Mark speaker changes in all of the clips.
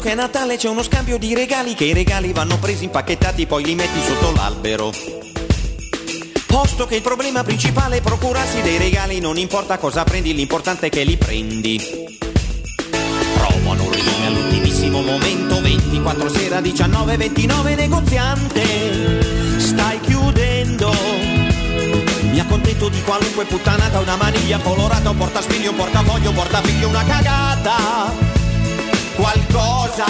Speaker 1: che a Natale c'è uno scambio di regali Che i regali vanno presi impacchettati poi li metti sotto l'albero Posto che il problema principale è procurarsi dei regali Non importa cosa prendi, l'importante è che li prendi Promono ridone all'ultimissimo momento 24 sera 19, 29 negoziante Stai chiudendo mi accontento di qualunque puttanata, una maniglia colorata, un portaspigli, un portafoglio, un portafiglio, una cagata. Qualcosa.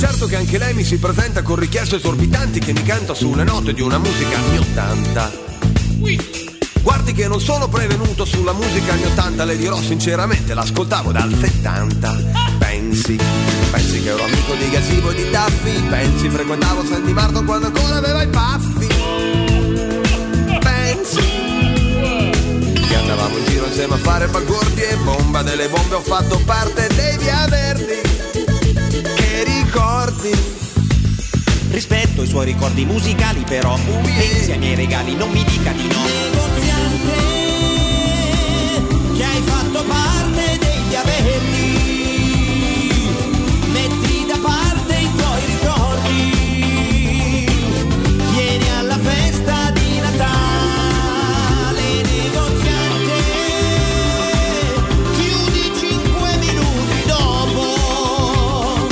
Speaker 2: Certo che anche lei mi si presenta con richieste esorbitanti che mi canta sulle note di una musica anni 80. Guardi che non sono prevenuto sulla musica anni 80, le dirò sinceramente, l'ascoltavo dal 70. Pensi, pensi che ero amico di Gasivo e di Taffi, pensi frequentavo San Di Marco quando ancora aveva i paffi. Pensi che andavamo in giro insieme a fare bagordi e bomba delle bombe, ho fatto parte dei Via Verdi. Che ricordi?
Speaker 1: Rispetto i suoi ricordi musicali però, pensi ai miei regali, non mi dica di no. Negoziante, che hai fatto parte degli averti, metti da parte i tuoi ricordi, vieni alla festa di Natale, negoziante, chiudi cinque minuti dopo,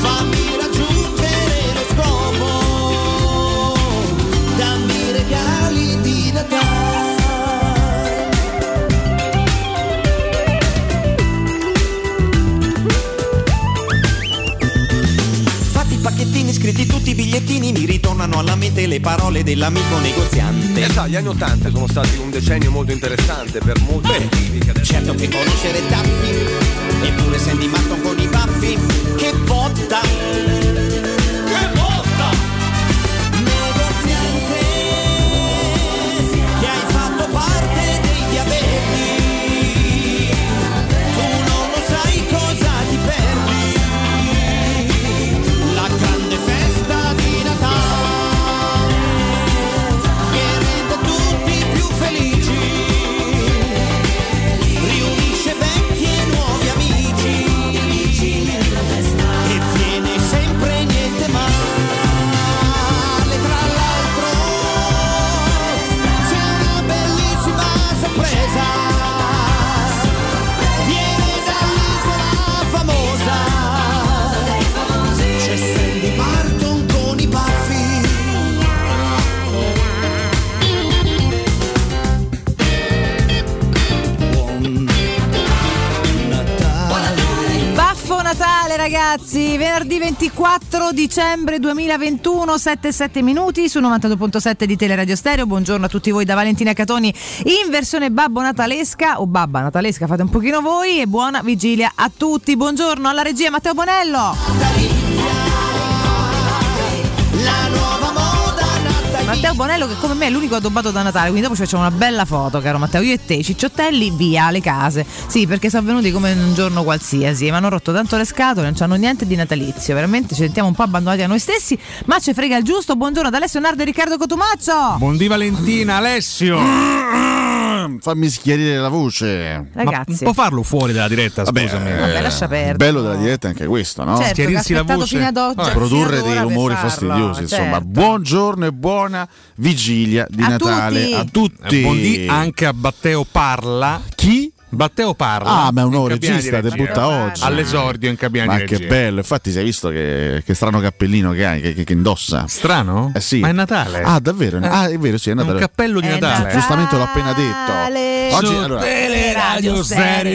Speaker 1: fammi raggiungere lo scopo, dammi i regali di Natale. Fatti i pacchettini, scritti tutti i bigliettini, mi ritornano alla mente le parole dell'amico negoziante.
Speaker 2: E sa, Eh, gli anni 80 sono stati un decennio molto interessante per molti motivi che adesso...
Speaker 1: Eh, Certo che conoscere Taffi, eppure Sandy Martin con i baffi, che botta! Che botta! Negoziante, che hai fatto parte degli averti, tu non lo sai cosa ti perdi, la grande festa di Natale, che rende tutti più felici. Riunisce vecchi e nuovi amici E tiene sempre niente male Tra l'altro c'è una bellissima sorpresa Viene dall'isola famosa
Speaker 3: Cioè,
Speaker 1: C'è Sandy Martin con i baffi
Speaker 4: Baffo Natale ragazzi, venerdì 24 dicembre 2021, 77 minuti su 92.7 di Teleradio Stereo. Buongiorno a tutti voi da Valentina Catoni in versione Babbo Natalesca o Babba Natalesca, fate un pochino voi e buona vigilia a tutti. Buongiorno alla regia Matteo Bonello.
Speaker 1: La nuova moda natalizia
Speaker 4: Matteo Bonello che come me è l'unico addobbato da Natale, quindi dopo ci facciamo una bella foto, caro Matteo. Io e te, cicciottelli, via le case. Sì, perché sono venuti come in un giorno qualsiasi, ma hanno rotto tanto le scatole, non hanno niente di natalizio. Veramente ci sentiamo un po' abbandonati a noi stessi, ma ci frega il giusto. Buongiorno ad Alessio Nardo e Riccardo Cotumaccio.
Speaker 5: Buondì Valentina, Alessio!
Speaker 6: Fammi schiarire la voce. eh,
Speaker 4: Ragazzi,
Speaker 5: Può farlo fuori dalla diretta, scusami.
Speaker 4: vabbè, lascia perdere.
Speaker 6: Il bello della diretta è anche questo, no? Ah.
Speaker 4: certo, che ha
Speaker 5: chiarirsi la
Speaker 4: aspettato
Speaker 5: voce.
Speaker 4: fino ad oggi.
Speaker 5: Vabbè.
Speaker 4: fino
Speaker 6: Produrre
Speaker 4: ad
Speaker 6: dei
Speaker 4: ora per
Speaker 6: rumori
Speaker 4: farlo,
Speaker 6: fastidiosi, insomma.
Speaker 4: certo.
Speaker 6: Buongiorno e buona vigilia di
Speaker 4: A
Speaker 6: Natale
Speaker 4: tutti.
Speaker 6: a
Speaker 5: Eh,
Speaker 6: tutti.
Speaker 5: Buondì anche a Batteo Parla.
Speaker 6: Chi?
Speaker 5: Batteo Parla.
Speaker 6: Ah, ma è un
Speaker 5: in
Speaker 6: nuovo
Speaker 5: cabina di
Speaker 6: regista,
Speaker 5: regia. Eh,
Speaker 6: debutta oggi.
Speaker 5: All'esordio in cabina
Speaker 6: Ma
Speaker 5: di regia.
Speaker 6: che bello, infatti si è visto che, che strano cappellino che hai, che, che- che indossa.
Speaker 5: Strano?
Speaker 6: Eh sì.
Speaker 5: Ma è Natale. Eh.
Speaker 6: Ah, davvero? Ah, è vero, sì, è
Speaker 5: è un
Speaker 6: Natale. Eh,
Speaker 5: cappello di
Speaker 4: È
Speaker 5: Natale.
Speaker 4: Natale.
Speaker 6: Giustamente l'ho appena
Speaker 4: Natale.
Speaker 6: detto. Oggi
Speaker 5: Su
Speaker 6: allora,
Speaker 5: Teleradio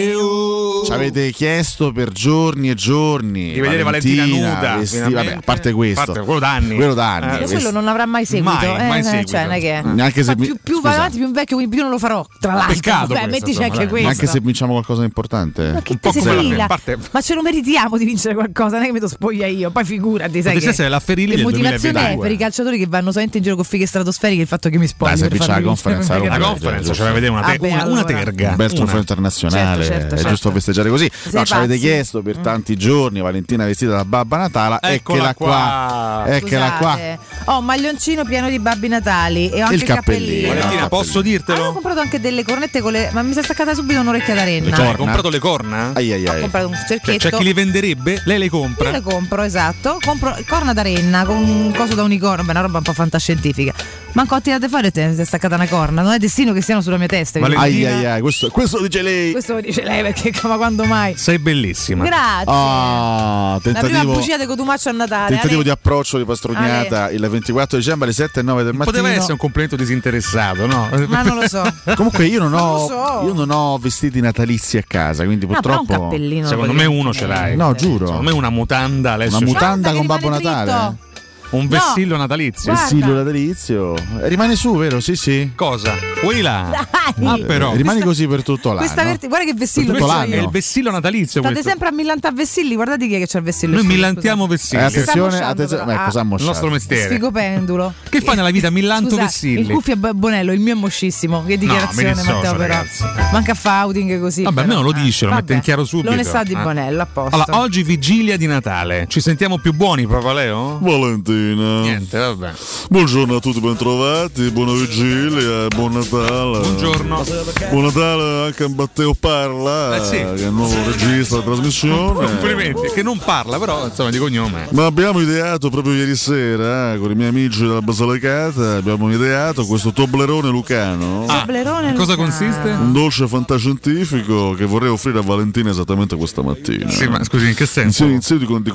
Speaker 5: Stereo.
Speaker 6: ci avete chiesto per giorni e giorni
Speaker 5: Di vedere Valentina nuda,
Speaker 6: vesti-
Speaker 5: finalmente.
Speaker 6: vabbè, a parte questo.
Speaker 5: A parte quello da anni.
Speaker 6: Quello da anni,
Speaker 5: Eh,
Speaker 4: E
Speaker 6: vesti-
Speaker 4: quello non l'avrà mai seguito,
Speaker 5: Mai,
Speaker 4: eh,
Speaker 5: mai
Speaker 4: eh,
Speaker 5: seguito.
Speaker 4: Cioè, non è che...
Speaker 6: Mm. Neanche se
Speaker 4: Ma
Speaker 6: mi-
Speaker 4: più, più vai
Speaker 6: scusa.
Speaker 4: avanti, più vecchio, quindi più non lo farò. Tra l'altro,
Speaker 5: Peccato
Speaker 4: Vabbè,
Speaker 5: questo,
Speaker 4: mettici
Speaker 5: insomma,
Speaker 4: anche
Speaker 5: dai.
Speaker 4: questo.
Speaker 6: Anche se vinciamo qualcosa di importante.
Speaker 4: Ma che
Speaker 5: un po'
Speaker 4: te
Speaker 5: come la
Speaker 4: sei fila?
Speaker 5: parte-
Speaker 4: Ma ce lo meritiamo di vincere qualcosa, non è che me lo spoglia io, poi figurati, sai
Speaker 5: Potete
Speaker 4: che
Speaker 5: essere la Ferilli
Speaker 4: Che
Speaker 5: del
Speaker 4: motivazione è
Speaker 5: 2022.
Speaker 4: per i calciatori che vanno solamente in giro con fighe stratosferiche il fatto che mi spogli
Speaker 6: Dai, se
Speaker 4: per
Speaker 6: vince la
Speaker 4: farmi
Speaker 6: conferenza,
Speaker 4: vincere,
Speaker 6: Roma.
Speaker 5: La
Speaker 4: perché-
Speaker 6: Vabbè,
Speaker 5: conferenza,
Speaker 7: Ah,
Speaker 6: giusto.
Speaker 5: cioè vedere una, te-
Speaker 4: Vabbè,
Speaker 5: una- una
Speaker 4: allora.
Speaker 5: terga.
Speaker 6: Un bel
Speaker 5: Una.
Speaker 6: trofeo internazionale,
Speaker 4: Certo, certo,
Speaker 6: è
Speaker 4: certo.
Speaker 6: giusto
Speaker 7: eh, festeggiare così.
Speaker 4: Sei
Speaker 7: No, ci avete
Speaker 4: pazzi.
Speaker 7: chiesto per tanti giorni Valentina vestita da Babba Natala.
Speaker 5: Mm. Eccola
Speaker 7: Eccola qua.
Speaker 5: qua.
Speaker 7: Eccola qua.
Speaker 4: Scusate, Ho un maglioncino pieno di Babbi Natali e ho anche
Speaker 7: il cappellino.
Speaker 5: Valentina,
Speaker 7: No,
Speaker 5: posso
Speaker 4: Allora ho
Speaker 5: dirtelo?
Speaker 4: comprato anche delle cornette con le. Ma mi si è staccata subito un'orecchia da renna.
Speaker 5: Cioè,
Speaker 7: corna?
Speaker 5: hai comprato le corna?
Speaker 7: Ai ai
Speaker 4: Ho
Speaker 7: ai.
Speaker 4: comprato un
Speaker 5: Cioè,
Speaker 4: cerchietto.
Speaker 5: c'è chi li venderebbe, lei le
Speaker 4: Io
Speaker 5: compra.
Speaker 4: le compro, esatto. Compro corna da renna con un coso da unicorno, beh, una roba un po' fantascientifica. Manco a tirate fuori e te ne sei staccata una corna. Non è destino che siano sulla mia testa.
Speaker 5: Ma le-
Speaker 4: quindi-
Speaker 7: Ai
Speaker 5: Valentina.
Speaker 7: ai ai, questo, questo lo dice lei.
Speaker 4: Questo lo dice lei perché ma quando mai?
Speaker 5: Sei bellissima.
Speaker 4: Grazie.
Speaker 7: Ah,
Speaker 4: La prima
Speaker 7: tentativo,
Speaker 4: bugia di Cotumaccio a Natale. eh,
Speaker 7: tentativo
Speaker 4: Ale.
Speaker 7: di approccio di Pastrugnata il 24 dicembre alle 7 e 9 del mattino.
Speaker 5: Poteva essere un complimento disinteressato, no?
Speaker 4: Ma non lo so. No,
Speaker 7: Comunque io non,
Speaker 4: Non
Speaker 7: ho,
Speaker 4: lo so.
Speaker 7: io non ho vestiti natalizi a casa, quindi
Speaker 4: Ah, però un
Speaker 7: purtroppo...
Speaker 4: cappellino.
Speaker 5: Secondo me uno ce l'hai.
Speaker 7: no, giuro.
Speaker 5: Secondo me una mutanda, Alessio,
Speaker 7: Una
Speaker 5: cioè,
Speaker 7: mutanda
Speaker 4: Guarda che
Speaker 7: con Babbo
Speaker 4: rimane dritto.
Speaker 7: Natale?
Speaker 5: un vessillo natalizio.
Speaker 7: Il
Speaker 4: Guarda.
Speaker 7: sigillo natalizio. Eh, Rimane su, vero? Sì, sì.
Speaker 5: Cosa? Quelli là.
Speaker 4: Dai.
Speaker 5: Ah, però.
Speaker 7: Eh, Rimani
Speaker 4: Questa-
Speaker 7: così per tutto l'anno.
Speaker 4: Questa verti- guarda che vessillo
Speaker 7: Tutto
Speaker 4: che
Speaker 7: l'anno.
Speaker 5: È
Speaker 4: io.
Speaker 5: il vessillo natalizio
Speaker 4: State
Speaker 5: questo.
Speaker 4: sempre a millantare vessilli, guardate chi è che c'ha il vessillo.
Speaker 5: Noi
Speaker 4: in studio,
Speaker 5: millantiamo
Speaker 4: scusate.
Speaker 7: Eh,
Speaker 5: vessilli. Il
Speaker 7: attenzione,
Speaker 4: Sta mosciando,
Speaker 7: attenzione.
Speaker 4: però. Ah,
Speaker 7: Ecco, sa mosciare.
Speaker 5: nostro mestiere.
Speaker 4: Sfigo pendulo.
Speaker 5: Che fa nella vita Millanto
Speaker 4: Scusa, Il
Speaker 5: Vessilli?
Speaker 4: cuffio è Bo- Bonello, il mio è moscissimo. Che dichiarazione,
Speaker 5: mi dissocio,
Speaker 4: Matteo, però.
Speaker 5: ragazzi.
Speaker 4: Manca fa outing così.
Speaker 5: Vabbè,
Speaker 4: però. eh,
Speaker 5: almeno lo dice, lo
Speaker 4: Vabbè.
Speaker 5: mette in chiaro subito.
Speaker 4: L'onestà di
Speaker 5: eh.
Speaker 4: Bonello, a posto.
Speaker 5: Allora, oggi vigilia di Natale. Ci sentiamo più buoni, Papaleo?
Speaker 7: Valentina.
Speaker 5: Niente, vabbè.
Speaker 7: Buongiorno a tutti, bentrovati. Buona vigilia, buon Natale.
Speaker 5: Buongiorno.
Speaker 7: Buon Natale anche a Matteo Parla,
Speaker 5: Eh sì.
Speaker 7: che è il nuovo regista della trasmissione.
Speaker 5: Ah, Complimenti, che non parla, però insomma di cognome.
Speaker 7: Ma abbiamo ideato proprio ieri sera eh, con i miei amici della Basilicata, abbiamo ideato questo Toblerone Lucano.
Speaker 5: Ah,
Speaker 4: Toblerone
Speaker 5: in cosa
Speaker 4: Lucano.
Speaker 5: consiste?
Speaker 7: Un dolce fantascientifico che vorrei offrire a Valentina esattamente questa mattina.
Speaker 5: Sì, ma scusi, in che senso?
Speaker 7: Insieme, insieme di, con- di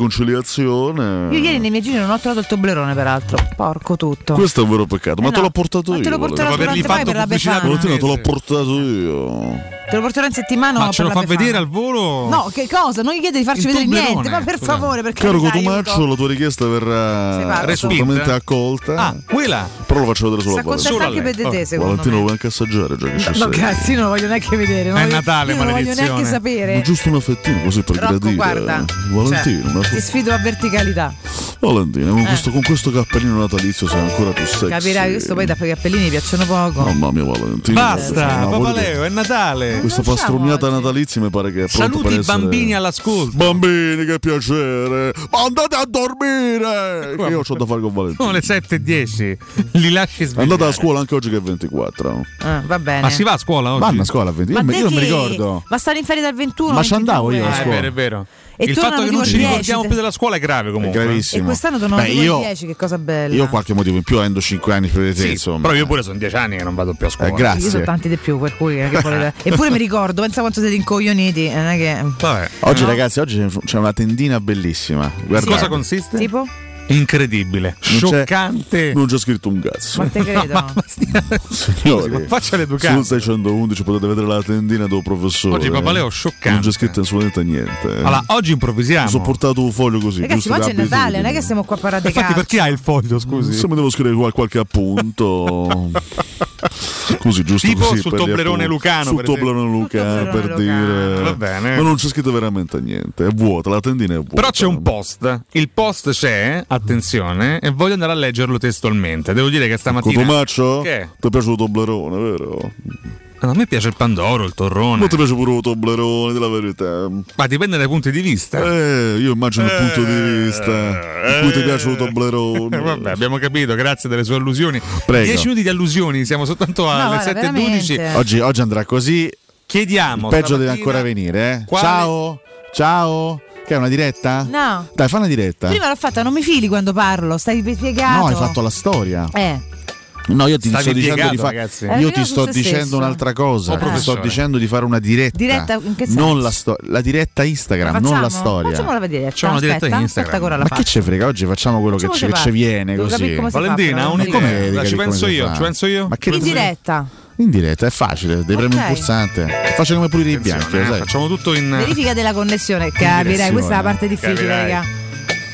Speaker 7: conciliazione.
Speaker 4: Io ieri nei miei giri non ho trovato il toblerone, peraltro. Porco tutto.
Speaker 7: Questo è un vero peccato, ma
Speaker 4: Eh
Speaker 7: te
Speaker 4: no,
Speaker 7: l'ho portato
Speaker 4: ma
Speaker 7: io.
Speaker 4: te lo porterò
Speaker 7: Valentina.
Speaker 5: Dopo avergli
Speaker 4: durante poi
Speaker 5: fatto
Speaker 4: per la
Speaker 5: pubblicità
Speaker 4: Befana.
Speaker 7: Valentina, te l'ho
Speaker 5: Sì.
Speaker 7: portato io.
Speaker 4: Te lo porterò in settimana.
Speaker 5: Ma
Speaker 4: per
Speaker 5: ce lo
Speaker 4: la
Speaker 5: fa
Speaker 4: Befana.
Speaker 5: vedere al volo?
Speaker 4: No, che cosa? Non gli chiede di farci
Speaker 5: Il
Speaker 4: vedere
Speaker 5: Toblerone,
Speaker 4: niente, ma per
Speaker 5: scusa.
Speaker 4: favore, perché
Speaker 7: Caro
Speaker 4: dai,
Speaker 7: Cotumaccio,
Speaker 4: aiuto.
Speaker 7: la tua richiesta
Speaker 4: Sei
Speaker 7: verrà
Speaker 4: pazzo.
Speaker 7: assolutamente
Speaker 5: Respinta?
Speaker 7: accolta.
Speaker 5: Ah, quella.
Speaker 7: Però lo faccio vedere
Speaker 4: Si
Speaker 7: solo a Valentina.
Speaker 5: Solo
Speaker 4: accontenta
Speaker 5: a
Speaker 4: anche
Speaker 5: lei. Oh,
Speaker 4: per te, secondo
Speaker 7: Valentino
Speaker 4: me.
Speaker 7: lo vuoi anche assaggiare già che ci
Speaker 4: No,
Speaker 7: sei.
Speaker 4: grazie, io non lo voglio neanche vedere. non
Speaker 5: È
Speaker 4: voglio-
Speaker 5: Natale,
Speaker 4: io non voglio
Speaker 5: maledizione.
Speaker 4: neanche sapere.
Speaker 7: Giusto una fettina così per
Speaker 4: Rocco,
Speaker 7: gradire.
Speaker 4: guarda.
Speaker 7: Valentino,
Speaker 4: Cioè,
Speaker 7: una
Speaker 4: Ti sfido a verticalità.
Speaker 7: Valentina, con, questo, con questo cappellino natalizio sei ancora più sexy.
Speaker 4: Capirai, questo poi da i cappellini piacciono poco.
Speaker 7: Mamma mia, Valentina.
Speaker 5: Basta,
Speaker 7: Ma volete-
Speaker 5: Papaleo, è Natale.
Speaker 7: Questa
Speaker 4: Non usciamo
Speaker 7: pastrugnata
Speaker 4: oggi.
Speaker 7: natalizia mi pare che è pronta
Speaker 5: Saluti
Speaker 7: per
Speaker 5: i
Speaker 7: essere...
Speaker 5: bambini all'ascolto.
Speaker 7: Bambini, che piacere! Ma Andate a dormire! Che io ho da fare con Valentina.
Speaker 5: Sono le 7.10. Li lasci svegliare.
Speaker 7: Andate a scuola anche oggi che è 24.
Speaker 4: Ah, va bene.
Speaker 5: Ma si va a scuola oggi?
Speaker 7: Vanno a scuola a 24. Io,
Speaker 4: te
Speaker 7: io non mi
Speaker 4: che-
Speaker 7: ricordo.
Speaker 4: Ma stanno in ferie dal 21.
Speaker 7: Ma ci
Speaker 4: 22.
Speaker 7: andavo io a
Speaker 5: Ah,
Speaker 7: scuola. Eh,
Speaker 5: è vero, è vero.
Speaker 4: E
Speaker 5: Il
Speaker 4: tornano
Speaker 5: fatto che non
Speaker 4: tipo
Speaker 5: ci
Speaker 4: il
Speaker 5: ricordiamo
Speaker 4: 10.
Speaker 5: più della scuola è grave
Speaker 7: È
Speaker 5: comunque.
Speaker 7: gravissimo.
Speaker 4: E quest'anno tornano
Speaker 7: Beh,
Speaker 4: tipo
Speaker 7: io,
Speaker 4: alle 10, che cosa bella.
Speaker 7: io ho qualche motivo in più, avendo 5 anni più di te,
Speaker 5: Sì,
Speaker 7: insomma.
Speaker 5: però io pure sono dieci anni che non vado più a scuola.
Speaker 7: Eh, grazie.
Speaker 4: Io sono tanti di più, per cui. eh, Che volete- Eppure mi ricordo, pensa quanto siete incoglioniti. eh, Non è che.
Speaker 5: Vabbè.
Speaker 7: Oggi, ragazzi, oggi c'è una tendina bellissima. Guardate.
Speaker 5: Cosa consiste?
Speaker 4: Tipo?
Speaker 5: Incredibile,
Speaker 7: Non c'è-
Speaker 5: scioccante.
Speaker 7: Non c'è scritto un cazzo.
Speaker 4: Ma te credo.
Speaker 7: Signori,
Speaker 5: Faccia
Speaker 7: sul
Speaker 5: l'educato.
Speaker 7: 611 potete vedere la tendina del professore.
Speaker 5: Oggi Papaleo è scioccante.
Speaker 7: Non c'è scritto assolutamente niente.
Speaker 5: Allora, oggi
Speaker 7: Mi sono
Speaker 5: improvvisiamo.
Speaker 7: portato un foglio così.
Speaker 4: Ragazzi,
Speaker 7: giusto
Speaker 4: oggi
Speaker 7: da
Speaker 4: è Natale, non è che
Speaker 7: abitudine.
Speaker 4: siamo qua a parate
Speaker 5: Infatti,
Speaker 4: calcio.
Speaker 5: perché hai il
Speaker 7: Mm,
Speaker 5: foglio? Scusi.
Speaker 7: Se mi devo scrivere qua qualche appunto. Così, giusto
Speaker 5: Tipo
Speaker 7: così.
Speaker 5: sul
Speaker 7: per gli
Speaker 5: Toblerone
Speaker 7: appunti.
Speaker 5: Lucano,
Speaker 7: Sul
Speaker 5: per esempio.
Speaker 7: Toblerone Lucano,
Speaker 4: Sul
Speaker 7: per
Speaker 4: Toblerone Lucano.
Speaker 7: dire.
Speaker 5: Va bene.
Speaker 7: Ma non c'è scritto veramente niente. È vuota, la tendina è vuota.
Speaker 5: Però c'è un post. Il post c'è, attenzione, e voglio andare a leggerlo testualmente. Devo dire che stamattina.
Speaker 7: Cotomaccio?
Speaker 5: Che?
Speaker 7: Ti piace il Toblerone, vero?
Speaker 5: Ah, A me piace il Pandoro, il
Speaker 7: Ma
Speaker 5: torrone.
Speaker 7: ti piace pure il Toblerone, della verità.
Speaker 5: Ma dipende dai punti di vista.
Speaker 7: Eh, io immagino il punto di vista in cui ti piace il Toblerone.
Speaker 5: Eh, Vabbè, abbiamo capito, grazie delle sue allusioni.
Speaker 7: Prego.
Speaker 5: 10 minuti di allusioni, siamo soltanto alle
Speaker 4: guarda,
Speaker 5: 7.12.
Speaker 4: veramente.
Speaker 7: Oggi, oggi andrà così,
Speaker 5: Chiediamo.
Speaker 7: peggio deve
Speaker 5: stamattina-
Speaker 7: ancora venire. eh.
Speaker 5: Quale-
Speaker 7: Ciao, ciao. Che è una diretta?
Speaker 4: No.
Speaker 7: Dai, fa una diretta.
Speaker 4: Prima l'ho fatta, non mi fili quando parlo, stai piegato.
Speaker 7: No, hai fatto la storia.
Speaker 4: Eh.
Speaker 7: No, io ti
Speaker 5: Stavi
Speaker 7: sto dicendo
Speaker 5: piegato,
Speaker 7: di fare.
Speaker 5: ragazzi.
Speaker 4: Era
Speaker 7: Io
Speaker 4: piegato
Speaker 7: ti
Speaker 4: su
Speaker 7: sto
Speaker 4: se
Speaker 7: dicendo
Speaker 4: stesso.
Speaker 7: un'altra cosa.
Speaker 5: Oh,
Speaker 7: ti sto
Speaker 5: professore.
Speaker 7: dicendo di fare una diretta.
Speaker 4: Diretta in che senso?
Speaker 7: Non la, sto- la diretta Instagram,
Speaker 4: La
Speaker 7: non la
Speaker 4: facciamo?
Speaker 7: storia.
Speaker 4: Facciamola la diretta.
Speaker 5: Facciamo una diretta
Speaker 4: aspetta,
Speaker 5: in Instagram.
Speaker 4: aspetta che ora la
Speaker 7: Ma che
Speaker 4: faccio.
Speaker 7: ce frega? Oggi facciamo quello che
Speaker 4: Facciamo
Speaker 7: ci,
Speaker 4: come
Speaker 7: che
Speaker 4: si
Speaker 7: ci
Speaker 4: fa.
Speaker 7: viene
Speaker 4: Devo
Speaker 7: così.
Speaker 4: capire come si-
Speaker 5: Valentina,
Speaker 4: Ma
Speaker 5: ha
Speaker 4: come
Speaker 5: un'idea.
Speaker 7: devi
Speaker 5: Dai,
Speaker 7: capire
Speaker 5: Ci
Speaker 7: come
Speaker 5: penso
Speaker 7: si
Speaker 5: io,
Speaker 7: fa?
Speaker 5: ci penso io.
Speaker 7: Ma che
Speaker 4: In diretta.
Speaker 7: In diretta, è facile. Devi premere
Speaker 4: Ok.
Speaker 7: un pulsante. È facile come pulire i bianchi,
Speaker 5: Attenzione,
Speaker 7: lo
Speaker 5: eh,
Speaker 7: sai.
Speaker 5: Facciamo tutto in.
Speaker 4: Verifica della connessione. Capirai, questa è la parte difficile,
Speaker 5: Capirai.
Speaker 4: raga.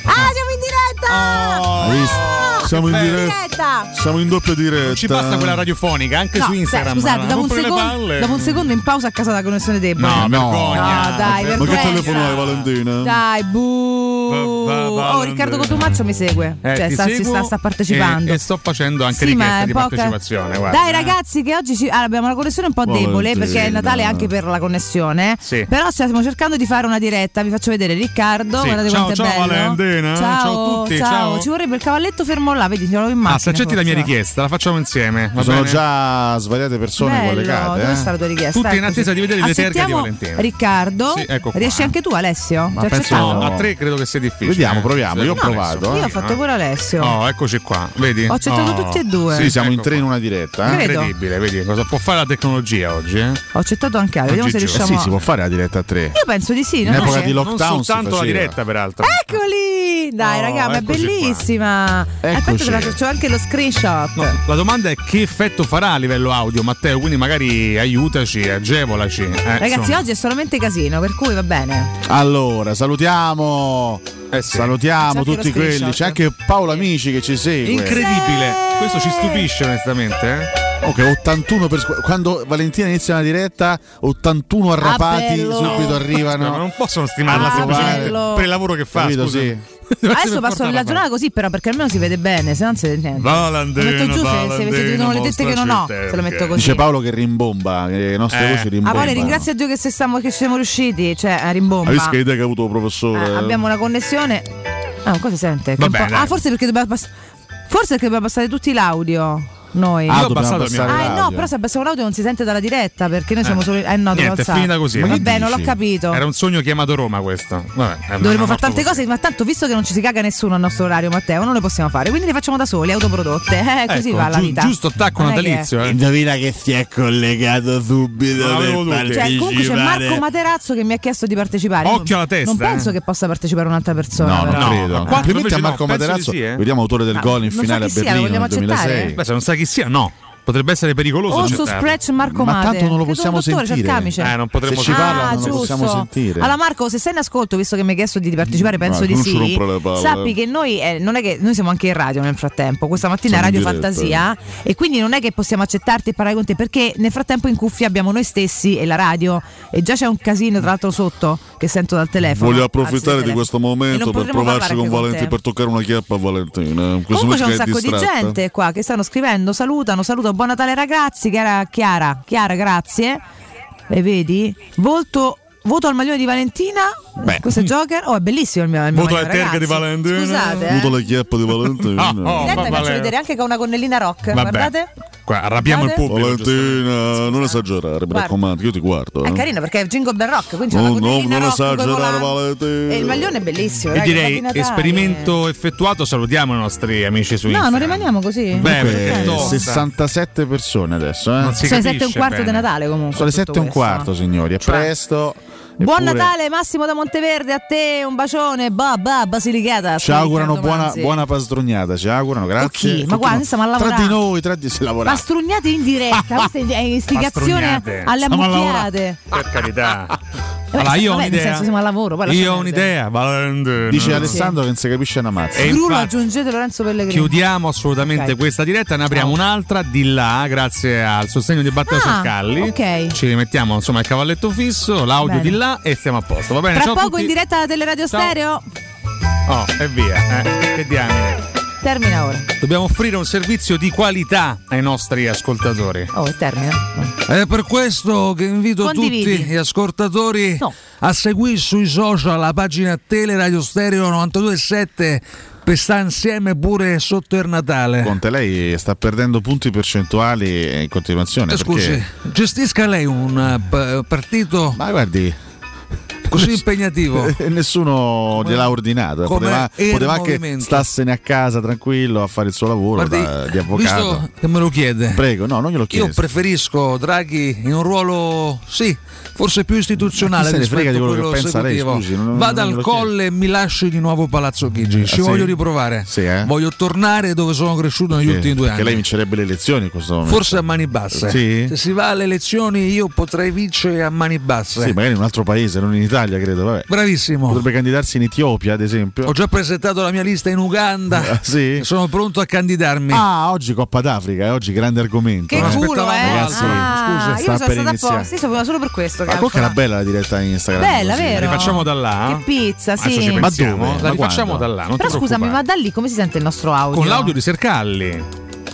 Speaker 4: Ah, siamo in diretta!
Speaker 5: Oh,
Speaker 7: Hai visto? Siamo in
Speaker 5: che bello.
Speaker 7: diretta.
Speaker 4: Diretta!
Speaker 7: Siamo in doppia diretta.
Speaker 5: Non ci basta quella radiofonica, anche
Speaker 4: No,
Speaker 5: su Instagram.
Speaker 4: sai, scusate, dopo un,
Speaker 5: Rompere le
Speaker 4: secondo,
Speaker 5: palle.
Speaker 4: dopo un secondo in pausa a casa la connessione debole.
Speaker 5: No,
Speaker 7: No.
Speaker 5: vergogna.
Speaker 4: No, dai,
Speaker 5: Ver-
Speaker 7: Ma che
Speaker 4: Vergogna.
Speaker 7: telefono hai, Valentina?
Speaker 4: Dai, buh. Oh, Riccardo Cotumaccio mi segue.
Speaker 5: Eh,
Speaker 4: cioè,
Speaker 5: ti
Speaker 4: sta, si
Speaker 5: seguo
Speaker 4: sta- sta partecipando.
Speaker 5: E, e sto facendo anche
Speaker 4: Sì,
Speaker 5: richiesta
Speaker 4: ma è
Speaker 5: di
Speaker 4: poca-
Speaker 5: partecipazione. Eh, Guarda. Oh,
Speaker 4: Dai ragazzi che oggi ci- ah, abbiamo una connessione un po' debole
Speaker 7: Volentieri,
Speaker 4: perché è Natale
Speaker 7: no.
Speaker 4: anche per la connessione. eh.
Speaker 5: Sì.
Speaker 4: Però stiamo cercando di fare una diretta, vi faccio vedere Riccardo,
Speaker 5: Sì.
Speaker 4: guardate
Speaker 5: Ciao,
Speaker 4: quanto è
Speaker 5: ciao,
Speaker 4: bello.
Speaker 5: Valentina. eh, Ciao a tutti, ciao.
Speaker 4: Ci vorrebbe il cavalletto fermo là, vedi, ce l'ho in mano.
Speaker 5: Ah, se accetti la mia richiesta, la facciamo insieme. va
Speaker 6: Sono
Speaker 5: bene?
Speaker 6: già svariate persone
Speaker 4: Bello,
Speaker 6: collegate.
Speaker 4: dove
Speaker 6: eh.
Speaker 4: sta la tua richiesta?
Speaker 5: Tutti in
Speaker 4: Eccoci.
Speaker 5: attesa di vedere le terche di
Speaker 4: Accettiamo
Speaker 5: Valentina.
Speaker 4: Riccardo,
Speaker 5: Sì, ecco qua.
Speaker 4: riesci anche tu Alessio?
Speaker 6: Ma
Speaker 4: Ti
Speaker 6: penso-
Speaker 4: accettato?
Speaker 5: No, a tre credo che sia difficile.
Speaker 6: Vediamo,
Speaker 5: eh.
Speaker 6: proviamo,
Speaker 5: Se
Speaker 6: io ho
Speaker 5: non adesso,
Speaker 6: provato, eh.
Speaker 4: Io ho
Speaker 5: proviamo,
Speaker 4: fatto
Speaker 5: eh.
Speaker 4: pure Alessio.
Speaker 5: Oh, eccoci qua, vedi?
Speaker 4: Ho accettato
Speaker 5: Oh.
Speaker 4: tutti e due.
Speaker 6: Sì, siamo in
Speaker 5: ecco
Speaker 6: tre in
Speaker 5: qua.
Speaker 6: una diretta. eh.
Speaker 4: Credo.
Speaker 5: Incredibile, vedi cosa può fare la tecnologia oggi, eh?
Speaker 4: Ho accettato anche Ale, vediamo se
Speaker 5: Oggi
Speaker 4: riusciamo.
Speaker 6: Eh Sì, si può fare la diretta a tre.
Speaker 4: Io penso di sì,
Speaker 6: eh. In
Speaker 4: non Eh?
Speaker 6: epoca
Speaker 4: è?
Speaker 6: di lockdown
Speaker 5: non
Speaker 6: si
Speaker 5: soltanto la
Speaker 6: faceva.
Speaker 5: diretta, peraltro.
Speaker 4: Eccoli! Dai,
Speaker 5: Oh,
Speaker 4: raga, ma è
Speaker 5: eccoci
Speaker 4: bellissima. Aspetta,
Speaker 6: Eccoci.
Speaker 4: te la faccio anche lo screenshot.
Speaker 6: Eh.
Speaker 5: No, la domanda è che effetto farà a livello audio, Matteo, quindi magari aiutaci, agevolaci. eh,
Speaker 4: Ragazzi,
Speaker 5: insomma.
Speaker 4: oggi è solamente casino, per cui va bene.
Speaker 6: Allora, salutiamo.
Speaker 5: Eh sì.
Speaker 4: C'è
Speaker 6: Salutiamo
Speaker 4: anche
Speaker 6: tutti
Speaker 4: lo
Speaker 6: quelli.
Speaker 4: screenshot.
Speaker 6: C'è anche Paolo Amici che ci segue.
Speaker 5: Incredibile, questo ci stupisce onestamente. eh.
Speaker 6: Ok, 81 per squ- quando Valentina inizia una diretta, 81 arrapati
Speaker 4: Ah, bello.
Speaker 6: subito
Speaker 5: Scusa, ma
Speaker 6: arrivano.
Speaker 5: non possono stimarla
Speaker 4: Ah,
Speaker 5: semplicemente
Speaker 4: bello.
Speaker 5: per il lavoro che fa.
Speaker 6: Capito,
Speaker 5: scusa.
Speaker 6: sì.
Speaker 5: Deve
Speaker 4: Adesso
Speaker 5: essere
Speaker 4: passo
Speaker 5: portata
Speaker 4: la giornata così, però, perché almeno si vede bene, se no non si vede niente.
Speaker 5: Valentino,
Speaker 4: Lo metto giù se- se,
Speaker 5: Valentino,
Speaker 4: si vedono le tette che non ho. Se lo metto
Speaker 5: mostraci
Speaker 4: così.
Speaker 6: Dice Paolo che rimbomba, che le nostre
Speaker 5: Eh.
Speaker 6: voci
Speaker 4: Ah,
Speaker 6: rimbombano.
Speaker 4: poi ringrazio Dio che, se stiamo- che ci siamo riusciti, cioè, a rimbomba.
Speaker 7: Avessi che idea che ha avuto il professore?
Speaker 4: Eh, abbiamo una connessione. Ah, cosa sente? Che
Speaker 5: Vabbè,
Speaker 4: un po'-
Speaker 5: dai.
Speaker 4: Ah, forse perché dobbiamo pass- Forse perché dobbiamo passare tutti l'audio. Noi.
Speaker 6: Ah,
Speaker 5: Io ho
Speaker 6: dobbiamo
Speaker 5: passato il mio-
Speaker 6: abbassare
Speaker 4: Ah, eh,
Speaker 6: l'audio.
Speaker 4: no, però se abbassiamo l'audio non si sente dalla diretta perché noi siamo solo. Eh no, devo
Speaker 5: Niente, è
Speaker 4: alzare.
Speaker 5: finita così,
Speaker 4: Ma
Speaker 5: eh.
Speaker 4: Vabbè, non l'ho
Speaker 6: Dici?
Speaker 4: capito.
Speaker 5: Era un sogno chiamato Roma questo. Vabbè, eh,
Speaker 4: Dovremmo
Speaker 5: ma-
Speaker 4: fare tante
Speaker 5: così.
Speaker 4: cose, ma tanto visto che non ci si caga nessuno al nostro orario, Matteo, non le possiamo fare. Quindi le facciamo da soli, autoprodotte. Eh, così
Speaker 5: Ecco,
Speaker 4: va la
Speaker 5: giu-
Speaker 4: vita.
Speaker 5: Giusto attacco
Speaker 4: Non è che-
Speaker 5: natalizio. eh.
Speaker 2: Indovina che si è collegato subito
Speaker 5: Non avevo
Speaker 2: per
Speaker 5: dubbi.
Speaker 4: Cioè, comunque c'è
Speaker 2: partecipare.
Speaker 4: Marco Materazzo che mi ha chiesto di partecipare. Io
Speaker 5: Occhio alla testa,
Speaker 4: Non penso
Speaker 5: eh.
Speaker 4: che possa partecipare un'altra persona.
Speaker 6: No,
Speaker 4: però.
Speaker 6: non
Speaker 5: No, ma
Speaker 6: credo.
Speaker 5: quattro
Speaker 6: Complimenti
Speaker 5: invece
Speaker 6: a Marco
Speaker 5: no, penso
Speaker 6: Materazzo,
Speaker 5: di sì, eh.
Speaker 6: vediamo autore del
Speaker 4: No,
Speaker 6: gol in
Speaker 4: non so
Speaker 6: finale a
Speaker 4: chi sia, lo
Speaker 6: Berlino nel
Speaker 4: vogliamo accettare? Oh,
Speaker 6: 2006.
Speaker 5: Beh, se non sa chi sia, no. Potrebbe essere pericoloso.
Speaker 4: O su
Speaker 5: accertarlo.
Speaker 4: Scratch Marco
Speaker 6: Ma
Speaker 4: Mate.
Speaker 6: tanto non lo
Speaker 4: Credo un
Speaker 6: possiamo
Speaker 4: dottore,
Speaker 6: sentire.
Speaker 4: cercamice.
Speaker 5: Eh, non potremmo
Speaker 6: Se ci
Speaker 5: dire.
Speaker 6: parla,
Speaker 4: ah,
Speaker 6: non lo
Speaker 4: giusto.
Speaker 6: possiamo sentire.
Speaker 4: Allora, Marco, se sei in ascolto, visto che mi hai chiesto di partecipare, penso
Speaker 7: Marco,
Speaker 4: di
Speaker 7: non ci
Speaker 4: sì.
Speaker 7: rompere le palle.
Speaker 4: Sappi che noi eh, non è che noi siamo anche in radio nel frattempo. Questa mattina è
Speaker 7: Siamo
Speaker 4: Radio
Speaker 7: in diretta.
Speaker 4: Fantasia. E quindi non è che possiamo accettarti e parlare con te, perché nel frattempo in cuffia abbiamo noi stessi e la radio. E già c'è un casino, tra l'altro, sotto che sento dal telefono.
Speaker 7: Voglio
Speaker 4: Anzi,
Speaker 7: approfittare
Speaker 4: dal
Speaker 7: di questo
Speaker 4: telefono. E
Speaker 7: momento
Speaker 4: non
Speaker 7: per
Speaker 4: potremo
Speaker 7: provarci
Speaker 4: parlare
Speaker 7: con
Speaker 4: anche con
Speaker 7: Valentino
Speaker 4: te.
Speaker 7: per toccare una chiappa a Valentina. In questo
Speaker 4: Comunque c'è
Speaker 7: momento
Speaker 4: un
Speaker 7: che è
Speaker 4: sacco di
Speaker 7: distratta.
Speaker 4: gente qua che stanno scrivendo, salutano, saluto, buon Natale ragazzi, Chiara, Chiara, Chiara, grazie. E vedi? Volto, voto al maglione di Valentina, questo è Joker, oh è bellissimo il mio, il mio
Speaker 5: Voto
Speaker 4: maglione,
Speaker 5: alle terche di
Speaker 4: ragazzi.
Speaker 5: Valentina.
Speaker 4: Scusate, eh.
Speaker 7: Avuto la chiappa di Valentina.
Speaker 5: Ah, oh.
Speaker 4: In diretta
Speaker 5: Vabbè.
Speaker 4: vi faccio vedere anche con una gonnellina rock,
Speaker 5: Vabbè.
Speaker 4: guardate.
Speaker 5: Qua, arrabbiamo il
Speaker 4: Guardate.
Speaker 5: pubblico. giustamente.
Speaker 7: Valentina, non esagerare, mi
Speaker 4: Guarda.
Speaker 7: raccomando, io ti guardo.
Speaker 4: È
Speaker 7: eh. Oh,
Speaker 4: carina perché è Jingle Bell Rock, quindi c'è
Speaker 7: No,
Speaker 4: una
Speaker 7: no,
Speaker 4: gonnellina
Speaker 7: non
Speaker 4: rock coi
Speaker 7: esagerare,
Speaker 4: volanti.
Speaker 7: Valentina.
Speaker 4: E il maglione è bellissimo,
Speaker 5: Io
Speaker 4: raga,
Speaker 5: direi
Speaker 4: Babbi Natale.
Speaker 5: esperimento effettuato, salutiamo i nostri amici su
Speaker 4: No,
Speaker 5: Instagram.
Speaker 4: non rimaniamo così.
Speaker 5: Beh, perché è
Speaker 6: Comunque,
Speaker 5: Eh, tosta.
Speaker 6: 67 Eh, persone adesso, eh.
Speaker 5: Non si
Speaker 4: sono le
Speaker 5: capisce
Speaker 4: 7 e un quarto
Speaker 5: bene.
Speaker 4: di Natale comunque.
Speaker 6: Sono le
Speaker 4: tutto
Speaker 6: 7 e un
Speaker 4: questo.
Speaker 6: quarto, signori, è
Speaker 4: Cioè.
Speaker 6: presto.
Speaker 4: Buon
Speaker 6: eppure
Speaker 4: Natale Massimo da Monteverde, a te un bacione, babà, Basilicata.
Speaker 6: Ci augurano buona, buona pastrognata, ci augurano, grazie.
Speaker 4: Ok, ma
Speaker 6: Tutti
Speaker 4: guarda,
Speaker 6: noi-
Speaker 4: stiamo a
Speaker 6: Tra di
Speaker 4: lavorare.
Speaker 6: noi, tra di se lavorate.
Speaker 4: Pastrugnate in diretta, questa è istigazione
Speaker 5: Pastrugnate.
Speaker 4: alle
Speaker 5: Stiamo a
Speaker 4: ammucchiate.
Speaker 5: Per carità. Allora, io ho
Speaker 4: Vabbè, nel
Speaker 5: un'idea.
Speaker 4: senso, siamo al lavoro, poi
Speaker 5: io
Speaker 4: lasciamo
Speaker 5: ho
Speaker 4: perdere.
Speaker 5: un'idea. Valentina.
Speaker 6: Dice Alessandro che non si capisce una mazza.
Speaker 5: E
Speaker 4: Grullo
Speaker 5: infatti-
Speaker 4: aggiungete Lorenzo Pellegrini.
Speaker 5: Chiudiamo assolutamente
Speaker 4: Ok.
Speaker 5: questa diretta, ne apriamo
Speaker 4: Ciao.
Speaker 5: un'altra di là, grazie al sostegno di Batteo
Speaker 4: Ah,
Speaker 5: Cercalli.
Speaker 4: ok.
Speaker 5: Ci rimettiamo insomma il cavalletto fisso, l'audio di
Speaker 4: Bene.
Speaker 5: là e stiamo a posto. Va bene,
Speaker 4: Tra
Speaker 5: ciao a
Speaker 4: poco
Speaker 5: tutti.
Speaker 4: in diretta da Teleradio
Speaker 5: Ciao.
Speaker 4: Stereo.
Speaker 5: Oh, e via. eh. Che diamine.
Speaker 4: Termina ora.
Speaker 5: Dobbiamo offrire un servizio di qualità ai nostri ascoltatori.
Speaker 4: Oh, è termina.
Speaker 8: È per questo che invito
Speaker 4: Condividi.
Speaker 8: tutti gli ascoltatori
Speaker 4: No.
Speaker 8: a seguire sui social la pagina Tele Radio Stereo 927 per stare Eh, insieme pure sotto il Natale.
Speaker 6: Conte, lei sta perdendo punti percentuali in continuazione.
Speaker 8: Eh, Scusi,
Speaker 6: perché-
Speaker 8: gestisca lei un eh, p- partito
Speaker 6: Ma guardi,
Speaker 8: così impegnativo.
Speaker 6: eh, nessuno gliel'ha ordinata.
Speaker 8: com'è
Speaker 6: Poteva,
Speaker 8: il
Speaker 6: poteva anche
Speaker 8: movimento?
Speaker 6: stassene a casa tranquillo a fare il suo lavoro
Speaker 8: Guardi,
Speaker 6: da- di avvocato.
Speaker 8: Visto che me lo chiede,
Speaker 6: Prego, no, non glielo
Speaker 8: io
Speaker 6: chiedo.
Speaker 8: preferisco Draghi in un ruolo, sì, forse più
Speaker 6: Ma
Speaker 8: istituzionale
Speaker 6: chi se ne
Speaker 8: rispetto
Speaker 6: frega di
Speaker 8: a
Speaker 6: quello che
Speaker 8: quello
Speaker 6: pensa lei,
Speaker 8: esecutivo.
Speaker 6: scusi, non- non-
Speaker 8: Vado
Speaker 6: non
Speaker 8: al
Speaker 6: glielo chiedo.
Speaker 8: colle e mi lascio di nuovo Palazzo Chigi. Ci
Speaker 6: Ah, sì?
Speaker 8: voglio riprovare.
Speaker 6: Sì, eh?
Speaker 8: Voglio tornare dove sono cresciuto negli ultimi due
Speaker 6: Che lei
Speaker 8: anni.
Speaker 6: vincerebbe le elezioni in questo momento.
Speaker 8: Forse a mani basse.
Speaker 6: Sì?
Speaker 8: Se si va alle elezioni io potrei vincere a mani basse.
Speaker 6: Sì, magari in un altro paese, non in Italia, credo. Vabbè.
Speaker 8: Bravissimo.
Speaker 6: Potrebbe candidarsi in Etiopia, ad esempio.
Speaker 8: Ho già presentato la mia lista in Uganda.
Speaker 6: Ah, sì.
Speaker 8: Sono pronto a candidarmi.
Speaker 6: Ah, oggi Coppa d'Africa, eh, oggi grande argomento.
Speaker 4: Che
Speaker 6: eh.
Speaker 4: culo, eh!
Speaker 6: Ragazzi,
Speaker 4: ah,
Speaker 6: scusa,
Speaker 4: io sono
Speaker 6: sta per
Speaker 4: stata
Speaker 6: iniziare.
Speaker 4: apposta, io sono venuta solo per questo.
Speaker 6: Ma
Speaker 4: calcola.
Speaker 6: comunque era bella la diretta Instagram.
Speaker 4: Bella,
Speaker 6: così.
Speaker 4: vero?
Speaker 5: La rifacciamo da là.
Speaker 4: Che pizza,
Speaker 5: Adesso
Speaker 4: sì.
Speaker 5: ci
Speaker 4: Ma
Speaker 5: pensiamo.
Speaker 6: dove?
Speaker 5: La
Speaker 6: Ma
Speaker 5: rifacciamo
Speaker 6: quando?
Speaker 5: da là. Non
Speaker 4: Però
Speaker 5: ti
Speaker 4: scusami, ma
Speaker 5: preoccupare.
Speaker 4: da lì come si sente il nostro audio?
Speaker 5: Con l'audio di Sercalli.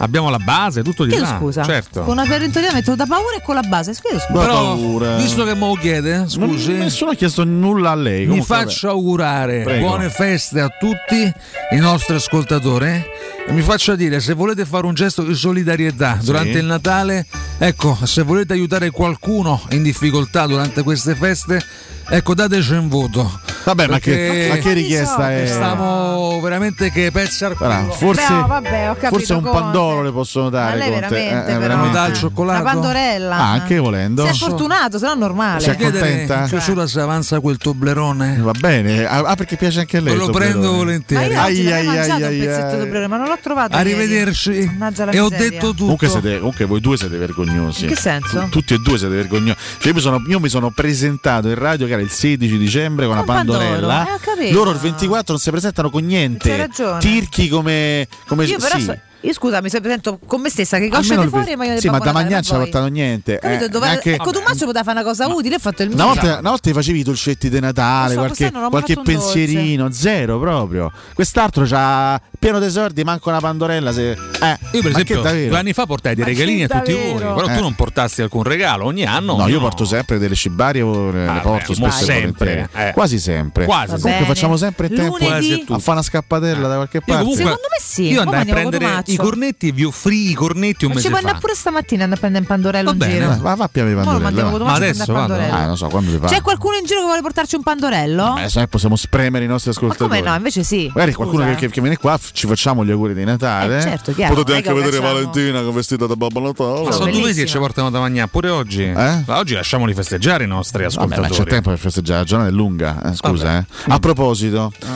Speaker 5: Abbiamo la base, tutto di
Speaker 4: Chiedo
Speaker 5: là.
Speaker 4: scusa.
Speaker 5: Certo.
Speaker 4: Con una perentoria metto da paura e con la base. Chiedo scusa.
Speaker 6: Ma
Speaker 8: Però,
Speaker 6: paura.
Speaker 8: visto che mo' lo
Speaker 5: eh,
Speaker 8: chiede,
Speaker 6: Non-
Speaker 8: scusi,
Speaker 6: Nessuno ha chiesto nulla a lei.
Speaker 8: mi
Speaker 6: comunque, vabbè.
Speaker 8: faccio augurare
Speaker 6: Prego.
Speaker 8: buone feste a tutti i nostri ascoltatori. eh. E mi faccio dire, se volete fare un gesto di solidarietà durante il Natale, ecco, se volete aiutare qualcuno in difficoltà durante queste feste, ecco, dateci un voto.
Speaker 6: Vabbè, ma che,
Speaker 8: Perché-
Speaker 6: ma che richiesta è?
Speaker 8: Stiamo veramente che pezzi al culo.
Speaker 6: Guarda, forse,
Speaker 4: Beh, oh, vabbè, ho capito,
Speaker 6: forse un
Speaker 4: Conte.
Speaker 6: pandoro le possono
Speaker 4: Ma
Speaker 6: dare.
Speaker 4: lei
Speaker 6: Conte.
Speaker 4: veramente,
Speaker 6: Eh, eh,
Speaker 4: però.
Speaker 8: Vanno
Speaker 6: veramente.
Speaker 8: dal
Speaker 4: Una
Speaker 8: cioccolato.
Speaker 4: pandorella.
Speaker 6: Ah, anche volendo.
Speaker 4: Sei fortunato, se no è normale.
Speaker 6: Si è
Speaker 8: Chiedere
Speaker 6: contenta?
Speaker 8: in chiusura se avanza quel toblerone.
Speaker 6: Va bene. Ah, ah, perché piace anche a lei.
Speaker 8: Ve lo
Speaker 6: il
Speaker 8: prendo
Speaker 6: Toblerone.
Speaker 4: Ma io
Speaker 8: volentieri.
Speaker 4: oggi
Speaker 6: Ai,
Speaker 4: non ho
Speaker 6: ai,
Speaker 4: mangiato
Speaker 6: ai,
Speaker 4: un pezzetto
Speaker 6: ai.
Speaker 4: di problema, non l'ho trovato. ieri.
Speaker 8: Arrivederci.
Speaker 4: Mannaggia la
Speaker 8: E ho
Speaker 4: miseria.
Speaker 8: detto tutto.
Speaker 6: Comunque siete, comunque voi due siete vergognosi.
Speaker 4: In che senso?
Speaker 6: Tu- tutti e due siete vergognosi. Cioè, io, mi sono, io mi sono presentato in radio che era il 16 dicembre con
Speaker 4: Con
Speaker 6: una
Speaker 4: Pandoro,
Speaker 6: pandorella.
Speaker 4: eh, ho capito.
Speaker 6: Loro il 24 non si presentano con niente.
Speaker 4: C'hai ragione.
Speaker 6: Tirchi come. come
Speaker 4: Io però
Speaker 6: sì.
Speaker 4: so- io scusa, mi presento con me stessa che coscia
Speaker 6: Almeno
Speaker 4: di
Speaker 6: il
Speaker 4: fuori
Speaker 6: pe-
Speaker 4: e maglione di
Speaker 6: Sì, ma
Speaker 4: Babbo
Speaker 6: da
Speaker 4: Natale,
Speaker 6: Magnan ci ha
Speaker 4: poi.
Speaker 6: portato neanche.
Speaker 4: Capito,
Speaker 6: eh,
Speaker 4: dove-
Speaker 6: neanche-
Speaker 4: Ecco, Tommaso poteva fare una cosa utile, ho fatto il
Speaker 6: Una
Speaker 4: mio.
Speaker 6: volta, una volta ti facevi i dolcetti di Natale,
Speaker 4: Lo so,
Speaker 6: qualche,
Speaker 4: quest'anno Esatto. non ho
Speaker 6: qualche
Speaker 4: fatto un
Speaker 6: pensierino, zero proprio. Quest'altro c'ha pieno d'esordi, manca una pandorella. Se... Eh,
Speaker 5: Io per
Speaker 6: ma che
Speaker 5: esempio
Speaker 6: davvero?
Speaker 5: due anni fa portai dei
Speaker 4: Ma
Speaker 5: regalini
Speaker 4: sì,
Speaker 5: a tutti voi,
Speaker 4: davvero.
Speaker 5: però
Speaker 6: Eh.
Speaker 5: tu non portasti alcun regalo ogni anno.
Speaker 6: No, io porto sempre delle cibarie, o le-
Speaker 5: Ah,
Speaker 6: le
Speaker 5: beh,
Speaker 6: porto
Speaker 5: mo
Speaker 6: spesso e
Speaker 5: sempre,
Speaker 6: volentieri.
Speaker 5: eh.
Speaker 6: quasi sempre.
Speaker 5: Quasi. Va
Speaker 6: Comunque
Speaker 4: bene.
Speaker 6: facciamo sempre in tempo
Speaker 4: Lunedì- Quasi a
Speaker 6: a fare una scappatella da qualche parte.
Speaker 5: comunque-
Speaker 4: Secondo me sì.
Speaker 5: Io
Speaker 4: Mo
Speaker 5: andai a
Speaker 4: andiamo con
Speaker 5: prendere
Speaker 4: Tomaccio.
Speaker 5: i cornetti e vi offrii i cornetti un
Speaker 4: Ma
Speaker 5: mese
Speaker 4: ci può andare
Speaker 5: fa.
Speaker 4: pure stamattina andare a prendere un pandorello
Speaker 5: Va
Speaker 4: in
Speaker 5: bene,
Speaker 4: giro.
Speaker 6: Eh, va, va a piano di
Speaker 4: Mo lo
Speaker 6: pandorella.
Speaker 4: mandiamo
Speaker 6: va.
Speaker 4: con Tommaso
Speaker 5: Ma
Speaker 4: a prendere
Speaker 5: adesso,
Speaker 4: un
Speaker 5: vado. eh.
Speaker 6: Ah,
Speaker 4: pandorello.
Speaker 6: non so quando si fa.
Speaker 4: C'è qualcuno in giro che vuole portarci un pandorello?
Speaker 6: Eh, sai, possiamo spremere i nostri
Speaker 4: Ma
Speaker 6: ascoltatori.
Speaker 4: come no? Invece sì.
Speaker 6: Magari qualcuno
Speaker 4: Scusa.
Speaker 6: che, che- che viene qua f- ci facciamo gli auguri di Natale.
Speaker 4: Eh, certo, chiaro,
Speaker 9: Potete
Speaker 4: non è
Speaker 9: anche
Speaker 4: che lo
Speaker 9: vedere
Speaker 4: facciamo.
Speaker 9: Valentina che è vestita da Babbo
Speaker 5: Ma
Speaker 9: Natale.
Speaker 5: sono due mesi
Speaker 4: Bellissima.
Speaker 5: che ci portano da mangiare, pure oggi. Ma Oggi lasciamoli festeggiare i nostri
Speaker 6: Eh? Vabbè, ma
Speaker 5: ascoltatori.
Speaker 6: c'è tempo per festeggiare, la giornata è lunga. eh, scusa, eh. A proposito,
Speaker 4: Ah.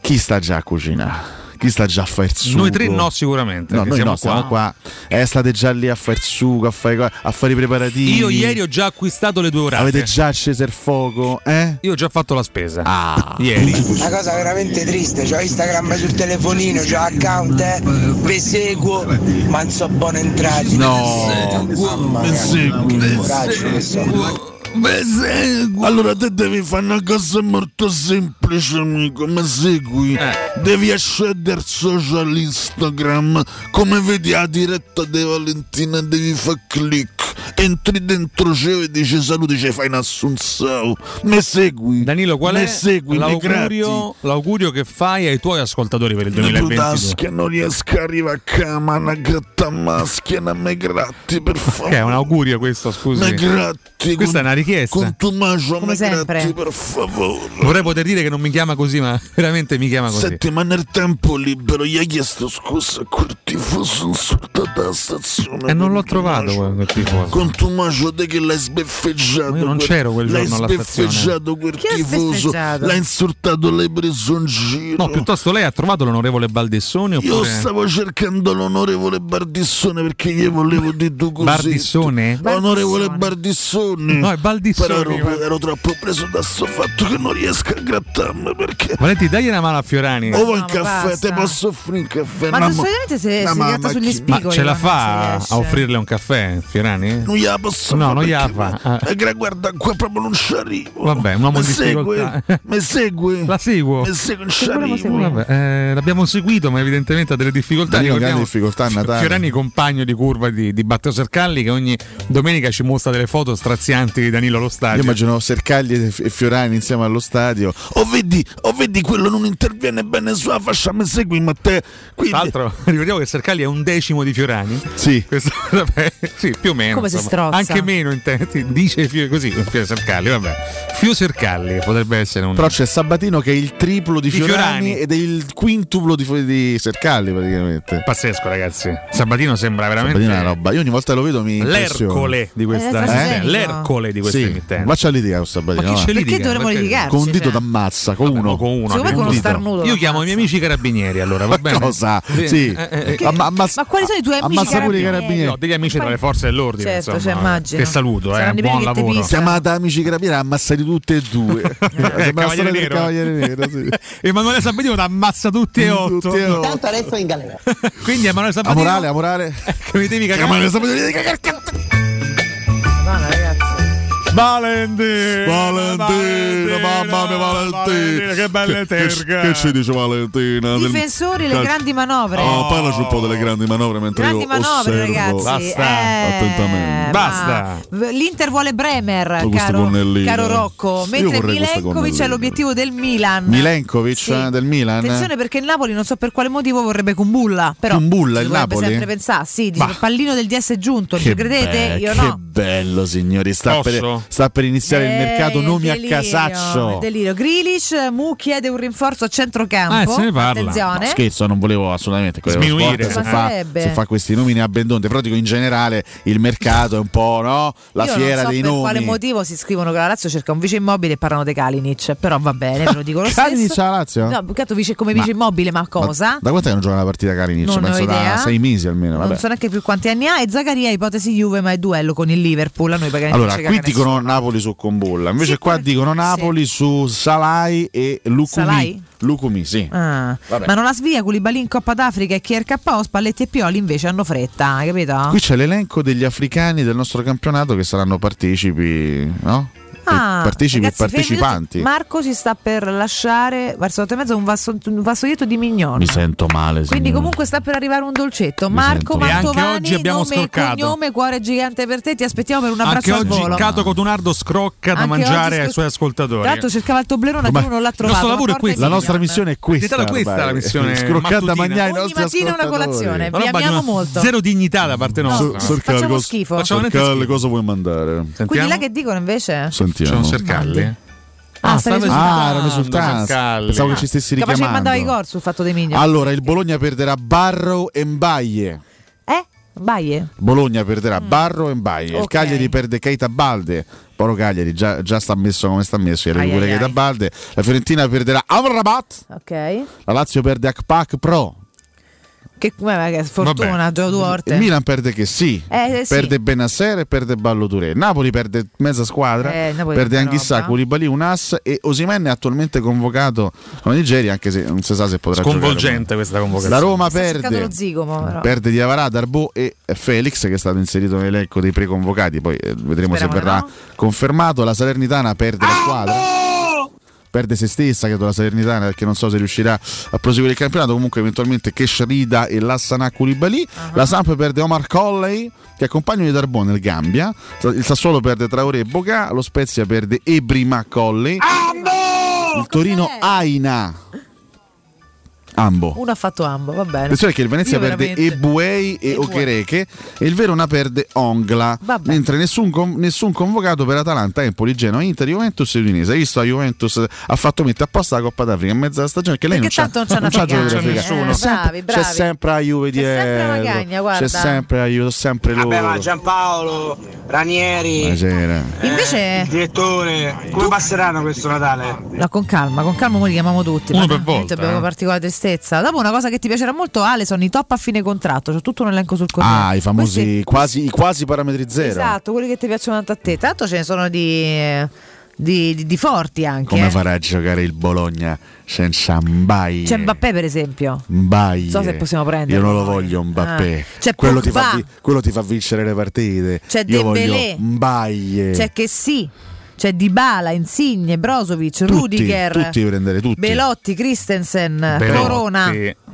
Speaker 6: chi sta già a cucinare? Chi sta già a fare il sugo?
Speaker 5: Noi tre no sicuramente,
Speaker 6: No,
Speaker 5: perché
Speaker 6: noi
Speaker 5: siamo
Speaker 6: no, siamo
Speaker 5: qua.
Speaker 6: qua. Eh, state già lì a fare il sugo, a fare, co- a fare i preparativi.
Speaker 5: Io ieri ho già acquistato le due orate.
Speaker 6: Avete già acceso il fuoco, eh?
Speaker 5: Io ho già fatto la spesa.
Speaker 9: Ah.
Speaker 5: Ieri.
Speaker 2: Una cosa veramente triste, c'ho Instagram sul telefonino, c'ho account, eh, vi seguo, ma non so buono entrati.
Speaker 6: No.
Speaker 2: Mamma mia, che coraggio che so.
Speaker 9: Allora te devi fare una cosa molto semplice, amico, mi segui.
Speaker 5: Eh.
Speaker 9: Devi accedere social Instagram. Come vedi la diretta di Valentina, devi fare click. Entri dentro c'è e dici saluti, ci fai un assunzao. Mi segui.
Speaker 5: Danilo, qual
Speaker 9: Mi
Speaker 5: è
Speaker 9: segui, mi grati.
Speaker 5: l'augurio, l'augurio che fai ai tuoi ascoltatori per il
Speaker 9: Mi bruta
Speaker 5: 2022?
Speaker 9: schia, non riesco a arrivare a cama, una gratta maschia, non mi gratti, per
Speaker 5: Che è
Speaker 9: favore.
Speaker 5: un augurio questo,
Speaker 9: Mi
Speaker 5: scusi.
Speaker 9: gratti.
Speaker 5: Questa è
Speaker 9: con-
Speaker 5: una richiesta.
Speaker 9: Con Tommaso,
Speaker 4: Come
Speaker 9: mi gratti,
Speaker 4: sempre.
Speaker 9: per favore.
Speaker 5: Vorrei poter dire che non mi chiama così, ma veramente mi chiama così.
Speaker 9: Senti, ma nel tempo libero gli hai chiesto scusa a quel tifoso insultato alla stazione.
Speaker 5: E non l'ho
Speaker 9: con
Speaker 5: trovato
Speaker 9: Tommaso.
Speaker 5: quel quel tifoso.
Speaker 9: Con Tommaso te che l'hai sbeffeggiato.
Speaker 5: Ma io non c'ero quel
Speaker 9: l'hai
Speaker 5: giorno alla stazione.
Speaker 9: sbeffeggiato quel
Speaker 4: Chi l'ha
Speaker 9: tifoso.
Speaker 4: sbeffeggiato?
Speaker 9: L'hai insultato, l'hai preso in giro.
Speaker 5: No, piuttosto lei ha trovato l'onorevole Baldessoni
Speaker 9: Io
Speaker 5: oppure
Speaker 9: stavo cercando l'onorevole Bardissone perché gli volevo dire tu così.
Speaker 5: Bardissone?
Speaker 9: Onorevole Bardissone.
Speaker 5: No, è Baldissoni.
Speaker 9: Però ero, ero troppo preso da sto fatto che non riesco a grattarmi perché
Speaker 5: Valenti, dagli una mano a Fiorani.
Speaker 9: O vuoi il
Speaker 4: ma
Speaker 9: caffè?
Speaker 4: basta.
Speaker 9: Te posso offrire un caffè?
Speaker 4: Ma
Speaker 9: Una mo-
Speaker 4: solitamente se
Speaker 9: una
Speaker 4: si
Speaker 9: mamma
Speaker 4: gratta sugli
Speaker 9: chi-
Speaker 5: Ma
Speaker 4: spigoli.
Speaker 5: ce la
Speaker 4: non si
Speaker 5: fa
Speaker 4: riesce.
Speaker 5: a offrirle un caffè, Fiorani?
Speaker 9: Non gliela posso
Speaker 5: No,
Speaker 9: fare
Speaker 5: non gliela
Speaker 9: perché
Speaker 5: fa. eh.
Speaker 9: me- gra- guarda, qua proprio non ci arrivo.
Speaker 5: Vabbè, un uomo
Speaker 9: Mi
Speaker 5: in
Speaker 9: segue?
Speaker 5: difficoltà.
Speaker 9: Mi segue?
Speaker 5: La seguo.
Speaker 4: Eh,
Speaker 9: Mi segue, non ci
Speaker 4: Che volevo
Speaker 9: arrivo.
Speaker 4: seguire.
Speaker 5: Vabbè, eh, l'abbiamo seguito, ma evidentemente ha delle difficoltà.
Speaker 6: Danilo ha
Speaker 5: Ricordiamo
Speaker 6: grandi difficoltà a
Speaker 5: Fi-
Speaker 6: Natale.
Speaker 5: Fiorani, compagno di curva di, di Matteo Sercalli, che ogni domenica ci mostra delle foto strazianti di Danilo allo
Speaker 6: Io
Speaker 5: stadio.
Speaker 6: immagino Sercagli e F- e Fiorani insieme allo stadio. Oh,
Speaker 9: O vedi, o vedi quello non interviene bene sulla fascia, mi segui, ma te. Quindi,
Speaker 5: Tra l'altro, ricordiamo che Sercalli è un decimo di Fiorani.
Speaker 6: Sì.
Speaker 5: Questo, vabbè, sì, più o meno.
Speaker 4: Come si
Speaker 5: insomma.
Speaker 4: strozza.
Speaker 5: Anche meno, in te- ti dice Fio, così, Fio Sercalli, vabbè. Fio Sercalli potrebbe essere un...
Speaker 6: Però c'è Sabatino che è il triplo di
Speaker 5: Di
Speaker 6: Fiorani,
Speaker 5: Fiorani.
Speaker 6: ed è il quintuplo di, Fo- di Sercalli praticamente.
Speaker 5: Pazzesco, ragazzi. Sabatino sembra veramente...
Speaker 6: Sabatino è una roba. Io ogni volta lo vedo mi impressiona.
Speaker 5: L'Ercole di
Speaker 4: Eh,
Speaker 5: questa
Speaker 4: trasgenico.
Speaker 5: L'Ercole di questa
Speaker 6: Sì,
Speaker 5: emittente.
Speaker 6: faccia l'idea con Sabatino.
Speaker 5: Ma chi
Speaker 6: va.
Speaker 5: ce li
Speaker 4: Perché
Speaker 5: dica?
Speaker 4: dovremmo
Speaker 5: Perché-
Speaker 4: litigarci?
Speaker 6: Con un dito
Speaker 4: cioè?
Speaker 6: d'ammazza, con
Speaker 5: Uno
Speaker 6: uno.
Speaker 5: con uno.
Speaker 4: Secondo me
Speaker 5: abbiamo
Speaker 4: con uno
Speaker 5: detto.
Speaker 4: starnuto.
Speaker 5: Io chiamo i miei amici carabinieri, allora va
Speaker 6: Ma
Speaker 5: bene.
Speaker 6: cosa?
Speaker 5: Sì,
Speaker 6: Sì.
Speaker 5: eh, eh,
Speaker 6: Amma-
Speaker 4: Ma quali sono i tuoi amici
Speaker 6: Ammazza pure i
Speaker 4: carabinieri?
Speaker 6: carabinieri.
Speaker 5: No, degli amici delle forze dell'ordine,
Speaker 4: Certo, certo, cioè, immagino.
Speaker 5: Che saluto, eh,
Speaker 4: Saranno i primi
Speaker 5: buon
Speaker 4: che ti
Speaker 5: lavoro.
Speaker 4: picchiano.
Speaker 6: Chiamata Amici Graviera, ammazzati tutte e due.
Speaker 5: Eh,
Speaker 6: Sembra la storia
Speaker 5: Cavaliere
Speaker 6: del
Speaker 5: Nero.
Speaker 6: Cavaliere Nero, sì.
Speaker 5: Emanuele Sabatino ti ammazza tutti e otto.
Speaker 6: Tutti e otto.
Speaker 10: Tanto adesso è in galera.
Speaker 5: Quindi Emanuele Sabatino.
Speaker 6: Amorale, amorale.
Speaker 5: Che mi devi cagare.
Speaker 6: Emanuele Sabatino, mi devi cagare.
Speaker 5: Valentina!
Speaker 7: Valentina, mamma mia Valentina.
Speaker 5: Che belle terga!
Speaker 7: Che, che ci dice Valentina? Del-
Speaker 4: Difensori, le
Speaker 7: calcio-
Speaker 4: grandi manovre.
Speaker 7: Oh, parlaci un po' delle grandi manovre mentre
Speaker 4: Grandi
Speaker 7: io
Speaker 4: manovre,
Speaker 7: osservo
Speaker 4: ragazzi. Eh,
Speaker 7: attentamente. Eh,
Speaker 5: Basta.
Speaker 4: ma L'Inter vuole Bremer,
Speaker 7: Con queste
Speaker 4: caro,
Speaker 7: gonnelline.
Speaker 4: caro Rocco.
Speaker 7: Io
Speaker 4: Mentre
Speaker 7: vorrei queste
Speaker 4: Milenkovic
Speaker 7: gonnelline.
Speaker 4: è l'obiettivo del Milan.
Speaker 6: Milenkovic eh, del Milan.
Speaker 4: Attenzione perché il Napoli non so per quale motivo vorrebbe Kumbulla, però
Speaker 6: Kumbulla,
Speaker 4: si
Speaker 6: il
Speaker 4: dovrebbe
Speaker 6: Napoli?
Speaker 4: sempre pensare, sì, dice,
Speaker 6: Bah.
Speaker 4: il pallino del DS è giunto, ci credete?
Speaker 6: be-
Speaker 4: Io
Speaker 6: che
Speaker 4: no.
Speaker 6: bello, signori. Sta per,
Speaker 5: Posso?
Speaker 6: sta per iniziare il
Speaker 4: Eh,
Speaker 6: mercato nomi a
Speaker 4: delirio,
Speaker 6: casaccio.
Speaker 4: Delirio. Grilish, Mu chiede un rinforzo a centrocampo.
Speaker 7: Eh,
Speaker 5: Ah, se ne parla.
Speaker 6: No,
Speaker 4: Attenzione.
Speaker 6: scherzo, non volevo assolutamente quello
Speaker 5: Sminuire.
Speaker 6: sport, se,
Speaker 4: Ma
Speaker 6: fa,
Speaker 4: sarebbe.
Speaker 6: se fa questi nomi ne abbondante, però dico in generale il mercato è un po' no? la
Speaker 4: Io
Speaker 6: fiera
Speaker 4: non so
Speaker 6: dei
Speaker 4: per quale
Speaker 6: nomi.
Speaker 4: motivo si scrivono che la Lazio cerca un vice immobile e parlano di Kalinic, però va bene, ve lo dico lo stesso.
Speaker 6: Kalinic alla Lazio?
Speaker 4: No, peccato vice come vice immobile, ma cosa?
Speaker 6: Ma da quanto è che non gioca una partita Carinic?
Speaker 4: Non ne ho
Speaker 6: Penso
Speaker 4: idea.
Speaker 6: da sei mesi almeno.
Speaker 4: non
Speaker 6: Vabbè.
Speaker 4: so neanche più quanti anni ha e Zagaria ipotesi Juve ma è duello con il Liverpool a noi perché
Speaker 6: Allora,
Speaker 4: non ci
Speaker 6: qui
Speaker 4: caga
Speaker 6: dicono Napoli su Combolla, invece qua dicono Napoli su Salai e Lucumi.
Speaker 4: Salai?
Speaker 6: Lucumi, sì.
Speaker 4: Ah,
Speaker 6: Vabbè.
Speaker 4: ma non la svia Koulibaly in Coppa d'Africa e KRKO Spalletti e Pioli invece hanno fretta hai capito?
Speaker 6: Qui c'è l'elenco degli africani del nostro campionato che saranno partecipi, no?
Speaker 4: Ah,
Speaker 6: partecipi e
Speaker 4: ragazzi, fermi
Speaker 6: partecipanti.
Speaker 4: tutti. Marco si sta per lasciare verso l'otto e mezzo un, vasso- un vassoietto di mignon
Speaker 6: Mi sento male.
Speaker 4: Quindi
Speaker 6: signori.
Speaker 4: comunque sta per arrivare un dolcetto. Marco
Speaker 6: sento- E
Speaker 5: anche
Speaker 4: Mantovani,
Speaker 5: oggi abbiamo
Speaker 4: nome
Speaker 5: scorcato.
Speaker 4: e cognome, cuore gigante per te, ti aspettiamo per un
Speaker 5: Anche
Speaker 4: abbraccio al
Speaker 5: oggi
Speaker 4: volo.
Speaker 5: Cato Cotunardo scrocca da
Speaker 4: Anche
Speaker 5: mangiare
Speaker 4: oggi
Speaker 5: ai
Speaker 4: sc-
Speaker 5: suoi ascoltatori.
Speaker 4: Tra l'altro cercava il Toblerone,
Speaker 6: Ma
Speaker 4: tu non l'ha trovato.
Speaker 5: nostro lavoro è
Speaker 4: ma porca
Speaker 5: questo.
Speaker 6: la
Speaker 4: di
Speaker 6: nostra
Speaker 4: Dio.
Speaker 6: missione è questa.
Speaker 5: È stata questa
Speaker 6: ormai.
Speaker 5: la missione
Speaker 6: Scroccata da
Speaker 5: mattutina.
Speaker 6: mangiare i
Speaker 4: Ogni
Speaker 6: nostri
Speaker 4: mattina una
Speaker 6: ascoltatori.
Speaker 4: colazione.
Speaker 5: Una
Speaker 4: Vi
Speaker 5: roba di
Speaker 4: amiamo
Speaker 5: una-
Speaker 4: molto.
Speaker 5: Zero dignità da parte nostra.
Speaker 4: Sor- sor- facciamo schifo.
Speaker 5: Facciamo veramente
Speaker 7: Sorcale,
Speaker 5: schifo.
Speaker 7: cosa vuoi mandare?
Speaker 4: Quindi là
Speaker 5: Sentiamo?
Speaker 4: che dicono invece?
Speaker 7: Sentiamo.
Speaker 5: Sono cercarli.
Speaker 4: Ah,
Speaker 5: stava
Speaker 4: stavi esultando.
Speaker 6: Ah, erano esultanti.
Speaker 5: Sono
Speaker 6: Pensavo che ci stessi
Speaker 4: Capace che
Speaker 6: richiamando.
Speaker 4: mandava i gol sul fatto dei Mignon.
Speaker 6: Allora, il Bologna perderà Barro e Mbaie.
Speaker 4: eh? Baie?
Speaker 6: Bologna perderà Barro e Mbaie.
Speaker 4: Mm. Ok.
Speaker 6: Il Cagliari perde Keita Balde. Poro Cagliari già, già sta messo come sta messo. Ieri
Speaker 4: Ai,
Speaker 6: pure
Speaker 4: ai,
Speaker 6: Keita
Speaker 4: ai.
Speaker 6: Balde. La Fiorentina perderà Amrabat.
Speaker 4: Ok.
Speaker 6: La Lazio perde Akpak Pro.
Speaker 4: Che, vabbè, che fortuna, Gio Duarte.
Speaker 6: Il Milan perde che sì.
Speaker 4: Eh, eh, sì.
Speaker 6: Perde Benasser e perde Balloture. Napoli perde mezza squadra.
Speaker 4: Eh, Napoli
Speaker 6: perde
Speaker 4: tanta
Speaker 6: Anghissà,
Speaker 4: roba.
Speaker 6: Koulibaly, Unas e Osimene è attualmente convocato con Nigeria, anche se non si sa se potrà giocare.
Speaker 5: Sconvolgente questa
Speaker 6: La
Speaker 5: convocazione.
Speaker 6: Roma
Speaker 4: Sta cercando
Speaker 6: perde.
Speaker 4: lo zigomo, però.
Speaker 6: Perde Diavara, Darbo e Felix che è stato inserito nell'elenco dei preconvocati, poi eh, vedremo se
Speaker 4: Speriamo di
Speaker 6: verrà
Speaker 4: no.
Speaker 6: confermato. La Salernitana perde la squadra. Perde se stessa, credo la Salernitana, perché non so se riuscirà a proseguire il campionato. Comunque, eventualmente Keshrida e Lassana Koulibaly.
Speaker 4: Uh-huh.
Speaker 6: La Samp perde Omar Colley, che accompagna di Darbò nel Gambia. Il Sassuolo perde Traoré e Boga. Lo Spezia perde Ebrima Colley. Il Torino
Speaker 4: Cos'è?
Speaker 6: Aina. Ambo.
Speaker 4: Uno ha fatto ambo, va bene.
Speaker 6: Attenzione che il Venezia
Speaker 4: Io
Speaker 6: perde
Speaker 4: veramente-
Speaker 6: Ebuei e
Speaker 4: Ebuei.
Speaker 6: Okereke e il Verona perde Ongla,
Speaker 4: Vabbè.
Speaker 6: mentre nessun, con- nessun convocato per Atalanta, Empoli, Genoa, Inter, Juventus e Udinese. Hai visto la Juventus ha fatto mettere apposta la Coppa d'Africa in mezzo alla stagione che lei
Speaker 4: Perché
Speaker 6: non c'ha,
Speaker 4: tanto non c'ha una
Speaker 6: c'ha
Speaker 4: figata.
Speaker 6: geografia.
Speaker 5: Non c'è nessuno.
Speaker 6: C'è sempre-
Speaker 4: Eh, bravi, bravi.
Speaker 6: C'è sempre la Juve
Speaker 4: C'è sempre una
Speaker 6: dietro.
Speaker 4: cagna, guarda.
Speaker 6: C'è sempre la Juve, sempre loro.
Speaker 2: Vabbè, ma Giampaolo, Ranieri,
Speaker 6: Buonasera.
Speaker 2: eh, il
Speaker 4: Invece,
Speaker 2: direttore, come passeranno questo Natale?
Speaker 4: no, con calma, con calma, noi li chiamiamo tutti.
Speaker 5: Uno
Speaker 4: ma
Speaker 5: per
Speaker 4: veramente
Speaker 5: volta,
Speaker 4: Abbiamo
Speaker 5: eh.
Speaker 4: particolare tristezza. Dopo, una cosa che ti piacerà molto, Ale, sono i top a fine contratto. C'ho tutto un elenco sul contratto.
Speaker 6: Ah, i famosi
Speaker 4: Questi-
Speaker 6: quasi, i quasi parametri Ah, zero.
Speaker 4: Esatto, quelli che ti piacciono tanto a te. Tanto ce ne sono di, di- di- di forti anche.
Speaker 6: Come
Speaker 4: eh.
Speaker 6: farà a giocare il Bologna senza Mbai?
Speaker 4: C'è Mbappé, per esempio.
Speaker 6: Mbaye.
Speaker 4: Non so se possiamo prenderlo.
Speaker 6: Io non lo voglio Mbappé.
Speaker 4: Ah. C'è
Speaker 6: quello, ti fa
Speaker 4: Pogba.
Speaker 6: vi- quello ti fa vincere le partite.
Speaker 4: C'è
Speaker 6: Io voglio
Speaker 4: Dembélé.
Speaker 6: Mbaye.
Speaker 4: C'è che sì. C'è Dybala, Insigne, Brozovic,
Speaker 6: Tutti,
Speaker 4: Rudiger,
Speaker 6: tutti prendere, tutti.
Speaker 4: Belotti, Christensen,
Speaker 5: Belotti.
Speaker 4: Corona. eh,
Speaker 6: C'è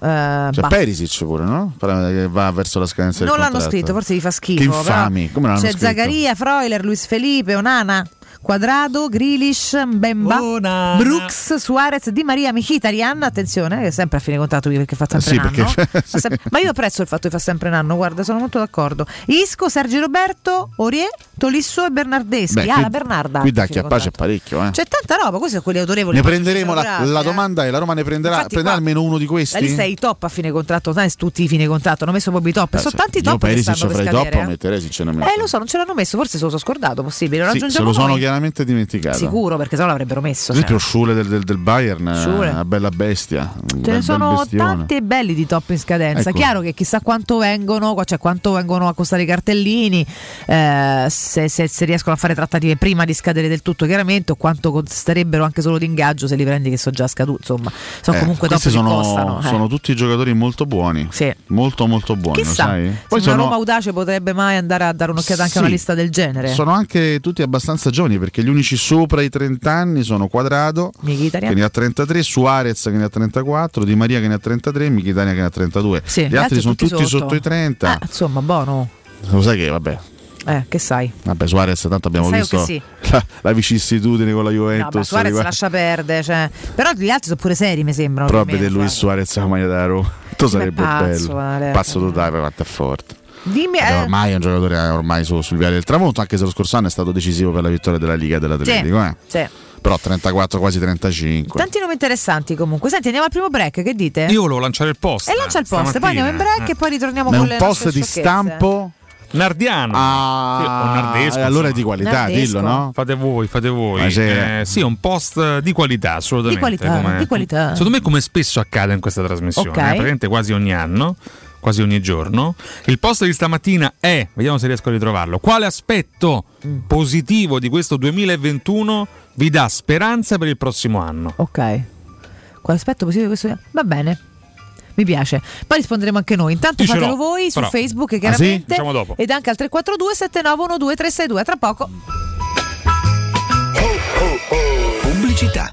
Speaker 4: bah.
Speaker 6: Perisic pure, no? Parla- che va verso la scadenza del
Speaker 4: non l'hanno
Speaker 6: contratto.
Speaker 4: scritto, forse gli fa schifo.
Speaker 6: Che infami,
Speaker 4: però.
Speaker 6: come l'hanno
Speaker 4: C'è
Speaker 6: scritto?
Speaker 4: Zagaria, Freuler, Luis Felipe, Onana, Quadrado, Grilish, Mbemba,
Speaker 5: Onana.
Speaker 4: Brooks, Suarez, Di Maria, Mkhitaryan, attenzione, che è sempre a fine contatto perché fa sempre
Speaker 6: Sì,
Speaker 4: nanno.
Speaker 6: perché-
Speaker 4: Fa
Speaker 6: sì.
Speaker 4: sempre- Ma io apprezzo il fatto che fa sempre nanno, guarda, sono molto d'accordo. Isco, Sergio Roberto, Orie, Tolissò e Bernardeschi.
Speaker 6: Beh,
Speaker 4: ah,
Speaker 6: qui-
Speaker 4: la Bernarda.
Speaker 6: Qui da
Speaker 4: ci Cioè,
Speaker 6: chi a pace è
Speaker 4: ricordate.
Speaker 6: parecchio, eh.
Speaker 4: C'è tanta roba, questi sono quelli autorevoli.
Speaker 6: ne prenderemo la,
Speaker 4: Grazie,
Speaker 6: la
Speaker 4: eh.
Speaker 6: domanda e la Roma ne prenderà,
Speaker 4: Infatti
Speaker 6: prenderà
Speaker 4: qua-
Speaker 6: almeno uno di
Speaker 4: La lista
Speaker 6: questi.
Speaker 4: dei top a fine contratto, sai, tutti i fine contratto, hanno messo proprio i top.
Speaker 6: Eh,
Speaker 4: sono
Speaker 6: se-
Speaker 4: tanti
Speaker 6: io
Speaker 4: top che
Speaker 6: Perisic
Speaker 4: stanno per
Speaker 6: fra i
Speaker 4: scadere.
Speaker 6: top
Speaker 4: eh.
Speaker 6: lo metterei sinceramente.
Speaker 4: Eh, lo so, non ce l'hanno messo, forse se lo sono scordato, possibile.
Speaker 6: Mm.
Speaker 4: Lo
Speaker 6: Sì, se
Speaker 4: raggiungiamo
Speaker 6: lo sono
Speaker 4: noi.
Speaker 6: chiaramente dimenticato.
Speaker 4: Sicuro, perché sennò l'avrebbero messo.
Speaker 6: Per esempio,
Speaker 4: cioè.
Speaker 6: Schule del, del- del Bayern, eh,
Speaker 4: Schule.
Speaker 6: una bella bestia. un
Speaker 4: Ce
Speaker 6: bel-
Speaker 4: ne
Speaker 6: bel
Speaker 4: sono
Speaker 6: bestione.
Speaker 4: tanti e belli di top in scadenza.
Speaker 6: Ecco.
Speaker 4: Chiaro che chissà quanto vengono, qua- cioè quanto vengono a costare i cartellini, eh, se, se- se riescono a fare trattative prima di scadere del tutto, chiaramente, o quanto costerebbero anche solo di ingaggio se li prendi che sono già scaduti. Insomma, sono
Speaker 6: Eh,
Speaker 4: comunque top
Speaker 6: questi
Speaker 4: che
Speaker 6: sono,
Speaker 4: costano. eh.
Speaker 6: sono tutti giocatori molto buoni. Molto molto buoni, lo
Speaker 4: Chissà,
Speaker 6: sai?
Speaker 4: se una Roma audace potrebbe mai andare a dare un'occhiata anche a una
Speaker 6: Sì.
Speaker 4: lista del genere.
Speaker 6: sono anche tutti abbastanza giovani perché gli unici sopra i 30 anni sono Quadrado
Speaker 4: Mkhitaryan.
Speaker 6: che ne ha 33, Suarez che ne ha 34, Di Maria che ne ha 33 e Mkhitaryan che ne ha 32.
Speaker 4: Sì,
Speaker 6: Gli altri sono tutti sotto, i 30.
Speaker 4: Ah, insomma, buono.
Speaker 6: Lo sai che vabbè,
Speaker 4: Eh, che sai?
Speaker 6: vabbè Suarez tanto abbiamo
Speaker 4: Sai
Speaker 6: visto
Speaker 4: che sì.
Speaker 6: la, la vicissitudine con la
Speaker 4: No, ma
Speaker 6: Juventus.
Speaker 4: Suarez
Speaker 6: riguardo-
Speaker 4: lascia perdere, cioè. però gli altri sono pure seri, mi sembrano.
Speaker 6: Però a
Speaker 4: più o meno,
Speaker 6: vedere Luis
Speaker 4: Suarez.
Speaker 6: Suarez con la maglia della Roma. Tu sarebbe
Speaker 4: pazzo,
Speaker 6: bello.
Speaker 4: guarda.
Speaker 6: Pazzo totale, quanto è forte.
Speaker 4: Dimmi,
Speaker 6: Ed
Speaker 4: eh,
Speaker 6: Ormai è un giocatore eh, ormai su- sul viale del tramonto, anche se lo scorso anno è stato decisivo per la vittoria della Liga e dell'Atletico.
Speaker 4: sì,
Speaker 6: eh.
Speaker 4: sì.
Speaker 6: Però 34, quasi 35.
Speaker 4: cioè, Tanti nomi interessanti comunque. Senti, andiamo al primo break, che dite?
Speaker 5: Io volevo lanciare il post.
Speaker 4: e lancia il post, poi andiamo in break e poi ritorniamo
Speaker 6: Ma è
Speaker 4: con
Speaker 6: un
Speaker 4: le
Speaker 6: post
Speaker 4: nostre
Speaker 6: di
Speaker 4: sciocchezze.
Speaker 6: stampo?
Speaker 5: Nardiano.
Speaker 6: Ah,
Speaker 5: Sì, o Nardesco,
Speaker 6: e allora
Speaker 5: insomma.
Speaker 6: è di qualità,
Speaker 4: Nardesco.
Speaker 6: dillo, no?
Speaker 5: Fate voi, fate
Speaker 6: Ma
Speaker 5: voi.
Speaker 6: se-
Speaker 5: Eh, sì, è un post di qualità, assolutamente.
Speaker 4: Di qualità,
Speaker 5: come-
Speaker 4: di qualità.
Speaker 5: Secondo me, come spesso accade in questa trasmissione,
Speaker 4: Ok.
Speaker 5: eh, praticamente quasi ogni anno, quasi ogni giorno. Il post di stamattina è, vediamo se riesco a ritrovarlo, quale aspetto positivo di questo 2021 vi dà speranza per il prossimo anno?
Speaker 4: Ok. Quale aspetto possibile di questo? Va bene. Mi piace. Poi risponderemo anche noi. Intanto
Speaker 5: Io ce
Speaker 4: fatelo
Speaker 5: l'ho,
Speaker 4: voi su
Speaker 5: però.
Speaker 4: Facebook,
Speaker 5: Ah,
Speaker 4: chiaramente.
Speaker 5: sì? Diciamo dopo.
Speaker 4: Ed anche al 342 7912 362 Tra poco.
Speaker 11: Pubblicità.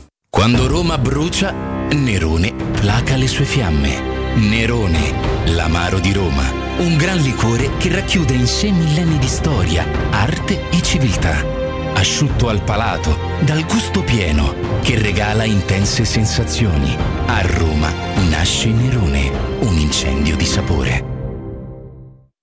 Speaker 2: Quando Roma brucia, Nerone placa le sue fiamme. Nerone, l'amaro di Roma. Un gran liquore che racchiude in sé millenni di storia, arte e civiltà. Asciutto al palato, dal gusto pieno, che regala intense sensazioni. A Roma nasce Nerone, un incendio di sapore.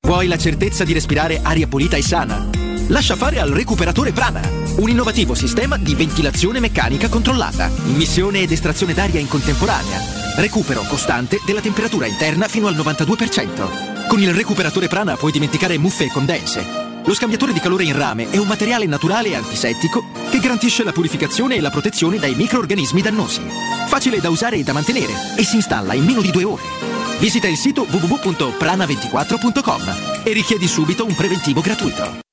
Speaker 3: Vuoi la certezza di respirare aria pulita e sana? Lascia fare al recuperatore Prana, un innovativo sistema di ventilazione meccanica controllata, immissione ed estrazione d'aria in contemporanea, recupero costante della temperatura interna fino al 92%. Con il recuperatore Prana puoi dimenticare muffe e condense. Lo scambiatore di calore in rame è un materiale naturale e antisettico che garantisce la purificazione e la protezione dai microorganismi dannosi. Facile da usare e da mantenere e si installa in meno di due ore. Visita il sito www.prana24.com e richiedi subito un preventivo gratuito.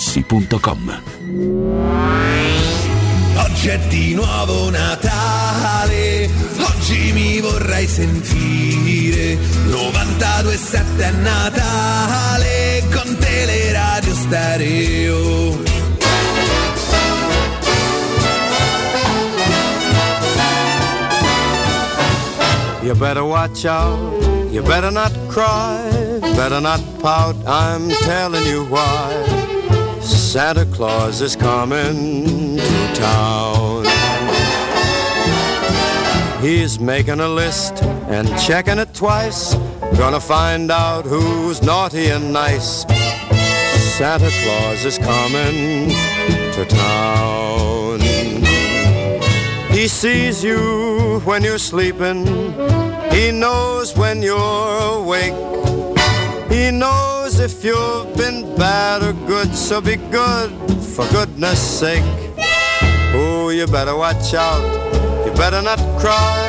Speaker 3: Oggi è di nuovo Natale, oggi mi vorrei sentire 92.7 a Natale con Teleradio Stereo
Speaker 12: You better watch out. You better not cry. Better not pout. I'm telling you why. Santa Claus is coming to town. He's making a list and checking it twice. Gonna find out who's naughty and nice. Santa Claus is coming to town. He sees you when you're sleeping. He knows when you're awake. He knows if you've been bad or good, so be good for goodness sake. Oh, you better watch out. You better not cry.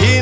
Speaker 12: He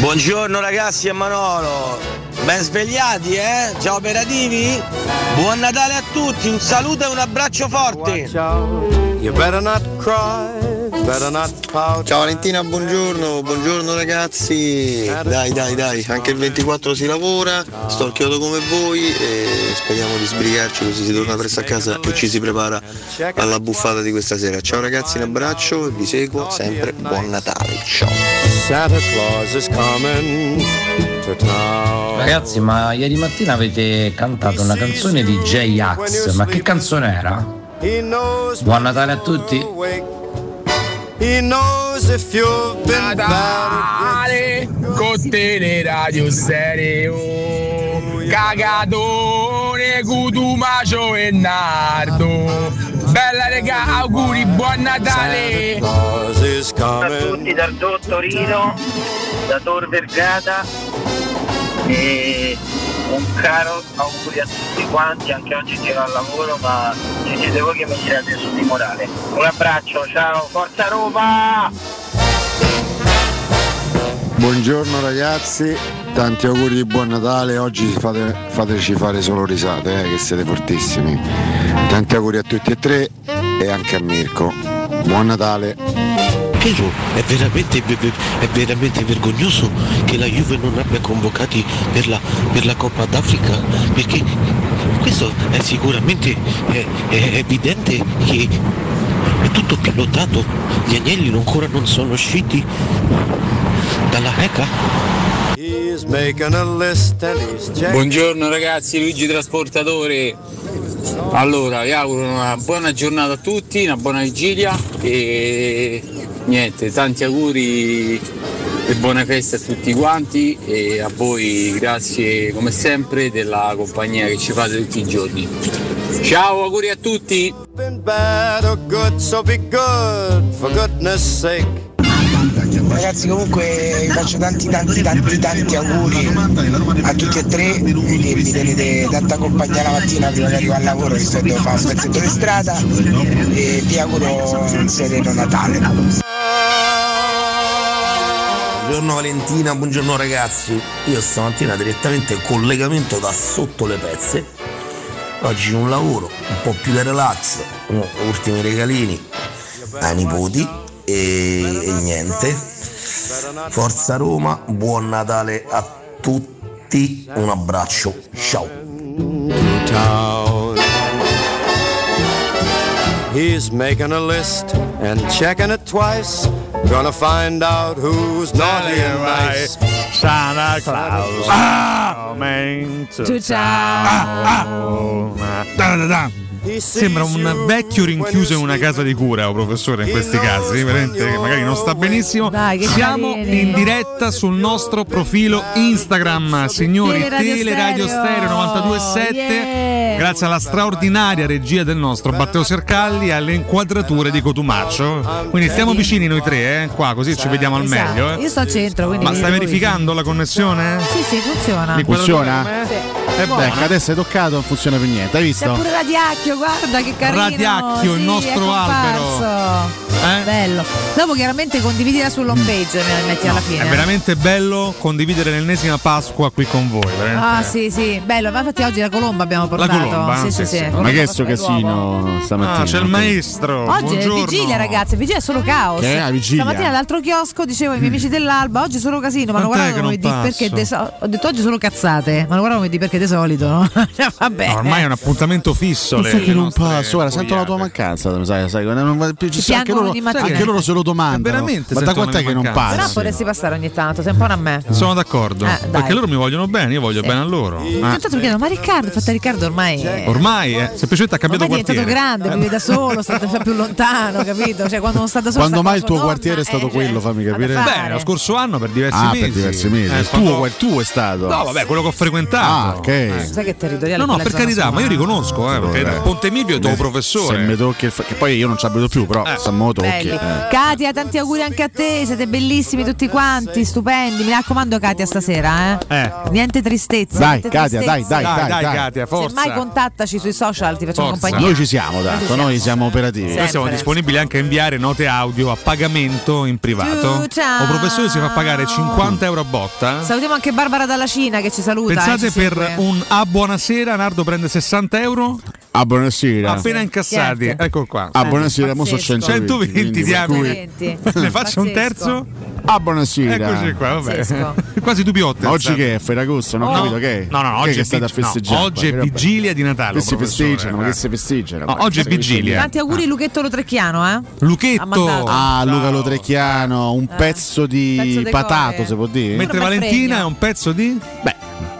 Speaker 13: Buongiorno ragazzi e Manolo, ben svegliati eh? Già operativi? Buon Natale a tutti, un saluto e un abbraccio forte!
Speaker 12: You better not cry. Better not pout.
Speaker 14: Ciao Valentina, buongiorno, buongiorno ragazzi. Dai, dai, dai, anche il 24 si lavora, sto al chiodo come voi e speriamo di sbrigarci così si torna presto a casa e ci si prepara alla buffata di questa sera. Ciao ragazzi, un abbraccio, vi seguo sempre, buon Natale, ciao.
Speaker 12: Santa Claus is coming to town.
Speaker 15: Ragazzi, ma ieri mattina avete cantato una canzone di J-Ax, ma che canzone era?
Speaker 12: He knows
Speaker 15: Buon Natale a tutti.
Speaker 12: He knows if you've been
Speaker 2: Natale con Teleradio Stereo Cagatone, Cutumacio e Nardo Bella regà, auguri, buon Natale
Speaker 12: Claus is
Speaker 16: Ciao a
Speaker 12: coming.
Speaker 16: tutti dal Dottorino, da Tor Vergata e
Speaker 17: un caro auguri a tutti quanti, anche oggi sono al lavoro, ma ci siete voi che mi tirate su di morale. Un abbraccio, ciao, forza Roma!
Speaker 12: Buongiorno ragazzi, tanti auguri di buon Natale, oggi fate- fateci fare solo risate, eh, che siete fortissimi. Tanti auguri a tutti e tre e anche a Mirko. Buon Natale.
Speaker 18: Piero, è veramente, è veramente vergognoso che la Juve non abbia convocati per la, per la Coppa d'Africa, perché questo è sicuramente è- è evidente che è tutto pilotato, gli agnelli ancora non sono usciti dalla ECA.
Speaker 12: He's making a list and he's checking-
Speaker 19: Buongiorno ragazzi, Luigi Trasportatore. Allora, vi auguro una buona giornata a tutti, una buona vigilia e niente, tanti auguri e buona festa a tutti quanti e a voi grazie come sempre della compagnia che ci fate tutti i giorni. Ciao, auguri a tutti!
Speaker 12: been bad or good, so be good, for goodness sake.
Speaker 20: Ragazzi comunque vi faccio tanti tanti tanti tanti auguri a tutti e tre e vi tenete tanta compagnia la mattina prima di arrivare al lavoro che sto devo fare un pezzetto di strada e vi auguro un sereno Natale.
Speaker 2: Buongiorno Valentina, buongiorno ragazzi. Io stamattina direttamente in collegamento da sotto le pezze. Oggi un lavoro, un po' più di relax, un- ultimi regalini ai nipoti e, e niente. Forza Roma, buon Natale a tutti, un abbraccio, ciao.
Speaker 12: town. He's making a list and checking it twice. Gonna find out who's naughty and nice. Ah! Santa Claus.
Speaker 4: Ciao, ciao.
Speaker 6: Ah!
Speaker 5: Da, da, da. Sembra un vecchio rinchiuso in una casa di cura, oh, professore, in questi casi, veramente, che magari non sta benissimo.
Speaker 4: Dai, che
Speaker 5: Siamo
Speaker 4: carini.
Speaker 5: in diretta sul nostro profilo Instagram, signori,
Speaker 4: Teleradio
Speaker 5: Teleradio Stereo 927.
Speaker 4: Yeah.
Speaker 5: Grazie alla straordinaria regia del nostro Matteo Sercalli e alle inquadrature di Cotumaccio. Quindi stiamo vicini noi tre, eh, qua, così ci vediamo al
Speaker 4: Esatto.
Speaker 5: meglio. eh.
Speaker 4: Io sto al centro, quindi
Speaker 5: Ma
Speaker 4: mi
Speaker 5: stai
Speaker 4: vedo lui.
Speaker 5: verificando la connessione?
Speaker 4: Sì, sì, funziona.
Speaker 5: Funziona?
Speaker 4: Sì.
Speaker 5: Eh,
Speaker 6: E
Speaker 4: Buona.
Speaker 6: becca, Eh, ecco, adesso hai toccato, non funziona più niente, hai
Speaker 4: eh? C'è pure
Speaker 6: visto?
Speaker 4: Radiacchio, guarda che carino.
Speaker 6: Radiacchio, il
Speaker 4: Sì,
Speaker 6: nostro
Speaker 4: è comparso. Bello. Dopo chiaramente condividila sull'home page, me la metti alla fine.
Speaker 5: È veramente bello condividere l'ennesima Pasqua qui con voi. veramente.
Speaker 4: Ah sì sì, bello, ma infatti oggi la colomba abbiamo portato.
Speaker 5: colomba?
Speaker 4: sì, sì,
Speaker 5: Sì,
Speaker 4: sì,
Speaker 5: sì.
Speaker 4: colomba
Speaker 6: Ma che è
Speaker 4: fatta
Speaker 6: sto
Speaker 4: di
Speaker 6: casino stamattina?
Speaker 5: Ah, c'è il maestro.
Speaker 4: uova. Oggi
Speaker 5: Buongiorno.
Speaker 4: è vigilia ragazzi, vigilia è solo caos.
Speaker 6: Che è la vigilia?
Speaker 4: Stamattina all'altro chiosco dicevo ai miei amici dell'alba, oggi solo casino, ma hanno
Speaker 6: Quant'è
Speaker 4: guardato come
Speaker 6: che non
Speaker 4: di perché
Speaker 6: passo?
Speaker 4: de so- ho detto oggi solo cazzate, ma lo guardato come di perché di solito, no? Cioè, vabbè.
Speaker 5: No, ormai è un appuntamento fisso. Le,
Speaker 6: Sai che
Speaker 5: le
Speaker 6: non
Speaker 5: nostre
Speaker 6: passo, guarda, sento la tua mancanza, sai, sai, non- non- ci sa- anche,
Speaker 4: piangono
Speaker 6: loro,
Speaker 4: ogni mattina.
Speaker 6: anche loro se lo domandano.
Speaker 5: veramente
Speaker 6: ma da
Speaker 5: sentono
Speaker 6: quant'è
Speaker 5: le
Speaker 6: che non
Speaker 5: mancanze?
Speaker 4: Però
Speaker 6: passi?
Speaker 4: potresti Ah, passare ogni tanto, sei un po' a me.
Speaker 5: Sono d'accordo.
Speaker 4: Eh, dai.
Speaker 5: perché loro mi vogliono bene, io voglio
Speaker 4: Sì.
Speaker 5: bene a loro. Ah.
Speaker 4: Intanto mi chiedono, ma Riccardo, fatta Riccardo ormai. è-
Speaker 5: Ormai eh, semplicemente ha cambiato
Speaker 4: Ormai è diventato
Speaker 5: quartiere. Eh,
Speaker 4: grande, vive da solo, sta sta più lontano, capito? Cioè, quando non sta da solo.
Speaker 6: Quando
Speaker 4: sta
Speaker 6: mai il
Speaker 4: con sua
Speaker 6: tuo
Speaker 4: nonna,
Speaker 6: quartiere è stato
Speaker 4: eh,
Speaker 6: quello, fammi capire?
Speaker 5: Beh, lo scorso anno per diversi
Speaker 6: ah,
Speaker 5: mesi.
Speaker 6: per diversi mesi.
Speaker 5: Eh,
Speaker 6: il,
Speaker 5: quando-
Speaker 6: tuo, quel tuo è stato.
Speaker 5: No, vabbè, quello che ho frequentato.
Speaker 6: Ah, ok.
Speaker 4: Sai che territoriale
Speaker 5: No, no,
Speaker 4: quella
Speaker 5: per
Speaker 4: zona
Speaker 5: carità,
Speaker 4: sono,
Speaker 5: ma io
Speaker 4: eh.
Speaker 5: riconosco, eh, perché da Ponte Milvio è tuo professore. Eh.
Speaker 6: Se mi tocchi il fa- che poi io non ci abito più, però sta moto
Speaker 4: Belli. Katia, tanti auguri anche a te, siete bellissimi tutti quanti, stupendi. Mi raccomando, Katia, stasera, eh.
Speaker 5: Eh.
Speaker 4: Niente tristezza.
Speaker 6: Dai,
Speaker 4: niente
Speaker 6: Katia, dai,
Speaker 4: tristezza.
Speaker 6: dai, Dai, dai, dai, dai.
Speaker 5: Katia, forza.
Speaker 4: Semmai contattaci sui social, ti facciamo compagnia.
Speaker 6: Noi ci siamo,
Speaker 4: Noi ci
Speaker 6: tanto,
Speaker 4: siamo.
Speaker 6: noi siamo operativi.
Speaker 5: Noi siamo disponibili anche a inviare note audio a pagamento in privato.
Speaker 4: Giù, ciao.
Speaker 5: O professore si fa pagare
Speaker 6: Mm.
Speaker 5: 50 euro a botta. eh?
Speaker 4: Salutiamo anche Barbara dalla Cina che ci saluta. eh,
Speaker 5: Pensate
Speaker 4: ci
Speaker 5: per
Speaker 4: segue.
Speaker 5: un a buonasera, Nardo prende 60 euro
Speaker 6: Ah, buonasera.
Speaker 5: appena incassati.
Speaker 4: Certo.
Speaker 5: Ecco qua.
Speaker 6: Ah, buonasera, mo sono
Speaker 5: 120,
Speaker 6: 120. quindi per cui-
Speaker 4: 120.
Speaker 5: Ne faccio un terzo?
Speaker 6: Ah, buonasera.
Speaker 5: Eccoci qua, vabbè.
Speaker 6: Pazzesco.
Speaker 5: Quasi dubbiotte.
Speaker 6: Ma oggi che è? Ferragosto? Non ho capito che è.
Speaker 5: No, no, no,
Speaker 6: Che
Speaker 5: oggi
Speaker 6: che
Speaker 5: è,
Speaker 6: è stata a
Speaker 5: vig- no,
Speaker 6: festeggiare.
Speaker 5: oggi è
Speaker 6: Guarda,
Speaker 5: vigilia di Natale.
Speaker 6: Che si
Speaker 5: professore. eh.
Speaker 6: festeggiano, ma che si festeggiano?
Speaker 5: No, oggi è vigilia.
Speaker 4: Tanti auguri Luchetto Lotrecchiano, eh. Ha
Speaker 5: Luchetto.
Speaker 4: mandato. Eh.
Speaker 6: Ah, Luca Lotrecchiano, un pezzo
Speaker 4: Pezzo
Speaker 6: di
Speaker 4: di
Speaker 6: patato,
Speaker 4: core.
Speaker 6: si può dire?
Speaker 5: Mentre
Speaker 4: Una bel
Speaker 5: Valentina è un pezzo di. Beh,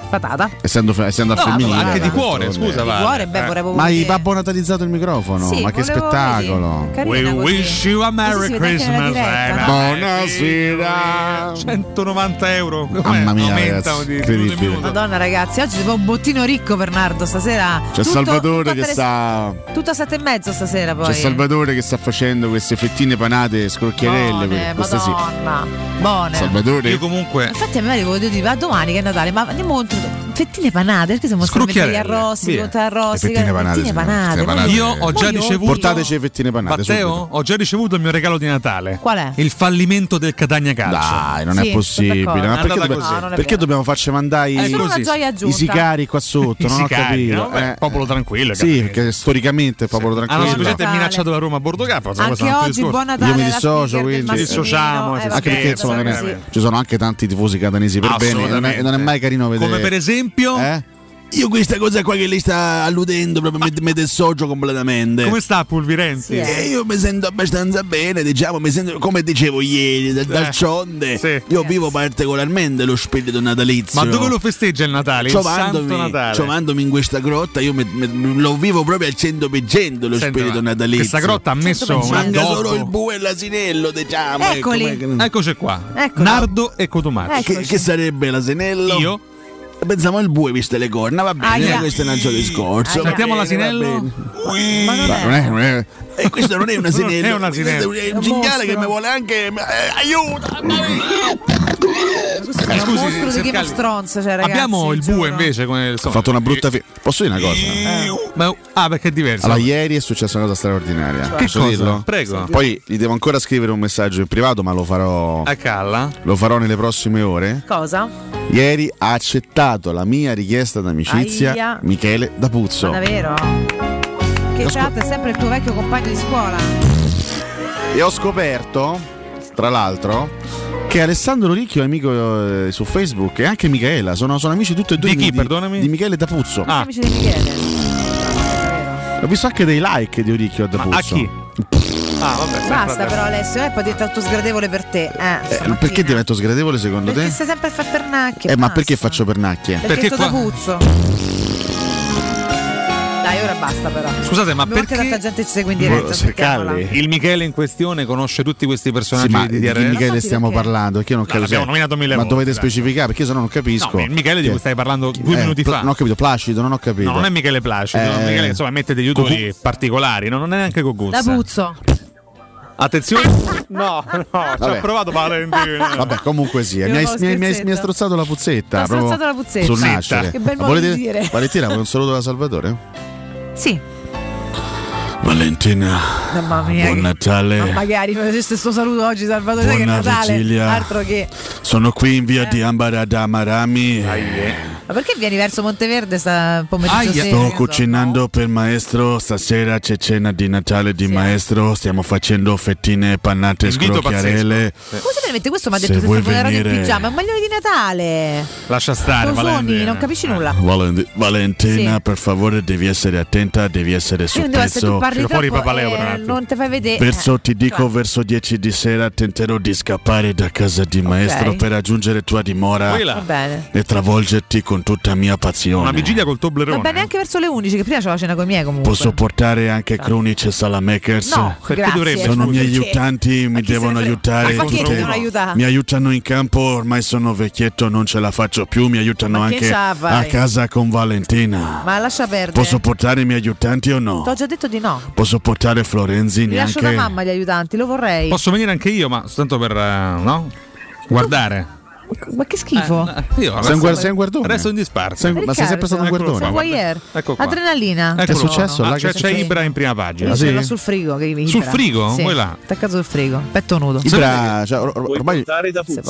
Speaker 4: Patata.
Speaker 6: Essendo, fe- essendo al
Speaker 5: No,
Speaker 6: femminile.
Speaker 5: anche di cuore,
Speaker 6: d'altronde.
Speaker 5: scusa, Vale. Eh.
Speaker 4: cuore, beh, volevo
Speaker 6: Ma hai
Speaker 4: dire-
Speaker 6: babbo natalizzato il microfono?
Speaker 4: Sì,
Speaker 6: ma che
Speaker 4: volevo
Speaker 6: spettacolo!
Speaker 4: dire, carina
Speaker 5: We
Speaker 4: così.
Speaker 5: wish you a
Speaker 4: Così
Speaker 5: Merry
Speaker 4: si vede anche nella
Speaker 5: Christmas. eh,
Speaker 4: diretta,
Speaker 5: and a
Speaker 4: no?
Speaker 5: happy
Speaker 6: Buonasera.
Speaker 5: 190 euro. Com'è?
Speaker 6: Mamma mia,
Speaker 5: Aumentano
Speaker 6: ragazzi,
Speaker 5: di-
Speaker 6: incredibile.
Speaker 4: Madonna ragazzi, oggi si fa un bottino ricco per Nardo stasera.
Speaker 6: C'è
Speaker 4: Tutto- tutto
Speaker 6: Salvatore
Speaker 4: a
Speaker 6: che
Speaker 4: tele-
Speaker 6: sta.
Speaker 4: Tutto a sette e mezzo stasera poi.
Speaker 6: C'è Salvatore che sta facendo queste fettine panate scrocchiarelle.
Speaker 4: Buone,
Speaker 6: que- queste sì.
Speaker 4: Madonna. Buone.
Speaker 6: Salvatore.
Speaker 5: Io comunque.
Speaker 4: Infatti a me volevo dire, va domani che è Natale, ma andiamo contro. fettine panate, perché siamo scrumenti
Speaker 5: Scrucchiarelle,
Speaker 4: arrosti,
Speaker 5: via.
Speaker 4: conto arrosti,
Speaker 5: Le fettine panate,
Speaker 4: fettine
Speaker 5: signora,
Speaker 4: panate.
Speaker 5: fettine
Speaker 4: ma
Speaker 5: panate.
Speaker 4: io-
Speaker 5: Io ho già
Speaker 4: poi
Speaker 5: ricevuto-
Speaker 6: Portateci le fettine panate.
Speaker 5: Matteo,
Speaker 6: subito.
Speaker 5: ho già ricevuto il mio regalo di Natale.
Speaker 4: Qual è?
Speaker 5: Il fallimento del Catania Calcio. Dai,
Speaker 6: non è possibile. Ma
Speaker 5: Ma
Speaker 6: perché, dobbiamo, perché dobbiamo farci mandare
Speaker 5: È
Speaker 6: i,
Speaker 5: solo una
Speaker 6: così,
Speaker 5: gioia
Speaker 6: i
Speaker 5: aggiunta.
Speaker 6: sicari qua sotto?
Speaker 5: I
Speaker 6: non
Speaker 5: sicari,
Speaker 6: ho
Speaker 5: no?
Speaker 6: capito. Eh.
Speaker 5: Beh, popolo tranquillo,
Speaker 6: Sì, perché storicamente è
Speaker 9: Ah,
Speaker 6: popolo
Speaker 5: hanno
Speaker 6: tranquillo.
Speaker 5: semplicemente minacciato la Roma a Bordo Capo.
Speaker 4: Anche oggi, buon Natale
Speaker 6: Io mi
Speaker 4: alla
Speaker 6: dissocio,
Speaker 4: speaker del
Speaker 6: quindi
Speaker 4: Massimino,
Speaker 5: Dissociamo, eh, si
Speaker 6: anche perché
Speaker 5: scherza,
Speaker 6: insomma, non è-
Speaker 5: veramente.
Speaker 6: ci sono anche tanti tifosi catanesi per bene. e Non è,
Speaker 5: Assolutamente.
Speaker 6: non è mai carino vedere. Eh?
Speaker 5: Come per esempio...
Speaker 9: Io questa cosa qua che lei sta alludendo proprio mi, mi dissocio completamente.
Speaker 5: Come sta Pulvirenti?
Speaker 9: Eh, io mi sento abbastanza bene, diciamo, mi sento, come dicevo ieri,
Speaker 6: Eh.
Speaker 9: d- d'altronde, io vivo particolarmente lo spirito natalizio.
Speaker 5: Ma dove lo festeggia il Natale? Il Santo Natale.
Speaker 9: Giovandomi in questa grotta, io mi- mi- lo vivo proprio al 100% lo
Speaker 5: Senta,
Speaker 9: spirito
Speaker 5: ma
Speaker 9: natalizio.
Speaker 5: questa grotta ha messo un
Speaker 9: Manca
Speaker 5: addobbo.
Speaker 9: solo il bue e l'asinello, diciamo. ecco,
Speaker 5: Eccoli.
Speaker 9: ma-
Speaker 5: Eccoci qua. Nardo e Cotumaccio.
Speaker 9: Che, che sarebbe l'asinello? Io? Pensiamo al bue viste le corna, va bene,
Speaker 5: Aia.
Speaker 9: questo è un altro
Speaker 6: Ah,
Speaker 9: discorso. va bene, va
Speaker 5: Sentiamo l'asinello.
Speaker 9: bene.
Speaker 5: Ma non
Speaker 9: Ma
Speaker 5: è-
Speaker 9: non è- non è- E Eh, questo non è un asinello,
Speaker 5: Non è un asinello.
Speaker 9: questo è un cinghiale che mi vuole anche. eh, aiuto!
Speaker 4: Questo è un
Speaker 5: Scusi,
Speaker 4: mostro di
Speaker 5: Sercalli.
Speaker 4: Game of Thrones, cioè, ragazzi.
Speaker 5: Abbiamo il bue invece. Come,
Speaker 6: Ho fatto una brutta fine. Posso dire una cosa?
Speaker 5: Ma- ah, perché è diverso.
Speaker 6: Allora, ieri è successa una cosa straordinaria.
Speaker 5: Che
Speaker 6: Posso
Speaker 5: cosa?
Speaker 6: dirlo?
Speaker 5: Prego.
Speaker 6: Poi gli devo ancora scrivere un messaggio in privato, ma lo farò.
Speaker 5: A Calla.
Speaker 6: Lo farò nelle prossime ore.
Speaker 4: Cosa?
Speaker 6: Ieri ha accettato la mia richiesta d'amicizia
Speaker 4: Aia.
Speaker 6: Michele D'Apuzzo.
Speaker 4: Ma davvero? Che tra l'altro è sempre il tuo vecchio compagno di scuola.
Speaker 6: E ho scoperto, tra l'altro, che Alessandro Ricchio è amico eh, su Facebook e anche Michela. Sono, sono amici tutti e due.
Speaker 5: Di chi, perdonami?
Speaker 6: Di Michele D'Apuzzo.
Speaker 5: Ah.
Speaker 4: Amici di Michele.
Speaker 6: Ho visto anche dei like di Oricchio a D'Apuzzo. Eh,
Speaker 5: a chi? Ah, vabbè.
Speaker 4: Basta però Alessio, eh, poi diventa tutto sgradevole per te. Eh,
Speaker 6: Eh, perché divento sgradevole secondo
Speaker 4: perché
Speaker 6: te?
Speaker 4: stai sempre a far pernacchie.
Speaker 6: Eh, ma
Speaker 4: basta.
Speaker 6: perché faccio pernacchie?
Speaker 4: Perché, sto da puzzo. Dai, ora basta però.
Speaker 5: Scusate, ma
Speaker 4: Ogni volta
Speaker 5: perché-
Speaker 4: tanta gente ci segue in diretta? aspettiamola.
Speaker 5: Il Michele in questione conosce tutti questi personaggi
Speaker 6: Boh, Sì, ma
Speaker 5: di
Speaker 6: di chi
Speaker 5: DRL.
Speaker 6: Michele stiamo parlando? Che io non capisco.
Speaker 5: l'abbiamo nominato mille
Speaker 6: Ma
Speaker 5: volte,
Speaker 6: dovete
Speaker 5: dai.
Speaker 6: specificare perché se no non capisco.
Speaker 5: No, il Michele di
Speaker 6: Chi è?
Speaker 5: cui stai parlando due
Speaker 6: Eh,
Speaker 5: minuti
Speaker 6: Pla-
Speaker 5: fa.
Speaker 6: Non ho capito, Placido, non ho capito.
Speaker 5: No, non è Michele Placido,
Speaker 6: Eh,
Speaker 5: Michele insomma mette degli utili particolari, no? non è neanche
Speaker 4: Da
Speaker 5: Goguzza.
Speaker 4: puzzo.
Speaker 5: Attenzione! No, no, ci ha
Speaker 6: Vabbè.
Speaker 5: provato Valentino.
Speaker 6: Vabbè, comunque sì,
Speaker 4: Ah. Io
Speaker 6: mi hai,
Speaker 4: avevo
Speaker 6: mi hai- mi hai-
Speaker 4: scherzetta.
Speaker 6: mi hai strozzato la puzzetta.
Speaker 4: T'ha
Speaker 6: proprio
Speaker 4: strozzato la puzzetta.
Speaker 6: Sul
Speaker 4: Puzzetta.
Speaker 6: nascere.
Speaker 4: Che bel
Speaker 6: Ma
Speaker 4: modo di
Speaker 6: volete-
Speaker 4: dire.
Speaker 6: Valentina, vuoi un saluto da Salvatore?
Speaker 4: Sì.
Speaker 9: Valentina,
Speaker 4: Mamma mia.
Speaker 9: buon
Speaker 4: che-
Speaker 9: Natale.
Speaker 4: Ma magari mi faceste sto saluto oggi, Salvatore,
Speaker 9: Buona
Speaker 4: che è Natale.
Speaker 9: vigilia.
Speaker 4: Altro che.
Speaker 9: Sono qui in via
Speaker 4: Eh.
Speaker 9: di Ambarada Marami.
Speaker 4: Ma perché vieni verso Monteverde sta pomeriggio sera?
Speaker 9: Sto cucinando per maestro, stasera c'è cena di Natale di maestro, stiamo facendo fettine panate
Speaker 5: Invito
Speaker 9: scrocchiarelle.
Speaker 4: Cosa veramente questo mi ha
Speaker 9: Se
Speaker 4: detto se
Speaker 9: vuoi
Speaker 4: sta volando in
Speaker 9: venire-
Speaker 4: pigiama? È un maglione di Natale.
Speaker 5: Lascia
Speaker 4: Sono sogni, non capisci
Speaker 9: Ah,
Speaker 4: nulla.
Speaker 9: Valent- Valentina,
Speaker 4: Sì.
Speaker 9: per favore, devi essere attenta, devi essere
Speaker 4: Sì,
Speaker 9: sul
Speaker 4: non devo essere- tu
Speaker 9: pezzo.
Speaker 4: parli troppo e non ti fai vedere.
Speaker 9: Verso, ti dico,
Speaker 4: cioè
Speaker 9: verso 10 di sera tenterò di scappare da casa di maestro per raggiungere tua dimora
Speaker 4: Quella. Ah, Va bene.
Speaker 9: e travolgerti con tutta mia passione.
Speaker 5: Una vigilia col
Speaker 4: Va
Speaker 5: Toblerone.
Speaker 4: bene anche verso le 11, che prima c'ho la cena con i miei comunque.
Speaker 9: Posso portare anche Cronic e Salamakers?
Speaker 4: No, Perché grazie. dovrebbe,
Speaker 9: Sono
Speaker 4: scusi?
Speaker 9: miei
Speaker 4: Perché?
Speaker 9: aiutanti, mi devono aiutare.
Speaker 4: Ma chi
Speaker 9: in
Speaker 4: ti devono
Speaker 9: tutto.
Speaker 4: aiutare?
Speaker 9: Mi aiutano in campo, ormai sono vecchietto, non ce la faccio più. Mi aiutano
Speaker 4: Ma che
Speaker 9: anche
Speaker 4: ce la
Speaker 9: a
Speaker 4: fai?
Speaker 9: casa con Valentina.
Speaker 4: Ma lascia perdere.
Speaker 9: Posso portare i miei aiutanti o no?
Speaker 4: T'ho già detto di no.
Speaker 9: Posso portare Florenzi
Speaker 4: Mi lascio da
Speaker 9: neanche?
Speaker 4: mamma gli aiutanti, lo vorrei.
Speaker 5: Posso venire anche io, ma soltanto per eh, no? guardare.
Speaker 4: Ma che
Speaker 5: Eh,
Speaker 4: schifo.
Speaker 5: Io
Speaker 6: Sei un guar- sei un guardone.
Speaker 5: Resto in disparte.
Speaker 6: Sei- ma sei sempre stato un
Speaker 5: Eccolo
Speaker 6: guardone.
Speaker 5: qua,
Speaker 4: Sei
Speaker 5: guarda.
Speaker 4: voyeur.
Speaker 5: Ecco qua.
Speaker 4: Adrenalina.
Speaker 5: Eccolo
Speaker 4: Che
Speaker 5: qua.
Speaker 4: successo?
Speaker 5: Ah,
Speaker 4: Là
Speaker 5: c'è,
Speaker 4: che
Speaker 5: c'è
Speaker 4: succede?
Speaker 5: Ibra in prima pagina.
Speaker 6: Ah,
Speaker 4: Io ce l'ho sul frigo. Che mi
Speaker 5: Ah, Sul
Speaker 4: vibra.
Speaker 5: frigo?
Speaker 4: Sì,
Speaker 5: Voi là.
Speaker 4: Attaccato sul frigo, petto nudo.
Speaker 6: Ibra, cioè, or- or- ormai,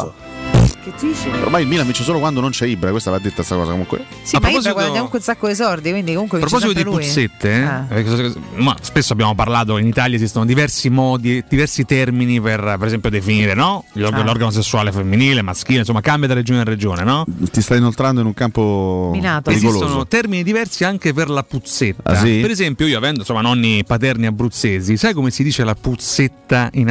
Speaker 4: Che dici?
Speaker 6: ormai il Milan vince solo quando non c'è Ibra, questa va detta questa cosa comunque.
Speaker 4: Sì, ma io guadagna comunque un sacco di sordi, quindi comunque
Speaker 5: A proposito di puzzette, eh, perché- ma spesso abbiamo parlato in Italia esistono diversi modi, diversi termini per, per esempio definire no? L'or-
Speaker 6: Ah.
Speaker 5: l'organo sessuale femminile, maschile, insomma cambia da regione a regione, no?
Speaker 6: Ti stai inoltrando in un campo
Speaker 5: Esistono
Speaker 6: pericoloso.
Speaker 5: termini diversi anche per la puzzetta.
Speaker 6: Ah, sì?
Speaker 5: Per esempio, io avendo insomma nonni paterni abruzzesi, sai come si dice la puzzetta in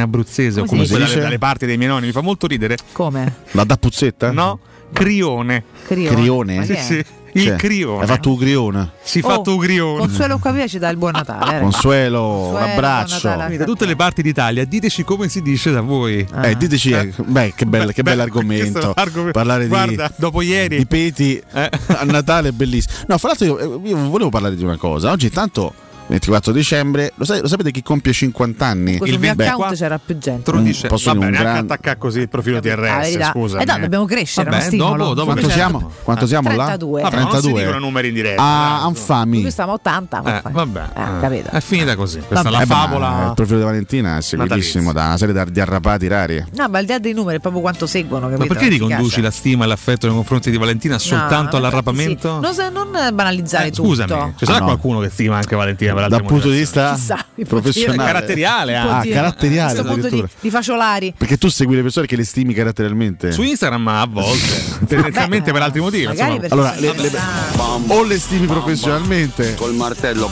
Speaker 6: Come
Speaker 5: abruzzese? o
Speaker 6: si
Speaker 5: comunque
Speaker 6: dice?
Speaker 5: dalle, dalle parti dei miei nonni, mi fa molto ridere.
Speaker 4: Come?
Speaker 6: La da puzzetta?
Speaker 5: No, crione.
Speaker 4: Crione? oh, Ma
Speaker 5: Sì,
Speaker 4: che è?
Speaker 5: sì. Il
Speaker 6: Cioè,
Speaker 5: crione.
Speaker 6: Hai fatto un grione.
Speaker 5: Si fa tu grione. Ah,
Speaker 4: Consuelo qua via ci dà il buon Natale. eh,
Speaker 6: Consuelo,
Speaker 4: ragazzi.
Speaker 6: un abbraccio.
Speaker 4: Natale.
Speaker 5: Quindi Da tutte le parti d'Italia, diteci come si dice da voi.
Speaker 4: Ah.
Speaker 6: Eh, diteci, eh, beh, che bel, che
Speaker 5: beh, questo
Speaker 6: bell'argomento.
Speaker 5: è l'argomento.
Speaker 6: Parlare
Speaker 5: Guarda,
Speaker 6: di,
Speaker 5: dopo ieri.
Speaker 6: di
Speaker 5: Eh.
Speaker 6: eh, peti a Natale è bellissimo. No, fra l'altro, io, io volevo parlare di una cosa. Oggi, tanto, 24 dicembre, lo, sai- lo sapete chi compie 50 anni?
Speaker 4: Sul mio account c'era più gente.
Speaker 6: Mm, posso dire
Speaker 5: vabbè,
Speaker 6: un
Speaker 5: neanche
Speaker 6: gran-
Speaker 5: attaccare così il profilo
Speaker 4: La
Speaker 5: TRS,
Speaker 4: verità-
Speaker 5: scusa.
Speaker 4: Eh no, dobbiamo crescere, è uno stimolo.
Speaker 6: quanto siamo?
Speaker 5: Eh.
Speaker 6: Quanto siamo là?
Speaker 5: 32. Vabbè, ma non si dicono numeri in diretta,
Speaker 6: A
Speaker 4: Noi
Speaker 6: Anfami.
Speaker 4: stiamo a 80.
Speaker 5: ah, Eh, vabbè,
Speaker 4: capito.
Speaker 5: è finita così. Questa
Speaker 6: Eh,
Speaker 5: è la
Speaker 6: ma
Speaker 5: favola.
Speaker 6: Il profilo di Valentina è seguitissimo da una serie da- di arrapati rari.
Speaker 4: No, ma al di là dei numeri è proprio quanto seguono.
Speaker 5: Ma
Speaker 4: capito?
Speaker 5: perché
Speaker 4: Efficacia.
Speaker 5: riconduci la stima e l'affetto nei confronti di Valentina soltanto
Speaker 4: No,
Speaker 5: all'arrapamento? Eh,
Speaker 4: sì. Non, se- non banalizzare tutto.
Speaker 5: Scusami, ci sarà
Speaker 6: Ah, no.
Speaker 5: qualcuno che stima anche Valentina per
Speaker 6: Dal punto di vista
Speaker 4: Chissà, mi può
Speaker 6: professionale,
Speaker 4: dire.
Speaker 5: Caratteriale, eh.
Speaker 4: Mi può
Speaker 6: ah,
Speaker 4: dire.
Speaker 6: caratteriale
Speaker 4: Questo punto di,
Speaker 6: addirittura.
Speaker 4: di faciolari.
Speaker 6: Perché tu segui le persone che le stimi caratterialmente.
Speaker 5: Su Instagram a volte, tendenzialmente per altri motivi.
Speaker 6: magari
Speaker 5: insomma.
Speaker 6: perché Allora, sono le- le- o le stimi professionalmente. Col martello.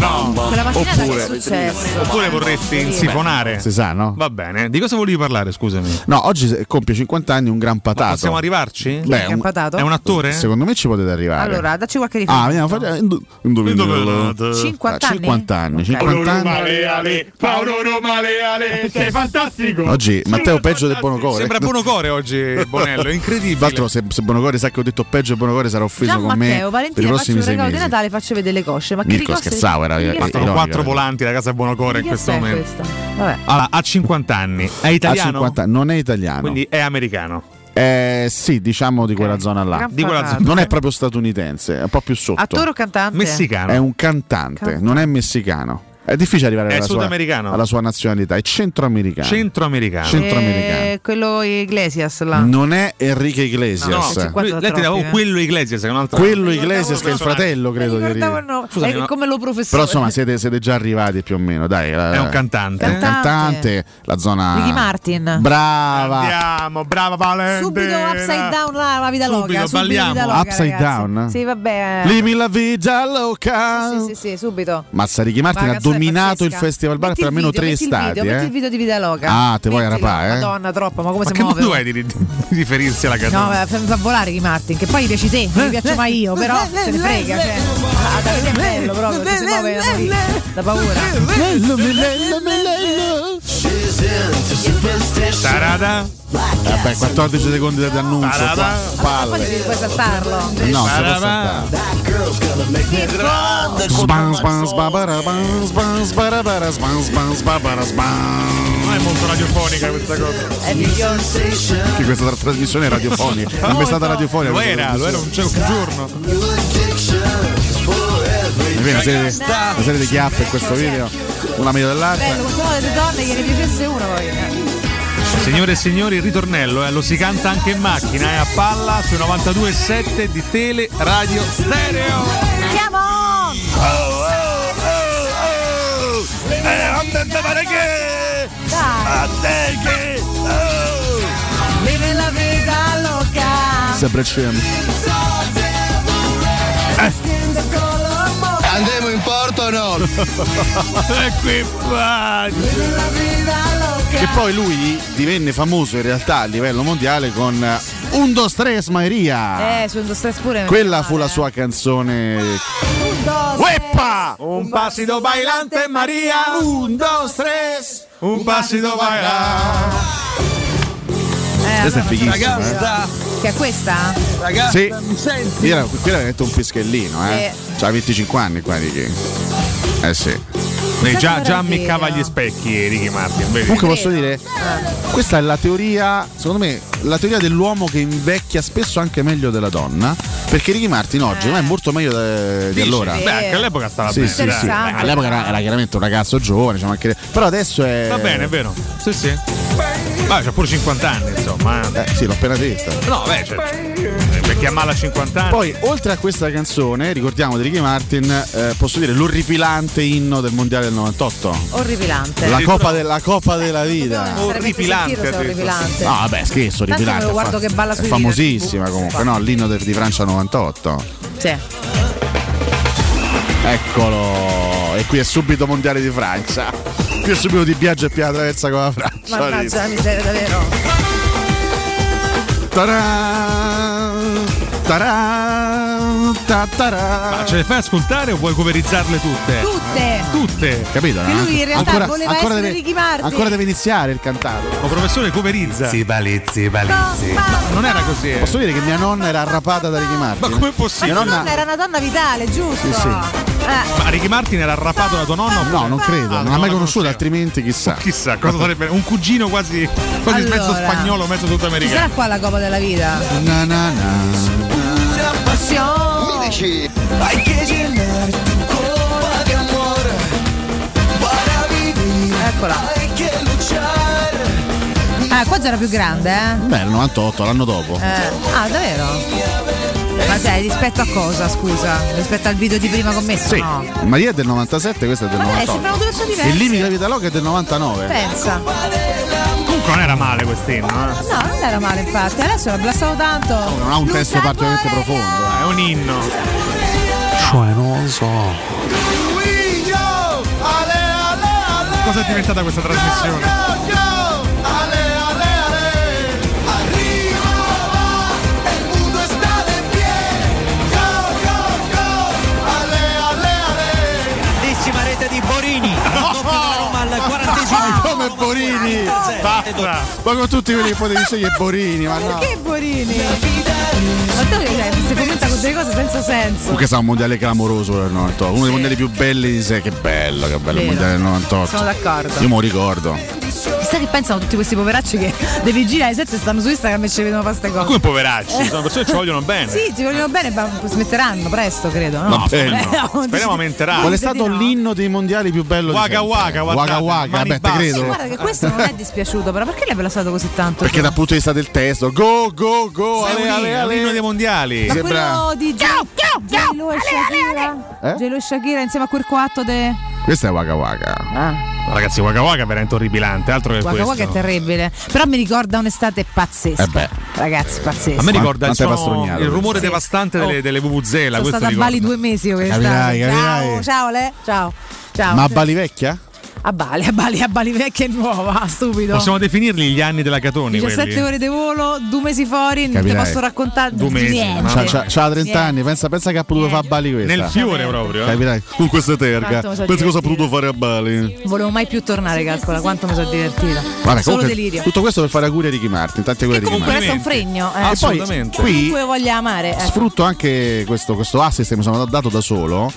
Speaker 5: No,
Speaker 4: Quella mattinata che è
Speaker 5: oppure,
Speaker 4: successo?
Speaker 5: oppure vorresti insifonare.
Speaker 6: Si sa, no?
Speaker 5: Va bene, di cosa volevi parlare? Scusami.
Speaker 6: No, oggi se- compie 50 anni un gran patato.
Speaker 5: Possiamo arrivarci?
Speaker 6: Beh,
Speaker 4: Gran patato?
Speaker 5: È un attore?
Speaker 6: Secondo me ci potete arrivare.
Speaker 4: Allora, dacci qualche
Speaker 6: Ah,
Speaker 4: riferimento.
Speaker 6: vediamo, facciamo indu- indovinello.
Speaker 5: Indovinello.
Speaker 4: 50 anni?
Speaker 6: 50 anni, 50
Speaker 2: Paolo
Speaker 6: anni.
Speaker 2: Maleale, Paolo Romaleale, sei fantastico!
Speaker 6: Oggi Matteo peggio del Bonocore.
Speaker 5: Sembra Bonocore oggi, Bonello, è incredibile.
Speaker 6: Tra l'altro se, se Bonocore sa che ho detto peggio di Bonocore sarà offeso
Speaker 4: Gian
Speaker 6: con
Speaker 4: Matteo,
Speaker 6: me per i
Speaker 4: Valentina, faccio
Speaker 6: prossimi
Speaker 4: un
Speaker 6: sei
Speaker 4: regalo di
Speaker 6: mesi.
Speaker 4: Natale faccio vedere le cosce. Ma che
Speaker 6: Mirko
Speaker 4: ricosse-
Speaker 6: scherzavo, era-
Speaker 4: Chi
Speaker 6: era-
Speaker 4: è-
Speaker 6: era-
Speaker 5: Sono
Speaker 6: Ironico,
Speaker 5: quattro
Speaker 6: eh.
Speaker 5: volanti da casa Bonocore
Speaker 4: chi
Speaker 5: in
Speaker 4: è
Speaker 5: questo momento.
Speaker 4: questa? Vabbè.
Speaker 5: Allora, ha 50 anni, è
Speaker 6: Ha
Speaker 5: italiano,
Speaker 6: 50 non è italiano.
Speaker 5: quindi è americano.
Speaker 6: Eh, sì, diciamo di quella zona là.
Speaker 4: Gran Di quella patato. zona.
Speaker 6: Non è proprio statunitense, è un po' più sotto.
Speaker 4: Attore o cantante?
Speaker 6: È un cantante, non è messicano. È difficile arrivare
Speaker 5: È
Speaker 6: alla sua,
Speaker 5: sudamericano.
Speaker 6: alla sua nazionalità, è centroamericano.
Speaker 5: Centroamericano.
Speaker 6: Centroamericano.
Speaker 4: Eh, quello Iglesias là.
Speaker 6: Non è Enrique Iglesias.
Speaker 5: No, lui- lei ti dava
Speaker 4: eh.
Speaker 5: un quello Iglesias, che è un altro.
Speaker 6: eh. Quello Iglesias che è il fratello, credo di
Speaker 4: Guardavo, no,
Speaker 5: Scusami,
Speaker 4: è
Speaker 5: ma-
Speaker 4: come lo professore.
Speaker 6: Però insomma siete, siete già arrivati più o meno, dai. È
Speaker 5: un cantante.
Speaker 6: È un
Speaker 4: Cantante.
Speaker 6: cantante, la zona...
Speaker 4: Ricky Martin.
Speaker 6: Brava.
Speaker 5: Andiamo, brava Valentina.
Speaker 4: Subito upside down là, la vita
Speaker 5: Subito,
Speaker 4: loca. Subito
Speaker 5: balliamo.
Speaker 4: vita loca,
Speaker 6: Upside
Speaker 4: ragazzi.
Speaker 6: down?
Speaker 4: Sì, vabbè.
Speaker 6: Limi la vita loca.
Speaker 4: Sì, sì, sì, subito.
Speaker 6: Mazza Ricky Martin
Speaker 4: Ma
Speaker 6: ha
Speaker 4: cazzo, è
Speaker 6: dominato il
Speaker 4: pazzesca.
Speaker 6: Festival Bar
Speaker 4: Metti
Speaker 6: per
Speaker 4: il
Speaker 6: almeno
Speaker 4: video,
Speaker 6: tre
Speaker 4: metti il
Speaker 6: estati.
Speaker 4: video, Metti il
Speaker 6: eh.
Speaker 4: video di Vita Loca.
Speaker 6: Ah, te vuoi
Speaker 4: Mettilo.
Speaker 6: rapà, eh?
Speaker 4: Madonna, troppo, ma come si
Speaker 5: Che
Speaker 4: muove?
Speaker 5: modo è di, di- di riferirsi alla canzone?
Speaker 4: No, eh, fa fa volare Ricky Martin, che poi riesci te, non mi piaccio mai io, però se ne frega. Cioè, Ah, dai, è bello proprio, che si muove da morire, da paura.
Speaker 5: Tarada.
Speaker 6: Vabbè, 14 secondi da annuncio.
Speaker 5: Parada.
Speaker 6: qua. Palle.
Speaker 4: Poi devi poi saltarlo.
Speaker 6: No, si può saltare. Sban, sban, sbabaraban, sban, sbarabara, sban, sban, sbabara, sban.
Speaker 5: Non è molto radiofonica questa cosa.
Speaker 4: È miglior
Speaker 6: Che questa tra- trasmissione è radiofonica. Non è stata radiofonica.
Speaker 5: Lo
Speaker 6: questa
Speaker 5: era, lo era un, c'è un giorno.
Speaker 6: trasmissione. Mi viene una serie, di- una serie di chiappe in questo video. Una meglio dell'altra.
Speaker 4: Bello, con tutte le donne che ne piacesse uno poi.
Speaker 5: Signore e signori, il ritornello, eh, lo si canta anche in macchina, è a palla sui 92.7 di Tele Radio Stereo.
Speaker 4: Andiamo! Vive la vita loca.
Speaker 6: Sempre scemo.
Speaker 21: Andremo in porto o no?
Speaker 2: Eh,
Speaker 5: qui
Speaker 6: Che poi lui divenne famoso in realtà a livello mondiale con eh, Un dos tres Maria.
Speaker 4: Eh, su Stress pure.
Speaker 6: Quella fu la sua canzone.
Speaker 5: Ueppa! Un passito bailante Maria,
Speaker 6: un, dos, tres,
Speaker 5: un passito bailante.
Speaker 4: Eh,
Speaker 6: Questa è fighissima. eh.
Speaker 4: Che è questa?
Speaker 6: Sì, qui era, qui era veramente un pischellino, eh. C'ha 25 anni qua, Ricky. Eh sì.
Speaker 5: Lei già, già ammiccava gli specchi, Ricky Martin. Vedi?
Speaker 6: Comunque posso dire, questa è la teoria, secondo me, la teoria dell'uomo che invecchia spesso anche meglio della donna, perché Ricky Martin oggi ma è molto meglio de- di
Speaker 5: Dici?
Speaker 6: allora.
Speaker 5: Beh, anche all'epoca stava
Speaker 6: Sì,
Speaker 5: bene.
Speaker 6: sì,
Speaker 5: dai.
Speaker 6: sì. All'epoca era, era chiaramente un ragazzo giovane, diciamo, anche- però adesso è...
Speaker 5: Va bene, è vero. Sì, sì. Ma c'ha pure 50 anni, insomma. eh.
Speaker 6: Eh, sì, l'ho appena detta.
Speaker 5: No, beh, cioè, eh, per chiamarla 50 anni.
Speaker 6: Poi, oltre a questa canzone, ricordiamo di Ricky Martin, eh, posso dire l'orripilante inno del mondiale del 98.
Speaker 4: Orripilante.
Speaker 6: La coppa, della coppa della vita.
Speaker 4: Orripilante. Orripilante.
Speaker 6: No, vabbè, scherzo,
Speaker 4: Tanto
Speaker 6: orripilante.
Speaker 4: me lo guardo che balla
Speaker 6: è
Speaker 4: sui
Speaker 6: famosissima
Speaker 4: leader.
Speaker 6: comunque, no? L'inno del- di Francia 98.
Speaker 4: Sì.
Speaker 6: Eccolo! E qui è subito mondiale di Francia. Qui è subito di viaggio e Pia traversa con la Francia.
Speaker 4: Mannaggia la miseria, davvero.
Speaker 6: Taran, taran, ta, taran.
Speaker 5: Ma ce le fai ascoltare o vuoi coverizzarle tutte?
Speaker 4: Tutte.
Speaker 5: Tutte.
Speaker 6: Capito?
Speaker 4: Che
Speaker 6: no?
Speaker 4: lui in realtà
Speaker 6: ancora,
Speaker 4: voleva
Speaker 6: ancora
Speaker 4: essere
Speaker 6: deve,
Speaker 4: Ricky Martin.
Speaker 6: Ancora deve iniziare il cantato.
Speaker 5: Ma professore coverizza. Sì, palizzi, palizzi. non era così. eh.
Speaker 6: Posso dire che mia nonna era arrapata da Ricky Martin?
Speaker 5: Ma com'è possibile?
Speaker 6: Mia
Speaker 4: Ma tua nonna
Speaker 6: nonna
Speaker 4: era una donna vitale, giusto?
Speaker 6: Sì, sì.
Speaker 4: Eh.
Speaker 5: Ma Ricky Martin era arrapato da tuo nonno?
Speaker 6: No, non credo, non l'ha mai conosciuta, altrimenti chissà.
Speaker 5: Chissà, cosa sarebbe? Un cugino quasi, quasi
Speaker 4: Allora.
Speaker 5: mezzo spagnolo, mezzo
Speaker 4: Ci
Speaker 5: sudamericano.
Speaker 4: sarà qua la Coppa della Vita?
Speaker 6: Na na na.
Speaker 4: Passione!
Speaker 21: Hay que llenar tu copa de amor para vivir. Hay que luchar.
Speaker 4: Ah, qua già era più grande, eh?
Speaker 6: Beh, il 98, l'anno dopo.
Speaker 4: Eh, Ah, davvero? Ma dai, rispetto a cosa, scusa? Rispetto al video di prima commesso?
Speaker 6: Sì.
Speaker 4: No.
Speaker 6: Maria è del 97, questa è del
Speaker 4: Ma dai,
Speaker 6: 98.
Speaker 4: sembrano due persone diverse.
Speaker 6: Il limite della vita loca è del 99.
Speaker 4: Pensa.
Speaker 5: Comunque non era male quest'inno, eh.
Speaker 4: No, non era male infatti, adesso l'ha blastavo tanto.
Speaker 6: Non ha un testo particolarmente profondo.
Speaker 5: Eh, È un inno.
Speaker 6: Cioè, non lo so.
Speaker 5: Cosa è diventata questa trasmissione?
Speaker 21: El mundo está de pie. Go, go, go. Ale, ale, ale.
Speaker 2: Grandissima rete di Borini, doppio della Roma al quarantesimo.
Speaker 6: Come Borini! Basta! Ma con tutti quelli che potevi scegliere Borini, ma no.
Speaker 4: Perché Borini? Ma tu che sei? Si commenta con delle cose senza senso.
Speaker 6: Comunque sarà un mondiale clamoroso quello del 98, uno dei mondiali più belli di sé, che bello, che bello il
Speaker 4: Vero.
Speaker 6: mondiale del 98.
Speaker 4: Sono d'accordo.
Speaker 6: Io me lo ricordo.
Speaker 4: Chissà che pensano tutti questi poveracci che devi girare sette e stanno su Instagram e ci vedono fare queste cose. Eh.
Speaker 5: Come poveracci, sono persone che ci vogliono bene.
Speaker 4: Sì, ci vogliono bene, ma smetteranno presto, credo. No,
Speaker 5: Ma bene.
Speaker 4: Eh, no,
Speaker 5: Speriamo aumenterà.
Speaker 6: Qual è stato l'inno dei mondiali più bello
Speaker 5: Waka
Speaker 6: di sempre?
Speaker 5: Waka, guardate,
Speaker 6: Waka Waka,
Speaker 5: mani
Speaker 6: beh, te
Speaker 5: basse.
Speaker 6: credo.
Speaker 4: Guarda che questo non è dispiaciuto, però perché l'hai pensato così tanto?
Speaker 6: Perché dal punto di vista del testo, go, go, go, ale,
Speaker 5: Sei un
Speaker 6: ale,
Speaker 5: inno,
Speaker 6: ale.
Speaker 5: l'inno dei mondiali.
Speaker 4: Ma
Speaker 6: Sembra-
Speaker 4: quello di Gelo Gelo e Shakira.
Speaker 6: Eh?
Speaker 4: Gelo e Shakira insieme a quel quatto de
Speaker 6: Questa è Waka Waka.
Speaker 5: Ragazzi, Waka Waka è veramente orripilante, altro che
Speaker 4: Ah. Waka
Speaker 5: questo.
Speaker 4: Waka è terribile. Però mi ricorda un'estate pazzesca.
Speaker 5: Eh beh.
Speaker 4: Ragazzi, pazzesca.
Speaker 5: A me ricorda il,
Speaker 6: Quante
Speaker 5: suono-
Speaker 6: pastrognato,
Speaker 5: il rumore
Speaker 6: sì.
Speaker 5: devastante delle, delle vuvuzela,
Speaker 4: Oh,
Speaker 5: questo
Speaker 4: Sono stata a
Speaker 5: ricorda.
Speaker 4: Bali due mesi io quest'anno.
Speaker 6: Capirai,
Speaker 4: Ciao,
Speaker 6: capirai.
Speaker 4: ciao Le. Ciao. Ciao.
Speaker 6: Ma a Bali vecchia?
Speaker 4: A Bali, a Bali, a Bali vecchia e nuova, stupido.
Speaker 5: Possiamo definirli gli anni della Catoni
Speaker 4: 17
Speaker 5: quelli?
Speaker 4: ore di volo, due mesi fuori, non ti
Speaker 6: Capirai.
Speaker 4: posso raccontare
Speaker 5: Due mesi,
Speaker 4: niente.
Speaker 6: C'ha, c'ha, c'ha 30
Speaker 4: Niente.
Speaker 6: cioè, anni, pensa, pensa che ha potuto fare a Bali questa.
Speaker 5: Nel fiore proprio, eh.
Speaker 6: Capirai? Con queste terga.
Speaker 4: Tanto mi so
Speaker 6: Pensa cosa ha
Speaker 4: divertire.
Speaker 6: potuto fare a Bali.
Speaker 4: Volevo mai più tornare, calcola quanto mi sono divertita.
Speaker 6: Vabbè,
Speaker 4: Solo
Speaker 6: comunque,
Speaker 4: delirio.
Speaker 6: Tutto questo per fare auguri a Ricky Martin. Tanti auguri a Ricky
Speaker 4: Comunque
Speaker 6: Martin.
Speaker 4: resta un fregno. Eh.
Speaker 6: Assolutamente.
Speaker 4: Poi, Comunque voglia amare. eh.
Speaker 6: Sfrutto anche questo, questo assist che mi sono dato da solo.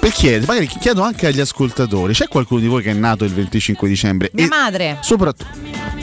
Speaker 6: Per chiedere, magari chiedo anche agli ascoltatori, c'è qualcuno di voi che è nato il 25 dicembre?
Speaker 4: Mia madre.
Speaker 6: Soprattutto.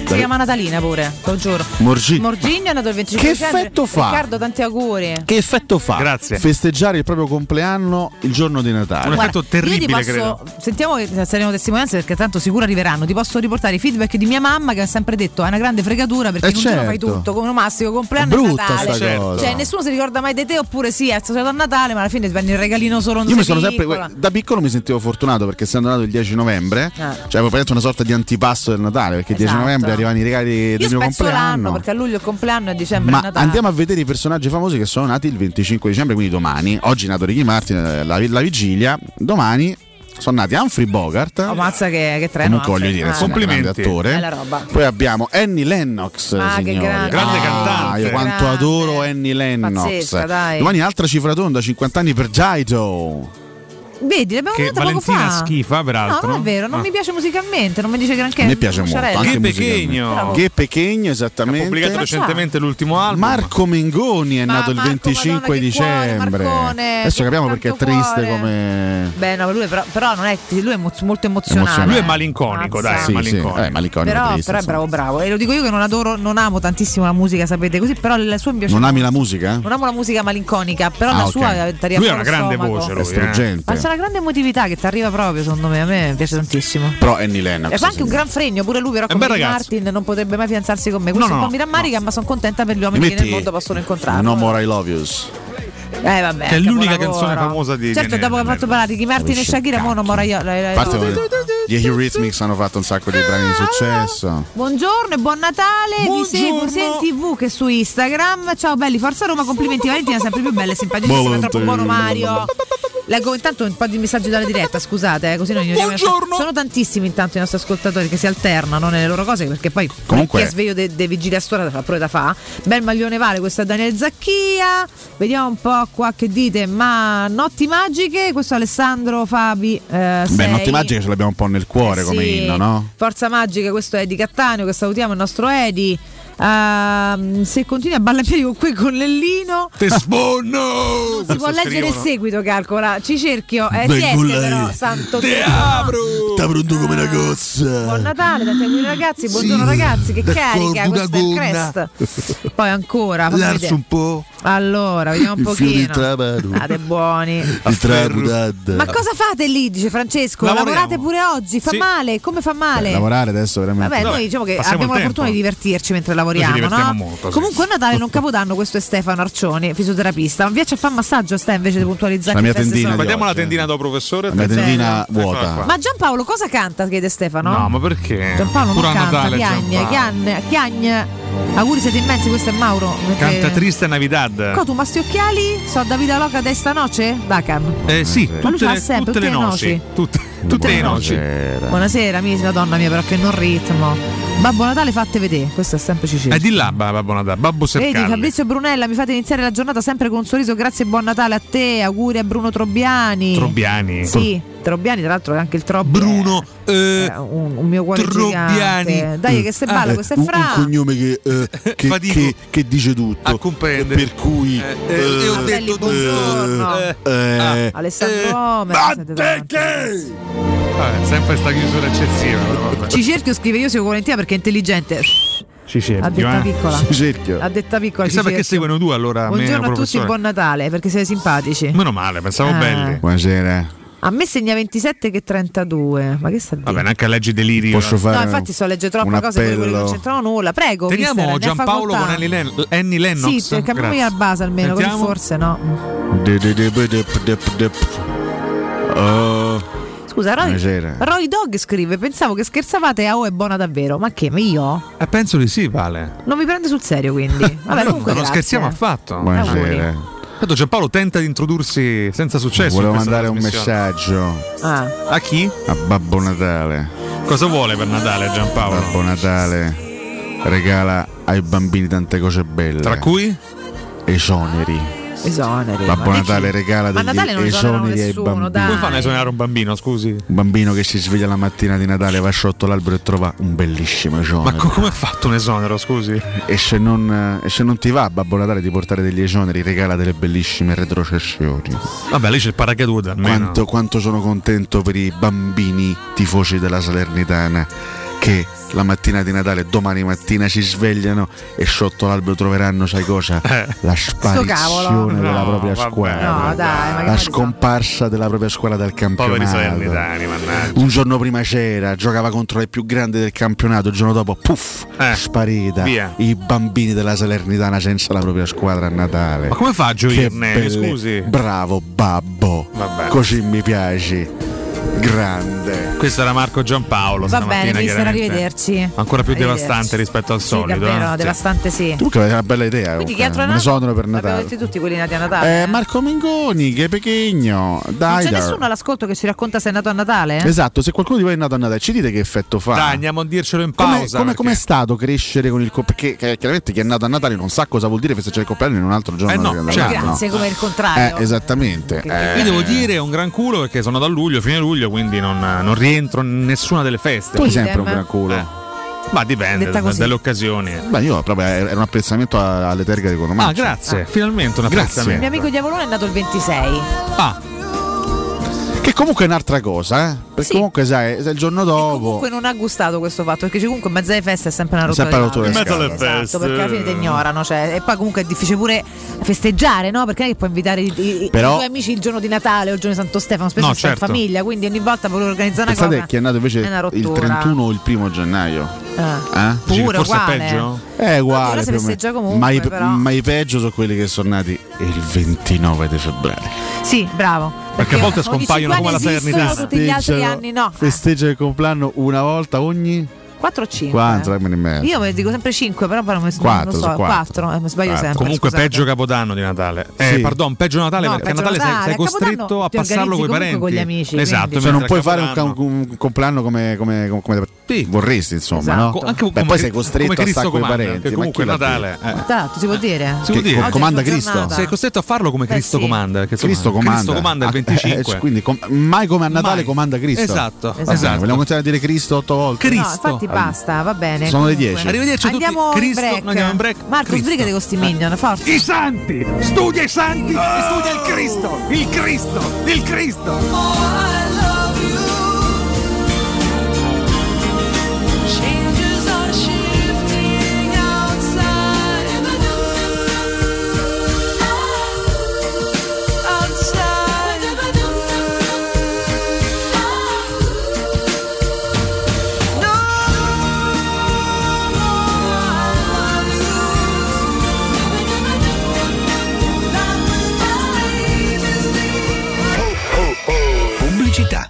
Speaker 4: Si chiama Natalina pure, te lo giuro.
Speaker 6: Morgi.
Speaker 4: Morgigno è nato il 25
Speaker 6: Che
Speaker 4: dicembre.
Speaker 6: effetto fa?
Speaker 4: Riccardo, tanti auguri.
Speaker 6: Che effetto fa festeggiare il proprio compleanno il giorno di Natale?
Speaker 4: Guarda, io ti posso, Sentiamo che saremo testimonianze perché tanto sicuro arriveranno. Ti posso riportare i feedback di mia mamma che ha sempre detto è una grande fregatura perché
Speaker 6: Eh
Speaker 4: in un giorno fai
Speaker 6: certo.
Speaker 4: tutto, come un massimo, compleanno
Speaker 6: È
Speaker 4: e
Speaker 6: brutta
Speaker 4: Natale.
Speaker 6: sta cosa.
Speaker 4: Cioè, nessuno si ricorda mai di te oppure sì, è associato a Natale, ma alla fine ti prendi il regalino solo non
Speaker 6: Io mi
Speaker 4: sei
Speaker 6: sono sempre.
Speaker 4: piccola.
Speaker 6: Da piccolo mi sentivo fortunato perché essendo nato il 10 novembre,
Speaker 4: Ah.
Speaker 6: cioè avevo praticamente una sorta di antipasto del Natale, perché il 10
Speaker 4: Esatto.
Speaker 6: novembre arrivano i regali eh, del
Speaker 4: Io
Speaker 6: mio
Speaker 4: spezzo l'anno
Speaker 6: compleanno.
Speaker 4: perché a luglio è il compleanno e a dicembre è
Speaker 6: Ma
Speaker 4: Natale.
Speaker 6: andiamo a vedere i personaggi famosi che sono nati il 25 dicembre, quindi domani. Oggi è nato Ricky Martin, eh, la, la vigilia. Domani sono nati Humphrey Bogart.
Speaker 4: Oh, mazza che, che treno.
Speaker 6: Comunque voglio dire, insomma, grande
Speaker 4: È
Speaker 6: attore.
Speaker 4: la roba.
Speaker 6: Poi abbiamo Annie Lennox,
Speaker 4: Ah, che
Speaker 6: signori.
Speaker 4: grande. Grande
Speaker 6: Ah,
Speaker 4: cantante.
Speaker 6: Io quanto
Speaker 4: Grande.
Speaker 6: adoro Annie Lennox.
Speaker 4: Pazzesca, dai.
Speaker 6: Domani altra cifra tonda, 50 anni per Jaido.
Speaker 4: Vedi, l'abbiamo
Speaker 6: Che
Speaker 4: notata poco
Speaker 6: Valentina
Speaker 4: fa.
Speaker 6: schifa, peraltro.
Speaker 4: No, non è vero, non
Speaker 6: Ah.
Speaker 4: mi piace musicalmente, non mi dice granché.
Speaker 6: A me piace molto.
Speaker 4: Sciarelli.
Speaker 6: Anche musicalmente. Che pechegno, esattamente.
Speaker 5: Ha pubblicato
Speaker 6: Ma
Speaker 5: recentemente l'ultimo album.
Speaker 6: Marco Mengoni è nato il 25 dicembre.
Speaker 4: Marcone,
Speaker 6: Adesso
Speaker 4: che
Speaker 6: capiamo perché è
Speaker 4: tanto
Speaker 6: triste
Speaker 4: cuore.
Speaker 6: come.
Speaker 4: Beh, no, lui però, però non è, lui è mo- molto emozionale.
Speaker 6: Emozionale. Lui è
Speaker 5: malinconico, dai,
Speaker 6: Sì, sì,
Speaker 5: malinconico.
Speaker 6: eh, malinconico,
Speaker 4: Però,
Speaker 6: triste,
Speaker 4: però è
Speaker 6: insomma.
Speaker 4: bravo bravo e lo dico io che non adoro, non amo tantissimo la musica, sapete così, però il suo mi piace.
Speaker 6: Non ami
Speaker 4: molto.
Speaker 6: la musica?
Speaker 4: Non amo la musica malinconica, però
Speaker 6: Ah,
Speaker 4: la
Speaker 6: ok.
Speaker 4: sua eh, ti
Speaker 6: Lui ha una grande voce, lui,
Speaker 4: voce
Speaker 6: eh. È struggente.
Speaker 4: Ma c'è una grande emotività che ti arriva proprio, secondo me, a me piace tantissimo.
Speaker 6: Però Annie Lennox.
Speaker 4: E fa anche un
Speaker 6: signori.
Speaker 4: gran fregno, pure lui però
Speaker 6: È un
Speaker 4: come
Speaker 6: bel ragazzo.
Speaker 4: Martin non potrebbe mai fidanzarsi con me. Questo
Speaker 6: No,
Speaker 4: un
Speaker 6: no,
Speaker 4: po' mi rammarica, ma sono contenta per gli uomini che nel
Speaker 6: Metti
Speaker 4: mondo possono incontrarlo.
Speaker 6: No more I love yous.
Speaker 4: Eh vabbè.
Speaker 6: Che è l'unica
Speaker 4: capolavoro.
Speaker 6: canzone famosa di-
Speaker 4: Certo,
Speaker 6: di
Speaker 4: dopo che ha fatto parlare di Martin e
Speaker 6: Capisci?
Speaker 4: Shakira, mo non eh, mora io. la- la-
Speaker 6: A parte con- gli Eurythmics hanno fatto un sacco di brani di successo.
Speaker 4: Ah, Buongiorno e buon Natale, vi seguo sia in tv che su Instagram. Ciao belli, forza Roma, complimenti Valentina, sempre più bella e simpaticissima,
Speaker 6: Buon
Speaker 4: troppo
Speaker 6: Natale.
Speaker 4: buono Mario. Leggo intanto un po' di messaggi dalla diretta, scusate, eh, così non ignoriamo. i nostri- Sono tantissimi intanto i nostri ascoltatori che si alternano nelle loro cose, perché poi
Speaker 6: Comunque-
Speaker 4: chi è sveglio de, de vigilia a storia fa pure da fa. Bel maglione vale, questo è Daniele Zacchia. Vediamo un po' qua che dite, ma notti magiche, questo è Alessandro Fabi. eh,
Speaker 6: Beh,
Speaker 4: sei. Eh,
Speaker 6: Notte Magica ce l'abbiamo un po' nel cuore come
Speaker 4: Sì.
Speaker 6: inno, no?
Speaker 4: Forza Magica, questo è Edi Cattaneo che salutiamo, il nostro Edi. ehm, se continui a ballare con quel gonnellino
Speaker 2: Te sbonno!
Speaker 4: si può leggere il seguito, calcola. Ci cerchio, eh,
Speaker 2: Bel
Speaker 4: siete
Speaker 2: gullai.
Speaker 4: però, santo
Speaker 2: Te
Speaker 4: Dio.
Speaker 2: apro! T'ha pronto come una cozza!
Speaker 4: Buon Natale, tanti auguri ragazzi, buongiorno ragazzi, che
Speaker 2: da
Speaker 4: carica,
Speaker 2: corda
Speaker 4: questo è il
Speaker 2: gonna.
Speaker 4: crest. Poi ancora, fammi
Speaker 2: Larso
Speaker 4: vedere.
Speaker 2: un po'.
Speaker 4: Allora, vediamo un
Speaker 2: Il filo di
Speaker 4: pochino.
Speaker 2: Trapano.
Speaker 4: State buoni.
Speaker 2: Il trabutad.
Speaker 6: Eh,
Speaker 4: Ma cosa fate lì? Dice Francesco.
Speaker 2: Lavoriamo.
Speaker 4: Lavorate pure oggi? Fa
Speaker 2: Sì.
Speaker 4: male? Come fa male?
Speaker 6: eh, Lavorare adesso veramente.
Speaker 4: Vabbè, noi diciamo che
Speaker 6: Passiamo
Speaker 4: abbiamo
Speaker 6: il
Speaker 4: la fortuna di divertirci mentre lavoriamo.
Speaker 6: Noi ci divertiamo
Speaker 4: no?
Speaker 6: molto, sì.
Speaker 4: Comunque, a Natale non capodanno. Questo è Stefano Arcioni, fisioterapista. Ma piace a fare massaggio, sta invece di
Speaker 6: La
Speaker 4: puntualizzare che
Speaker 6: mia
Speaker 4: feste
Speaker 6: tendina
Speaker 4: sono.
Speaker 6: di
Speaker 5: Vediamo la tendina dopo, professore.
Speaker 6: La mia tendina vuota.
Speaker 5: Eccola qua.
Speaker 4: Ma Giampaolo cosa canta? chiede Stefano.
Speaker 5: No, ma perché?
Speaker 4: Giampaolo
Speaker 5: Pure
Speaker 4: non
Speaker 5: a
Speaker 4: canta,
Speaker 5: Natale
Speaker 4: chiagne,
Speaker 5: Giampaolo.
Speaker 4: chiagne, chiagne. Auguri siete immensi, questo è Mauro. mentre-
Speaker 5: Canta Triste Navidad.
Speaker 4: Co, tu ma sti occhiali? So Davida Loca testa noce? Dacan.
Speaker 5: Eh sì,
Speaker 4: Ma lui
Speaker 5: tutte
Speaker 4: fa
Speaker 5: le,
Speaker 4: sempre
Speaker 5: tutte le noci. Tutte, tutte le noci.
Speaker 4: Buonasera, mi madonna mia, però che non ritmo. Babbo Natale fatte vedere, questo è sempre Cicillo.
Speaker 5: È Eh, di là, Babbo Natale, Babbo
Speaker 4: Vedi
Speaker 5: Sercalli.
Speaker 4: Fabrizio Brunella, mi fate iniziare la giornata sempre con un sorriso, grazie e buon Natale a te, auguri a Bruno Trobbiani.
Speaker 5: Trobbiani.
Speaker 4: Sì, Trobbiani tra l'altro è anche il Trobbiani.
Speaker 2: Bruno eh,
Speaker 4: un, un mio cuore
Speaker 2: Trobbiani.
Speaker 4: gigante. Dai che se balla,
Speaker 2: Eh,
Speaker 4: questo è
Speaker 2: un-
Speaker 4: Fra.
Speaker 2: Un cognome che, eh, che, che- che dice tutto. Per cui.
Speaker 5: eh, io ho
Speaker 4: detto tutto. Buongiorno.
Speaker 2: eh,
Speaker 4: Alessandro Omer, siete davanti.
Speaker 5: Vabbè, sempre sta chiusura eccessiva. però vabbè.
Speaker 4: Ci cerchio scrive io seguo volentieri perché è intelligente.
Speaker 5: Ci cerchio,
Speaker 4: A detta
Speaker 5: eh.
Speaker 4: piccola.
Speaker 5: Ci cerchio.
Speaker 4: A detta piccola.
Speaker 5: Chissà
Speaker 4: ci
Speaker 5: perché
Speaker 4: cerchio.
Speaker 5: seguono due allora.
Speaker 4: Buongiorno
Speaker 5: meno,
Speaker 4: a tutti,
Speaker 5: professore.
Speaker 4: buon Natale, perché siete simpatici.
Speaker 5: Meno male, pensavo
Speaker 4: Ah.
Speaker 5: belli.
Speaker 6: Buonasera.
Speaker 4: A me segna 27 che 32. Ma che sta dicendo?
Speaker 5: Vabbè, neanche a leggi delirio.
Speaker 6: Posso fare
Speaker 4: No, infatti sto a leggere troppe cose poi quelli che non c'entrano nulla. Prego,
Speaker 5: Teniamo
Speaker 4: mister, ne ha
Speaker 5: Giampaolo
Speaker 4: facoltà.
Speaker 5: con Annie, Len- Annie Lennox.
Speaker 4: Sì, cioè, cambiamo
Speaker 5: Grazie.
Speaker 4: alla base almeno, così
Speaker 5: Sentiamo.
Speaker 4: forse no.
Speaker 6: De- de- de- de- de- de- de- Oh.
Speaker 7: Ah.
Speaker 4: Scusa, Roy,
Speaker 6: Buonasera.
Speaker 4: Roy Dog scrive: Pensavo che scherzavate, AO è buona davvero. Ma che? Ma io?
Speaker 5: Eh, penso di sì, Vale.
Speaker 4: Non mi prende sul serio quindi. Vabbè,
Speaker 5: non,
Speaker 4: comunque.
Speaker 5: non
Speaker 4: grazie.
Speaker 5: scherziamo affatto.
Speaker 6: Buonasera.
Speaker 5: Tanto Giampaolo tenta di introdursi senza successo.
Speaker 6: Volevo
Speaker 5: in questa
Speaker 6: mandare un
Speaker 5: trasmissione.
Speaker 6: messaggio
Speaker 4: Ah.
Speaker 5: A chi?
Speaker 6: a Babbo Natale.
Speaker 5: Cosa vuole per Natale Giampaolo?
Speaker 6: Babbo Natale regala ai bambini tante cose belle.
Speaker 5: Tra cui?
Speaker 6: Esoneri.
Speaker 4: Esoneri.
Speaker 6: Babbo
Speaker 5: ma-
Speaker 6: Natale
Speaker 5: e chi?
Speaker 6: regala
Speaker 5: Ma a
Speaker 6: degli
Speaker 5: Natale non esonerano
Speaker 6: esoneri ai
Speaker 5: nessuno,
Speaker 6: bambini.
Speaker 5: dai. Come fanno a esonerare un bambino, scusi?
Speaker 6: Un bambino che si sveglia la mattina di Natale, va sotto l'albero e trova un bellissimo esonero.
Speaker 5: Ma co- come ha fatto un esonero, scusi?
Speaker 6: E se, non, e se non ti va, Babbo Natale, di portare degli esoneri, regala delle bellissime retrocessioni.
Speaker 5: Vabbè, lì c'è il paracadute almeno.
Speaker 6: Quanto, quanto sono contento per i bambini tifosi della Salernitana che la mattina di Natale, domani mattina, si svegliano e sotto l'albero troveranno, sai cosa? La
Speaker 4: cavolo.
Speaker 6: sparizione della
Speaker 4: Eh. No,
Speaker 6: propria
Speaker 4: vabbè,
Speaker 6: squadra.
Speaker 4: no, dai, ma che
Speaker 6: la
Speaker 4: malizia-
Speaker 6: scomparsa della propria squadra dal campionato.
Speaker 5: Poveri salernitani, mannaggia.
Speaker 6: Un giorno prima c'era, giocava contro le più grandi del campionato, il giorno dopo, puff, sparita.
Speaker 5: Eh, via.
Speaker 6: I bambini della Salernitana senza la propria squadra a Natale.
Speaker 5: Ma come fa a
Speaker 6: Che
Speaker 5: gioirne?
Speaker 6: belle-
Speaker 5: Scusi.
Speaker 6: Bravo babbo.
Speaker 5: Vabbè.
Speaker 6: Così mi piaci. Grande.
Speaker 5: Questo era Marco Giampaolo
Speaker 4: Va
Speaker 5: stamattina,
Speaker 4: bene, mister,
Speaker 5: chiaramente.
Speaker 4: arrivederci.
Speaker 5: Ancora più
Speaker 4: Arrivederci.
Speaker 5: devastante rispetto al
Speaker 4: Sì,
Speaker 5: solito.
Speaker 4: davvero,
Speaker 5: eh?
Speaker 4: devastante sì.
Speaker 6: Tu che avevi Cioè, una bella idea.
Speaker 4: Quindi chi
Speaker 6: comunque.
Speaker 4: altro è
Speaker 6: Me ne
Speaker 4: nato?
Speaker 6: sono per
Speaker 4: Abbiamo
Speaker 6: Natale.
Speaker 4: detto tutti quelli nati a Natale.
Speaker 6: Eh, Marco Mengoni, che pechegno.
Speaker 4: non
Speaker 6: Dai,
Speaker 4: c'è
Speaker 6: dai.
Speaker 4: nessuno all'ascolto che ci racconta se è nato a Natale? eh?
Speaker 6: Esatto, se qualcuno di voi è nato a Natale, ci dite che effetto fa.
Speaker 5: Dai, andiamo a dircelo in
Speaker 6: Come,
Speaker 5: pausa.
Speaker 6: come-
Speaker 5: perché-
Speaker 6: com'è stato crescere con il co- perché eh, chiaramente chi è nato a Natale non sa cosa vuol dire festeggiare il compleanno in un altro giorno.
Speaker 5: Eh no,
Speaker 6: del-
Speaker 5: certo.
Speaker 4: Grazie, come il
Speaker 6: Eh,
Speaker 4: contrario.
Speaker 6: esattamente. Eh,
Speaker 5: Io devo dire è un gran culo perché sono da luglio, fine luglio, quindi non, non rientro in nessuna delle feste. Eh.
Speaker 6: Tu sei sempre un gran culo.
Speaker 5: Ma dipende
Speaker 6: Detta
Speaker 5: d-
Speaker 6: così.
Speaker 5: dalle occasioni.
Speaker 6: Beh, io proprio era un apprezzamento a- alle terga di Conomaggio.
Speaker 5: Ah, grazie,
Speaker 6: Eh,
Speaker 5: finalmente un
Speaker 4: Il mio
Speaker 5: apprezzamento.
Speaker 4: amico Diavolone è nato il 26.
Speaker 5: Ah.
Speaker 6: Che comunque è un'altra cosa, eh? Perché comunque sai, se il giorno dopo.
Speaker 4: Comunque non ha gustato questo fatto, perché comunque in mezzo alle feste è sempre una rotta
Speaker 6: Sempre
Speaker 4: di
Speaker 6: la rottura di
Speaker 4: palle.
Speaker 6: In mezzo alle
Speaker 4: Esatto,
Speaker 6: feste.
Speaker 4: perché alla fine ti ignorano, cioè, e poi comunque è difficile pure festeggiare, no? Perché non è che puoi invitare i, i- i
Speaker 6: Però-
Speaker 4: tuoi amici il giorno di Natale o il giorno di Santo Stefano, spesso
Speaker 6: No,
Speaker 4: stai
Speaker 6: certo.
Speaker 4: in famiglia, quindi ogni volta volevo organizzare una
Speaker 6: Pensate
Speaker 4: cosa.
Speaker 6: chi è nato invece
Speaker 4: è una
Speaker 6: il
Speaker 4: rottura.
Speaker 6: 31 o il primo gennaio.
Speaker 4: Eh.
Speaker 6: Eh?
Speaker 4: Dici che Pure, forse è uguale. peggio?
Speaker 6: Eh, è uguale.
Speaker 4: allora si
Speaker 6: più o meno.
Speaker 4: festeggia comunque,
Speaker 6: ma, i,
Speaker 4: però.
Speaker 6: ma i peggio sono quelli che sono nati il 29 di febbraio.
Speaker 4: Sì, bravo.
Speaker 6: Perché a volte
Speaker 4: ogni
Speaker 6: scompaiono
Speaker 4: cinque
Speaker 6: come
Speaker 4: anni
Speaker 6: la
Speaker 4: esistono,
Speaker 6: Salernitana.
Speaker 4: Tutti gli altri
Speaker 6: Festeggiano-
Speaker 4: anni no.
Speaker 6: Festeggia il compleanno una volta ogni
Speaker 4: 4 o 5.
Speaker 6: Quattro, eh, me ne merda.
Speaker 4: Io me dico sempre 5, però poi non mi
Speaker 6: Quattro,
Speaker 4: non lo so,
Speaker 6: sono
Speaker 4: 4, mi sbaglio sempre.
Speaker 5: Comunque
Speaker 4: scusate.
Speaker 5: peggio Capodanno di Natale. Eh,
Speaker 6: Sì.
Speaker 5: pardon, peggio Natale
Speaker 4: No,
Speaker 5: perché a
Speaker 4: peggio
Speaker 5: Natale, sei-
Speaker 4: Natale.
Speaker 5: sei,
Speaker 4: A Capodanno
Speaker 5: costretto a
Speaker 4: ti organizzi
Speaker 5: passarlo con i
Speaker 4: comunque
Speaker 5: parenti.
Speaker 4: con gli amici,
Speaker 5: Esatto,
Speaker 6: Cioè, non
Speaker 5: mentre
Speaker 6: puoi
Speaker 5: a
Speaker 6: fare un,
Speaker 5: Capodanno-
Speaker 6: ca- un- un compleanno come, come- come- come vorresti, insomma.
Speaker 5: Esatto.
Speaker 6: no?
Speaker 5: Anche
Speaker 6: Beh,
Speaker 5: come-
Speaker 6: poi sei
Speaker 5: come
Speaker 6: costretto a
Speaker 5: Cristo
Speaker 6: stare con i
Speaker 5: comanda,
Speaker 6: parenti.
Speaker 5: che
Speaker 6: ma
Speaker 5: comunque
Speaker 6: chi l'ha
Speaker 5: Natale,
Speaker 6: detto?
Speaker 5: eh.
Speaker 4: Tra l'altro Esatto, si può dire?
Speaker 5: Si può
Speaker 6: Che
Speaker 5: dire?
Speaker 6: com- comanda
Speaker 4: Oggi è la
Speaker 6: Cristo.
Speaker 4: giornata.
Speaker 5: Sei costretto a farlo come
Speaker 4: Beh,
Speaker 5: Cristo
Speaker 4: Eh, sì.
Speaker 5: comanda. Che, insomma,
Speaker 6: Cristo comanda.
Speaker 5: Cristo comanda il
Speaker 6: Ah, eh,
Speaker 5: 25.
Speaker 6: quindi com- mai come a Natale
Speaker 5: Mai.
Speaker 6: comanda Cristo.
Speaker 5: Esatto,
Speaker 6: Va bene,
Speaker 5: esatto.
Speaker 6: Vogliamo continuare a dire Cristo otto volte?
Speaker 4: No, infatti basta, va bene.
Speaker 6: Sono le
Speaker 4: comunque.
Speaker 6: 10.
Speaker 2: Arrivederci a tutti.
Speaker 4: Andiamo in
Speaker 2: Cristo,
Speaker 4: break.
Speaker 2: no, andiamo in break.
Speaker 4: Marco,
Speaker 2: Cristo.
Speaker 4: sbrigati con sti minion, forza.
Speaker 2: I santi! Studia i santi e studia il Cristo! Il Cristo! Il Cristo!
Speaker 21: Changes are shifting outside in the news. Outside in the news. No more I love you.
Speaker 2: oh.
Speaker 3: Pubblicità.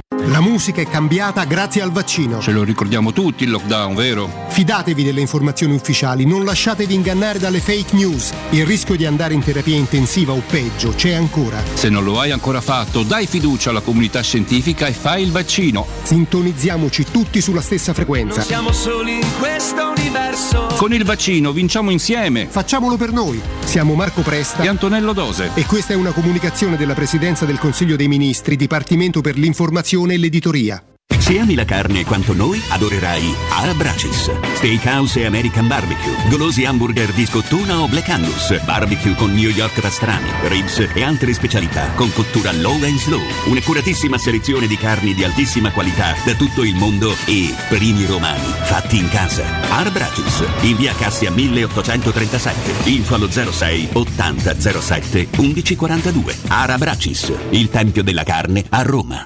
Speaker 22: La musica è cambiata grazie al vaccino.
Speaker 23: Ce lo ricordiamo tutti il lockdown, vero?
Speaker 22: Fidatevi delle informazioni ufficiali, non lasciatevi ingannare dalle fake news. Il rischio di andare in terapia intensiva o peggio c'è ancora.
Speaker 23: Se non lo hai ancora fatto, dai fiducia alla comunità scientifica e fai il vaccino.
Speaker 22: Sintonizziamoci tutti sulla stessa frequenza.
Speaker 23: siamo
Speaker 22: soli in questo universo.
Speaker 23: Con il vaccino vinciamo insieme.
Speaker 22: Facciamolo per noi. Siamo Marco Presta
Speaker 23: E Antonello Dose.
Speaker 22: e questa è una comunicazione della Presidenza del Consiglio dei Ministri, Dipartimento per l'informazione e l'editoria.
Speaker 24: Se ami la carne quanto noi, adorerai Arabracis. Steakhouse e American Barbecue. Golosi hamburger di scottuna o Black Angus. Barbecue con New York pastrami, ribs e altre specialità con cottura low and slow. Un'accuratissima selezione di carni di altissima qualità da tutto il mondo e primi romani fatti in casa. Arabracis. In via Cassia 1837. Info allo 06 80 07 1142. Arabracis. Il tempio della carne a Roma.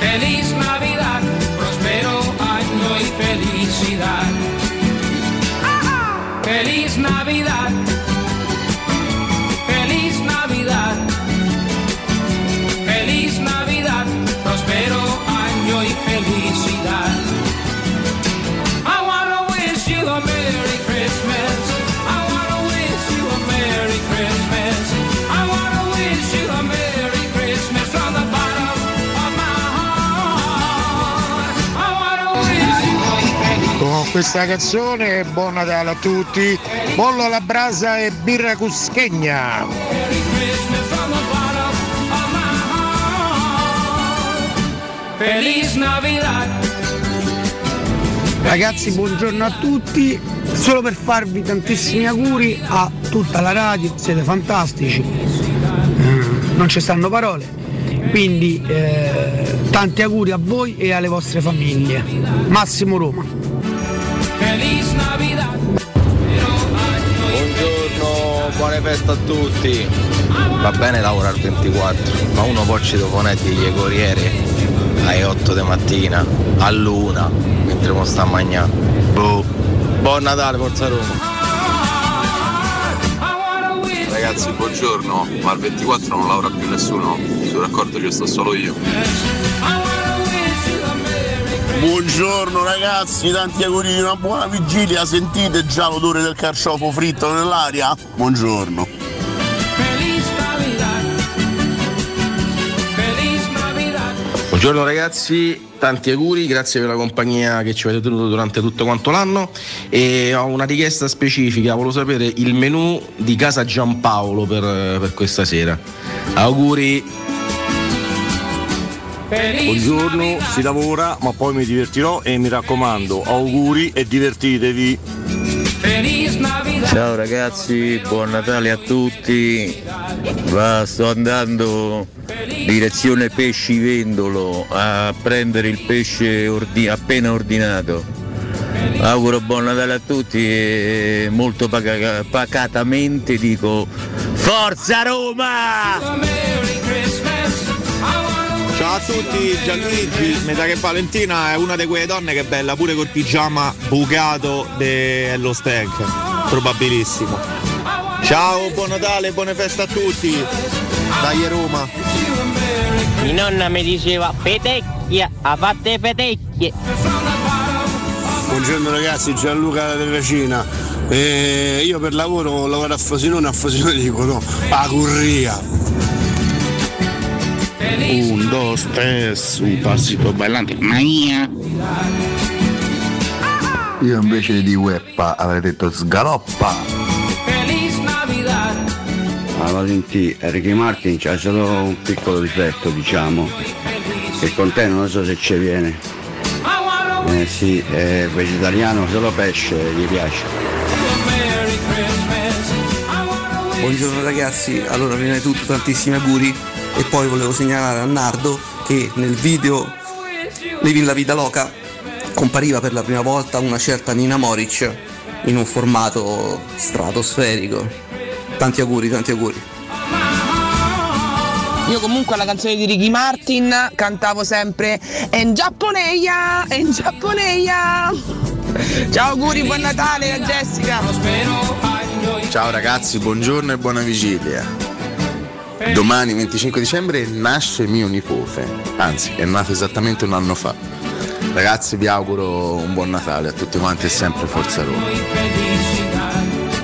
Speaker 25: feliz Navidad, próspero año y felicidad. Feliz Navidad, feliz Navidad, feliz Navidad, próspero año y felicidad. I wanna wish you a Merry Christmas. I wanna wish you a Merry Christmas. I wanna wish you a Merry Christmas from the bottom of my heart. I wanna wish you a
Speaker 26: Con questa canzone buon Natale a tutti, bollo alla brasa e birra cuschegna.
Speaker 25: Feliz Navidad.
Speaker 26: Ragazzi buongiorno a tutti, solo per farvi tantissimi auguri a tutta la radio, siete fantastici, Mm, non ci stanno parole, quindi eh, tanti auguri a voi e alle vostre famiglie. Massimo Roma.
Speaker 25: Feliz Navidad.
Speaker 2: Buongiorno, buone feste a tutti. Va bene lavorare il 24, ma uno poi ci doponetti gli corriere alle 8 di mattina, all'una, mentre uno sta a mangiare. Boh. Buon Natale, forza Roma.
Speaker 9: Ragazzi, buongiorno, ma al 24 non lavora più nessuno, sul raccordo io sto solo io. Buongiorno ragazzi, tanti auguri di una buona vigilia, sentite già l'odore del carciofo fritto nell'aria? Buongiorno.
Speaker 25: Feliz Navidad. Feliz Navidad.
Speaker 2: Buongiorno ragazzi, tanti auguri, grazie per la compagnia che ci avete tenuto durante tutto quanto l'anno e ho una richiesta specifica, volevo sapere il menù di Casa Giampaolo per, per questa sera. Auguri!
Speaker 9: Buongiorno, si lavora ma poi mi divertirò e mi raccomando, auguri e divertitevi.
Speaker 25: Feliz Navidad.
Speaker 9: Ciao
Speaker 2: ragazzi, buon Natale a tutti. Va, sto andando direzione pesci vendolo a prendere il pesce ordi- appena ordinato. Auguro buon Natale a tutti e molto paca- pacatamente dico Forza Roma!
Speaker 27: Ciao a tutti, Gianluigi, mi sa che Valentina è una di quelle donne che è bella pure col pigiama bucato dello Stank, probabilissimo. Ciao, buon Natale, buone feste a tutti. Dai Roma.
Speaker 28: Mi nonna mi diceva petecchia, ha fatto le petecchie.
Speaker 9: Buongiorno ragazzi, Gianluca della Cina. Eh, io per lavoro lavoro a Fosinone, a Fosinone dicono a curria.
Speaker 29: Un, dos, tres, un passito bailante. Maia!
Speaker 30: Io invece di Weppa avrei detto sgaloppa.
Speaker 25: Feliz Navidad.
Speaker 30: Ma Valentì, Enrico Martin c'ha solo un piccolo difetto, diciamo. E con te non lo so se ci viene. Eh sì, è vegetariano, solo pesce gli piace.
Speaker 31: Buongiorno ragazzi, allora prima di tutto tantissimi auguri e poi volevo segnalare a Nardo che nel video Living la Vita Loca compariva per la prima volta una certa Nina Moric in un formato stratosferico. Tanti auguri, tanti auguri.
Speaker 32: Io comunque alla canzone di Ricky Martin cantavo sempre En Giapponeia, En Giapponeia. Ciao auguri, buon Natale a Jessica.
Speaker 33: Ciao ragazzi, buongiorno e buona vigilia. Domani 25 dicembre nasce mio nipote, anzi è nato esattamente un anno fa. Ragazzi vi auguro un buon Natale a tutti quanti e sempre Forza Roma.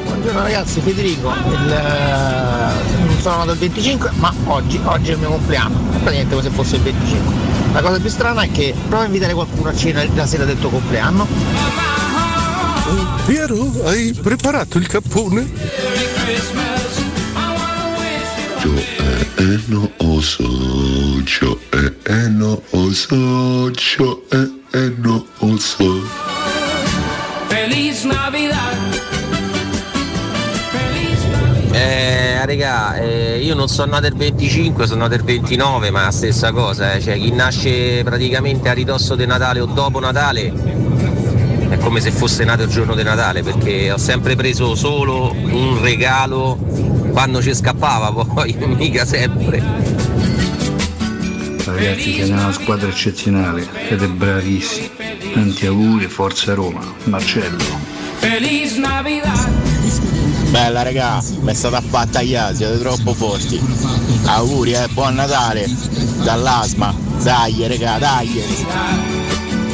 Speaker 34: Buongiorno ragazzi, Federico, il, eh, sono nato il 25 ma oggi, oggi è il mio compleanno, è praticamente come se fosse il 25. La cosa più strana è che prova a invitare qualcuno a cena la sera del tuo compleanno.
Speaker 35: Piero, hai preparato il cappone?
Speaker 9: Yo e eno oso, yo e eno oso, yo e eno oso.
Speaker 25: Feliz Navidad.
Speaker 2: Eh, raga, eh, io non sono nato il 25, sono nato il 29, ma stessa cosa, eh. cioè chi nasce praticamente a ridosso di Natale o dopo Natale è come se fosse nato il giorno di Natale, perché ho sempre preso solo un regalo quando ci scappava, poi mica sempre.
Speaker 36: Ragazzi, siete una squadra eccezionale, siete bravissimi. Tanti auguri, forza Roma, Marcello.
Speaker 25: Feliz Navidad.
Speaker 37: Bella raga, mi è stata fatta io, siete troppo forti. Auguri eh, buon Natale dall'asma. Dai raga, dai.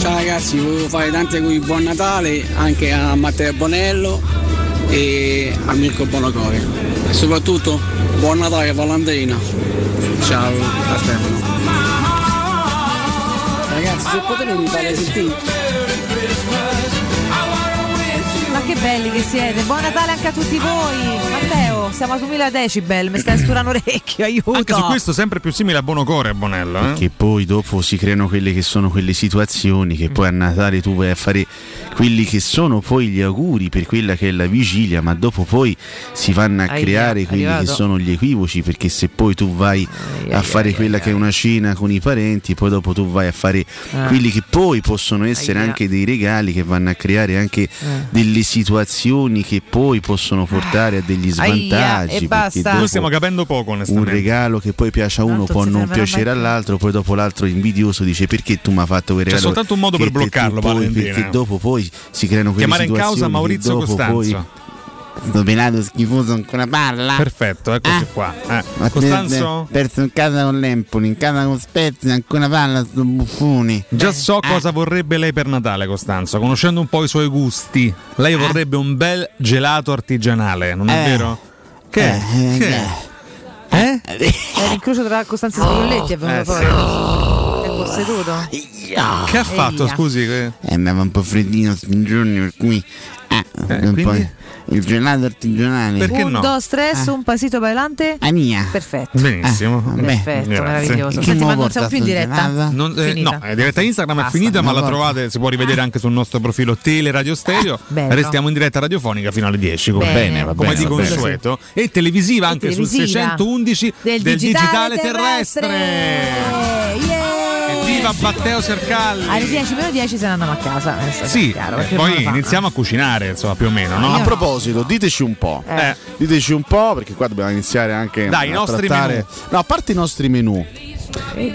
Speaker 38: Ciao ragazzi, volevo fare tanti auguri buon Natale anche a Matteo Bonello e a Mirko Bonacore. E soprattutto buon Natale a Valentina. Ciao a Stefano.
Speaker 32: Ragazzi, se potete mi fate
Speaker 4: Ma che belli che siete! Buon Natale anche a tutti voi! Matteo, siamo a 2000 decibel, mi stai sturando orecchio, aiuto!
Speaker 5: Anche su questo sempre più simile a Bonocore a Bonello. Eh?
Speaker 6: Che poi dopo si creano quelle che sono quelle situazioni
Speaker 5: Mm.
Speaker 6: che poi a Natale tu vai a fare quelli che sono poi gli auguri per quella che è la vigilia, ma dopo poi si vanno a
Speaker 4: Ahia,
Speaker 6: creare quelli
Speaker 4: arrivato.
Speaker 6: che sono gli equivoci, perché se poi tu vai a fare quella che è una cena con i parenti, poi dopo tu vai a fare
Speaker 4: Ah.
Speaker 6: quelli che poi possono essere
Speaker 4: Ahia. Ah.
Speaker 6: anche dei regali che vanno a creare anche delle situazioni che poi possono portare a degli
Speaker 5: Ahia,
Speaker 6: svantaggi.
Speaker 5: e
Speaker 6: perché
Speaker 5: basta.
Speaker 6: dopo
Speaker 5: Noi stiamo capendo poco,
Speaker 6: Un
Speaker 5: onestamente.
Speaker 6: regalo che poi piace a uno
Speaker 5: Tanto
Speaker 6: può
Speaker 5: si
Speaker 6: non
Speaker 5: serve la
Speaker 6: piacere
Speaker 5: banca.
Speaker 6: all'altro, poi dopo l'altro invidioso dice perché tu mi hai fatto quel
Speaker 5: C'è
Speaker 6: regalo.
Speaker 5: soltanto un modo
Speaker 6: che
Speaker 5: per
Speaker 6: te- tu
Speaker 5: bloccarlo,
Speaker 6: poi-
Speaker 5: Valentina.
Speaker 6: Perché dopo poi si creano quelle
Speaker 5: Chiamare in
Speaker 6: situazioni
Speaker 5: causa
Speaker 6: che
Speaker 5: Maurizio
Speaker 6: dopo
Speaker 5: Costanzo.
Speaker 6: Poi... Sto schifoso ancora Ah. parla.
Speaker 5: Perfetto, eccoci qua. Eh, Costanzo?
Speaker 6: Perso in casa con l'Empoli, in casa con Spezia, ancora parla, sto buffoni.
Speaker 4: Eh,
Speaker 5: Già so cosa vorrebbe lei per Natale, Costanzo, conoscendo un po' i suoi gusti.
Speaker 4: Eh.
Speaker 5: Lei vorrebbe un bel gelato artigianale, non
Speaker 6: Eh.
Speaker 5: è vero? Che? è?
Speaker 6: Eh,
Speaker 5: Che è? Eh?
Speaker 4: È il rincrocio tra Costanza e Spagnoletti è
Speaker 5: Eh,
Speaker 4: venuto
Speaker 6: sì.
Speaker 4: fuori. È posseduto?
Speaker 6: Che ha fatto,
Speaker 4: Eia.
Speaker 6: scusi? Ah. Eh, andava un po' freddino questi giorni, per cui... eh, un po'
Speaker 4: quindi?
Speaker 6: il gelato artigianale. Ah.
Speaker 4: un, dos, tres,
Speaker 6: Eh.
Speaker 4: un pasito bailante.
Speaker 6: Ania.
Speaker 4: Perfetto.
Speaker 5: Benissimo.
Speaker 4: Ah, perfetto,
Speaker 5: Grazie.
Speaker 4: meraviglioso. Senti, ma non siamo più in diretta.
Speaker 5: Non- eh,
Speaker 4: Finita.
Speaker 5: no, è diretta Instagram
Speaker 4: Basta,
Speaker 5: è finita, ma
Speaker 4: una
Speaker 5: la
Speaker 4: volta.
Speaker 5: trovate, si può rivedere anche sul nostro profilo Teleradio Stereo.
Speaker 4: bello.
Speaker 5: Restiamo in diretta radiofonica fino alle 10, come,
Speaker 4: Bene, va
Speaker 5: come
Speaker 4: bene,
Speaker 5: di
Speaker 4: va bene.
Speaker 5: consueto. E televisiva anche
Speaker 4: televisiva.
Speaker 5: sul 611
Speaker 4: Del
Speaker 5: del,
Speaker 4: digitale
Speaker 5: digitale, terrestre. Viva Matteo Sercalli!
Speaker 4: Alle 10 meno 10 se ne andiamo a casa. eh,
Speaker 5: Sì,
Speaker 4: chiaro,
Speaker 5: eh,
Speaker 4: perché non
Speaker 5: poi
Speaker 4: lo fa.
Speaker 5: iniziamo a cucinare, insomma, più o meno, no?
Speaker 6: A proposito, diteci un po'.
Speaker 5: Eh.
Speaker 6: Diteci un po', perché qua dobbiamo iniziare anche
Speaker 5: Dai,
Speaker 6: a
Speaker 5: i nostri
Speaker 6: trattare.
Speaker 5: menù.
Speaker 6: No, a parte i nostri menù.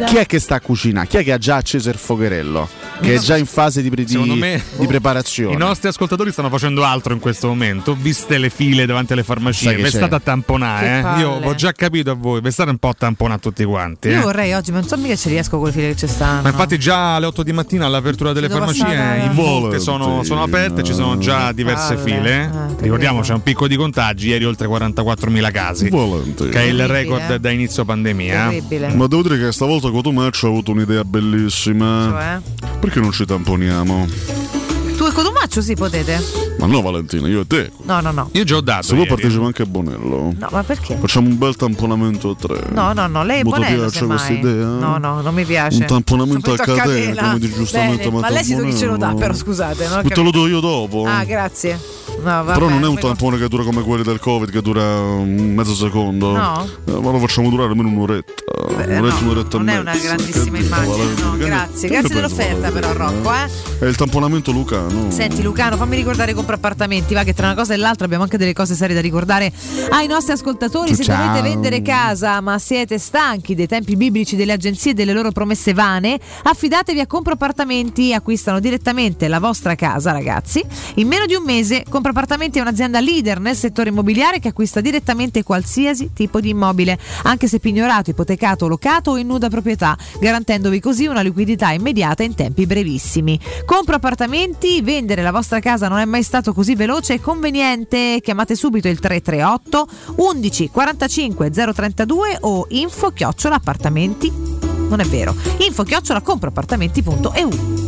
Speaker 6: Chi è che sta a cucinare? Chi è che ha già acceso il fogherello? Che è già in fase di, pre- di-
Speaker 5: Secondo me-
Speaker 6: di preparazione.
Speaker 5: I nostri ascoltatori stanno facendo altro in questo momento, viste le file davanti alle farmacie.
Speaker 6: Sai che
Speaker 5: Vi
Speaker 6: c'è?
Speaker 5: state a tamponare,
Speaker 4: Che
Speaker 5: eh.
Speaker 4: palle.
Speaker 5: Io ho già capito a voi, vi state un po' a tamponare tutti quanti. eh.
Speaker 4: Io vorrei oggi, ma non so mica se riesco col filo che ci stanno.
Speaker 5: Ma infatti già alle 8 di mattina all'apertura delle
Speaker 4: Dove
Speaker 5: farmacie eh,
Speaker 4: passava?
Speaker 5: in molte sono, sono aperte, ci sono già diverse
Speaker 4: Palle.
Speaker 5: file. eh? Ricordiamo c'è un picco di contagi, ieri oltre 44.000 casi, che è il
Speaker 4: Terribile.
Speaker 5: record da inizio pandemia. eh?
Speaker 4: Terribile.
Speaker 7: Ma devo dire che stavolta Cotumaccio ha avuto un'idea bellissima.
Speaker 4: Cioè?
Speaker 7: Perché non ci tamponiamo?
Speaker 4: Tu e Cotumaccio sì potete?
Speaker 7: Ma no, Valentina, io e te.
Speaker 4: No, no, no.
Speaker 5: Io già ho dato.
Speaker 7: Se vuoi partecipa anche a Bonello.
Speaker 4: No, ma perché?
Speaker 7: Facciamo un bel tamponamento a tre.
Speaker 4: No, no, no, lei è
Speaker 7: Molto
Speaker 4: Bonello
Speaker 7: piace
Speaker 4: semmai.
Speaker 7: questa idea? eh?
Speaker 4: No, no, non mi piace.
Speaker 7: Un tamponamento a
Speaker 4: Tamponamento
Speaker 7: catena, come di giustamente
Speaker 4: Bene, Ma
Speaker 7: Matteo
Speaker 4: lei si che ce lo dà,
Speaker 7: Bonello.
Speaker 4: però scusate. No?
Speaker 7: Ma te lo do io dopo. eh.
Speaker 4: Ah, grazie. No, vabbè,
Speaker 7: Però non è un
Speaker 4: come con-
Speaker 7: tampone che dura come quelli del Covid, che dura un mezzo secondo.
Speaker 4: No.
Speaker 7: Eh, ma lo facciamo durare almeno un'oretta. un'oretta,
Speaker 4: Eh, no,
Speaker 7: un'oretta
Speaker 4: Non
Speaker 7: e
Speaker 4: è una
Speaker 7: mezza.
Speaker 4: grandissima immagine, Eh, no, grazie.
Speaker 7: Che ne
Speaker 4: Grazie
Speaker 7: pensi,
Speaker 4: dell'offerta
Speaker 7: Valerio?
Speaker 4: però Rocco,
Speaker 7: È
Speaker 4: eh.
Speaker 7: il tamponamento lucano.
Speaker 4: Senti Lucano, fammi ricordare compra appartamenti, va che tra una cosa e l'altra abbiamo anche delle cose serie da ricordare ai nostri ascoltatori. Se
Speaker 39: Ciao.
Speaker 4: dovete vendere casa ma siete stanchi dei tempi biblici delle agenzie e delle loro promesse vane, affidatevi a compra appartamenti, acquistano direttamente la vostra casa ragazzi. In meno di un mese compra appartamenti è un'azienda leader nel settore immobiliare che acquista direttamente qualsiasi tipo di immobile, anche se pignorato, ipotecato, locato o in nuda proprietà, garantendovi così una liquidità immediata in tempi brevissimi. Compro appartamenti, vendere la vostra casa non è mai stato così veloce e conveniente. Chiamate subito il 338 11 45 032 o info chiocciola appartamenti. Non è vero. Info chiocciola comproappartamenti.eu.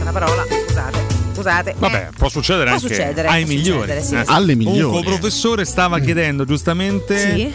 Speaker 4: Una parola, scusate, scusate.
Speaker 5: Vabbè, può succedere
Speaker 4: Eh, Può
Speaker 5: anche
Speaker 4: succedere,
Speaker 5: ai
Speaker 4: può
Speaker 5: migliori.
Speaker 4: succedere, sì,
Speaker 5: Eh,
Speaker 4: sì. Alle migliori.
Speaker 5: Comunque, il professore stava chiedendo giustamente
Speaker 4: Sì.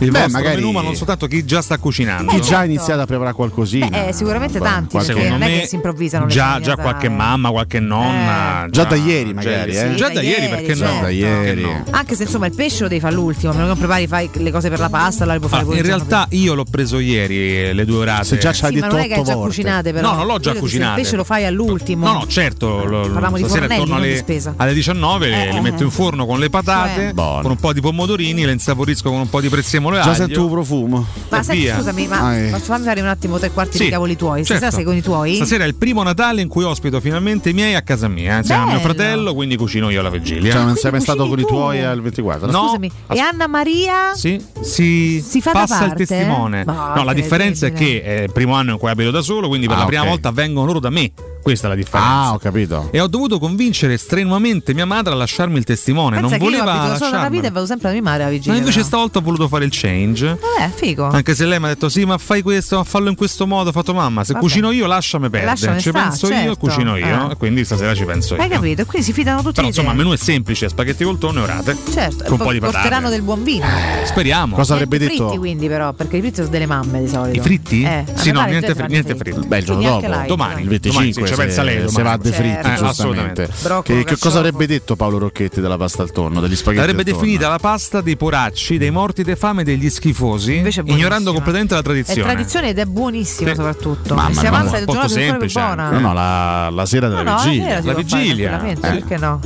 Speaker 5: il
Speaker 6: Mm. Beh,
Speaker 5: vostro
Speaker 6: magari-
Speaker 5: menù, ma non soltanto chi già sta cucinando.
Speaker 6: Chi già ha iniziato a preparare qualcosina.
Speaker 4: Beh, eh, sicuramente tanti,
Speaker 6: qualche-
Speaker 4: perché non
Speaker 5: Secondo
Speaker 4: è che
Speaker 5: me
Speaker 4: si improvvisano le
Speaker 5: Già,
Speaker 4: cose,
Speaker 5: già
Speaker 4: dai. Eh.
Speaker 5: qualche mamma, qualche nonna.
Speaker 6: Già da ieri magari,
Speaker 5: cioè,
Speaker 6: eh.
Speaker 5: sì, Già da ieri, perché no?
Speaker 4: certo.
Speaker 6: Da ieri.
Speaker 4: Anche se insomma il pesce lo devi fare all'ultimo, a meno che non prepari fai le cose per la pasta, la puoi
Speaker 5: Ah,
Speaker 4: fare pure
Speaker 5: in
Speaker 4: il giorno
Speaker 5: realtà io l'ho preso ieri eh, le due orate.
Speaker 6: Se già c'ha
Speaker 4: prima. Sì, ma non è che già cucinate però.
Speaker 5: No, non l'ho già
Speaker 4: Quello che se il
Speaker 5: cucinate.
Speaker 4: pesce lo fai all'ultimo.
Speaker 5: No, no, certo, lo- lo-
Speaker 4: Parliamo di
Speaker 5: stasera
Speaker 4: fornelli,
Speaker 5: intorno
Speaker 4: non di
Speaker 5: alle,
Speaker 4: spesa. Eh,
Speaker 5: alle 19 le, le metto in forno con le patate,
Speaker 4: Cioè.
Speaker 5: con un po' di pomodorini, le insaporisco con un po' di prezzemolo e
Speaker 6: Già
Speaker 5: aglio.
Speaker 6: sento un profumo.
Speaker 4: Ma senti, scusami, ma
Speaker 5: Ah, eh.
Speaker 4: ma fammi fare un attimo tre quarti
Speaker 5: Sì,
Speaker 4: di cavoli tuoi. Stasera
Speaker 5: certo.
Speaker 4: sei con i tuoi?
Speaker 5: Stasera è il primo Natale in cui ospito finalmente i miei a casa mia. C'è
Speaker 4: Bello.
Speaker 5: mio fratello, quindi cucino io alla vigilia.
Speaker 6: Cioè, non sei mai stato con i
Speaker 4: tu.
Speaker 6: tuoi al 24?
Speaker 5: No.
Speaker 4: Scusami, e Anna Maria?
Speaker 5: Sì, si,
Speaker 4: Si fa da
Speaker 5: passa il
Speaker 4: parte?
Speaker 5: testimone.
Speaker 4: Ma
Speaker 5: no, la differenza è che è il primo anno in cui abito da solo, quindi per
Speaker 6: Ah,
Speaker 5: la prima
Speaker 6: ok.
Speaker 5: volta vengono loro da me. Questa è la differenza.
Speaker 6: Ah, ho capito.
Speaker 5: E ho dovuto convincere strenuamente mia madre a lasciarmi il testimone.
Speaker 4: Pensa
Speaker 5: non
Speaker 4: che io
Speaker 5: voleva
Speaker 4: abito solo una
Speaker 5: lasciarmi.
Speaker 4: vita e vado sempre a mia madre la vigilia.
Speaker 5: Ma invece
Speaker 4: però.
Speaker 5: stavolta ho voluto fare il change.
Speaker 4: Vabbè, figo.
Speaker 5: Anche se lei mi ha detto sì, ma fai questo, ma fallo in questo modo. Ho fatto mamma, se
Speaker 4: Vabbè.
Speaker 5: cucino io lasciami perdere.
Speaker 4: Lasciami
Speaker 5: ci
Speaker 4: sta,
Speaker 5: penso io
Speaker 4: certo.
Speaker 5: e cucino io.
Speaker 4: Eh.
Speaker 5: E Quindi stasera ci penso io.
Speaker 4: Hai capito? E Quindi si fidano tutti
Speaker 5: Però
Speaker 4: di te.
Speaker 5: insomma il menù è semplice, spaghetti col tonno e orate.
Speaker 4: Certo,
Speaker 5: con un po' di
Speaker 4: porteranno
Speaker 5: patate.
Speaker 4: del buon
Speaker 6: Eh,
Speaker 4: vino.
Speaker 5: Speriamo.
Speaker 4: Niente fritti quindi però, perché i fritti sono delle mamme di solito.
Speaker 5: I fritti?
Speaker 4: Eh, a
Speaker 5: sì, no,
Speaker 4: Natale
Speaker 5: niente,
Speaker 4: già
Speaker 5: fri-
Speaker 4: fanno
Speaker 5: niente
Speaker 4: i
Speaker 5: fritti.
Speaker 6: Beh, il giorno
Speaker 4: Quindi
Speaker 6: dopo,
Speaker 4: anche live,
Speaker 6: domani, il
Speaker 4: dai.
Speaker 6: 25,
Speaker 5: Domani, sì, ci pensa lei
Speaker 6: se, se
Speaker 5: domani.
Speaker 6: va de fritti,
Speaker 5: Certo. Eh, assolutamente.
Speaker 6: giustamente.
Speaker 5: Broccolo,
Speaker 6: Che, che
Speaker 5: carciofo.
Speaker 6: cosa avrebbe detto Paolo Rocchetti della pasta al tonno, degli spaghetti
Speaker 5: L'avrebbe
Speaker 6: al tonno?
Speaker 5: definita la pasta dei poracci, dei morti di fame, degli schifosi, ignorando completamente la
Speaker 4: È
Speaker 5: tradizione.
Speaker 4: tradizione ed è buonissima soprattutto.
Speaker 6: Mamma
Speaker 4: E si
Speaker 6: mia,
Speaker 4: avanza
Speaker 6: ma
Speaker 4: del
Speaker 6: molto
Speaker 4: giorno più
Speaker 6: semplice
Speaker 5: eh.
Speaker 4: buona.
Speaker 6: No, no, la, la sera della
Speaker 4: No, no, la
Speaker 6: vigilia.
Speaker 4: sera si può fare tranquillamente,
Speaker 6: Eh.
Speaker 4: Perché no?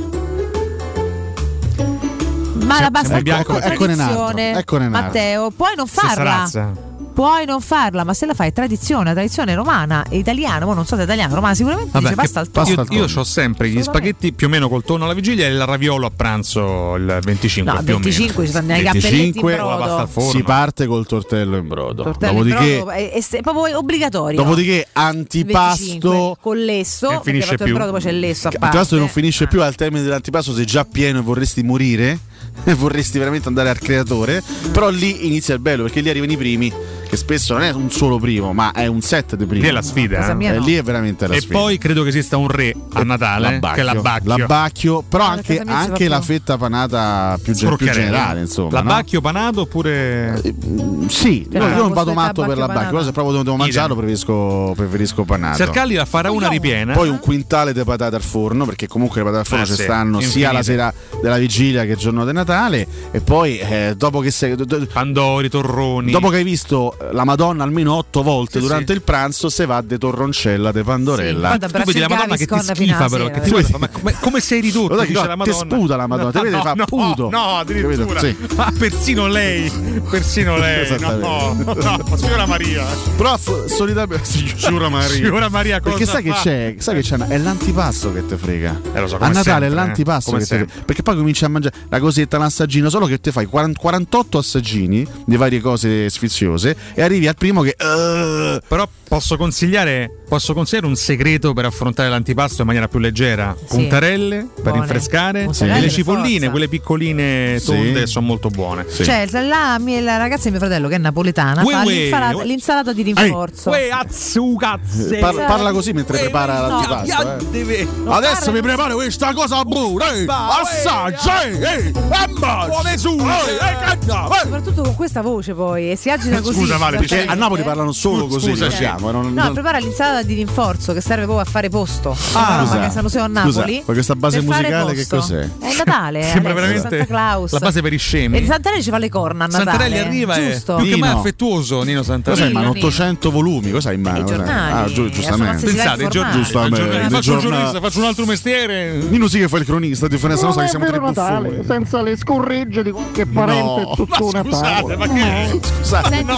Speaker 4: Ma
Speaker 6: Se-
Speaker 4: la
Speaker 6: se
Speaker 4: basta
Speaker 6: è bianco- ecco
Speaker 4: è
Speaker 6: eccone un altro,
Speaker 4: tradizione.
Speaker 6: eccone un altro.
Speaker 4: Matteo, puoi non farla. Puoi non farla, ma se la fai è tradizione, è tradizione romana, è italiana, mo non so se è italiana, romana, sicuramente dice
Speaker 5: che
Speaker 4: pasta al tonno.
Speaker 5: Io, io ho sempre gli spaghetti più o meno col tonno alla vigilia e il raviolo a pranzo il 25
Speaker 4: No,
Speaker 5: più o
Speaker 4: 25
Speaker 5: meno.
Speaker 4: ci stanno i cappelletti in
Speaker 6: 25
Speaker 5: con la pasta al
Speaker 4: brodo.
Speaker 5: forno.
Speaker 6: si parte col tortello in brodo.
Speaker 4: Tortelli in
Speaker 6: dopodiché,
Speaker 4: brodo, è, è- è proprio obbligatorio.
Speaker 6: dopodiché
Speaker 4: 25
Speaker 6: antipasto.
Speaker 4: con lesso,
Speaker 6: E
Speaker 4: perché
Speaker 6: finisce
Speaker 4: fatto il
Speaker 6: più.
Speaker 4: brodo, poi c'è il lesso a parte. Ah.
Speaker 6: Antipasto che non finisce più al termine dell'antipasto, sei già pieno e vorresti morire. e Vorresti veramente andare al creatore, però lì inizia il bello perché lì arrivano i primi, che spesso non è un solo primo, ma è un set di primi.
Speaker 5: Lì è la sfida, Cosa eh. mia
Speaker 6: Eh,
Speaker 5: no.
Speaker 6: Lì è veramente la
Speaker 5: E
Speaker 6: sfida.
Speaker 5: poi credo che esista un re a Natale che è l'abbacchio.
Speaker 6: L'abbacchio, però
Speaker 5: Ah,
Speaker 6: anche,
Speaker 5: perché a me si fa
Speaker 6: anche
Speaker 5: più.
Speaker 6: la fetta panata più, gen- più
Speaker 5: Sporcherella.
Speaker 6: generale, insomma. no? Eh,
Speaker 5: L'abbacchio panato oppure.
Speaker 6: Sì,
Speaker 5: Cioè,
Speaker 6: no,
Speaker 5: la
Speaker 6: io non
Speaker 5: costetta
Speaker 6: vado matto per
Speaker 5: abbacchio
Speaker 6: l'abbacchio, però se
Speaker 5: panata.
Speaker 6: proprio devo mangiarlo preferisco, preferisco panato.
Speaker 5: Sercalli la farà una ripiena.
Speaker 6: Poi un quintale di patate al forno, perché comunque le patate al forno
Speaker 5: Eh
Speaker 6: ci
Speaker 5: sì,
Speaker 6: stanno sia
Speaker 5: infinite.
Speaker 6: la sera della vigilia che il giorno di Natale. E poi eh, dopo che sei. do- do-
Speaker 5: Pandori, torroni.
Speaker 6: Dopo che hai visto eh, la Madonna almeno otto volte
Speaker 5: Sì,
Speaker 6: durante il pranzo, se va de torroncella, de pandorella.
Speaker 5: tu vedi la Madonna che ti schifa, però. Che ti fa, ma come, come sei ridotto?
Speaker 6: Guarda che
Speaker 5: dice
Speaker 6: no,
Speaker 5: la
Speaker 6: te
Speaker 5: Madonna.
Speaker 6: sputa la Madonna, te vede, fa
Speaker 5: no,
Speaker 6: puto.
Speaker 5: No, addirittura.
Speaker 6: Capito? Sì.
Speaker 5: Ma Ah, persino lei, persino lei. no, no,
Speaker 6: Esattamente.
Speaker 5: no, signora Maria.
Speaker 6: Però f- solitamente Signora Maria.
Speaker 5: Eh, Signora Maria, cosa
Speaker 6: Perché sai che
Speaker 5: fa?
Speaker 6: c'è? Sai che c'è? una- È l'antipasto che te frega.
Speaker 5: come
Speaker 6: a Natale
Speaker 5: sempre,
Speaker 6: è
Speaker 5: eh,
Speaker 6: l'antipasto
Speaker 5: come
Speaker 6: che te
Speaker 5: sempre.
Speaker 6: frega. Perché poi cominci a mangiare la cosetta, l'assaggino, solo che te fai 40 48 assaggini di varie cose sfiziose e arrivi al primo che. eh,
Speaker 5: Però posso consigliare, posso consigliare un segreto per affrontare l'antipasto in maniera più leggera: puntarelle per
Speaker 6: Buone.
Speaker 5: rinfrescare,
Speaker 6: Sì.
Speaker 5: e
Speaker 6: per
Speaker 5: le cipolline,
Speaker 6: forza.
Speaker 5: quelle piccoline
Speaker 6: Sì.
Speaker 5: tonde, sono molto buone.
Speaker 4: Cioè, la, la mia- la ragazza di mio fratello, che è napoletana,
Speaker 5: Ue,
Speaker 4: fa
Speaker 5: ue,
Speaker 4: l'insalata,
Speaker 5: ue.
Speaker 4: l'insalata di rinforzo.
Speaker 5: Uè,
Speaker 6: Uh,
Speaker 5: azzu, cazze.
Speaker 6: Par- parla così mentre prepara
Speaker 5: no,
Speaker 6: l'antipasto. eh.
Speaker 5: deve-
Speaker 6: Adesso mi preparo questa cosa buona. eh. Assaggia! eh, eh. Come su!
Speaker 4: Soprattutto con questa voce poi e si agita così.
Speaker 6: Scusa, Vale, "Ah,
Speaker 4: veramente.
Speaker 6: perché a Napoli parlano solo così. Scusa, lo siamo, eh. non-
Speaker 4: No,
Speaker 6: non-
Speaker 4: prepara l'insalata di rinforzo che serve proprio a fare posto.
Speaker 6: Ah,
Speaker 4: Ah,
Speaker 6: scusa.
Speaker 4: che siamo a
Speaker 6: Scusa,
Speaker 4: Napoli.
Speaker 6: ma questa base
Speaker 4: per fare
Speaker 6: musicale che
Speaker 4: posto.
Speaker 6: cos'è?
Speaker 4: È Natale,
Speaker 5: Sembra
Speaker 4: Alessio,
Speaker 5: veramente
Speaker 4: Santa Claus.
Speaker 5: la base per i scemi.
Speaker 4: E Santarelli ci fa le corna a Natale.
Speaker 5: Santarelli arriva e
Speaker 4: Esatto, giusto.
Speaker 5: più che mai
Speaker 6: Nino.
Speaker 5: affettuoso Nino
Speaker 6: Cosa hai in
Speaker 5: Santarelli.
Speaker 6: mano? 800 volumi, cosa hai in mano?
Speaker 4: giornali,
Speaker 6: ah, giu- giustamente.
Speaker 5: sono Pensate, giornali. giornali.
Speaker 6: Giustamente,
Speaker 5: Faccio il
Speaker 6: giornali.
Speaker 5: giornalista, faccio un altro mestiere.
Speaker 6: Nino sì che fa il cronista, a differenza nostra che siamo tre buffoni.
Speaker 40: senza le scorregge di qualche
Speaker 6: parente è tutto
Speaker 40: una
Speaker 6: Scusate, ma che Scusate.
Speaker 4: Senti,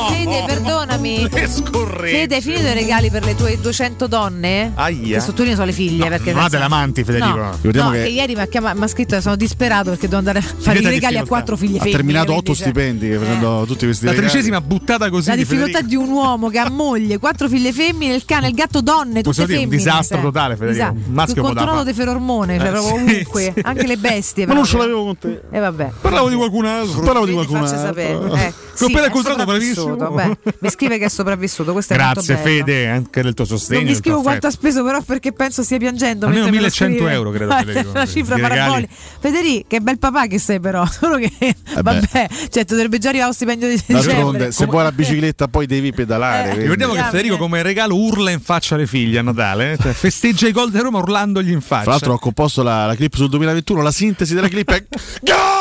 Speaker 4: Fede, perdonami. Fede, hai finito i regali per le tue 200 donne?
Speaker 6: Aia.
Speaker 4: Che sottolineo sono le figlie. perché
Speaker 6: non ha
Speaker 4: senza-
Speaker 6: delle amanti, Federico.
Speaker 4: No,
Speaker 6: Ricordiamo
Speaker 4: no,
Speaker 6: che-
Speaker 4: che... ieri mi ha, chiama- mi ha scritto sono disperato perché devo andare a fare i
Speaker 6: Vedete
Speaker 4: regali a
Speaker 6: difficoltà.
Speaker 4: quattro figlie
Speaker 6: Ha
Speaker 4: femmine.
Speaker 6: terminato
Speaker 4: quindi,
Speaker 6: otto
Speaker 4: cioè,
Speaker 6: stipendi che facendo tutti questi
Speaker 5: Eh. La
Speaker 6: regali.
Speaker 5: tredicesima buttata così.
Speaker 4: La
Speaker 5: di
Speaker 4: difficoltà
Speaker 5: Federico.
Speaker 4: di un uomo che ha moglie, quattro figlie femmine, il cane, il gatto donne, tutte
Speaker 5: Possiamo dire un
Speaker 4: femmine.
Speaker 5: disastro
Speaker 4: cioè.
Speaker 5: totale, Federico.
Speaker 4: Disastro.
Speaker 5: Maschio
Speaker 4: Un contorno
Speaker 5: modapa.
Speaker 4: di ferormone, cioè
Speaker 5: Eh,
Speaker 4: proprio
Speaker 5: sì,
Speaker 4: ovunque,
Speaker 5: sì.
Speaker 4: anche le bestie.
Speaker 5: Ma non ce
Speaker 4: proprio.
Speaker 5: l'avevo con te.
Speaker 4: E vabbè.
Speaker 5: Parlavo di qualcun altro.
Speaker 6: Parlavo di
Speaker 4: Vedi,
Speaker 6: qualcun
Speaker 4: faccia
Speaker 6: altro.
Speaker 4: sapere. Eh,
Speaker 5: L'ho
Speaker 4: sì,
Speaker 5: appena
Speaker 4: è
Speaker 5: incontrato,
Speaker 4: sopravvissuto.
Speaker 5: bravissimo.
Speaker 4: Beh, mi scrive che è sopravvissuto. Questo è
Speaker 5: Grazie
Speaker 4: molto bello.
Speaker 5: Fede anche del tuo sostegno.
Speaker 4: non vi
Speaker 5: del tuo
Speaker 4: scrivo quanto ha
Speaker 5: affetto.
Speaker 4: speso, però, perché penso stia piangendo.
Speaker 5: Almeno
Speaker 4: mentre me lo
Speaker 5: 1100
Speaker 4: scrive.
Speaker 5: euro, credo, Federico.
Speaker 4: una cifra
Speaker 5: Di regali.
Speaker 4: parabolica. Federico, che bel papà che sei, però. Solo che, vabbè, cioè, ti dovrebbe già arrivare lo stipendio di dicembre.
Speaker 6: Eh D'altronde, se vuoi la bicicletta poi devi pedalare. quindi-
Speaker 5: Eh, Ricordiamo che
Speaker 4: Diamine.
Speaker 5: Federico come regalo urla in faccia alle figlie a Natale, cioè festeggia i gol di Roma urlandogli in faccia.
Speaker 6: Tra l'altro ho composto la, la clip sul 2021, la sintesi della clip è Go!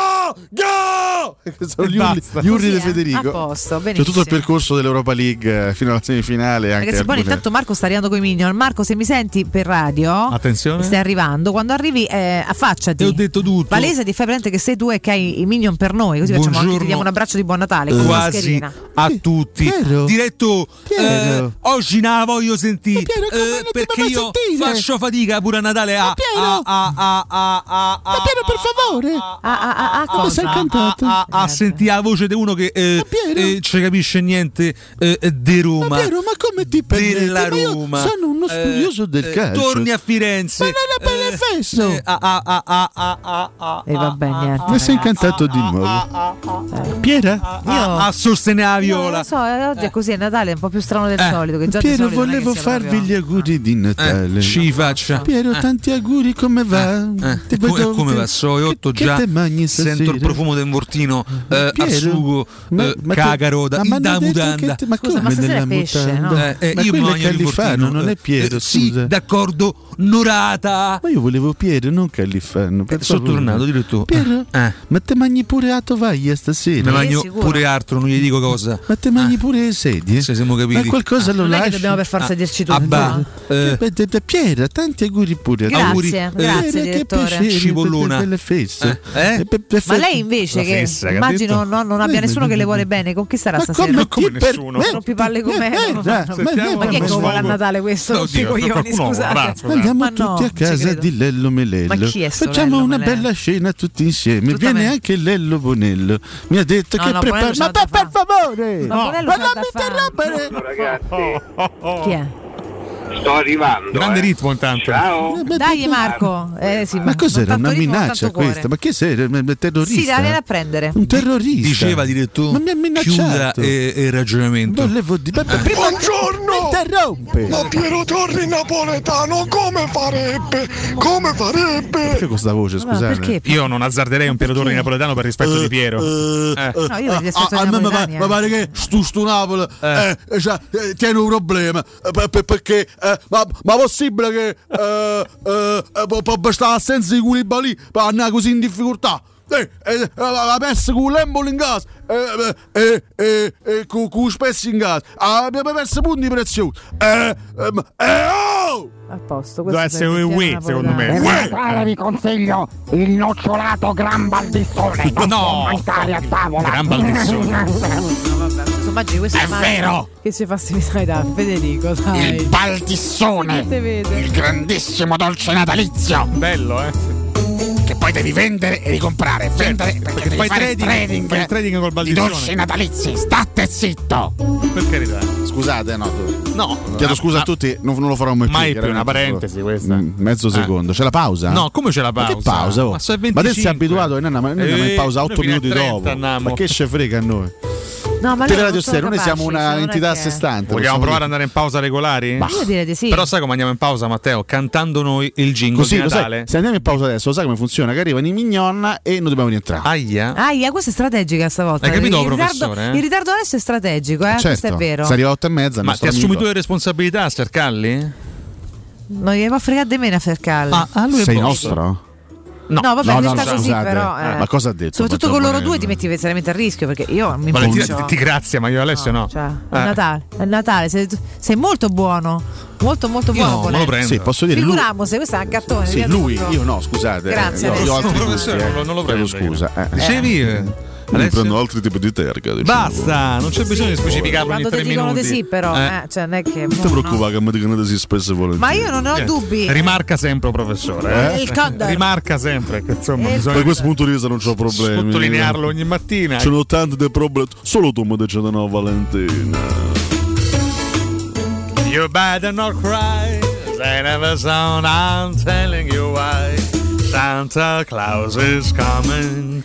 Speaker 6: Go! Sono gli urli, gli urli di
Speaker 4: Così, eh?
Speaker 6: Federico.
Speaker 4: A posto,
Speaker 6: C'è cioè
Speaker 4: benissimo.
Speaker 6: tutto il percorso dell'Europa League eh, fino alla semifinale. Anche
Speaker 4: Ragazzi, poi
Speaker 6: alcune-
Speaker 4: intanto Marco sta arrivando con i Minion. Marco, se mi senti per radio,
Speaker 6: Attenzione.
Speaker 4: stai arrivando. Quando arrivi, eh, affacciati.
Speaker 5: Ti ho detto tutto.
Speaker 4: Palese, ti fai presente che sei tu e che hai i Minion per noi. Così facciamo anche, ti
Speaker 5: Buongiorno.
Speaker 4: diamo un abbraccio di buon Natale. Con una
Speaker 5: quasi
Speaker 4: mascherina.
Speaker 5: a tutti. Diretto
Speaker 4: Piero.
Speaker 5: eh, oggi non la voglio sentire eh, perché io faccio fatica pure a Natale a, a,
Speaker 8: Ah,
Speaker 5: a, a, a, a, a,
Speaker 8: per favore!
Speaker 4: Ah, ah, ah, ah,
Speaker 8: Come sei
Speaker 4: cosa? Certo.
Speaker 8: cantato?
Speaker 5: a- a sentire la voce di uno che eh, eh, ci capisce niente eh, eh, di Roma.
Speaker 8: Ma Piero, ma come ti permetti?
Speaker 5: Della
Speaker 8: Ma io
Speaker 5: Roma. Eh,
Speaker 8: sono uno studioso del calcio.
Speaker 5: Torni a Firenze. Ma non è fesso.
Speaker 4: E vabbè, niente.
Speaker 6: Ma sei incantato di nuovo. Piera?
Speaker 4: Io-
Speaker 5: A, a sostenere la
Speaker 4: No, non
Speaker 5: viola.
Speaker 4: lo so, eh, oggi è così, è Natale, è un po' più strano del solito. Che già di
Speaker 6: Eh. Piero,
Speaker 4: solito non è che
Speaker 6: volevo
Speaker 4: sia
Speaker 6: farvi
Speaker 4: proprio-
Speaker 6: gli auguri di
Speaker 8: Eh,
Speaker 6: Natale.
Speaker 5: Ci faccia.
Speaker 6: Piero,
Speaker 5: Eh.
Speaker 6: tanti auguri, come va?
Speaker 5: Eh,
Speaker 6: Ti
Speaker 5: co-
Speaker 6: vedo-
Speaker 5: come va? So, io otto
Speaker 6: che
Speaker 5: già
Speaker 6: te mangi
Speaker 5: sento
Speaker 6: stasera?
Speaker 5: il profumo del mortino eh, a
Speaker 6: Piero,
Speaker 5: sugo,
Speaker 6: ma-
Speaker 5: eh,
Speaker 6: ma te-
Speaker 5: cagaro, da,
Speaker 6: ma m'hanno
Speaker 5: da
Speaker 6: detto
Speaker 5: mutanda.
Speaker 6: che te- ma Scusa, come ma stasera nella è pesce, mutanda? no?
Speaker 5: Eh, eh,
Speaker 6: Ma
Speaker 5: io mi
Speaker 6: quello è
Speaker 5: mangio il
Speaker 6: Califano,
Speaker 5: mortino,
Speaker 6: non è
Speaker 5: eh,
Speaker 6: Piero,
Speaker 5: eh, sì,
Speaker 6: scusa.
Speaker 5: d'accordo, Norata. Eh,
Speaker 6: Ma io volevo Piero, non Califano. per
Speaker 5: sono
Speaker 6: favore.
Speaker 5: tornato, dillo tu.
Speaker 6: Piero,
Speaker 5: Eh.
Speaker 6: ma te mangi pure la tovaglia stasera?
Speaker 5: Mi mangio pure altro, non gli dico cosa. Eh.
Speaker 6: Ma te mangi pure le sedie?
Speaker 5: Se siamo capiti. Eh.
Speaker 6: Ma qualcosa lo
Speaker 4: Non è che
Speaker 6: lasci?
Speaker 4: dobbiamo per forza dirci tutto.
Speaker 5: Abba,
Speaker 4: no?
Speaker 5: eh,
Speaker 6: Beh, de- de- Piero, tanti auguri pure a te.
Speaker 4: Grazie,
Speaker 6: Auguri.
Speaker 4: grazie,
Speaker 6: Piero, che
Speaker 4: direttore.
Speaker 6: piacere,
Speaker 5: Scivolona.
Speaker 6: be- be- bella festa.
Speaker 5: Eh?
Speaker 6: Be- be-
Speaker 4: Ma
Speaker 6: fe-
Speaker 4: lei invece,
Speaker 6: La
Speaker 4: che
Speaker 6: fessa, che ha
Speaker 4: immagino
Speaker 6: detto?
Speaker 4: no, non abbia
Speaker 6: Eh,
Speaker 4: nessuno
Speaker 6: ma-
Speaker 4: che le vuole bene, con chi sarà
Speaker 6: Ma
Speaker 4: stasera?
Speaker 6: come chi per- eh,
Speaker 4: Non più palle come
Speaker 6: eh, già, ma- Sentiamo
Speaker 4: Ma che
Speaker 6: come
Speaker 4: covola a
Speaker 6: sfogo.
Speaker 4: Natale questo? Non
Speaker 6: Oddio,
Speaker 4: sei coglioni,
Speaker 6: qualcuno vorrà,
Speaker 4: scusate.
Speaker 6: scusate. Andiamo
Speaker 4: Ma no,
Speaker 6: tutti a
Speaker 4: non ci
Speaker 6: casa
Speaker 4: credo.
Speaker 6: di Lello Melello.
Speaker 4: Ma chi è sto
Speaker 6: Facciamo
Speaker 4: Lello
Speaker 6: una
Speaker 4: Melello?
Speaker 6: bella scena tutti insieme. Viene
Speaker 4: me.
Speaker 6: anche Lello Bonello. Mi ha detto
Speaker 4: No,
Speaker 6: Cioè, che
Speaker 4: no,
Speaker 6: prepara.
Speaker 4: Bonello
Speaker 6: Ma
Speaker 4: c'ha da
Speaker 6: per, per favore!
Speaker 4: Ma Bonello
Speaker 6: non
Speaker 4: c'ha da
Speaker 6: mi
Speaker 4: fare.
Speaker 6: interrompere! Oh,
Speaker 4: Chi è?
Speaker 41: Sto arrivando.
Speaker 5: Grande ritmo intanto.
Speaker 4: Dai Marco. Eh, sì,
Speaker 6: Ma cos'era?
Speaker 4: tanto
Speaker 6: Una
Speaker 4: ritmo,
Speaker 6: minaccia
Speaker 4: tanto cuore.
Speaker 6: questa? Ma che sei? Un Terrorista?
Speaker 4: Sì, la viene a prendere.
Speaker 6: Un terrorista.
Speaker 5: Diceva
Speaker 6: Ma
Speaker 5: direttore,
Speaker 6: mi ha
Speaker 5: chiuda
Speaker 6: minacciato.
Speaker 5: eh, il ragionamento.
Speaker 6: Volevo dire.
Speaker 5: Eh.
Speaker 6: Buongiorno! Interrompe!
Speaker 2: Ma Piero Torri napoletano come farebbe? Come farebbe?
Speaker 6: Perché questa voce, scusate?
Speaker 5: Io non azzarderei un Piero Torri napoletano per rispetto di Piero. Eh.
Speaker 4: No, io vi aspetto
Speaker 6: Ah,
Speaker 4: i
Speaker 6: a me mi pare,
Speaker 4: napoletani,
Speaker 6: mi pare che stu, stu Napoli eh. cioè, eh, tiene un problema eh, per- per- perché eh, ma, ma possibile che eh, eh, eh, può, può bastare l'assenza di Culiba lì per andare così in difficoltà eh, eh, eh, la, la persa con l'embolo in gas eh, eh, eh, eh, eh, con, con spessi in gas Ah, abbiamo perso punti preziosi eh, eh, ma- eh, oh!
Speaker 4: A
Speaker 5: questo
Speaker 4: posto,
Speaker 5: Deve essere sarebbe un Piero Uè, secondo me.
Speaker 2: Per
Speaker 5: Uè!
Speaker 2: Natale vi consiglio il nocciolato gran baldissone. Non
Speaker 5: No!
Speaker 2: può mancare a tavola.
Speaker 5: Gran baldissone.
Speaker 4: Immagini questo
Speaker 2: È
Speaker 4: male
Speaker 2: vero!
Speaker 4: Che si fa semifinalità, Federico, dai.
Speaker 2: Il baldissone.
Speaker 4: Te vede.
Speaker 2: Il grandissimo dolce natalizio.
Speaker 5: Bello, eh. Certo.
Speaker 2: Che poi devi vendere e ricomprare. Vendere perché devi
Speaker 5: fai
Speaker 2: fare il
Speaker 5: trading,
Speaker 2: trading.
Speaker 5: fai il trading col
Speaker 2: Di
Speaker 5: baldissone.
Speaker 2: dolci natalizi. State zitto.
Speaker 5: Per carità.
Speaker 6: Scusate, no.
Speaker 5: No.
Speaker 6: Chiedo scusa a tutti, non, non lo farò mai più.
Speaker 5: Mai più,
Speaker 6: chiaramente.
Speaker 5: una parentesi questa.
Speaker 6: Mm,
Speaker 4: Ah,
Speaker 6: Mezzo secondo. C'è la pausa?
Speaker 5: Eh. No, come c'è la
Speaker 6: Ma che
Speaker 5: pausa?
Speaker 6: pausa? oh?
Speaker 5: Ma sono
Speaker 6: Ma te sei
Speaker 5: 25.
Speaker 6: abituato, eh, nanna, ma noi andiamo
Speaker 5: Eh,
Speaker 6: in pausa
Speaker 5: noi
Speaker 6: 8
Speaker 5: fino a
Speaker 6: minuti
Speaker 5: 30
Speaker 6: dopo.
Speaker 5: andiamo. Eh.
Speaker 6: Ma che ce frega a noi?
Speaker 4: No, ma loro non
Speaker 6: Teleradio
Speaker 4: sono
Speaker 6: Stereo, noi siamo
Speaker 4: capaci,
Speaker 6: una
Speaker 4: cioè, non è
Speaker 6: entità a
Speaker 4: che-
Speaker 6: sé stante.
Speaker 5: Vogliamo
Speaker 6: possiamo
Speaker 5: provare ad
Speaker 6: dire.
Speaker 5: andare in pausa regolari?
Speaker 6: Ma-
Speaker 4: Io direi di sì.
Speaker 5: Però sai come andiamo in pausa, Matteo? Cantando noi il jingle
Speaker 6: Così,
Speaker 5: di
Speaker 6: lo
Speaker 5: Natale.
Speaker 6: sai, se andiamo in pausa adesso, lo sai come funziona? Che arrivano i mignonna e noi dobbiamo rientrare.
Speaker 5: Aia.
Speaker 4: Aia, questa Ah, è strategica stavolta.
Speaker 6: Hai capito,
Speaker 4: il ritardo,
Speaker 6: professore, eh?
Speaker 4: il ritardo adesso è strategico, eh?
Speaker 6: Certo.
Speaker 4: questo è vero.
Speaker 6: Sarà 8 e mezza. il
Speaker 5: Ma ti
Speaker 6: nostro
Speaker 5: assumi
Speaker 6: amico.
Speaker 5: tu le responsabilità a cercarli?
Speaker 4: Non gli va a fregare di meno a cercarlo. Ah,
Speaker 6: Sei nostro?
Speaker 4: No,
Speaker 6: No,
Speaker 4: vabbè,
Speaker 6: no,
Speaker 4: detta
Speaker 6: no,
Speaker 4: così,
Speaker 6: scusate.
Speaker 4: però.
Speaker 6: Eh, ma cosa ha detto
Speaker 4: Soprattutto con
Speaker 6: Baggio
Speaker 4: loro due
Speaker 6: Bonello?
Speaker 4: ti metti veramente a rischio perché io mi
Speaker 5: Valentina
Speaker 4: faccio-
Speaker 5: ti, ti grazia, ma io Alessio no.
Speaker 4: È
Speaker 5: Eh.
Speaker 4: Natale, è Natale, sei, sei molto buono. Molto, molto buono.
Speaker 6: no, me lo
Speaker 4: Bonello.
Speaker 6: prendo. Sì, posso dire, lui-
Speaker 4: Figuriamo se questo è un gattone.
Speaker 6: Sì,
Speaker 4: vediamo
Speaker 6: lui,
Speaker 4: tutto.
Speaker 6: io no, scusate.
Speaker 4: Grazie,
Speaker 6: Io- io ho
Speaker 4: adesso.
Speaker 6: altri
Speaker 5: Professore,
Speaker 6: gusti, eh.
Speaker 5: non lo- non lo
Speaker 6: Chiedo
Speaker 5: prendo io.
Speaker 6: scusa. eh.
Speaker 5: Dicevi, eh,
Speaker 7: Io
Speaker 5: Alessio?
Speaker 7: prendo altri tipi di terga. diciamo.
Speaker 5: Basta, non c'è bisogno di specificarlo
Speaker 4: Quando
Speaker 5: ogni
Speaker 4: ti
Speaker 5: tre
Speaker 4: dicono
Speaker 5: minuti.
Speaker 4: di sì, però,
Speaker 5: Eh.
Speaker 4: eh, cioè, non è che.
Speaker 7: Non ti preoccupare che mi dicono di sì spesso e volentieri.
Speaker 4: Ma io non ho dubbi.
Speaker 5: Rimarca sempre, professore.
Speaker 4: Eh,
Speaker 5: eh.
Speaker 4: il condor.
Speaker 5: Rimarca sempre. Che, insomma,
Speaker 4: Eh,
Speaker 5: bisogna
Speaker 7: Da questo punto di vista non ho problemi. eh.
Speaker 5: sottolinearlo ogni mattina.
Speaker 7: Ce n'ho tanti dei problemi. Solo tu mi dici di no, Valentina.
Speaker 5: You better not cry. They never sound. I'm telling you why. Santa Claus is coming.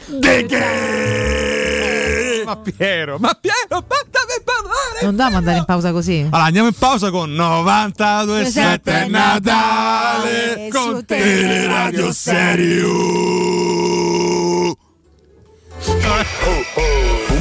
Speaker 5: Ma Piero, ma Piero,
Speaker 4: Non dobbiamo andare in pausa così. Esatto.
Speaker 5: Allora andiamo in pausa con 92
Speaker 4: Sette
Speaker 5: 7 Natale
Speaker 4: con
Speaker 5: Teleradio
Speaker 42: Serio.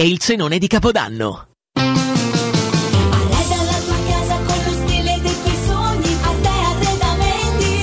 Speaker 3: e il cenone di Capodanno.
Speaker 21: Arreda la tua casa con lo stile dei tuoi sogni. Arte Arredamenti.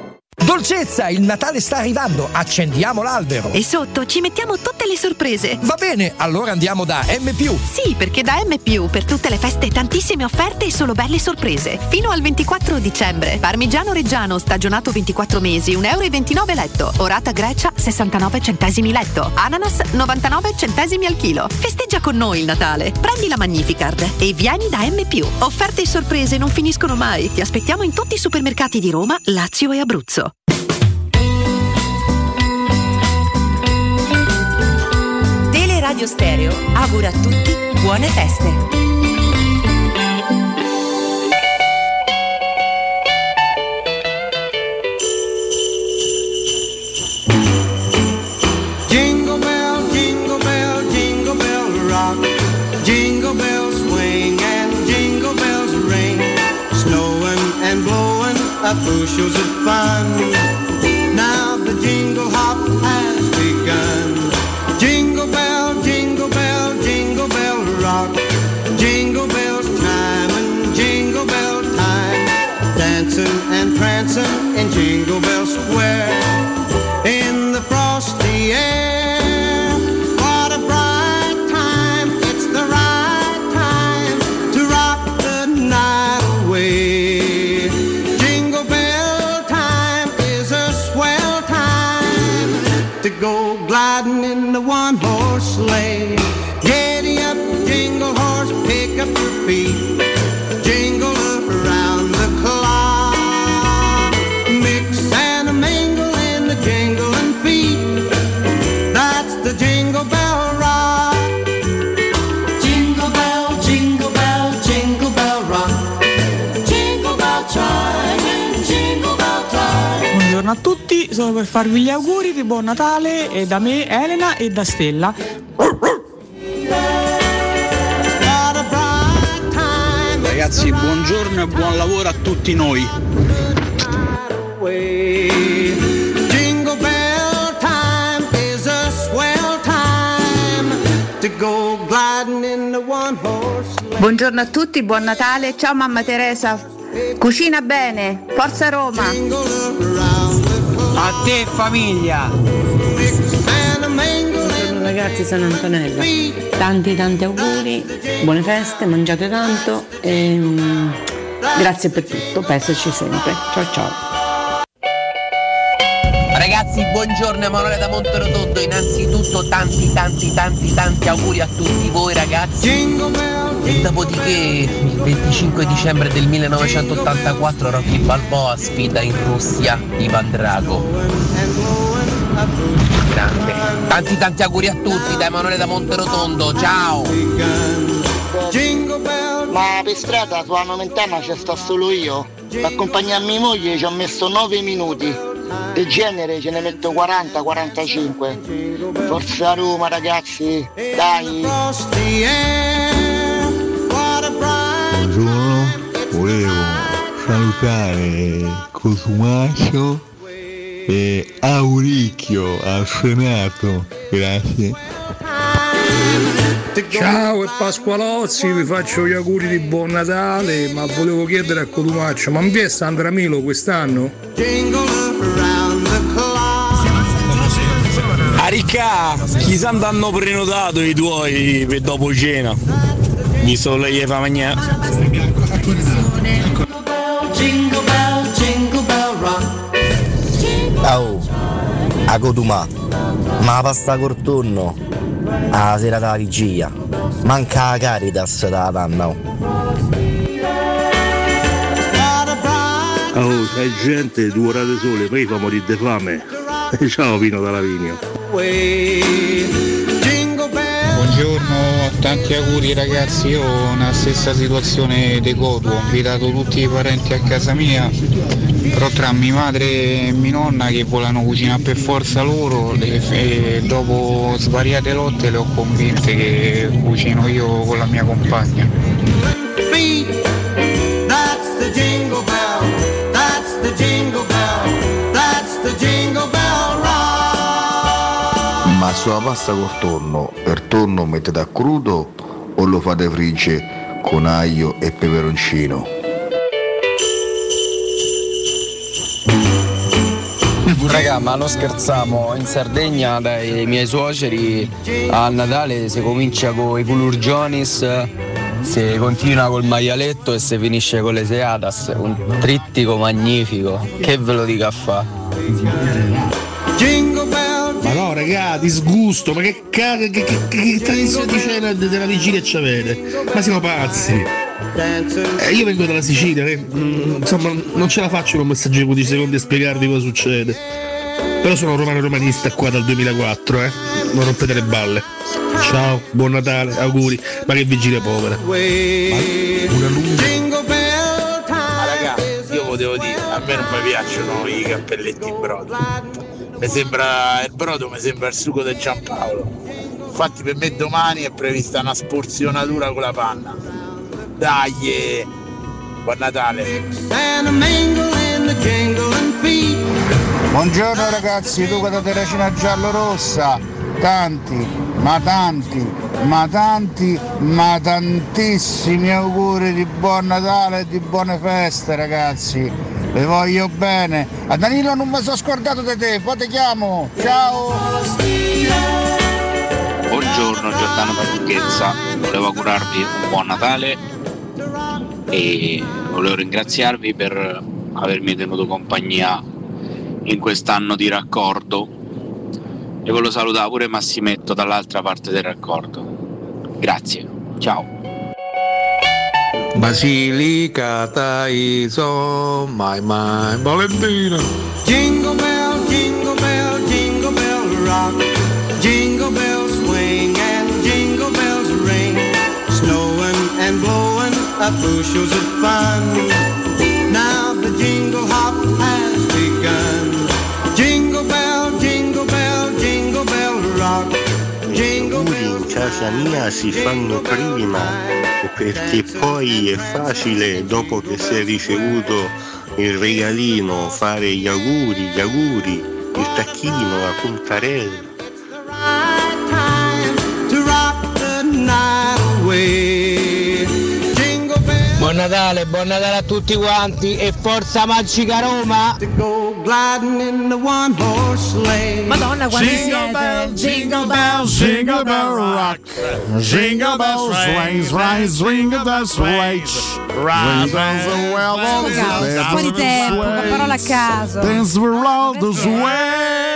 Speaker 3: Dolcezza, il Natale sta arrivando, accendiamo l'albero.
Speaker 43: E sotto ci mettiamo tutte le sorprese.
Speaker 3: Va bene, allora andiamo da M.
Speaker 43: Sì, perché da M per tutte le feste tantissime offerte e solo belle sorprese. Fino al 24 dicembre. Parmigiano Reggiano stagionato 24 mesi, 1,29 euro letto. Orata Grecia 69 centesimi letto. Ananas 99 centesimi al chilo. Festeggia con noi il Natale. Prendi la Magnificard e vieni da M. Offerte e sorprese non finiscono mai. Ti aspettiamo in tutti i supermercati di Roma, Lazio e Abruzzo.
Speaker 44: Teleradio Stereo augura a tutti buone feste.
Speaker 14: Jingle bell, jingle bell, jingle bell rock. Jingle bells swing and jingle bells ring. Snowing and blowing up bushels of fun. Now the jingle hop has begun. Jingle bell, jingle bell, jingle bell rock. Jingle bells time and jingle bell time. Dancing and prancing in Jingle Bell Square in the frosty air. What a bright time, it's the right time to rock the night away. Jingle bell time is a swell time to go gliding in the one horse sleigh. Giddy up, jingle horse, pick up your feet. Jingle around the clock. Mix and a mingle in the jingling feet. That's the jingle bell rock. Jingle bell, jingle bell, jingle bell rock. Jingle bell chime and jingle bell time.
Speaker 45: Buongiorno a tutti, sono per farvi gli auguri di buon Natale e da me Elena e da Stella.
Speaker 46: Ragazzi, buongiorno e buon lavoro a tutti noi.
Speaker 14: Jingle bell time is a swell time to go gliding in the one horse.
Speaker 4: Buongiorno a tutti, buon Natale, ciao mamma Teresa, cucina bene, forza Roma!
Speaker 46: A te famiglia!
Speaker 21: Buongiorno ragazzi, sono Antonella. Tanti tanti auguri, buone feste, mangiate tanto e mm, grazie per tutto, per esserci sempre. Ciao ciao.
Speaker 47: Ragazzi, buongiorno Emanuele da Monterotondo, innanzitutto tanti tanti tanti tanti auguri a tutti voi ragazzi. E dopodiché il 25 dicembre del 1984 Rocky Balboa sfida in Russia Ivan Drago. Grande. Tanti tanti auguri a tutti da Emanuele da Monterotondo, ciao!
Speaker 48: Ma per strada sulla novantana c'è sta solo io. Per accompagnarmi moglie ci ho messo 9 minuti. Del genere ce ne metto 40-45. Forza Roma ragazzi, dai!
Speaker 2: Buongiorno, volevo salutare Cosumaccio e Auricchio al Senato, grazie.
Speaker 8: Ciao e Pasqualozzi, vi faccio gli auguri di buon Natale, ma volevo chiedere a Cotumaccio, ma non vi è Sandra Milo quest'anno?
Speaker 46: A ricca, chissà hanno prenotato i tuoi per dopo cena. Visto che lei gli fa mangiare.
Speaker 14: Jingle bell, jingle bell rock.
Speaker 49: Ciao, a Cotumà, ma la pasta col tonno alla sera della vigilia, manca la Caritas da panna.
Speaker 42: Oh, sai gente, due ore di sole, poi fa morire di fame. Ciao Pino da Lavinio.
Speaker 50: Buongiorno, tanti auguri ragazzi, io ho una stessa situazione di Cotu, ho invitato tutti i parenti a casa mia, però tra mia madre e mia nonna che volevano cucinare per forza loro, le- e dopo svariate lotte le ho convinte che cucino io con la mia compagna.
Speaker 14: That's the jingle bell. That's the jingle bell. That's the jingle bell rock.
Speaker 2: Ma sulla pasta col tonno, il tonno mettete a crudo o lo fate friggere con aglio e peperoncino?
Speaker 51: Raga, ma non scherziamo, in Sardegna dai miei suoceri a Natale si comincia con i culurgionis, si continua col maialetto e si finisce con le seadas, un trittico magnifico, che ve lo dico a fa.
Speaker 2: Ma no, raga, disgusto, ma che cazzo, che, che, che, che tradizione di cena de- della vigilia ci avete? Ma siamo pazzi! Eh, io vengo dalla Sicilia, eh, mm, insomma, non ce la faccio con un messaggio di 15 secondi a spiegarvi cosa succede. Però sono romano romanista qua dal 2004, eh. Non rompete le balle. Ciao, buon Natale, auguri. Ma che vigilia povera.
Speaker 21: Ma raga, io potevo dire, a me non mi piacciono i cappelletti in brodo. Mi sembra il brodo, mi sembra il sugo del Giampaolo. Infatti per me domani è prevista una sporzionatura con la panna. Dai! eh, Buon Natale!
Speaker 25: Buongiorno ragazzi, Luca da Terracina Giallorossa. Tanti, ma tanti, ma tanti, ma tantissimi auguri di buon Natale e di buone feste ragazzi. Vi voglio bene. A Danilo non mi sono scordato di te, poi ti chiamo. Ciao!
Speaker 52: Buongiorno Giordano Parrucchezza, volevo augurarvi un buon Natale e volevo ringraziarvi per avermi tenuto compagnia in quest'anno di raccordo e volevo salutare pure Massimetto dall'altra parte del raccordo. Grazie, ciao.
Speaker 53: Basilicata is on my mind. Valentina.
Speaker 14: Jingle bell, jingle bell, jingle bell rock. Jingle bells swing and jingle bells ring. Snowing and blowing up bushels of fun. Now the jingle hop has begun. Jingle bell, jingle bell, jingle bell rock. Jingle bells.
Speaker 54: in casa mia si fanno prima perché poi è facile dopo che si è ricevuto il regalino fare gli auguri, gli auguri, il tacchino, la puntarella.
Speaker 14: to rock the night away. Jingle bells.
Speaker 55: Buon Natale, buon Natale a tutti quanti e forza magica Roma!
Speaker 14: Madonna,
Speaker 7: quanti siete.
Speaker 14: jingle bell,
Speaker 7: Jingle bell rock, jingle bell swings, rise, ring the switch. Rise and the well of the
Speaker 4: Scusa, fuori tempo, una parola a caso.
Speaker 7: Dance with all the sway.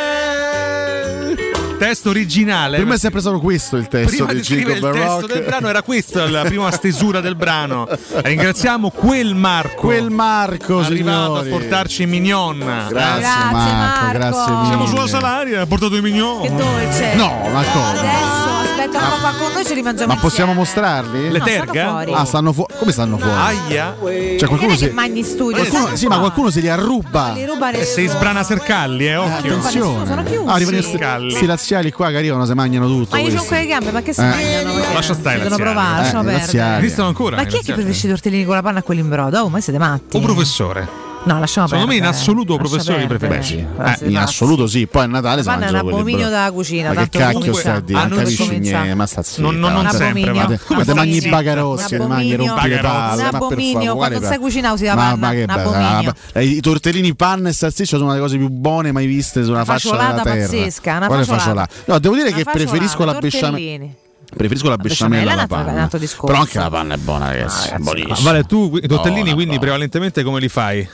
Speaker 5: Testo originale.
Speaker 6: Per me è sempre stato questo il testo
Speaker 5: Prima
Speaker 6: del
Speaker 5: di scrivere
Speaker 6: Jingle
Speaker 5: il
Speaker 6: Bell
Speaker 5: testo
Speaker 6: Rock.
Speaker 5: del brano era questa la prima stesura del brano. Ringraziamo quel Marco.
Speaker 6: Quel Marco,
Speaker 5: arrivato
Speaker 6: signori.
Speaker 5: a portarci Mignon. Grazie,
Speaker 6: Grazie, Marco, Marco. grazie mille.
Speaker 5: Siamo sulla salaria, ha portato i Mignon. Che
Speaker 4: dolce.
Speaker 6: No, ma cosa?
Speaker 4: Adesso aspetta, uno qua con noi ci rimangiamo
Speaker 6: Ma possiamo mostrarli?
Speaker 4: Le No, stanno terga? fuori.
Speaker 6: Ah, stanno fuori. Come stanno fuori?
Speaker 5: Aia.
Speaker 6: Cioè, qualcuno si.
Speaker 4: Magni studio.
Speaker 6: Qualcuno, sì, ma qualcuno se li arruba.
Speaker 4: Li ruba le-
Speaker 5: E sei sbrana Sercalli, eh, occhio.
Speaker 6: Attenzione.
Speaker 4: Sono chiusi.
Speaker 6: Ah, arrivano questi- questi laziali qua che arrivano, se mangiano tutto.
Speaker 4: Ma io ho
Speaker 6: questi.
Speaker 4: con le gambe, ma che si
Speaker 6: Eh.
Speaker 4: mangiano?
Speaker 6: Lascia stare i
Speaker 4: Devono
Speaker 6: laziali.
Speaker 4: provare,
Speaker 6: Eh,
Speaker 4: lasciamo
Speaker 6: i
Speaker 4: perdere.
Speaker 6: laziali. Esistono ancora
Speaker 4: Ma
Speaker 6: i
Speaker 4: chi è che
Speaker 6: laziali?
Speaker 4: preferisce i tortellini con la panna a quelli in brodo? Oh, ma siete matti.
Speaker 5: O professore.
Speaker 4: No, lasciamo
Speaker 5: Secondo me in
Speaker 4: perdere.
Speaker 5: assoluto
Speaker 4: Lascia
Speaker 5: professore li
Speaker 4: perdere.
Speaker 6: Beh,
Speaker 5: preferisce.
Speaker 6: sì.
Speaker 5: Eh,
Speaker 6: Eh, in assoluto sì, poi a Natale si
Speaker 4: Ma è un
Speaker 6: mangiano quelli
Speaker 4: abominio
Speaker 6: bro-
Speaker 4: dalla cucina,
Speaker 6: Ma che
Speaker 4: tanto
Speaker 6: cacchio
Speaker 4: comunque-
Speaker 6: stai a dire?
Speaker 4: Ah,
Speaker 6: Non
Speaker 4: non
Speaker 6: capisci
Speaker 4: cominciamo.
Speaker 6: niente, ma sta zitta.
Speaker 5: Non- non- non
Speaker 6: ma-
Speaker 5: sempre,
Speaker 6: Ma te-
Speaker 5: Valentina.
Speaker 6: ma te
Speaker 5: Un
Speaker 6: mangi i
Speaker 5: abominio.
Speaker 6: bagarossi, te
Speaker 5: Un
Speaker 6: mangi
Speaker 5: abominio.
Speaker 6: rompi le
Speaker 5: Bagarozzi.
Speaker 6: palle.
Speaker 5: Un
Speaker 6: ma per
Speaker 4: abominio,
Speaker 6: favore,
Speaker 4: quando
Speaker 6: quale
Speaker 4: sai
Speaker 6: palle?
Speaker 4: cucinare usi la
Speaker 6: Ma-
Speaker 4: panna,
Speaker 6: Ma che
Speaker 4: un
Speaker 6: bella.
Speaker 4: abominio.
Speaker 6: ah, I tortellini panna e salsiccia sono le cose più buone mai viste sulla faccia della
Speaker 4: Faciolata
Speaker 6: terra.
Speaker 4: pazzesca, una
Speaker 6: Quale
Speaker 4: faciolata.
Speaker 6: faciolata? No, devo dire
Speaker 4: Una
Speaker 6: che
Speaker 4: faciolata,
Speaker 6: preferisco la besciamella.
Speaker 4: tortellini.
Speaker 6: Preferisco la besciamella
Speaker 4: besciamella
Speaker 6: alla
Speaker 4: è un altro-
Speaker 6: panna.
Speaker 4: è un altro discorso.
Speaker 6: Però anche la panna è buona, ragazzi. è buonissima.
Speaker 5: Ah, Vale, tu i tortellini
Speaker 6: Buona,
Speaker 5: quindi prevalentemente come li fai?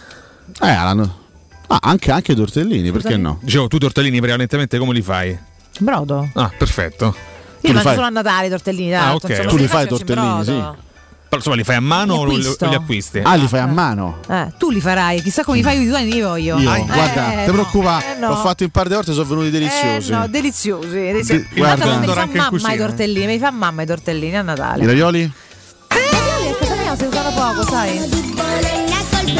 Speaker 6: Eh, Alan. Ah, anche, anche i tortellini, perché no?
Speaker 5: Dicevo, tu i tortellini prevalentemente come li fai?
Speaker 4: Brodo.
Speaker 5: Ah, perfetto.
Speaker 4: Io li mangio solo a Natale i tortellini.
Speaker 5: Ah,
Speaker 4: tanto,
Speaker 5: ok.
Speaker 4: insomma,
Speaker 5: Tu
Speaker 4: se
Speaker 5: li fai i
Speaker 4: faccio in
Speaker 5: tortellini,
Speaker 4: brodo.
Speaker 5: Però, insomma, li fai a mano
Speaker 4: Li
Speaker 5: o li,
Speaker 4: acquisto.
Speaker 5: o li acquisti?
Speaker 6: Ah, li fai a mano?
Speaker 4: Eh, tu li farai, chissà come li fai io i tuoi, li voglio.
Speaker 6: Io,
Speaker 4: Eh,
Speaker 6: guarda, ti
Speaker 4: no.
Speaker 6: preoccupa,
Speaker 4: Eh, no.
Speaker 6: l'ho fatto in par di volte, sono venuti deliziosi.
Speaker 4: Eh, no, deliziosi. deliziosi.
Speaker 6: De-
Speaker 4: Tanto
Speaker 6: guarda.
Speaker 4: non me li
Speaker 6: Adoro
Speaker 4: fa
Speaker 6: anche in
Speaker 4: mamma
Speaker 6: cucina,
Speaker 4: i tortellini, me li fa mamma i tortellini a Natale.
Speaker 6: I ravioli?
Speaker 4: ravioli a casa mia si usano poco, sai?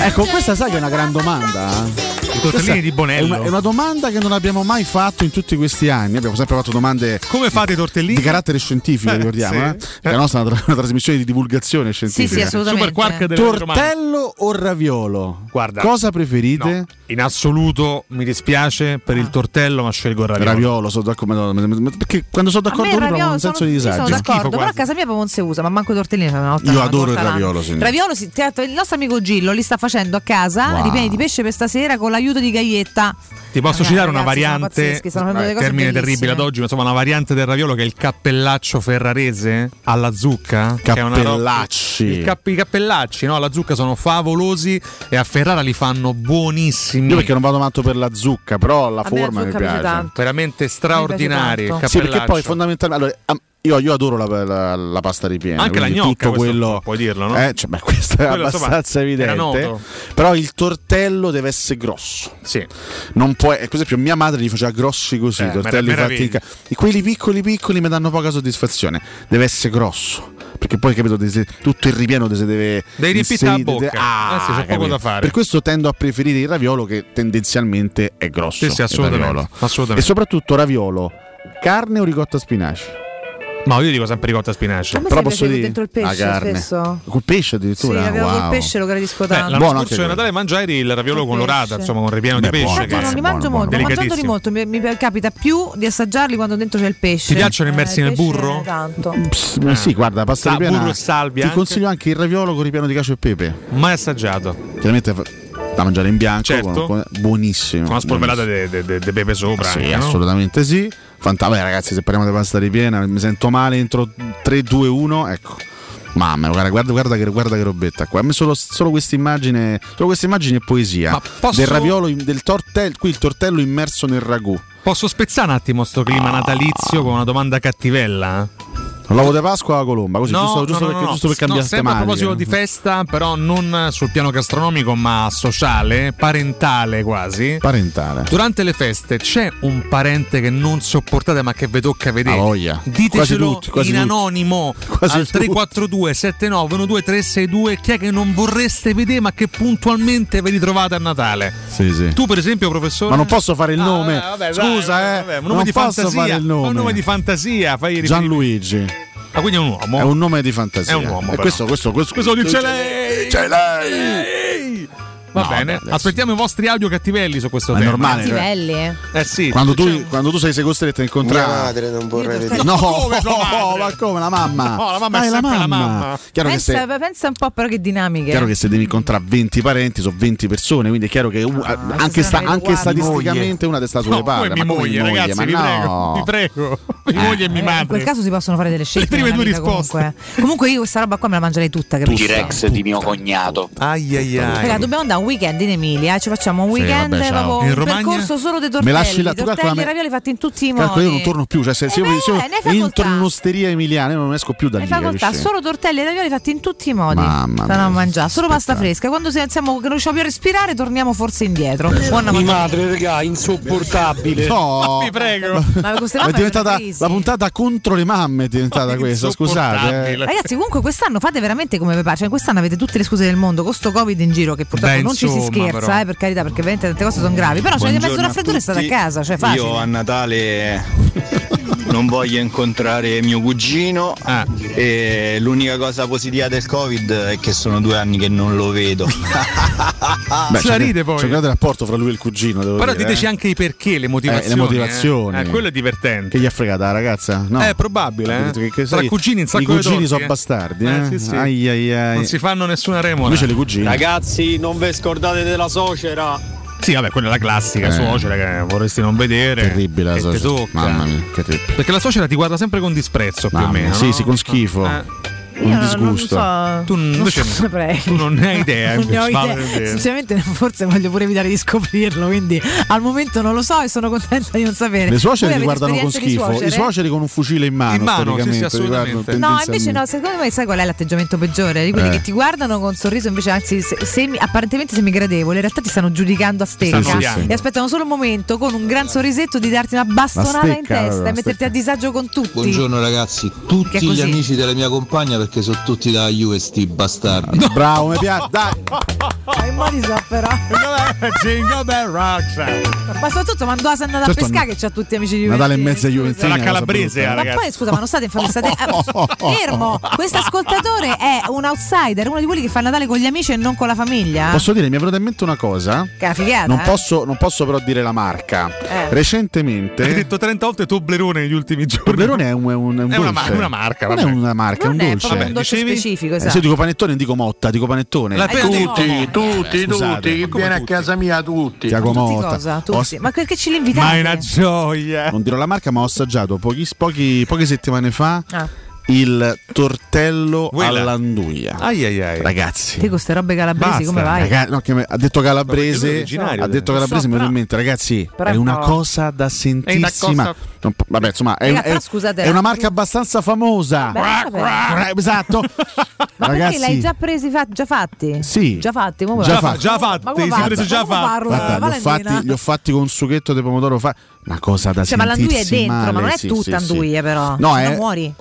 Speaker 6: Ecco, questa sai che è una gran domanda. I
Speaker 5: tortellini di Bonello.
Speaker 6: È una, è una domanda che non abbiamo mai fatto in tutti questi anni. Abbiamo sempre fatto domande.
Speaker 5: Come fate i tortellini?
Speaker 6: Di carattere scientifico,
Speaker 5: Eh,
Speaker 6: ricordiamo.
Speaker 5: sì.
Speaker 6: eh? La nostra è una, tra- una trasmissione di divulgazione scientifica.
Speaker 5: sì, assolutamente. Super quark delle
Speaker 6: Tortello o raviolo?
Speaker 5: Guarda.
Speaker 6: Cosa preferite?
Speaker 5: No, in assoluto mi dispiace per
Speaker 4: Ah.
Speaker 5: il tortello, ma scelgo il raviolo.
Speaker 6: Raviolo, sono d'accordo. Perché quando sono d'accordo
Speaker 4: A me il
Speaker 6: con lui provo
Speaker 4: raviolo
Speaker 6: un
Speaker 4: sono-
Speaker 6: senso di
Speaker 4: sì,
Speaker 6: disagio.
Speaker 4: Sono d'accordo, però a casa mia proprio non si usa, ma manco i tortellini fanno una volta.
Speaker 6: Io
Speaker 4: una
Speaker 6: adoro
Speaker 4: volta
Speaker 6: il raviolo,
Speaker 4: l'anno.
Speaker 6: signor.
Speaker 4: Raviolo, sì, tra l'altro, il nostro amico Gillo li sta facendo a casa,
Speaker 6: Wow.
Speaker 4: ripieni di pesce per stasera con l'aiuto aiuto di Gaietta.
Speaker 5: Ti posso
Speaker 4: Eh,
Speaker 5: citare una
Speaker 4: ragazzi, sono
Speaker 5: variante, eh,
Speaker 4: pazzeschi, stanno facendo delle cose
Speaker 5: termine terribile
Speaker 4: bellissime.
Speaker 5: ad oggi, ma insomma una variante del raviolo che è il cappellaccio ferrarese alla zucca. che è una roba-
Speaker 6: Cappellacci.
Speaker 5: il cap- I cappellacci no, alla zucca sono favolosi e a Ferrara li fanno buonissimi.
Speaker 6: Io perché non vado matto per la zucca, però la
Speaker 5: A me la
Speaker 6: forma mi
Speaker 5: zucca piace
Speaker 6: piace.
Speaker 5: tanto. Veramente straordinari, il
Speaker 6: Sì, perché
Speaker 5: cappellaccio.
Speaker 6: poi fondamentalmente. Allora, am- io, io adoro la, la- la pasta ripiena.
Speaker 5: Anche la
Speaker 6: quindi
Speaker 5: gnocca,
Speaker 6: tutto
Speaker 5: questo
Speaker 6: quello.
Speaker 5: puoi dirlo, no?
Speaker 6: Eh, cioè, beh, questo è
Speaker 5: Quello, insomma,
Speaker 6: abbastanza
Speaker 5: era
Speaker 6: evidente.
Speaker 5: noto.
Speaker 6: Però il tortello deve essere grosso.
Speaker 5: Sì.
Speaker 6: Non può. eh, Per esempio, mia madre li faceva grossi così.
Speaker 5: Eh,
Speaker 6: i tortelli
Speaker 5: merav-
Speaker 6: fatti in ca- e Quelli piccoli piccoli mi danno poca soddisfazione. Deve essere grosso. Perché poi capito, de- se- tutto il ripieno de- se deve.
Speaker 5: Devi riempirti la
Speaker 6: inserire- de-
Speaker 5: bocca.
Speaker 6: Ah,
Speaker 5: Eh sì, c'è poco
Speaker 6: capito.
Speaker 5: da fare.
Speaker 6: Per questo tendo a preferire il raviolo che tendenzialmente è grosso.
Speaker 5: Sì, sì,
Speaker 6: il
Speaker 5: assolutamente,
Speaker 6: raviolo.
Speaker 5: assolutamente.
Speaker 6: E soprattutto raviolo, carne o ricotta spinaci?
Speaker 5: No, io dico sempre ricotta e spinaci.
Speaker 4: A me sempre piace dentro il pesce spesso.
Speaker 6: Ah, Col pesce
Speaker 4: Sì,
Speaker 6: addirittura.
Speaker 4: avevo
Speaker 6: wow.
Speaker 4: col pesce lo gradisco
Speaker 5: Beh,
Speaker 4: tanto.
Speaker 5: l'anno scorso di Natale mangiai il raviolo con l'orata, insomma, con un ripieno di
Speaker 6: Beh, buono,
Speaker 5: pesce.
Speaker 4: Infatti non li mangio molto, ho mangiandoli molto, mi, mi capita più di assaggiarli quando dentro c'è il pesce.
Speaker 5: Ti
Speaker 4: Eh,
Speaker 5: piacciono immersi
Speaker 4: il
Speaker 5: nel
Speaker 4: pesce
Speaker 5: burro?
Speaker 4: Tanto.
Speaker 6: Psst, ma Sì, guarda, pasta
Speaker 5: Sa-
Speaker 6: ripiena.
Speaker 5: burro e salvia
Speaker 6: Ti
Speaker 5: anche?
Speaker 6: consiglio anche il raviolo con ripieno di cacio e pepe.
Speaker 5: Mai assaggiato.
Speaker 6: Chiaramente fa- da mangiare in bianco,
Speaker 5: Certo.
Speaker 6: con- con- buonissimo.
Speaker 5: Con una spolverata
Speaker 6: buonissimo.
Speaker 5: di pepe
Speaker 6: Mm,
Speaker 5: sopra.
Speaker 6: Eh Sì,
Speaker 5: anche, no?
Speaker 6: assolutamente sì. Fanta- Beh, ragazzi, se parliamo di pasta ripiena, mi sento male entro 3, 2, 1, ecco. Mamma, guarda, guarda, guarda che, guarda che robetta qua. A me solo, solo questa immagine, solo questa immagine è poesia.
Speaker 5: posso-
Speaker 6: Del raviolo, in- del tortello, qui il tortello immerso nel ragù.
Speaker 5: Posso spezzare un attimo sto clima natalizio con una domanda cattivella?
Speaker 6: L'uovo di Pasqua alla colomba, così giusto, giusto perché, giusto per cambiare
Speaker 5: no, sempre a proposito di festa, però non sul piano gastronomico, ma sociale, parentale quasi.
Speaker 6: Parentale.
Speaker 5: Durante le feste c'è un parente che non sopportate ma che vi tocca vedere.
Speaker 6: Ah, voglia. Quasi
Speaker 5: Ditecelo
Speaker 6: tutti, quasi
Speaker 5: in
Speaker 6: tutti.
Speaker 5: anonimo
Speaker 6: Quasi
Speaker 5: al
Speaker 6: tutti.
Speaker 5: 342 79 12362 chi è che non vorreste vedere ma che puntualmente vi ritrovate a Natale.
Speaker 6: Sì, sì.
Speaker 5: Tu per esempio professore
Speaker 6: Ma non posso fare il
Speaker 5: Ah,
Speaker 6: nome.
Speaker 5: vabbè, vabbè,
Speaker 6: Scusa,
Speaker 5: dai,
Speaker 6: eh.
Speaker 5: vabbè, un nome
Speaker 6: non
Speaker 5: di
Speaker 6: posso
Speaker 5: fantasia,
Speaker 6: fare il nome.
Speaker 5: Fa un nome di fantasia, fai
Speaker 6: Gianluigi.
Speaker 5: Ah, quindi è un uomo.
Speaker 6: È un nome di fantasia.
Speaker 5: È un uomo,
Speaker 6: E
Speaker 5: però.
Speaker 6: questo, questo, questo, Cioè,
Speaker 5: Questo lo dice lei.
Speaker 6: Ce
Speaker 9: Eh,
Speaker 6: lei.
Speaker 5: Va
Speaker 6: No,
Speaker 5: bene,
Speaker 6: vabbè,
Speaker 5: aspettiamo i vostri audio cattivelli su questo
Speaker 6: Ma è
Speaker 5: tema.
Speaker 6: normale, cioè.
Speaker 4: Cattivelli, eh.
Speaker 5: Eh sì.
Speaker 6: Quando tu, quando tu sei, sei costretto a incontrare.
Speaker 5: Mia madre
Speaker 6: non vorrei
Speaker 5: vedere.
Speaker 6: No,
Speaker 5: Oh, Come tua madre?
Speaker 6: ma come la mamma?
Speaker 5: No, la mamma è
Speaker 6: Ah,
Speaker 5: sempre la mamma.
Speaker 6: Chiaro che
Speaker 4: Pensa,
Speaker 6: se-
Speaker 4: pensa un po' però che dinamiche.
Speaker 6: Chiaro che se devi incontrare 20 parenti sono 20 persone, quindi è chiaro che uh,
Speaker 4: Ah,
Speaker 6: anche, sta-
Speaker 4: veramente
Speaker 6: anche
Speaker 4: guardi.
Speaker 6: statisticamente una te sta sulle
Speaker 5: No,
Speaker 6: palle.
Speaker 5: poi
Speaker 6: ma
Speaker 5: mi
Speaker 6: come
Speaker 5: moglie, ragazzi,
Speaker 6: ma
Speaker 5: vi prego,
Speaker 6: no.
Speaker 5: vi prego. Mi moglie e mi
Speaker 4: Eh, In quel
Speaker 5: madre.
Speaker 4: caso si possono fare delle scelte.
Speaker 5: prime
Speaker 4: nella
Speaker 5: due
Speaker 4: vita,
Speaker 5: risposte.
Speaker 4: Comunque. Comunque io questa roba qua me la mangerei tutta, capisci?
Speaker 56: di Rex di mio cognato.
Speaker 5: Ai ai
Speaker 4: Raga, dobbiamo andare a un weekend in Emilia, eh, ci facciamo un
Speaker 6: Sì,
Speaker 4: weekend
Speaker 6: vabbè, ciao.
Speaker 4: proprio
Speaker 6: In
Speaker 4: un
Speaker 6: Romagna?
Speaker 4: percorso solo dei
Speaker 6: Me
Speaker 4: tortelli,
Speaker 6: lasci la- tu calcola
Speaker 4: tortelli
Speaker 6: me-
Speaker 4: e ravioli fatti in tutti i modi.
Speaker 6: Calcolo, io non torno più, cioè se, se io, se io
Speaker 4: Eh, ne hai
Speaker 6: entro
Speaker 4: facoltà.
Speaker 6: in un'osteria emiliana io non esco più da lì.
Speaker 4: Hai facoltà,
Speaker 6: capisci?
Speaker 4: solo tortelli e ravioli fatti in tutti i modi.
Speaker 6: Mamma
Speaker 4: Stanno a
Speaker 6: mia,
Speaker 4: mangiare, solo pasta fresca. Quando se- siamo che non riusciamo più a respirare, torniamo forse indietro.
Speaker 57: Mia
Speaker 4: Buona mattina.
Speaker 57: madre, raga, insopportabile.
Speaker 6: No.
Speaker 5: Vi prego.
Speaker 4: Ma queste
Speaker 6: È
Speaker 4: mamme
Speaker 6: diventata
Speaker 4: sono crisi.
Speaker 6: la puntata contro le mamme, è diventata questa, scusate. eh.
Speaker 4: Ragazzi, comunque quest'anno fate veramente come vi pare. Cioè, quest'anno avete tutte le scuse del mondo con sto Covid in giro che purtroppo
Speaker 2: Beh,
Speaker 4: non ci si
Speaker 2: insomma,
Speaker 4: scherza,
Speaker 2: però.
Speaker 4: eh, per carità, perché veramente tante cose sono gravi. Però ci avete messo
Speaker 2: Buongiorno
Speaker 4: una
Speaker 2: a
Speaker 4: freddura e state a
Speaker 2: tutti.
Speaker 4: casa, cioè facile.
Speaker 2: Io a Natale non voglio incontrare mio cugino e l'unica cosa positiva del Covid è che sono due anni che non lo vedo.
Speaker 6: Ah. Beh,
Speaker 5: Se
Speaker 6: c'è
Speaker 5: la
Speaker 6: gra-
Speaker 5: ride poi.
Speaker 6: C'è un grande rapporto fra lui e il cugino. Devo
Speaker 5: Però
Speaker 6: dire,
Speaker 5: diteci
Speaker 6: eh.
Speaker 5: anche i perché, le motivazioni.
Speaker 6: Eh, le motivazioni.
Speaker 5: eh. Eh, quello è divertente.
Speaker 6: Che gli ha fregata la ragazza? No.
Speaker 5: È probabile,
Speaker 6: Ha
Speaker 5: eh.
Speaker 6: detto che- che
Speaker 5: Tra
Speaker 6: sai,
Speaker 5: cugini, un sacco
Speaker 6: I
Speaker 5: di
Speaker 6: cugini
Speaker 5: torti,
Speaker 6: sono
Speaker 5: eh.
Speaker 6: bastardi,
Speaker 5: Eh,
Speaker 6: eh.
Speaker 5: sì, sì.
Speaker 6: Ai, ai, ai.
Speaker 5: Non si fanno nessuna remora.
Speaker 6: Eh, Invece le cugine.
Speaker 2: Ragazzi, non vi scordate della socera.
Speaker 5: Sì, vabbè, quella è la classica
Speaker 6: Eh.
Speaker 5: suocera che vorresti non vedere.
Speaker 6: Terribile la
Speaker 5: Che te
Speaker 6: società.
Speaker 5: tocca.
Speaker 6: Mamma mia, terribile.
Speaker 5: Perché la suocera ti guarda sempre con disprezzo, più o
Speaker 6: Mamma mia,
Speaker 5: meno.
Speaker 6: sì,
Speaker 5: no? Eh.
Speaker 6: sì, con schifo.
Speaker 4: Io
Speaker 6: Un
Speaker 4: non-
Speaker 6: disgusto.
Speaker 4: Non so,
Speaker 5: Tu
Speaker 4: non
Speaker 5: invece-
Speaker 4: saprei.
Speaker 5: tu non ne hai idea,
Speaker 4: non ne ho
Speaker 5: invece, vale per
Speaker 4: idea.
Speaker 5: dire.
Speaker 4: Sinceramente, forse voglio pure evitare di scoprirlo. Quindi al momento non lo so e sono contenta di non sapere.
Speaker 6: Le suocere
Speaker 4: Voi
Speaker 6: li
Speaker 4: avete
Speaker 6: guardano con
Speaker 4: esperienze di
Speaker 6: schifo, i
Speaker 4: suocere?
Speaker 6: suoceri con un fucile in mano,
Speaker 5: In mano,
Speaker 6: storicamente.
Speaker 5: sì, sì,
Speaker 6: li guardano
Speaker 5: assolutamente.
Speaker 4: No, invece
Speaker 6: tendenzialmente.
Speaker 4: no, secondo me sai qual è l'atteggiamento peggiore? Di quelli
Speaker 6: Eh.
Speaker 4: che ti guardano con un sorriso invece, anzi, se- semi- apparentemente semigradevole, in realtà ti stanno giudicando a stecca
Speaker 6: stanno odiando.
Speaker 4: e aspettano solo un momento con un gran sorrisetto di darti una bastonata
Speaker 57: stecca,
Speaker 4: in testa
Speaker 57: allora, la
Speaker 4: e metterti
Speaker 57: stecca.
Speaker 4: a disagio con tutti.
Speaker 57: Buongiorno ragazzi,
Speaker 4: Che è
Speaker 57: tutti
Speaker 4: così.
Speaker 57: gli amici della mia compagna perché sono tutti da Juve sti bastardi.
Speaker 6: Bravo, mi piace. Dai.
Speaker 4: in modi so però.
Speaker 5: Jingle Bell Rocks.
Speaker 4: Ma soprattutto quando sei andata a
Speaker 6: Certo,
Speaker 4: pescare che c'ha tutti amici di
Speaker 6: Natale in
Speaker 4: Juventus.
Speaker 6: mezzo a Juventus.
Speaker 5: Sarà calabrese, eh,
Speaker 4: Ma poi scusa, ma non state in famiglia, state. eh, Fermo! Questo ascoltatore è un outsider, uno di quelli che fa Natale con gli amici e non con la famiglia.
Speaker 6: Posso dire, mi è venuta in mente una cosa?
Speaker 4: Che è una figata.
Speaker 6: Non
Speaker 4: eh.
Speaker 6: posso, non posso però dire la marca.
Speaker 4: Eh.
Speaker 5: Hai
Speaker 6: Recentemente.
Speaker 5: detto 30 volte Toblerone negli ultimi giorni.
Speaker 6: Eh? Toblerone è un, è un- è un
Speaker 5: È
Speaker 6: dolce.
Speaker 5: una mar- una marca,
Speaker 6: Non
Speaker 5: vabbè.
Speaker 6: è una marca, è un
Speaker 5: Non è
Speaker 6: dolce.
Speaker 4: un prodotto specifico,
Speaker 6: Eh, se
Speaker 4: esatto.
Speaker 6: io dico panettone, dico motta, dico panettone.
Speaker 4: La pentola.
Speaker 6: Eh,
Speaker 4: Tutti,
Speaker 6: scusate.
Speaker 58: tutti, tutti, chi viene a casa mia, tutti.
Speaker 6: Tiago
Speaker 4: Tutti
Speaker 6: Motta.
Speaker 4: cosa?
Speaker 6: Ho-
Speaker 4: Tutti. Ma perché ce li invitate?
Speaker 6: gioia! Non dirò la marca, ma ho assaggiato pochi- pochi- poche settimane fa
Speaker 4: Ah.
Speaker 6: il tortello all'anduia.
Speaker 5: Ai ai ai.
Speaker 6: Ragazzi.
Speaker 4: Te con queste robe calabresi
Speaker 6: Basta.
Speaker 4: come vai?
Speaker 6: Raga- no, che me- ha detto
Speaker 5: Ma quello è
Speaker 6: Calabrese.
Speaker 5: originario,
Speaker 6: Ha detto
Speaker 5: dai.
Speaker 6: Calabrese,
Speaker 5: Lo
Speaker 6: mi
Speaker 5: so,
Speaker 6: viene in
Speaker 5: però-
Speaker 6: mente, ragazzi.
Speaker 4: però
Speaker 6: È
Speaker 4: un
Speaker 6: una
Speaker 4: po'.
Speaker 6: cosa da sentissima.
Speaker 4: cosa-
Speaker 6: Non po- Vabbè, insomma, è,
Speaker 4: Raga,
Speaker 6: è-
Speaker 4: però scusate,
Speaker 6: è una
Speaker 4: eh.
Speaker 6: marca abbastanza famosa.
Speaker 4: Vabbè, vabbè.
Speaker 6: Esatto.
Speaker 4: Ma
Speaker 6: Ragazzi,
Speaker 4: perché l'hai già presi fa- già fatti?
Speaker 6: Sì.
Speaker 4: Già fatti, come
Speaker 6: Già
Speaker 4: va?
Speaker 6: fatti. Già
Speaker 5: fatti,
Speaker 4: Ma come
Speaker 5: si
Speaker 4: parla?
Speaker 5: prese già
Speaker 4: Ma come
Speaker 5: fatti.
Speaker 4: parla?
Speaker 6: Guarda, li ho,
Speaker 4: Valentina?
Speaker 6: fatti, li ho fatti con un succhetto di pomodoro. Fa... Una cosa da
Speaker 4: Cioè, ma l'anduia è
Speaker 6: sentirsi
Speaker 4: dentro, ma non
Speaker 6: male,
Speaker 4: è
Speaker 6: sì,
Speaker 4: tutta
Speaker 6: sì, sì.
Speaker 4: anduia, però.
Speaker 6: No,
Speaker 4: Se
Speaker 6: è-
Speaker 4: no muori.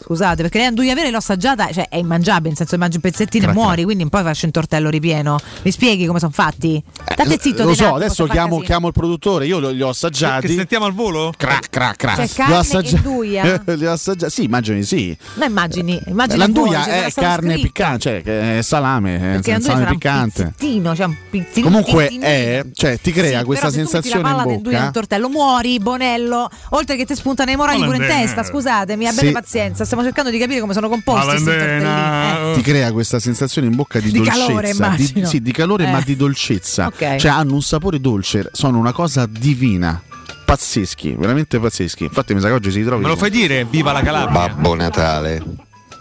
Speaker 4: Scusate, perché l'anduia vera l'ho assaggiata, cioè è immangiabile, nel senso mangi un pezzettino
Speaker 6: Crac,
Speaker 4: e muori, quindi poi faccio un tortello ripieno. Mi spieghi come sono fatti? State zitto,
Speaker 6: eh, Lo
Speaker 4: dite un
Speaker 6: so,
Speaker 4: attimo,
Speaker 6: adesso
Speaker 4: sto fa
Speaker 6: chiamo,
Speaker 4: casino.
Speaker 6: chiamo il produttore, io li, li ho assaggiati.
Speaker 5: Che sentiamo al volo?
Speaker 6: Crac, crac, crac.
Speaker 4: C'è
Speaker 6: Li ho
Speaker 4: Cioè, carne e
Speaker 6: assaggia-
Speaker 4: nduja?
Speaker 6: li ho assaggiati. Sì, immagini sì.
Speaker 4: No, immagini, immagini
Speaker 6: l'anduia
Speaker 4: fuori, cioè,
Speaker 6: è
Speaker 4: era stato
Speaker 6: carne
Speaker 4: scritto.
Speaker 6: piccante, cioè è salame, è
Speaker 4: Perché
Speaker 6: un
Speaker 4: l'anduia
Speaker 6: salame
Speaker 4: sarà
Speaker 6: piccante.
Speaker 4: un pizzittino, cioè un pizzittino.
Speaker 6: Comunque
Speaker 4: pizzittino.
Speaker 6: è, cioè, ti crea
Speaker 4: Sì,
Speaker 6: questa
Speaker 4: però se tu metti
Speaker 6: sensazione
Speaker 4: la palla
Speaker 6: in
Speaker 4: del due
Speaker 6: bocca.
Speaker 4: un tortello muori Bonello oltre che ti spuntano i morali pure in
Speaker 6: Valentina.
Speaker 4: testa scusatemi abbiate
Speaker 6: Sì.
Speaker 4: pazienza stiamo cercando di capire come sono composti questi tortellini eh.
Speaker 6: Ti crea questa sensazione in bocca di,
Speaker 4: Di
Speaker 6: dolcezza,
Speaker 4: calore,
Speaker 6: di,
Speaker 4: immagino.
Speaker 6: sì, di calore ma
Speaker 4: Eh.
Speaker 6: di dolcezza.
Speaker 4: Ok.
Speaker 6: Cioè hanno un sapore dolce, sono una cosa divina, pazzeschi, veramente pazzeschi. Infatti mi sa che oggi si trovi
Speaker 5: Me lo fai dire? Viva la Calabria!
Speaker 6: Babbo Natale.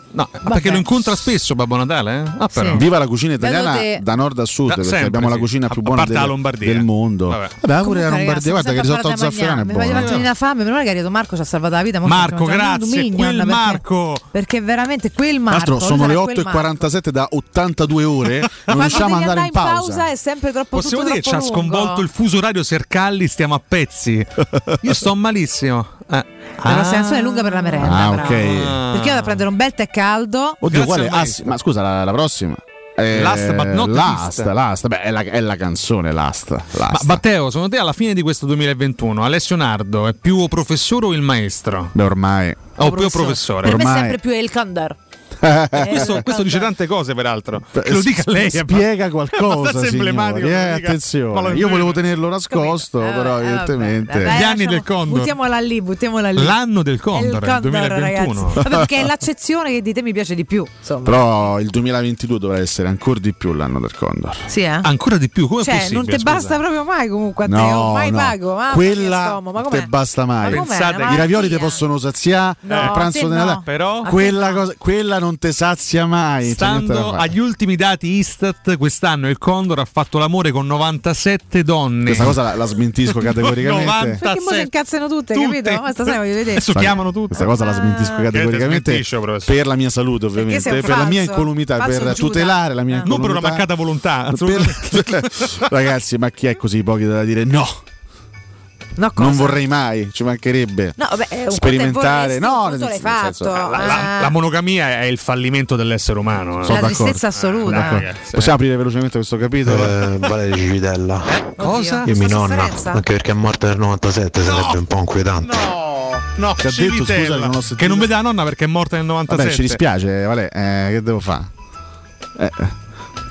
Speaker 5: No, ma perché lo incontra spesso Babbo Natale? eh? Ah, però.
Speaker 6: Viva la cucina
Speaker 5: Bello
Speaker 6: italiana
Speaker 5: te-
Speaker 6: da nord a sud,
Speaker 5: Da-
Speaker 6: perché
Speaker 5: sempre,
Speaker 6: abbiamo la
Speaker 5: sì.
Speaker 6: cucina più
Speaker 5: A- a
Speaker 6: buona
Speaker 5: parte la
Speaker 6: del-
Speaker 5: Lombardia.
Speaker 6: del mondo.
Speaker 5: Vabbè.
Speaker 6: Vabbè, pure la Lombardia, guarda che risotto al zafferano è
Speaker 4: mi fai
Speaker 6: buono. eh.
Speaker 4: fatto una fame meno male che Rito Marco ci ha salvato la vita mo
Speaker 6: Marco,
Speaker 4: stiamo mangiando
Speaker 6: grazie,
Speaker 4: un minion,
Speaker 6: quel
Speaker 4: perché-
Speaker 5: Ecco.
Speaker 6: Marco.
Speaker 4: perché veramente quel
Speaker 6: Tra
Speaker 4: Marco
Speaker 6: l'altro sono
Speaker 4: lui
Speaker 6: le
Speaker 4: sarà quel
Speaker 6: 8.47 da 82 ore e non
Speaker 4: Marco.
Speaker 6: riusciamo ad
Speaker 4: Quando
Speaker 6: andare
Speaker 4: devi
Speaker 6: in pausa.
Speaker 4: è sempre troppo
Speaker 5: Possiamo
Speaker 4: tutto
Speaker 5: dire che ci ha
Speaker 4: troppo lungo.
Speaker 5: sconvolto il fuso orario Sercalli, stiamo a pezzi. Io sto malissimo. Eh.
Speaker 4: la
Speaker 5: Ah.
Speaker 4: prossima canzone è lunga per la merenda
Speaker 6: Ah,
Speaker 4: bravo.
Speaker 6: ok.
Speaker 4: perché io vado a prendere un bel tè caldo
Speaker 6: Oddio, quale? Ah, sì, ma scusa, la, la prossima. Eh,
Speaker 5: Last but not
Speaker 6: last,
Speaker 5: least.
Speaker 6: last. Beh, è la, è la canzone Last. last.
Speaker 5: Ma Matteo, secondo te alla fine di questo 2021 Alessio Nardo è più professore o il maestro?
Speaker 6: Beh, ormai.
Speaker 5: O più professore?
Speaker 4: per me è sempre più il Condor
Speaker 5: Eh, questo, questo dice tante cose, peraltro. Che lo
Speaker 6: Cioè,
Speaker 5: dica
Speaker 6: Sp-
Speaker 5: lei. eh,
Speaker 6: Spiega
Speaker 5: abbastanza
Speaker 6: qualcosa, signori.
Speaker 5: emblematico,
Speaker 6: Eh,
Speaker 5: lo dica
Speaker 6: attenzione.
Speaker 5: Valentino.
Speaker 6: Io volevo tenerlo nascosto, però evidentemente.
Speaker 4: Eh, Vabbè, lasciamo- Buttiamola lì, buttiamola lì.
Speaker 6: L'anno del Condor,
Speaker 4: È il Condor,
Speaker 6: 2021.
Speaker 4: ragazzi. Vabbè, perché è l'accezione che di te mi piace di più. Insomma.
Speaker 6: Però il 2022 dovrà essere ancora di più l'anno del Condor.
Speaker 4: Sì, eh?
Speaker 5: Ancora di più, come
Speaker 4: cioè, non ti basta proprio mai comunque a te,
Speaker 6: No,
Speaker 4: oh, mai
Speaker 6: no.
Speaker 4: pago. Mamma
Speaker 6: Quella
Speaker 4: mia, insomma, ma
Speaker 6: non te
Speaker 4: com'è?
Speaker 6: basta mai.
Speaker 4: Ma com'è? Pensate Una che-
Speaker 6: I ravioli te possono saziare,
Speaker 4: No,
Speaker 6: il
Speaker 4: a te
Speaker 6: pranzo di
Speaker 4: no.
Speaker 6: Natale.
Speaker 5: Però-
Speaker 6: quella, cosa- quella non te sazia mai. c'è Cioè, niente da
Speaker 5: Stando
Speaker 6: fare.
Speaker 5: agli ultimi dati Istat, quest'anno il Condor ha fatto l'amore con 97 donne.
Speaker 6: Questa cosa la, la smentisco categoricamente.
Speaker 5: 90
Speaker 4: Perché mo si incazzano tutte, capito? Ma stasera voglio vedere.
Speaker 5: Adesso chiamano tutti.
Speaker 6: Questa cosa la smentisco categoricamente per la mia salute, ovviamente,
Speaker 4: sei un
Speaker 6: per la mia
Speaker 4: falso,
Speaker 6: incolumità,
Speaker 4: falso
Speaker 6: per
Speaker 4: Giuda.
Speaker 6: tutelare la mia
Speaker 5: Non per una
Speaker 6: incolumità.
Speaker 5: mancata volontà.
Speaker 6: Per- Ragazzi, ma chi è così pochi da dire no? non vorrei mai, ci mancherebbe.
Speaker 4: No, vabbè, eh, un
Speaker 6: Sperimentare,
Speaker 4: conto è vorresti, un
Speaker 6: no,
Speaker 4: conto
Speaker 6: nel-
Speaker 4: l'hai
Speaker 6: nel senso-
Speaker 4: fatto,
Speaker 6: la- la-
Speaker 4: eh.
Speaker 5: La monogamia è il fallimento dell'essere umano. eh.
Speaker 6: Sono d'accordo. Sono d'accordo. Possiamo aprire velocemente questo capitolo?
Speaker 23: Eh, Vale di Civitella.
Speaker 5: Cosa?
Speaker 23: Eh, Io mia
Speaker 5: Sta
Speaker 23: nonna,
Speaker 5: sofferenza?
Speaker 23: anche perché è morta nel 97, sarebbe un po' inquietante.
Speaker 5: No,
Speaker 6: Che ha detto,
Speaker 5: Civitella,
Speaker 6: scusa, che non ho
Speaker 5: che non vede la nonna perché è morta nel 97.
Speaker 6: Vabbè, ci dispiace, Vale, eh, che devo fare? Eh,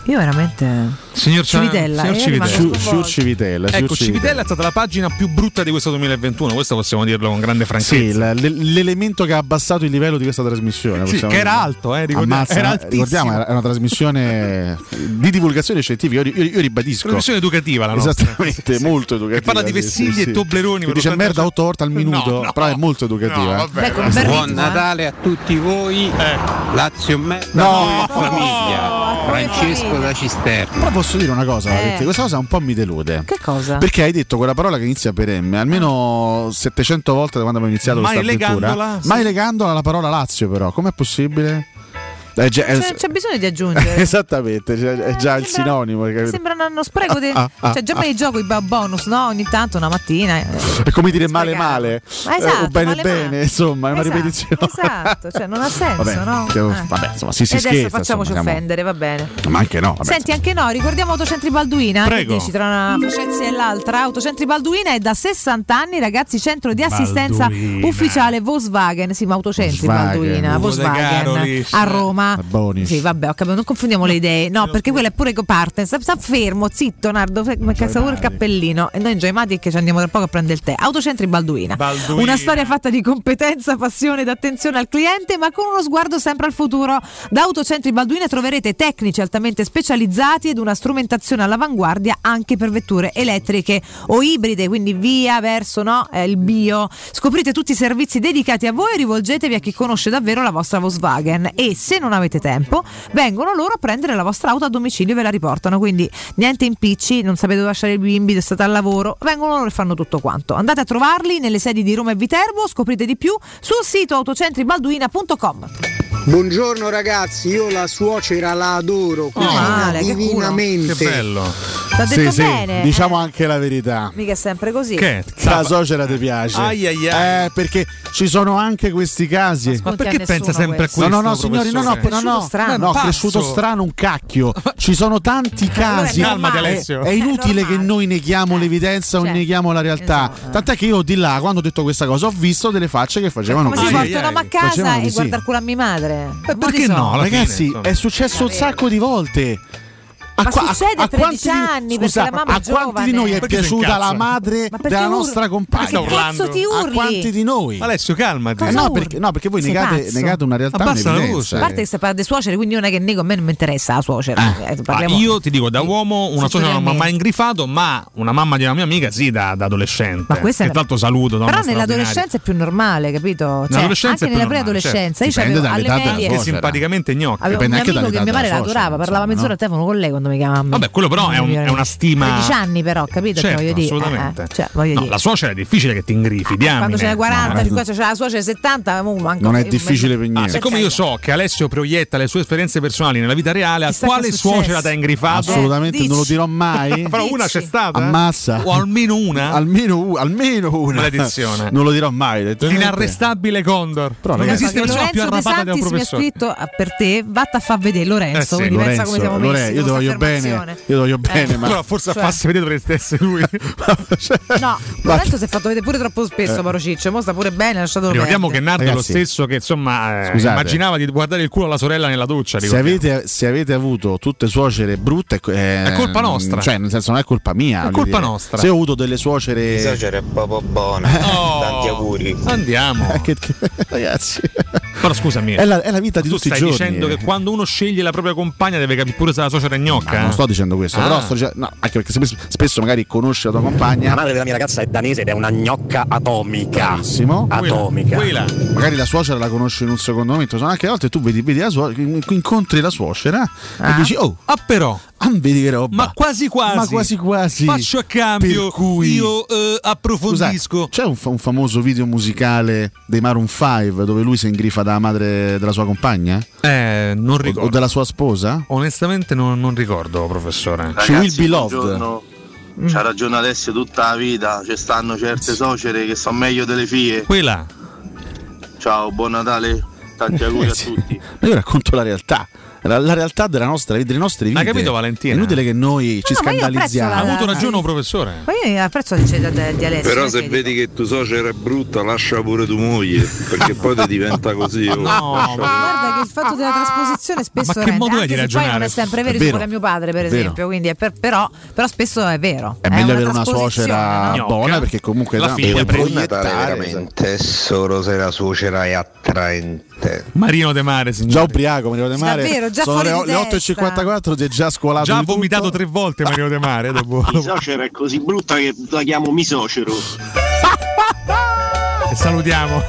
Speaker 4: Io veramente.
Speaker 5: Signor Cian-
Speaker 4: Civitella,
Speaker 5: signor
Speaker 4: eh,
Speaker 5: Civitella.
Speaker 4: rimango
Speaker 6: Sciur- sciur Civitella, sciur
Speaker 5: Ecco, Civitella è stata la pagina più brutta di questo 2021, questo possiamo dirlo con grande
Speaker 6: Sì, ecco.
Speaker 5: franchezza.
Speaker 6: l- l- l'elemento che ha abbassato il livello di questa trasmissione.
Speaker 5: Sì,
Speaker 6: possiamo
Speaker 5: che era
Speaker 6: dire.
Speaker 5: alto, eh, ricordiamo,
Speaker 6: Ammazza,
Speaker 5: era
Speaker 6: eh,
Speaker 5: altissimo.
Speaker 6: ricordiamo, era- era una trasmissione di divulgazione scientifica. Io, io- io ribadisco.
Speaker 5: Trasmissione educativa la nostra.
Speaker 6: Esattamente, molto educativa.
Speaker 5: parla di
Speaker 6: sì,
Speaker 5: vessilli
Speaker 6: sì,
Speaker 5: e
Speaker 6: sì.
Speaker 5: Tobleroni,
Speaker 6: Che
Speaker 5: per
Speaker 6: dice
Speaker 5: 80
Speaker 6: merda 8 volte al minuto,
Speaker 5: no,
Speaker 6: però è molto educativa. eh?
Speaker 5: no,
Speaker 4: Ecco,
Speaker 5: vabbè. Beh,
Speaker 2: Buon
Speaker 4: eh.
Speaker 2: Natale a tutti voi, Lazio Merda,
Speaker 6: Ecco. No.
Speaker 2: come famiglia, Francesco da Cisterna.
Speaker 6: Però posso dire una cosa,
Speaker 2: Eh.
Speaker 6: Valentina, questa cosa un po' mi delude.
Speaker 4: Che cosa?
Speaker 6: Perché hai detto quella parola che inizia per M almeno 700 volte da quando abbiamo iniziato
Speaker 5: Mai
Speaker 6: questa avventura.
Speaker 5: legandola,
Speaker 6: Mai legandola alla parola Lazio, però. Com'è possibile? Eh, già-
Speaker 2: Cioè,
Speaker 6: eh,
Speaker 4: C'è, c'è bisogno di aggiungere.
Speaker 6: Esattamente, cioè, è già il sinonimo. hai capito?
Speaker 4: Sembra uno spreco de-
Speaker 6: Ah, ah,
Speaker 4: cioè già
Speaker 6: ah.
Speaker 4: me li gioco i ba- bonus, no? Ogni tanto una mattina. eh.
Speaker 6: È come dire male male
Speaker 4: Ma esatto,
Speaker 6: eh, o bene
Speaker 4: male
Speaker 6: bene,
Speaker 4: male.
Speaker 6: insomma, è una
Speaker 4: Esatto,
Speaker 6: ripetizione.
Speaker 4: Esatto, cioè non ha senso,
Speaker 6: Vabbè,
Speaker 4: no?
Speaker 6: che-
Speaker 4: Eh.
Speaker 6: vabbè, insomma, si- si
Speaker 4: E adesso
Speaker 6: scherza,
Speaker 4: facciamoci
Speaker 6: insomma, siamo-
Speaker 4: offendere, va bene.
Speaker 6: Ma anche no, vabbè.
Speaker 4: Senti, anche no, ricordiamo Autocentri Balduina.
Speaker 6: Prego.
Speaker 4: Che dici tra una facezia e l'altra? Autocentri Balduina è da 60 anni, ragazzi, centro di assistenza
Speaker 39: Balduina.
Speaker 4: ufficiale Volkswagen. Sì, ma Autocentri
Speaker 39: Volkswagen.
Speaker 4: Balduina,
Speaker 39: Uomo dei
Speaker 4: Volkswagen
Speaker 39: Caroli.
Speaker 4: a Roma.
Speaker 6: Eh,
Speaker 4: Roma.
Speaker 6: Bonis.
Speaker 4: Sì, vabbè, ho capito, non confondiamo le idee. No, perché quello è pure che parte. Sta, sta fermo, zitto, Nardo, fe- cazzo pure il cappellino. E noi in Giaimati che ci andiamo tra poco a prendere il tè. Autocentri Balduina.
Speaker 39: Balduina.
Speaker 4: Una storia fatta di competenza, passione ed attenzione al cliente, ma con uno sguardo sempre al futuro. Da Autocentri Balduina troverete tecnici altamente specializzati ed una strumentazione all'avanguardia anche per vetture elettriche o ibride, quindi via verso no, eh, il bio. Scoprite tutti i servizi dedicati a voi e rivolgetevi a chi conosce davvero la vostra Volkswagen. E se non avete tempo, vengono loro a prendere la vostra auto a domicilio e ve la riportano. Quindi niente impicci, non sapete dove lasciare i bimbi, è stata al lavoro, vengono loro e fanno tutto quanto. Andate a trovarli nelle sedi di Roma e Viterbo, scoprite di più sul sito autocentribalduina.com.
Speaker 59: Buongiorno ragazzi, io la suocera la adoro, cucina
Speaker 4: male, che culo.
Speaker 59: divinamente.
Speaker 4: Che bello. T'ha detto bene, eh.
Speaker 6: Diciamo anche la verità.
Speaker 4: Mica è sempre così.
Speaker 6: La suocera ti piace.
Speaker 4: Ai, ai,
Speaker 6: Eh, perché ci sono anche questi casi.
Speaker 5: Ma perché pensa sempre a questo?
Speaker 6: No, no, no, signori, no, no, no, no,
Speaker 5: strano.
Speaker 6: no, cresciuto strano un cacchio. Ci sono tanti casi.
Speaker 5: Allora è normale.
Speaker 6: È-
Speaker 5: Alessio.
Speaker 6: È inutile che noi neghiamo l'evidenza o neghiamo la realtà. Tant'è che io di là, quando ho detto questa cosa, ho visto delle facce che facevano
Speaker 4: Come si
Speaker 6: così.
Speaker 4: portano a casa
Speaker 6: Facevano
Speaker 4: e
Speaker 6: così.
Speaker 4: guarda il culo a mia madre? Ma
Speaker 6: Perché
Speaker 4: di so.
Speaker 6: no? Ragazzi, è successo un sacco di volte.
Speaker 4: Ma
Speaker 6: qua-
Speaker 4: succede a 13
Speaker 6: quanti di-
Speaker 4: anni, perché
Speaker 6: scusa,
Speaker 4: la mamma è
Speaker 6: a quanti di
Speaker 4: giovane.
Speaker 6: noi è
Speaker 4: Perché si
Speaker 6: piaciuta
Speaker 4: incazza?
Speaker 6: la madre
Speaker 4: Ma perché
Speaker 6: della
Speaker 4: urla?
Speaker 6: nostra
Speaker 4: Ma che
Speaker 6: compagna?
Speaker 4: cazzo ti
Speaker 6: A
Speaker 4: urli?
Speaker 6: quanti di noi?
Speaker 5: Alessio, calmati.
Speaker 6: Eh, no, perché, no, perché voi
Speaker 4: Sei
Speaker 6: negate,
Speaker 4: pazzo?
Speaker 6: negate una realtà.
Speaker 5: Abbassa la
Speaker 6: un'evidenza.
Speaker 4: A parte che si parla di suocere, quindi non è che nego, a me non mi interessa la suocera. Eh,
Speaker 5: Ah,
Speaker 4: parliamo-
Speaker 5: io ti dico, da uomo una
Speaker 4: Sì,
Speaker 5: suocera non mi ha
Speaker 4: me.
Speaker 5: mai ingrifato, ma una mamma di una mia amica sì, da, da adolescente.
Speaker 4: Ma questa è
Speaker 5: che
Speaker 4: la-
Speaker 5: tanto saluto. donna
Speaker 4: Però
Speaker 5: straordinaria.
Speaker 4: nell'adolescenza è più normale, capito? Cioè,
Speaker 5: Nell'adolescenza è più
Speaker 4: anche nella
Speaker 5: normale,
Speaker 4: preadolescenza.
Speaker 5: certo.
Speaker 4: Io avevo alle medie.
Speaker 5: Anche simpaticamente gnocchi.
Speaker 4: Avevo un mio amico che mia madre la adorava, parlava mezz'ora al telefono con lei quando mi chiamava. a me.
Speaker 5: Vabbè, quello però è, un- è una stima.
Speaker 4: 13 anni però, capito? Cioè,
Speaker 5: Certo,
Speaker 4: voglio dire,
Speaker 5: assolutamente.
Speaker 4: eh, eh, cioè, voglio
Speaker 5: No,
Speaker 4: dire.
Speaker 5: la suocera è difficile che ti ingrifi, diamine.
Speaker 4: Quando c'è cioè, la 40,
Speaker 5: No, eh.
Speaker 4: 50, c'è la suocera 70, mo, manco- io-
Speaker 5: Ah, siccome io so che Alessio proietta le sue esperienze personali nella vita reale, a
Speaker 4: Chissà
Speaker 5: quale
Speaker 4: che è successo.
Speaker 5: suocera ti ha ingrifato?
Speaker 6: Assolutamente, non lo dirò mai.
Speaker 5: Però una c'è stata.
Speaker 6: Ammazza.
Speaker 5: O almeno una.
Speaker 6: Almeno, u- almeno una.
Speaker 5: Maledizione.
Speaker 6: Non lo dirò mai. letteralmente.
Speaker 5: L'inarrestabile Condor.
Speaker 6: Però,
Speaker 5: non
Speaker 6: ragazzi,
Speaker 5: esiste
Speaker 6: che
Speaker 5: persona più
Speaker 4: Lorenzo De
Speaker 5: arrapata di un
Speaker 4: Santis mi ha
Speaker 5: professore.
Speaker 4: scritto ah, per te, vatta a far vedere Lorenzo,
Speaker 5: Eh sì,
Speaker 4: quindi pensa come siamo messi.
Speaker 6: Lorenzo, io ti
Speaker 4: con
Speaker 6: voglio bene.
Speaker 4: questa affermazione.
Speaker 6: Io ti voglio
Speaker 4: Eh.
Speaker 6: bene, ma
Speaker 5: Però forse
Speaker 4: Cioè-
Speaker 5: a farsi vedere dovreste essere lui.
Speaker 4: No, Lorenzo si è fatto vedere pure troppo spesso,
Speaker 5: Eh.
Speaker 4: Paro Ciccio, mo sta pure bene, ha lasciato
Speaker 5: Ricordiamo che
Speaker 4: perdere.
Speaker 5: Nardo è lo
Speaker 6: Ragazzi,
Speaker 5: stesso che insomma eh,
Speaker 6: scusate.
Speaker 5: immaginava di guardare il culo alla sorella nella doccia.
Speaker 6: se
Speaker 5: ricordiamo.
Speaker 6: avete, se avete avuto tutte suocere brutte, eh,
Speaker 5: È colpa nostra.
Speaker 6: Cioè, nel senso, non è colpa mia. voglio
Speaker 5: colpa
Speaker 6: dire.
Speaker 5: nostra.
Speaker 6: Ah, Se ho avuto delle suocere.
Speaker 60: Mi suocera è proprio buona. Tanti auguri.
Speaker 5: Andiamo.
Speaker 6: Eh, che- che- ragazzi,
Speaker 5: Però scusami,
Speaker 6: È la- è la vita di
Speaker 5: tu
Speaker 6: tutti i
Speaker 5: stai
Speaker 6: giorni. eh.
Speaker 5: dicendo che quando uno sceglie la propria compagna deve capire pure se la suocera è gnocca.
Speaker 6: Ah, non sto dicendo questo,
Speaker 5: Ah.
Speaker 6: però sto dicendo, no, anche perché spesso, spesso magari conosci la tua compagna.
Speaker 1: La madre della mia ragazza è danese ed è una gnocca atomica.
Speaker 6: Bravissimo.
Speaker 1: Atomica.
Speaker 6: Magari la suocera la conosci in un secondo momento, sono anche volte tu vedi, vedi la suo- incontri la suocera e dici "Oh,
Speaker 5: ah però,
Speaker 6: vedi che roba".
Speaker 5: Ma quasi quasi.
Speaker 6: Ma quasi quasi.
Speaker 5: Faccio a cambio,
Speaker 6: Per cui-
Speaker 5: io eh, approfondisco.
Speaker 6: Scusate, c'è un, fa- un famoso video musicale dei Maroon 5 dove lui si ingrifa dalla madre della sua compagna?
Speaker 5: Eh, non
Speaker 6: ricordo. O, della sua sposa?
Speaker 5: Onestamente non, non ricordo, professore.
Speaker 6: She will be loved. Mm.
Speaker 2: buongiorno. C'ha ragione Alessio tutta la vita, ci stanno certe suocere che sono meglio delle fie.
Speaker 5: Quella.
Speaker 2: Ciao, buon Natale, tanti auguri a tutti.
Speaker 6: Ma Io racconto la realtà. La, la realtà della nostra, delle nostre vite.
Speaker 5: Hai capito, Valentina?
Speaker 6: È inutile che noi ci
Speaker 4: No, ma io apprezzo
Speaker 6: scandalizziamo.
Speaker 4: la- Ha avuto
Speaker 5: ragione, professore.
Speaker 4: Ma io apprezzo il ceto di Alessio.
Speaker 61: Però
Speaker 4: non
Speaker 61: se
Speaker 4: credi?
Speaker 61: vedi che tu suocera è brutta, lascia pure tu moglie, perché poi ti diventa così. oh.
Speaker 4: No, ma guarda che il fatto della trasposizione spesso
Speaker 61: che
Speaker 4: rende,
Speaker 61: modo è
Speaker 4: anche
Speaker 61: di
Speaker 4: se
Speaker 61: ragionare?
Speaker 4: Poi non è sempre vero,
Speaker 61: È
Speaker 4: tipo
Speaker 61: vero.
Speaker 4: come mio padre, per
Speaker 6: È vero.
Speaker 4: esempio. Quindi è per- però, però spesso è vero.
Speaker 6: È meglio avere una
Speaker 4: trasposizione,
Speaker 6: suocera
Speaker 4: no?
Speaker 6: buona perché comunque
Speaker 4: La
Speaker 6: da-
Speaker 4: figlia
Speaker 6: puoi
Speaker 4: prende-
Speaker 6: proiettare,
Speaker 60: veramente solo se la suocera è attraente.
Speaker 5: Marino De Mare, signore.
Speaker 6: Già ubriaco, Marino De Mare.
Speaker 60: Davvero, già
Speaker 6: Sono
Speaker 60: fuori
Speaker 6: le,
Speaker 60: di
Speaker 6: o- le 8.54, ti è già scuolato.
Speaker 5: Già ha
Speaker 6: di tutto.
Speaker 5: vomitato tre volte Mario De Mare. Dopo.
Speaker 2: Mi suocera è così brutta che la chiamo misocero.
Speaker 5: E salutiamo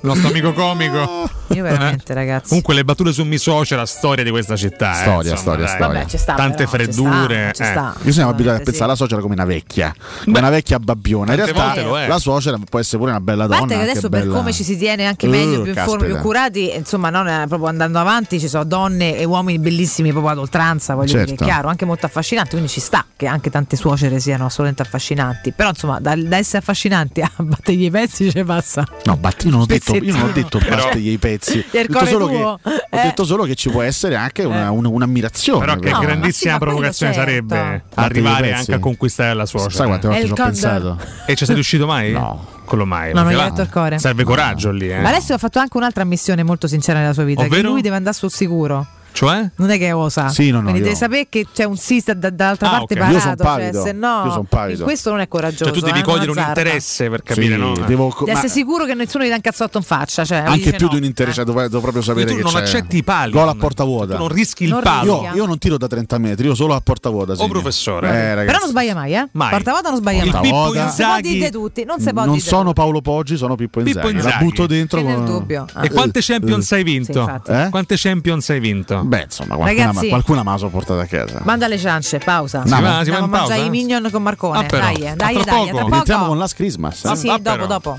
Speaker 5: il nostro amico comico. Eh?
Speaker 4: Io veramente, ragazzi.
Speaker 5: Comunque le battute su Mi Social, la storia di questa città. eh,
Speaker 6: Storia,
Speaker 5: insomma,
Speaker 6: storia,
Speaker 5: dai.
Speaker 6: storia. Vabbè, ci sta,
Speaker 5: Tante
Speaker 6: però, ci
Speaker 5: freddure. eh.
Speaker 6: Io sono abituato a pensare alla suocera come una vecchia, come una vecchia babbiona. In
Speaker 5: Tante volte lo
Speaker 6: realtà
Speaker 5: è.
Speaker 6: la suocera può essere pure una bella
Speaker 4: A
Speaker 6: donna.
Speaker 4: parte che
Speaker 6: anche
Speaker 4: adesso per
Speaker 6: bella-
Speaker 4: come ci si tiene anche
Speaker 6: Eh,
Speaker 4: meglio, più in
Speaker 6: caspita.
Speaker 4: forma, più curati, insomma, non è- proprio andando avanti ci sono donne e uomini bellissimi proprio ad oltranza, voglio
Speaker 6: Certo.
Speaker 4: dire, è chiaro, anche molto affascinanti, quindi ci sta che anche tante suocere siano assolutamente affascinanti, però insomma da, da essere affascinanti a battergli i pezzi ci passa.
Speaker 6: No, batti, io non ho detto, io non ho
Speaker 4: Pezzettino.
Speaker 6: detto
Speaker 4: Però-
Speaker 6: battegli i pezzi.
Speaker 4: Del
Speaker 6: Ho detto,
Speaker 4: core
Speaker 6: solo che,
Speaker 4: tuo, eh.
Speaker 6: ho detto solo che ci può essere anche una- un- un'ammirazione.
Speaker 5: Però che
Speaker 6: per-
Speaker 5: grandissima provocazione
Speaker 4: certo.
Speaker 5: sarebbe
Speaker 6: Battere i
Speaker 5: arrivare
Speaker 6: pezzi.
Speaker 5: anche a conquistare la suocera.
Speaker 6: Sai quante volte È il ci ho condor. pensato?
Speaker 5: E ci sei riuscito mai?
Speaker 6: No.
Speaker 5: piccolo mai.
Speaker 4: No, non
Speaker 6: cioè,
Speaker 5: perché
Speaker 4: gli ho
Speaker 5: là
Speaker 4: detto il cuore.
Speaker 5: Serve coraggio lì, eh.
Speaker 4: Ma Alessio ha fatto anche un'altra missione molto sincera nella sua vita,
Speaker 5: Ovvero?
Speaker 4: che lui deve andare sul sicuro.
Speaker 5: Cioè?
Speaker 4: Non è che osa.
Speaker 5: Sì, no, no,
Speaker 4: Quindi
Speaker 5: io-
Speaker 4: deve sapere che c'è un sì da- da- dall'altra
Speaker 5: Ah,
Speaker 4: parte
Speaker 5: ok. Io
Speaker 4: parato.
Speaker 5: son pavido,
Speaker 4: Cioè, se no,
Speaker 5: io son pavido.
Speaker 4: questo non è coraggioso.
Speaker 5: Cioè, tu devi
Speaker 4: eh,
Speaker 5: cogliere un
Speaker 4: non azzarda.
Speaker 5: interesse per capire,
Speaker 6: Sì,
Speaker 5: no?
Speaker 6: devo-
Speaker 4: Devi
Speaker 6: ma-
Speaker 4: essere sicuro che nessuno gli dà un cazzotto in faccia. Cioè, lui
Speaker 6: anche
Speaker 4: dice
Speaker 6: più
Speaker 4: no.
Speaker 6: di un interesse, devo, devo proprio sapere
Speaker 5: tu
Speaker 6: che
Speaker 5: non
Speaker 6: c'è.
Speaker 5: accetti i pali,
Speaker 6: Gol a porta vuota.
Speaker 5: tu non rischi il
Speaker 4: Non
Speaker 5: palo.
Speaker 6: Io, io non tiro da 30 metri, io solo a porta vuota. segno.
Speaker 5: professore.
Speaker 6: Eh, ragazzi.
Speaker 4: Però non sbaglia mai, eh?
Speaker 6: Mai.
Speaker 4: Quarta volta non sbaglia
Speaker 6: Il
Speaker 4: mai.
Speaker 6: Pippo
Speaker 4: non si può
Speaker 6: Inzaghi-
Speaker 4: dire tutti, non si può
Speaker 6: Non
Speaker 4: dire
Speaker 6: sono Paolo Poggi, sono Pippo Inzaghi. La
Speaker 5: Inzaghi.
Speaker 6: butto dentro.
Speaker 4: C'è nel
Speaker 6: con-
Speaker 4: dubbio. Ah.
Speaker 5: E quante Champions
Speaker 6: Eh.
Speaker 5: hai vinto?
Speaker 4: infatti.
Speaker 6: Eh?
Speaker 5: Quante Champions hai vinto?
Speaker 6: Beh, insomma, qualcuna,
Speaker 4: Ragazzi-
Speaker 6: ma- qualcuna me la sono portata a casa.
Speaker 4: Manda le ciance, pausa.
Speaker 6: Si va- si va
Speaker 4: Andiamo
Speaker 6: in
Speaker 4: a mangiare
Speaker 6: pausa?
Speaker 4: i minion con Marcone.
Speaker 6: Ah, però.
Speaker 4: dai, eh,
Speaker 6: A
Speaker 4: dai,
Speaker 6: tra
Speaker 4: dai,
Speaker 6: poco.
Speaker 4: a tra poco.
Speaker 6: Rientriamo con Last Christmas, eh?
Speaker 4: Sì, sì,
Speaker 6: Ah,
Speaker 4: dopo,
Speaker 6: però.
Speaker 4: dopo.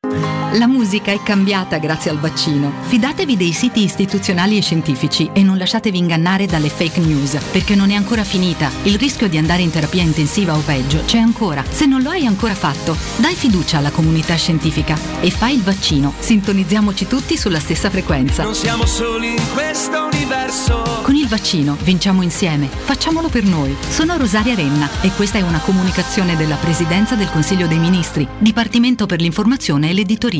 Speaker 62: La musica è cambiata grazie al vaccino. Fidatevi dei siti istituzionali e scientifici e non lasciatevi ingannare dalle fake news, perché non è ancora finita. Il rischio di andare in terapia intensiva o peggio c'è ancora. Se non lo hai ancora fatto, dai fiducia alla comunità scientifica e fai il vaccino. Sintonizziamoci tutti sulla stessa frequenza.
Speaker 63: Non siamo soli in questo universo.
Speaker 62: Con il vaccino vinciamo insieme, facciamolo per noi. Sono Rosaria Renna e questa è una comunicazione della Presidenza del Consiglio dei Ministri, Dipartimento per l'informazione e l'editoria.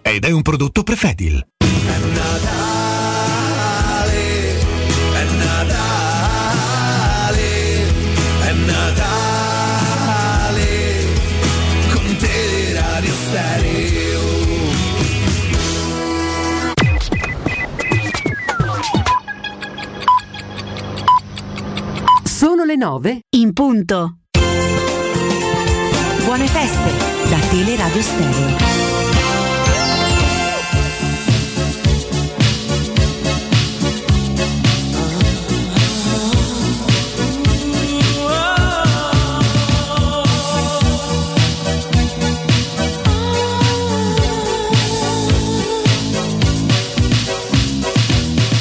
Speaker 64: ed è un prodotto prefedil.
Speaker 43: alle 9 in punto. Buone feste da Teleradio Stereo.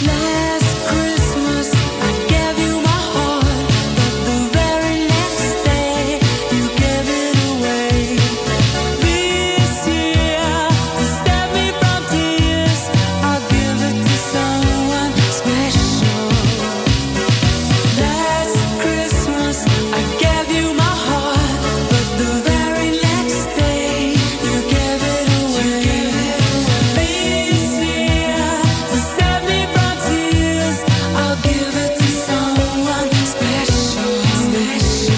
Speaker 21: Last Christmas I gave you my heart, but the very next day you gave it away. This year, to save me from tears, I'll give it to someone special. Last Christmas I gave you my heart, but the very next day you gave it away. This year, to save me from tears, I'll give it to someone special, special.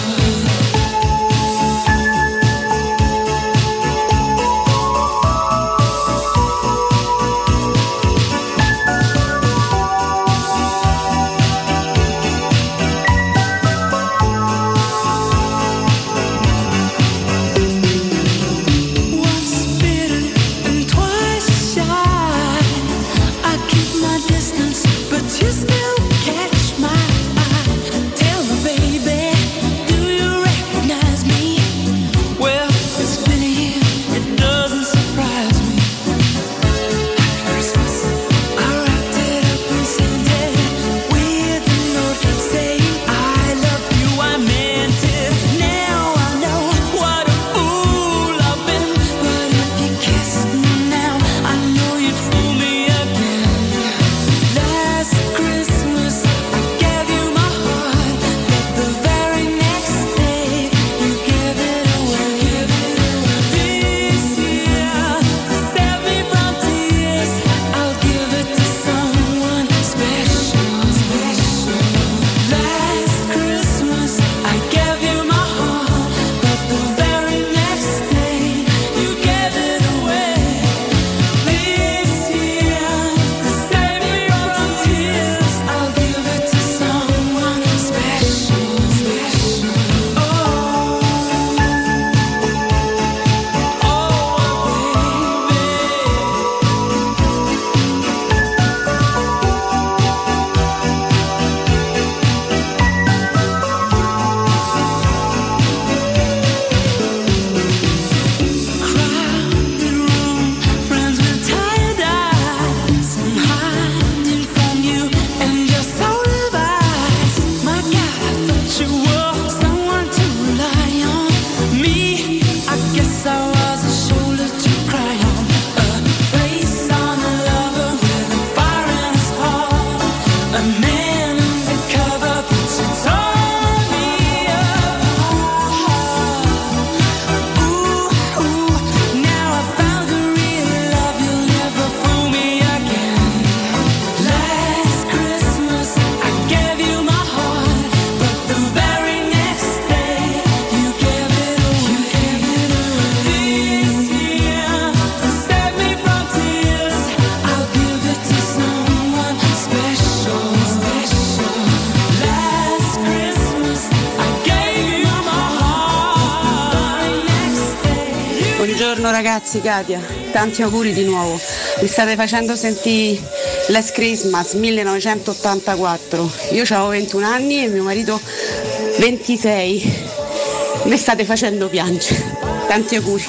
Speaker 21: Once bitten and twice shy. I keep my distance, but you still catch my eye. Tell me, baby, do you recognize me? Well, it's been a year, it doesn't surprise me. Happy Christmas. I wrapped it up and sent it with a note that said, I love you, I meant it. Now I know what a fool I've been, but if you kissed me now, I know you'd fool me again. Last Christmas I gave you my heart, but the very next day you gave it away. This year to save me from tears, I'll give it to someone special, special. Last Christmas I gave you my heart, but the very next day you gave it away. This year to save me from tears, I'll give it to someone special, special. Oh. Friends with tired eyes, I'm hiding from you and your soul of eyes. My God, I thought you were someone to rely on. Me, I guess I was a shoulder to cry on. A face on a lover with a fire in his heart. A man undercover puts its army apart. Now I found the real love, you'll never fool me again. Last Christmas I gave you my heart, but the very next day you gave it away. This year to save me from tears, I'll give it to someone special, special. Last Christmas I gave you my heart.
Speaker 4: Buongiorno ragazzi, Katia, tanti auguri di nuovo. Mi state facendo sentire Last Christmas 1984. Io avevo 21 anni e mio marito 26. Mi state facendo piangere. Tanti auguri.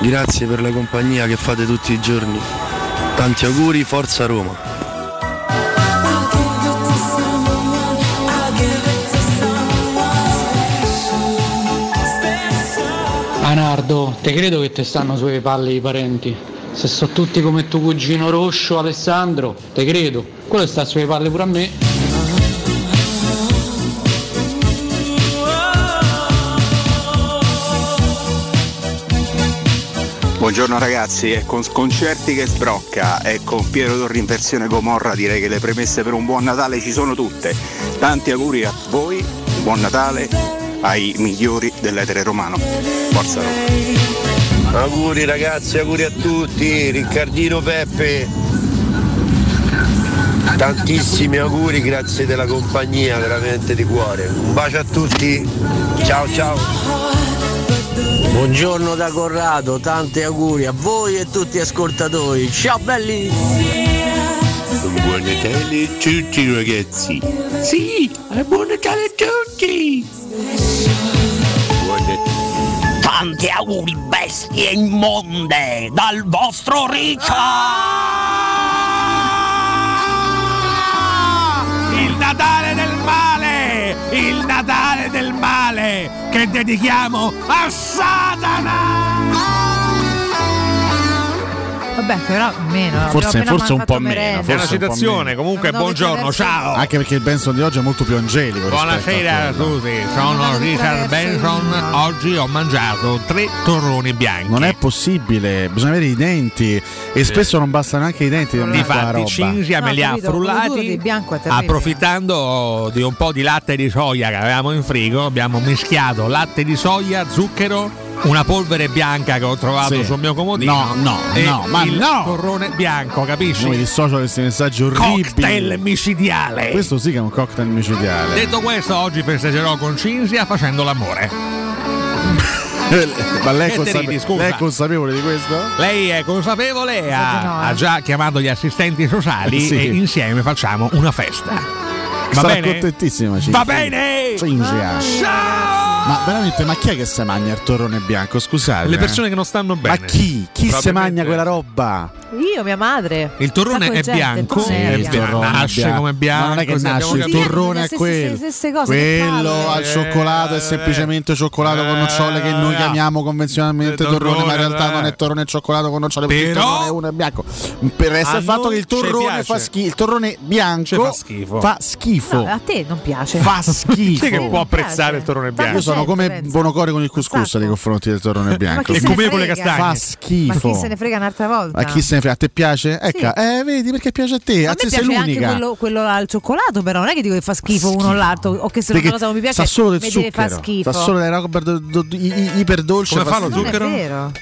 Speaker 65: Grazie per la compagnia che fate tutti i giorni. Tanti auguri, forza Roma.
Speaker 66: Anardo, te credo che te stanno sulle palle i parenti. Se sono tutti come tuo cugino Roscio, Alessandro, te credo. Quello sta sulle palle pure a me.
Speaker 2: Buongiorno ragazzi, è con Sconcerti che sbrocca e con Piero Torri in versione Gomorra direi che le premesse per un buon Natale ci sono tutte. Tanti auguri a voi, buon Natale ai migliori dell'etere romano. Forza Roma.
Speaker 67: Auguri ragazzi, auguri a tutti, Riccardino Peppe.
Speaker 68: Tantissimi auguri, grazie della compagnia, veramente di cuore. Un bacio a tutti, ciao ciao.
Speaker 69: Buongiorno da Corrado, tanti auguri a voi e tutti gli ascoltatori. Ciao belli!
Speaker 21: Buon Natale a tutti ragazzi! Sì, buon Natale a tutti!
Speaker 70: Tanti auguri bestie immonde dal vostro Riccio!
Speaker 2: Il Natale del male! Il Natale del male! Che dedichiamo a Satana!
Speaker 4: Vabbè, però meno.
Speaker 6: Forse-
Speaker 4: abbiamo appena
Speaker 6: forse un
Speaker 4: fatto
Speaker 6: po' meno,
Speaker 4: merenda.
Speaker 6: forse È una un po' citazione, meno.
Speaker 5: comunque, buongiorno, ciao!
Speaker 6: Anche perché il Benson di oggi è molto più angelico.
Speaker 5: Buonasera a tutti, sono Richard Benson. Oggi ho mangiato tre torroni bianchi.
Speaker 6: Non è possibile, bisogna avere i denti. E spesso non bastano neanche i denti. per mangiare quella
Speaker 5: Difatti,
Speaker 6: roba.
Speaker 5: Cinzia me li ha frullati. Approfittando di un po' di latte di soia che avevamo in frigo, abbiamo mischiato latte di soia, zucchero, una polvere bianca che ho trovato
Speaker 6: Sì.
Speaker 5: sul mio comodino.
Speaker 6: No, no,
Speaker 5: e
Speaker 6: no, ma
Speaker 5: il
Speaker 6: no!
Speaker 5: torrone bianco, capisci?
Speaker 6: Io mi dissocio da questi messaggi orribili.
Speaker 5: Cocktail micidiale.
Speaker 6: Questo sì che è un cocktail micidiale.
Speaker 5: Detto questo, oggi festeggerò con Cinzia facendo l'amore.
Speaker 6: Ma lei è,
Speaker 5: Che te
Speaker 6: consape-
Speaker 5: ridi, scusa?
Speaker 6: lei è consapevole di questo?
Speaker 5: Lei è consapevole,
Speaker 6: Pensate no,
Speaker 5: ha,
Speaker 6: eh.
Speaker 5: ha già chiamato gli assistenti sociali
Speaker 6: Sì.
Speaker 5: e insieme facciamo una
Speaker 6: Ah.
Speaker 5: festa. Va
Speaker 6: Sarà
Speaker 5: bene?
Speaker 6: contentissima. Cinzia.
Speaker 5: Va bene!
Speaker 6: Cinzia. Ma veramente, ma chi è che si mangia il torrone bianco? Scusate.
Speaker 5: Le
Speaker 6: eh.
Speaker 5: persone che non stanno bene.
Speaker 6: Ma chi? Chi si
Speaker 5: Probabilmente-
Speaker 6: mangia quella roba?
Speaker 4: Io, mia madre.
Speaker 5: Il torrone
Speaker 4: Un
Speaker 5: è
Speaker 4: sacco di gente, il
Speaker 5: bianco,
Speaker 4: torrone è
Speaker 5: è
Speaker 4: bianco.
Speaker 5: bianco, nasce
Speaker 6: bianco.
Speaker 5: come bianco.
Speaker 6: Ma non è che
Speaker 5: se
Speaker 6: nasce
Speaker 5: abbiamo
Speaker 6: il
Speaker 5: capito.
Speaker 6: torrone è quello.
Speaker 4: stesse- stesse cose, che
Speaker 6: quello
Speaker 4: palle.
Speaker 5: Eh,
Speaker 6: al cioccolato è semplicemente cioccolato con nocciole che noi chiamiamo convenzionalmente
Speaker 5: torrone,
Speaker 6: torrone, ma in realtà
Speaker 5: eh. eh.
Speaker 6: non è torrone e cioccolato con nocciole perché il
Speaker 5: Però-
Speaker 6: torrone è uno è bianco. Per resta
Speaker 5: A
Speaker 6: il fatto
Speaker 5: noi
Speaker 6: che il
Speaker 5: ci
Speaker 6: torrone
Speaker 5: piace.
Speaker 6: fa schifo, il torrone bianco fa schifo. Fa schifo.
Speaker 4: No, a te non piace.
Speaker 6: Fa schifo. Esatto,
Speaker 4: Sì, non piace. Tanta
Speaker 6: Io sono
Speaker 4: gente,
Speaker 6: come
Speaker 4: pensa.
Speaker 6: Bonocore con il couscous nei confronti del torrone bianco.
Speaker 5: Ecco.
Speaker 4: chi se ne frega?
Speaker 6: Fa
Speaker 4: Ma chi se
Speaker 6: schifo.
Speaker 4: ne frega un'altra volta?
Speaker 6: A chi se ne frega? A te piace? Ecco, eh, vedi perché piace a te. A
Speaker 4: A me
Speaker 6: te sei
Speaker 4: piace anche
Speaker 6: l'unica.
Speaker 4: quello, quello al cioccolato, però non è che dico che fa schifo, uno o l'altro, o che se
Speaker 6: Perché
Speaker 4: una cosa non mi piace,
Speaker 6: sa solo del
Speaker 4: mi deve
Speaker 6: zucchero
Speaker 4: fa schifo.
Speaker 6: sa solo della roba do- do- do- i- i- iperdolce
Speaker 5: Come fa lo
Speaker 6: fastidio.
Speaker 5: zucchero?
Speaker 4: Non è vero.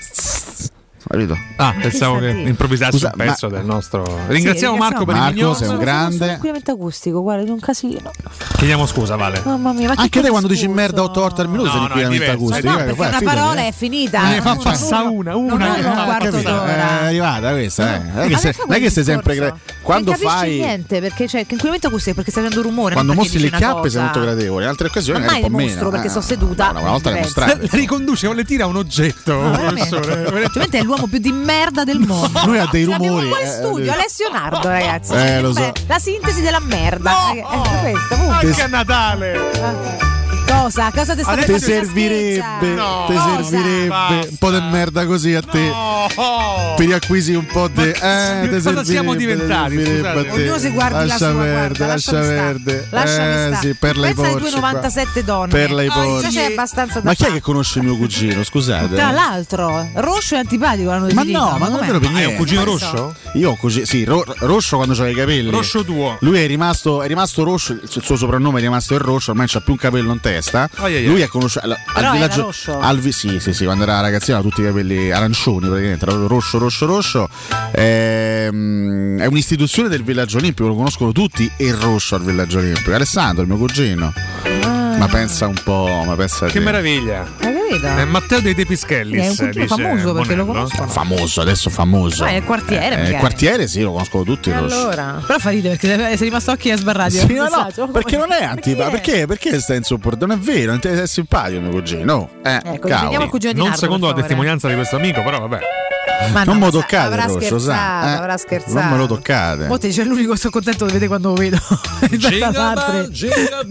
Speaker 6: capito
Speaker 5: Ah, pensavo che improvvisassi
Speaker 6: Scusa,
Speaker 5: un pezzo
Speaker 6: ma-
Speaker 5: del nostro. Ringraziamo
Speaker 4: Sì,
Speaker 5: Marco per il
Speaker 6: diciamo, Marco,
Speaker 5: mignon.
Speaker 6: sei un grande
Speaker 4: Tranquillamente acustico, guarda, è un casino.
Speaker 5: Chiediamo scusa, Vale.
Speaker 4: Mamma mia, ma che
Speaker 6: anche te
Speaker 4: cazzo
Speaker 6: quando dici merda 8 volte al minuto
Speaker 5: No,
Speaker 6: sei
Speaker 5: no, è
Speaker 6: liquidamente
Speaker 5: diverso,
Speaker 6: acustico
Speaker 5: è
Speaker 6: guarda,
Speaker 5: diverso.
Speaker 4: Perché una
Speaker 6: guarda,
Speaker 4: parola
Speaker 6: fidati. Ah,
Speaker 4: è finita.
Speaker 5: Ne Eh, fa
Speaker 4: Uno,
Speaker 5: passare
Speaker 4: uno.
Speaker 5: una,
Speaker 4: Non
Speaker 5: una,
Speaker 4: è un
Speaker 5: una,
Speaker 4: quarto
Speaker 6: Capito?
Speaker 4: d'ora.
Speaker 6: Eh, è arrivata questa eh. non è che
Speaker 4: Ma
Speaker 6: sei,
Speaker 4: lascia
Speaker 6: non è che sei
Speaker 4: quel
Speaker 6: sempre
Speaker 4: discorso.
Speaker 6: gra- quando
Speaker 4: non capisci
Speaker 6: fai
Speaker 4: niente perché cioè, c'è in quel momento così perché stai avendo un rumore
Speaker 6: quando
Speaker 4: non
Speaker 6: mostri
Speaker 4: perché
Speaker 6: le
Speaker 4: dici una
Speaker 6: chiappe sei molto
Speaker 4: cosa.
Speaker 6: gradevole altre occasioni
Speaker 4: Ma
Speaker 6: magari
Speaker 4: mai
Speaker 6: un po'
Speaker 4: dimostro,
Speaker 6: meno
Speaker 4: perché
Speaker 6: eh.
Speaker 4: sto seduta,
Speaker 6: No, no, una volta le
Speaker 4: penso.
Speaker 6: mostrate
Speaker 5: La riconduce o le tira un
Speaker 6: Ah,
Speaker 5: oggetto, professore.
Speaker 4: Veramente Ah, è l'uomo più di merda del mondo
Speaker 6: lui ha dei
Speaker 4: Abbiamo
Speaker 6: rumori
Speaker 4: un po' in
Speaker 6: eh,
Speaker 4: studio,
Speaker 6: eh,
Speaker 4: Alessio Nardo, ragazzi.
Speaker 6: Eh, lo so.
Speaker 4: Beh, La sintesi della merda. Eh, è questa,
Speaker 6: Anche
Speaker 4: punto.
Speaker 6: a
Speaker 5: Natale.
Speaker 4: Eh, Cosa? Cosa ti sta
Speaker 6: Te
Speaker 4: mettendo sulla
Speaker 6: servirebbe,
Speaker 4: scheggia?
Speaker 6: te
Speaker 4: Cosa?
Speaker 6: servirebbe un po' di merda così a te. Ti riacquisi un po' di. Eh, te
Speaker 5: che cosa siamo
Speaker 6: servirebbe, te
Speaker 5: diventati,
Speaker 6: servirebbe a
Speaker 5: scusate?
Speaker 6: te.
Speaker 4: Ognuno si guardi la
Speaker 6: lascia
Speaker 4: sua,
Speaker 6: verde,
Speaker 4: guarda,
Speaker 6: lascia
Speaker 4: lasciami sta,
Speaker 6: verde.
Speaker 4: lasciami
Speaker 6: eh,
Speaker 4: sta.
Speaker 6: sì, per le
Speaker 4: Pensa alle tue
Speaker 6: Porsche qua.
Speaker 4: 97 donne.
Speaker 6: Per le
Speaker 4: Ah,
Speaker 6: Porsche.
Speaker 4: già c'è abbastanza da
Speaker 6: Ma chi è
Speaker 4: fare.
Speaker 6: che conosce mio cugino? Scusate.
Speaker 4: Tra l'altro, rosso e antipatico l'hanno
Speaker 6: Ma
Speaker 4: definito.
Speaker 6: no, Ah, ma non è
Speaker 4: com'è?
Speaker 6: vero per niente.
Speaker 4: Questo.
Speaker 6: Io ho un cugino, sì, ro- rosso quando c'aveva i capelli.
Speaker 5: Rosso tuo.
Speaker 6: Lui è rimasto, è rimasto rosso, il suo soprannome è rimasto il rosso, ormai c'ha più un capello in testa.
Speaker 5: Ai, ai, ai.
Speaker 6: Lui è conosciuto al, al
Speaker 5: Però era
Speaker 6: villaggio
Speaker 5: rosso?
Speaker 6: al vi- sì, sì, sì, quando era ragazzino aveva tutti i capelli arancioni, praticamente, era proprio rosso, rosso, rosso. Ehm, è un'istituzione del villaggio olimpico, lo conoscono tutti il rosso al villaggio olimpico. Alessandro, il mio cugino. Ma pensa un po', ma pensa a
Speaker 5: Che
Speaker 6: te.
Speaker 5: meraviglia.
Speaker 4: Hai capito?
Speaker 5: È Matteo dei De Pischelli.
Speaker 4: È un cugino famoso, perché lo conoscono.
Speaker 6: Famoso, adesso famoso.
Speaker 4: Ma è il quartiere,
Speaker 6: Eh,
Speaker 4: magari.
Speaker 6: il quartiere, sì, lo conoscono tutti.
Speaker 4: E
Speaker 6: il rosso.
Speaker 4: allora, però fa ridere perché sei rimasto occhi a Esatto. sbarrati.
Speaker 6: Sì, no, no, perché non è antipa, perché, perché sta insopportabile? Non è vero, è è simpatico mio cugino. oh. Eh,
Speaker 4: Ecco,
Speaker 6: cavolo.
Speaker 4: difendiamo il cugino di
Speaker 5: Non
Speaker 4: Nardo,
Speaker 5: secondo la
Speaker 4: per favore.
Speaker 5: testimonianza di questo amico, però vabbè.
Speaker 4: Ma
Speaker 6: non
Speaker 4: no,
Speaker 6: me lo
Speaker 4: sa-
Speaker 6: toccate,
Speaker 4: avrà
Speaker 6: Rosso,
Speaker 4: scherzato,
Speaker 6: sa, eh.
Speaker 4: avrà scherzato.
Speaker 6: Non me lo toccate.
Speaker 4: Mo te c'è l'unico sono contento di vedere quando lo vedo. Rispetto ad altri.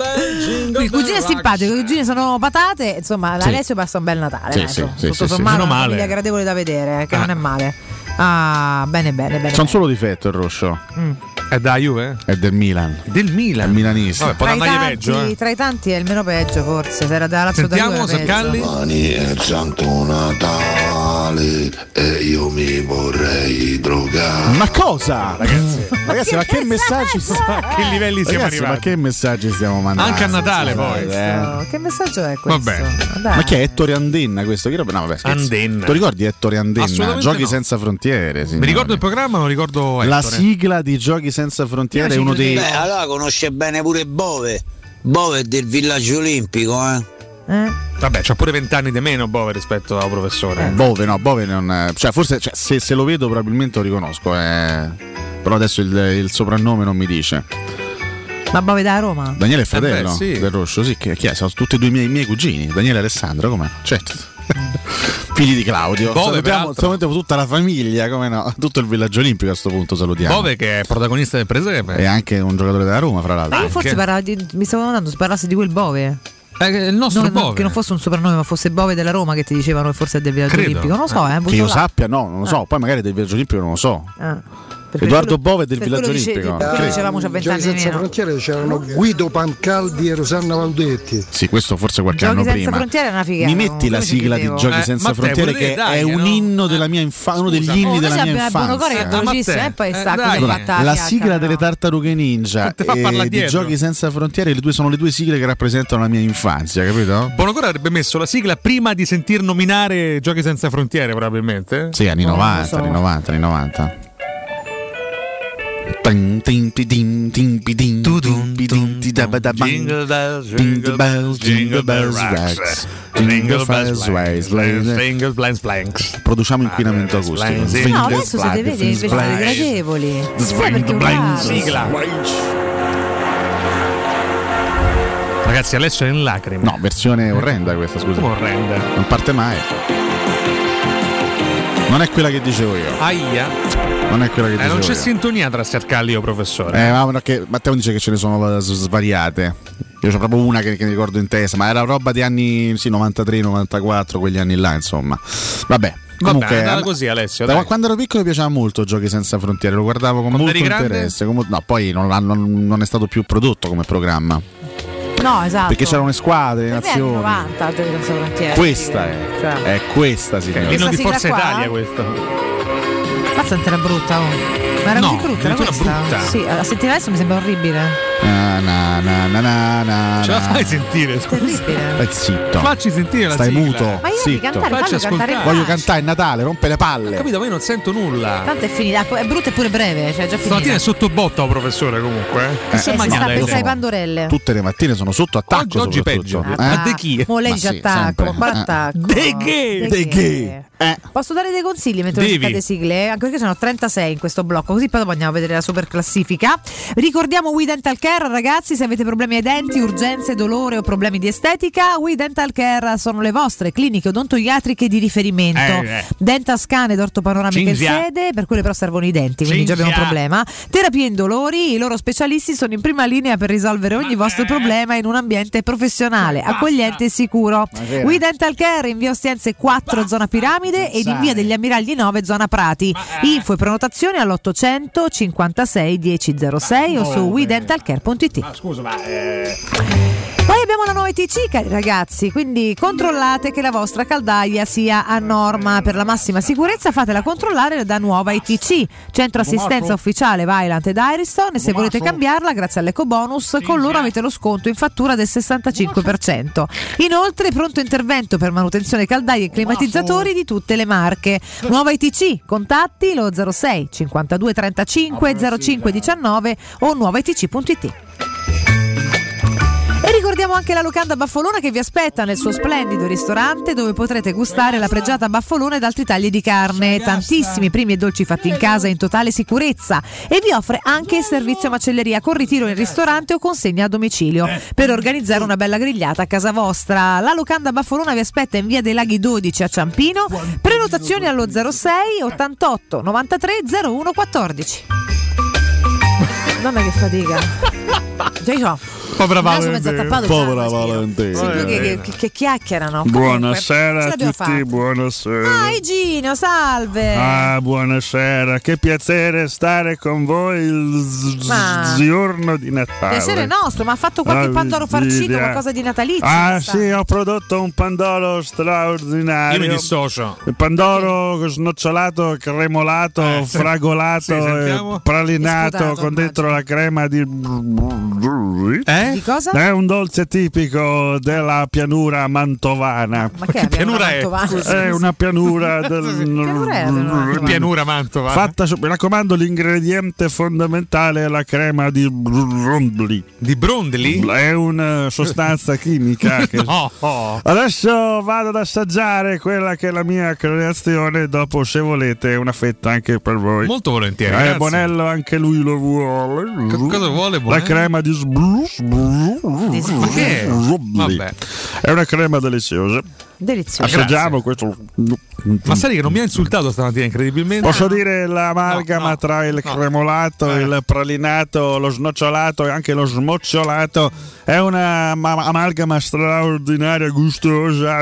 Speaker 4: Il cugino è simpatico, i cugini sono patate. Insomma,
Speaker 6: Sì.
Speaker 4: Alessio passa un bel Natale.
Speaker 6: Sì,
Speaker 4: dai,
Speaker 6: sì,
Speaker 4: insomma,
Speaker 6: sì,
Speaker 4: tutto
Speaker 6: sì, sì.
Speaker 4: sommato,
Speaker 6: Meno
Speaker 4: una
Speaker 6: male.
Speaker 4: famiglia gradevole da vedere, eh, che non è male. Ah, bene, bene, bene.
Speaker 6: C'è un solo difetto il Roscio.
Speaker 4: Mm.
Speaker 5: È da Juve?
Speaker 6: È del Milan.
Speaker 5: Del Milan?
Speaker 6: È milanista.
Speaker 5: Vabbè,
Speaker 4: tra, i tanti,
Speaker 71: eh.
Speaker 4: tra i tanti è il meno peggio, forse. Se era da Lazio da Juve era peggio.
Speaker 72: Domani è Santo Natale.
Speaker 73: male e io mi vorrei drogare.
Speaker 6: Ma cosa? Ragazzi, ragazzi ma che messaggi
Speaker 71: A che livelli siamo
Speaker 6: Ragazzi,
Speaker 71: arrivati?
Speaker 6: Ma che messaggi stiamo mandando?
Speaker 71: Anche a Natale,
Speaker 6: Insomma,
Speaker 71: poi.
Speaker 6: dai, eh.
Speaker 4: Che messaggio è questo?
Speaker 6: Vabbè.
Speaker 4: Dai.
Speaker 6: Ma chi è Ettore Andenna questo? Che roba? No, vabbè, scherzo.
Speaker 71: Andenna.
Speaker 6: Tu ricordi Ettore Andenna?
Speaker 71: Assolutamente
Speaker 6: Giochi
Speaker 71: no.
Speaker 6: senza frontiere.
Speaker 71: Mi
Speaker 6: signori.
Speaker 71: ricordo il programma, non ricordo
Speaker 6: La
Speaker 71: Ettore.
Speaker 6: sigla di Giochi senza frontiere è uno dei
Speaker 73: Beh, allora conosce bene pure Bove. Bove è del villaggio olimpico, eh.
Speaker 71: Vabbè, c'ha pure vent'anni di meno Bove rispetto al professore.
Speaker 6: Bove, no, Bove non. eh, Cioè, forse cioè, se, se lo vedo probabilmente lo riconosco. eh. Però adesso il, il soprannome non mi dice.
Speaker 4: Ma Bove da Roma?
Speaker 6: Daniele è fratello
Speaker 4: Eh beh, sì.
Speaker 6: del Roscio, sì, che, chi è? Sono tutti e due i miei, i miei cugini, Daniele e Alessandro, come no? Certo. Figli di Claudio.
Speaker 71: Bove,
Speaker 6: salutiamo,
Speaker 71: peraltro.
Speaker 6: salutiamo tutta la famiglia, come no? Tutto il villaggio olimpico a sto punto salutiamo.
Speaker 71: Bove che è protagonista del presepe.
Speaker 6: È anche un giocatore della Roma, fra l'altro.
Speaker 4: Ma io forse parlavo di, mi stavo andando se parlassi di quel Bove.
Speaker 6: Eh,
Speaker 71: il nostro
Speaker 4: non, non-
Speaker 6: Bove.
Speaker 4: che non fosse un soprannome, ma fosse Bove della Roma che ti dicevano che forse è del villaggio
Speaker 6: Credo.
Speaker 4: olimpico. Non lo so, eh. butto
Speaker 6: che io
Speaker 4: là.
Speaker 6: sappia, no, non lo so. Poi magari del villaggio olimpico non lo so.
Speaker 4: Eh.
Speaker 6: Edoardo Bove è del
Speaker 4: per
Speaker 6: villaggio
Speaker 4: quello dicevi,
Speaker 6: olimpico.
Speaker 4: per quello
Speaker 6: Credo.
Speaker 4: dicevamo c'ha
Speaker 43: Giochi
Speaker 4: vent'anni
Speaker 43: senza
Speaker 4: meno.
Speaker 43: frontiere c'erano Guido Pancaldi e Rosanna Valdetti.
Speaker 6: Sì, questo forse qualche
Speaker 43: Giochi
Speaker 6: anno
Speaker 43: senza
Speaker 6: prima.
Speaker 43: frontiere
Speaker 4: è una figata,
Speaker 6: Mi metti la
Speaker 43: come ci
Speaker 6: sigla di
Speaker 43: credevo.
Speaker 6: Giochi
Speaker 43: Eh,
Speaker 6: senza
Speaker 43: Matteo,
Speaker 6: frontiere
Speaker 43: vuol
Speaker 6: che
Speaker 43: dire
Speaker 6: è
Speaker 43: dai,
Speaker 6: un
Speaker 43: no?
Speaker 6: inno della mia infa- uno degli
Speaker 4: Oh,
Speaker 6: inni
Speaker 4: noi
Speaker 6: della mia
Speaker 4: abbiamo il Bonocore
Speaker 6: infanzia.
Speaker 4: che è velocissimo, eh, poi sa come è
Speaker 6: Allora,
Speaker 4: fatta
Speaker 6: la
Speaker 4: fiacca,
Speaker 6: sigla delle tartarughe ninja
Speaker 71: te fa parlare
Speaker 6: e di
Speaker 71: dietro.
Speaker 6: Giochi senza frontiere le due sono le due sigle che rappresentano la mia infanzia, capito?
Speaker 71: Bonocore avrebbe messo la sigla prima di sentir nominare Giochi senza frontiere, probabilmente.
Speaker 6: Sì, anni
Speaker 71: Non lo
Speaker 6: 90,
Speaker 71: so.
Speaker 6: anni 90, anni 90. Tin, tin, ti, tin, tin, pi, tin, tin, pi, tin, ti, da, ba, da, bang.
Speaker 62: Jingle bells,
Speaker 6: Jingle bells, jingle bells, racks. Jingle bells, ways, ways.
Speaker 71: Jingle blanks, blanks.
Speaker 6: Produciamo inquinamento acustico.
Speaker 71: blanks,
Speaker 4: No,
Speaker 6: Jingle
Speaker 4: adesso siete
Speaker 6: blanks,
Speaker 4: vedi invece siete
Speaker 6: blanks.
Speaker 4: gradevoli. Sai
Speaker 71: Blank,
Speaker 4: perché
Speaker 71: blank,
Speaker 4: urlate?
Speaker 71: sigla. Ragazzi, adesso è in lacrime.
Speaker 6: No, versione orrenda questa, scusa.
Speaker 71: Come orrenda?
Speaker 6: Non parte mai. Non è quella che dicevo io.
Speaker 71: Aia.
Speaker 6: Non è quella che
Speaker 71: Eh,
Speaker 6: dicevo
Speaker 71: non c'è
Speaker 6: io.
Speaker 71: sintonia tra Sercalli e professore.
Speaker 6: Eh, ma no, che Matteo dice che ce ne sono s- svariate. Io c'ho proprio una che, che mi ricordo in testa, ma era roba di anni sì, 93, 94, quegli anni là, insomma. Vabbè.
Speaker 71: Vabbè,
Speaker 6: Comunque,
Speaker 71: è andata
Speaker 6: an-
Speaker 71: così Alessio.
Speaker 6: da
Speaker 71: dai.
Speaker 6: quando ero piccolo mi piaceva molto Giochi senza frontiere, lo guardavo con
Speaker 71: Quando
Speaker 6: molto
Speaker 71: eri grande?
Speaker 6: interesse. con mo- no, poi non, l'hanno- non è stato più prodotto come programma.
Speaker 4: No, esatto.
Speaker 6: Perché c'erano le squadre, le
Speaker 4: Per me è anni
Speaker 6: nazioni.
Speaker 4: 90 Giochi senza frontiere.
Speaker 6: Questa è,
Speaker 4: Cioè.
Speaker 6: è questa signora.
Speaker 4: l'inno di Questa Forza sigla qua? Italia,
Speaker 71: questo.
Speaker 4: Mazza non era brutta, oh. Ma era
Speaker 6: No,
Speaker 4: così brutta, era
Speaker 6: addirittura
Speaker 4: questa?
Speaker 6: brutta.
Speaker 4: Sì, a sentire adesso mi sembra orribile.
Speaker 6: Na, na, na, na, na, na,
Speaker 71: Ce la
Speaker 6: na.
Speaker 71: fai sentire? Scusa.
Speaker 6: Stai zitto.
Speaker 71: Facci sentire la
Speaker 6: Stai
Speaker 71: sigla.
Speaker 6: muto.
Speaker 71: Ma io voglio
Speaker 6: zitto.
Speaker 71: cantare, fallo Facci cantare ascoltare.
Speaker 6: Voglio cantare è Natale, rompe le palle.
Speaker 71: Capito, ma io non sento nulla.
Speaker 4: Tanto è finita, ecco, è brutta e pure breve, cioè è già
Speaker 71: Stamattina
Speaker 4: finita.
Speaker 71: è sotto botta, oh, professore, comunque. eh.
Speaker 6: Eh,
Speaker 71: Che si è
Speaker 6: sì,
Speaker 71: mangiata
Speaker 6: sta
Speaker 71: adesso?
Speaker 4: Pensa ai pandorelle.
Speaker 6: Tutte le mattine sono sotto attacco.
Speaker 71: Oggi- oggi
Speaker 6: soprattutto.
Speaker 71: peggio.
Speaker 6: Eh?
Speaker 71: Ma di chi?
Speaker 4: Mo lei
Speaker 6: Ma
Speaker 4: dice
Speaker 6: sì,
Speaker 4: attacco,
Speaker 6: sempre.
Speaker 4: qua
Speaker 6: Eh.
Speaker 4: attacco.
Speaker 71: De che?
Speaker 4: De
Speaker 6: De
Speaker 4: che?
Speaker 6: Eh.
Speaker 4: Posso dare dei consigli mentre
Speaker 6: Devi.
Speaker 4: cercate sigle? Eh, Anche perché ce ne ho 36 in questo blocco, così poi dopo andiamo a vedere la super classifica. Ricordiamo We Dental Care, ragazzi, se avete problemi ai denti, urgenze, dolore o problemi di estetica, We Dental Care sono le vostre cliniche odontoiatriche di riferimento.
Speaker 3: Eh, eh.
Speaker 4: Dentascan ed ortopanoramiche in
Speaker 3: Cinzia.
Speaker 4: sede, per quelle però servono i denti, quindi già
Speaker 3: Cinzia.
Speaker 4: abbiamo un problema. Terapie in dolori, i loro specialisti sono in prima linea per risolvere ogni vostro problema in un ambiente professionale, accogliente e sicuro.
Speaker 3: vera.
Speaker 4: We Dental Care in via Ostiense 4 zona Piramide ed in via degli Ammiragli 9 zona Prati. Info e prenotazioni all'800 56 1006 o su WeDentalCare.it.
Speaker 71: Ah, Scusa, ma. eh,
Speaker 4: Poi abbiamo la nuova ITC, cari ragazzi, quindi controllate che la vostra caldaia sia a norma. Per la massima sicurezza fatela controllare da nuova ITC, centro assistenza ufficiale Violant ed Ariston e se volete cambiarla grazie all'eco bonus con loro avete lo sconto in fattura del 65%. Inoltre pronto intervento per manutenzione caldaie e climatizzatori di tutte le marche. Nuova ITC, contatti lo 06 52 35 05 19 o nuovaitc.it. E ricordiamo anche la locanda Baffolona che vi aspetta nel suo splendido ristorante dove potrete gustare la pregiata Baffolona ed altri tagli di carne, tantissimi primi e dolci fatti in casa in totale sicurezza e vi offre anche il servizio macelleria con ritiro in ristorante o consegna a domicilio per organizzare una bella grigliata a casa vostra. La locanda Baffolona vi aspetta in via dei Laghi 12 a Ciampino, prenotazioni allo 06 88 93 01 14. Mamma che fatica. Già io so. Povera
Speaker 6: Valentina.
Speaker 4: mezzo tappato,
Speaker 6: Povera
Speaker 4: sa, respiro.
Speaker 6: Valentina.
Speaker 4: cioè,
Speaker 61: eh.
Speaker 4: Sì, poi che, che, che chiacchierano. Comunque,
Speaker 61: Buonasera
Speaker 4: ce
Speaker 61: a
Speaker 4: l'abbiamo
Speaker 61: tutti,
Speaker 4: fatta.
Speaker 61: buonasera.
Speaker 4: Ah, Igino, salve.
Speaker 61: Ah, buonasera, che piacere stare con voi il z-
Speaker 4: Ma-
Speaker 61: z- giorno di Natale.
Speaker 4: Piacere nostro, ma ha fatto qualche
Speaker 61: Ah,
Speaker 4: pandoro farcito,
Speaker 61: Virginia.
Speaker 4: qualcosa di natalizio.
Speaker 61: Ah
Speaker 4: questa.
Speaker 61: sì, ho prodotto un pandoro straordinario.
Speaker 5: Io mi dissocio.
Speaker 61: Il pandoro snocciolato, cremolato,
Speaker 5: Eh, sì. Sì,
Speaker 61: fragolato,
Speaker 5: sentiamo.
Speaker 61: e pralinato
Speaker 5: Sputato,
Speaker 61: con dentro la crema di...
Speaker 5: Eh?
Speaker 4: Di cosa?
Speaker 61: È un dolce tipico della pianura mantovana.
Speaker 4: Ma che è, abbiamo
Speaker 5: pianura
Speaker 4: una
Speaker 5: è?
Speaker 4: Mantovana?
Speaker 5: Scusi.
Speaker 61: È una pianura del... Mm.
Speaker 4: pianura è la
Speaker 5: Mantovana? Pianura Mantova.
Speaker 61: Fatta su- mi raccomando, l'ingrediente fondamentale è la crema di Brondli.
Speaker 5: Di Brondli?
Speaker 61: È una sostanza chimica. che-
Speaker 5: No.
Speaker 61: Adesso vado ad assaggiare quella che è la mia creazione. Dopo, se volete, una fetta anche per voi.
Speaker 5: Molto volentieri,
Speaker 61: Eh,
Speaker 5: grazie.
Speaker 61: Bonello anche lui lo vuole.
Speaker 5: cosa vuole
Speaker 61: La
Speaker 5: Bonello?
Speaker 61: crema di sblu.
Speaker 4: Di sblu.
Speaker 5: Ma che è?
Speaker 61: Brondli.
Speaker 5: Vabbè.
Speaker 61: È una crema deliziosa.
Speaker 4: Delizioso.
Speaker 61: Assaggiamo questo.
Speaker 5: Ma sai che non mi ha insultato stamattina incredibilmente?
Speaker 61: Posso dire l'amalgama tra il cremolato,
Speaker 5: Eh.
Speaker 61: il pralinato, lo snocciolato e anche lo smocciolato è una ma- amalgama straordinaria, gustosa.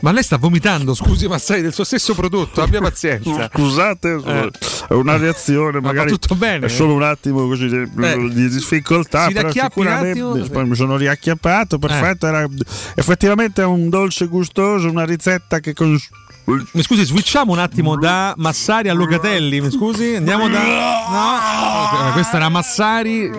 Speaker 5: Ma lei sta vomitando, scusi, ma sai del suo stesso prodotto, abbia pazienza.
Speaker 61: Scusate,
Speaker 5: Eh.
Speaker 61: è una reazione, magari
Speaker 5: tutto bene?
Speaker 61: è solo un attimo così di,
Speaker 5: Beh,
Speaker 61: di difficoltà.
Speaker 5: si
Speaker 61: però
Speaker 5: riacchiappi un
Speaker 61: sicuramente-
Speaker 5: attimo? Eh.
Speaker 61: poi mi sono riacchiappato, perfetto. era- effettivamente è un dolce gustoso, una ricetta che con
Speaker 5: Mi scusi, switchiamo un attimo da Massari a Locatelli, mi scusi? Andiamo da... No, eh, questa era Massari,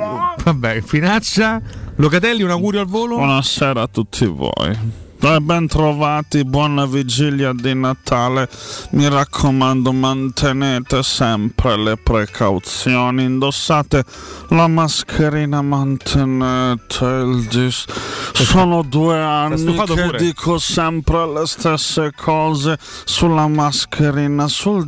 Speaker 5: vabbè, Finaccia, Locatelli, un augurio al volo.
Speaker 61: Buonasera a tutti voi. E ben trovati, buona vigilia di Natale. Mi raccomando, mantenete sempre le precauzioni. Indossate la mascherina, mantenete il dis. Sono due anni
Speaker 5: stufato
Speaker 61: che
Speaker 5: pure.
Speaker 61: dico sempre le stesse cose sulla mascherina, sul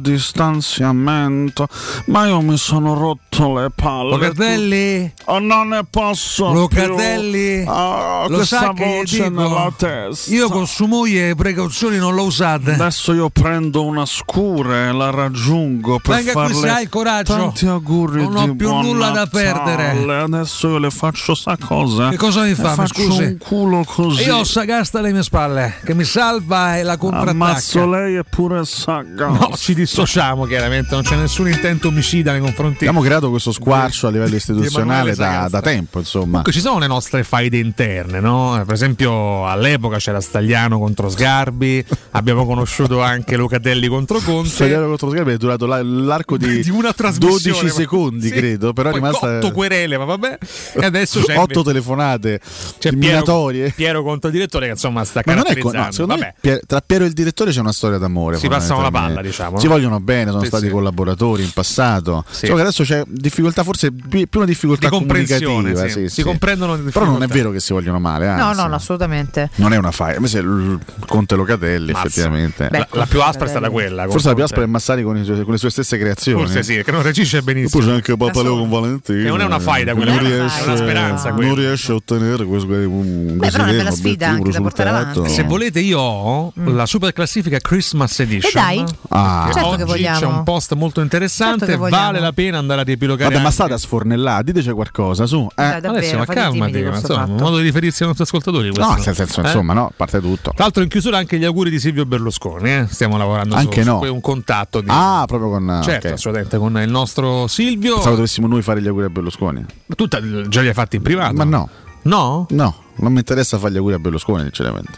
Speaker 61: distanziamento. Ma io mi sono rotto le palle.
Speaker 5: Locatelli?
Speaker 61: Oh, non ne posso.
Speaker 8: Locatelli?
Speaker 61: più. Ah,
Speaker 8: Lo
Speaker 61: questa
Speaker 8: sa che
Speaker 61: voce
Speaker 8: dico?
Speaker 61: nella testa.
Speaker 8: Io con su moglie precauzioni non l'ho usate.
Speaker 61: Adesso io prendo una scura e la raggiungo per
Speaker 8: Venga qui
Speaker 61: farle
Speaker 8: se hai il coraggio.
Speaker 61: tanti auguri
Speaker 8: Non ho
Speaker 61: di
Speaker 8: più
Speaker 61: buon
Speaker 8: nulla da
Speaker 61: Natale.
Speaker 8: perdere.
Speaker 61: Adesso io le faccio sa cosa.
Speaker 8: Che cosa mi
Speaker 61: Le
Speaker 8: fa? Mi
Speaker 61: faccio
Speaker 8: scusi.
Speaker 61: un culo così.
Speaker 8: E Io ho Sagasta alle mie spalle, che mi salva e la
Speaker 61: Ammazzo
Speaker 8: contrattacca.
Speaker 61: lei e pure Saga.
Speaker 5: No, ci dissociamo chiaramente, non c'è nessun intento omicida nei confronti.
Speaker 6: Abbiamo creato questo squarcio a livello
Speaker 5: Emanuele
Speaker 6: istituzionale da,
Speaker 5: Sagasta.
Speaker 6: da tempo, insomma.
Speaker 5: Comunque ci sono le nostre faide interne, no? Eh, Per esempio all'epoca c'era Stagliano contro Sgarbi, abbiamo conosciuto anche Locatelli contro Conte.
Speaker 6: Stagliano contro Sgarbi è durato la- l'arco di,
Speaker 5: Di una trasmissione,
Speaker 6: 12
Speaker 5: ma-
Speaker 6: secondi,
Speaker 5: sì.
Speaker 6: credo, però è
Speaker 5: Poi
Speaker 6: rimasta
Speaker 5: otto querele, ma vabbè. E adesso c'è
Speaker 6: 8 telefonate
Speaker 5: c'è
Speaker 6: minatorie.
Speaker 5: Piero, Piero contro il direttore che insomma sta
Speaker 6: Ma non è con-
Speaker 5: caratterizzando.
Speaker 6: no, secondo
Speaker 5: vabbè.
Speaker 6: me Pier- tra Piero e il direttore c'è una storia d'amore.
Speaker 5: Si passano la
Speaker 6: fondamentalmente.
Speaker 5: palla, diciamo,
Speaker 6: Si
Speaker 5: no?
Speaker 6: vogliono bene, sono
Speaker 5: Sì,
Speaker 6: stati
Speaker 5: sì.
Speaker 6: collaboratori in passato. Cioè, Solo che adesso c'è difficoltà, forse pi- più una difficoltà
Speaker 5: Di comprensione,
Speaker 6: comunicativa.
Speaker 5: sì.
Speaker 6: sì,
Speaker 5: Si
Speaker 6: sì.
Speaker 5: comprendono le
Speaker 6: Però non è
Speaker 5: difficoltà.
Speaker 6: vero che si vogliono male.
Speaker 4: No,
Speaker 6: anzi.
Speaker 4: no, no, assolutamente.
Speaker 6: Non è una faia. Invece il Conte Locatelli,
Speaker 5: Mazza.
Speaker 6: effettivamente.
Speaker 4: Beh,
Speaker 5: La, la più aspra è stata quella. con
Speaker 6: Forse la più
Speaker 5: Conte.
Speaker 6: aspra è Massari con, i suoi- con le sue stesse creazioni.
Speaker 5: Forse sì, che non reagisce benissimo.
Speaker 6: Poi c'è anche Papa Leo con Valentino. eh,
Speaker 5: Che non è una faida quella,
Speaker 6: Non
Speaker 5: è una-
Speaker 6: riesce-
Speaker 5: è una speranza quella.
Speaker 6: Non riesce a ottenere questo. un
Speaker 4: Beh, però è una bella
Speaker 6: desiderio,
Speaker 4: sfida
Speaker 6: un
Speaker 4: anche da portare
Speaker 6: risultato.
Speaker 4: avanti. Mm.
Speaker 5: Se volete io ho la super classifica Christmas Edition.
Speaker 4: dai?
Speaker 6: Ah.
Speaker 4: Certo che
Speaker 5: Oggi
Speaker 4: vogliamo.
Speaker 5: C'è un post molto interessante,
Speaker 4: Certo che vogliamo.
Speaker 5: vale la pena andare a riepilogare.
Speaker 6: Vabbè, ma
Speaker 5: anche.
Speaker 6: state a sfornellare, diteci qualcosa, su. Eh.
Speaker 4: Dai, davvero,
Speaker 5: Adesso, ma
Speaker 4: fate i
Speaker 5: calmati,
Speaker 4: timidi
Speaker 5: ma
Speaker 4: con sto
Speaker 5: insomma, un
Speaker 4: fatto.
Speaker 5: modo di riferirsi ai nostri ascoltatori.
Speaker 6: No,
Speaker 5: questo.
Speaker 6: nel senso,
Speaker 5: Eh?
Speaker 6: insomma, no, a parte tutto.
Speaker 5: Tra l'altro in chiusura anche gli auguri di Silvio Berlusconi, eh. stiamo lavorando
Speaker 6: Anche
Speaker 5: su, su
Speaker 6: no.
Speaker 5: que- un contatto di...
Speaker 6: Ah, proprio con.
Speaker 5: certo,
Speaker 6: ok.
Speaker 5: assolutamente, con il nostro Silvio.
Speaker 6: Pensavo dovessimo noi fare gli auguri a Berlusconi.
Speaker 5: Tu ta- già li hai fatti in privato?
Speaker 6: Ma no.
Speaker 5: No?
Speaker 6: No, non mi interessa fare gli auguri a Berlusconi, sinceramente.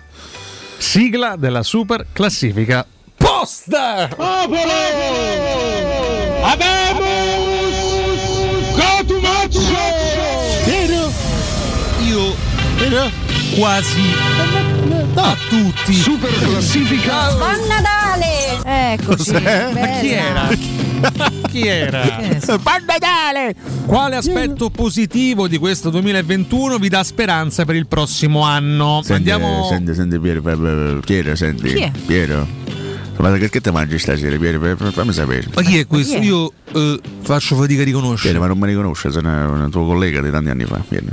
Speaker 5: Sigla della super classifica posta!
Speaker 2: Però io
Speaker 5: quasi
Speaker 2: a tutti super classifica
Speaker 43: Buon Natale!
Speaker 2: Eccoci, Cos'è?
Speaker 5: Ma chi era? Chi era?
Speaker 43: Buon Natale!
Speaker 5: Quale aspetto positivo di questo 2021 vi dà speranza per il prossimo anno? Andiamo.
Speaker 6: senti, senti, Piero, per- per- Piero, senti.
Speaker 5: Chi è?
Speaker 6: Piero. Ma perché te mangi stasera, Piero? Per- per- Fammi sapere.
Speaker 8: Ma chi è questo? Io eh, faccio fatica a riconoscere.
Speaker 6: Piero, ma non mi riconosce, sono un tuo collega di tanti anni fa. Piero.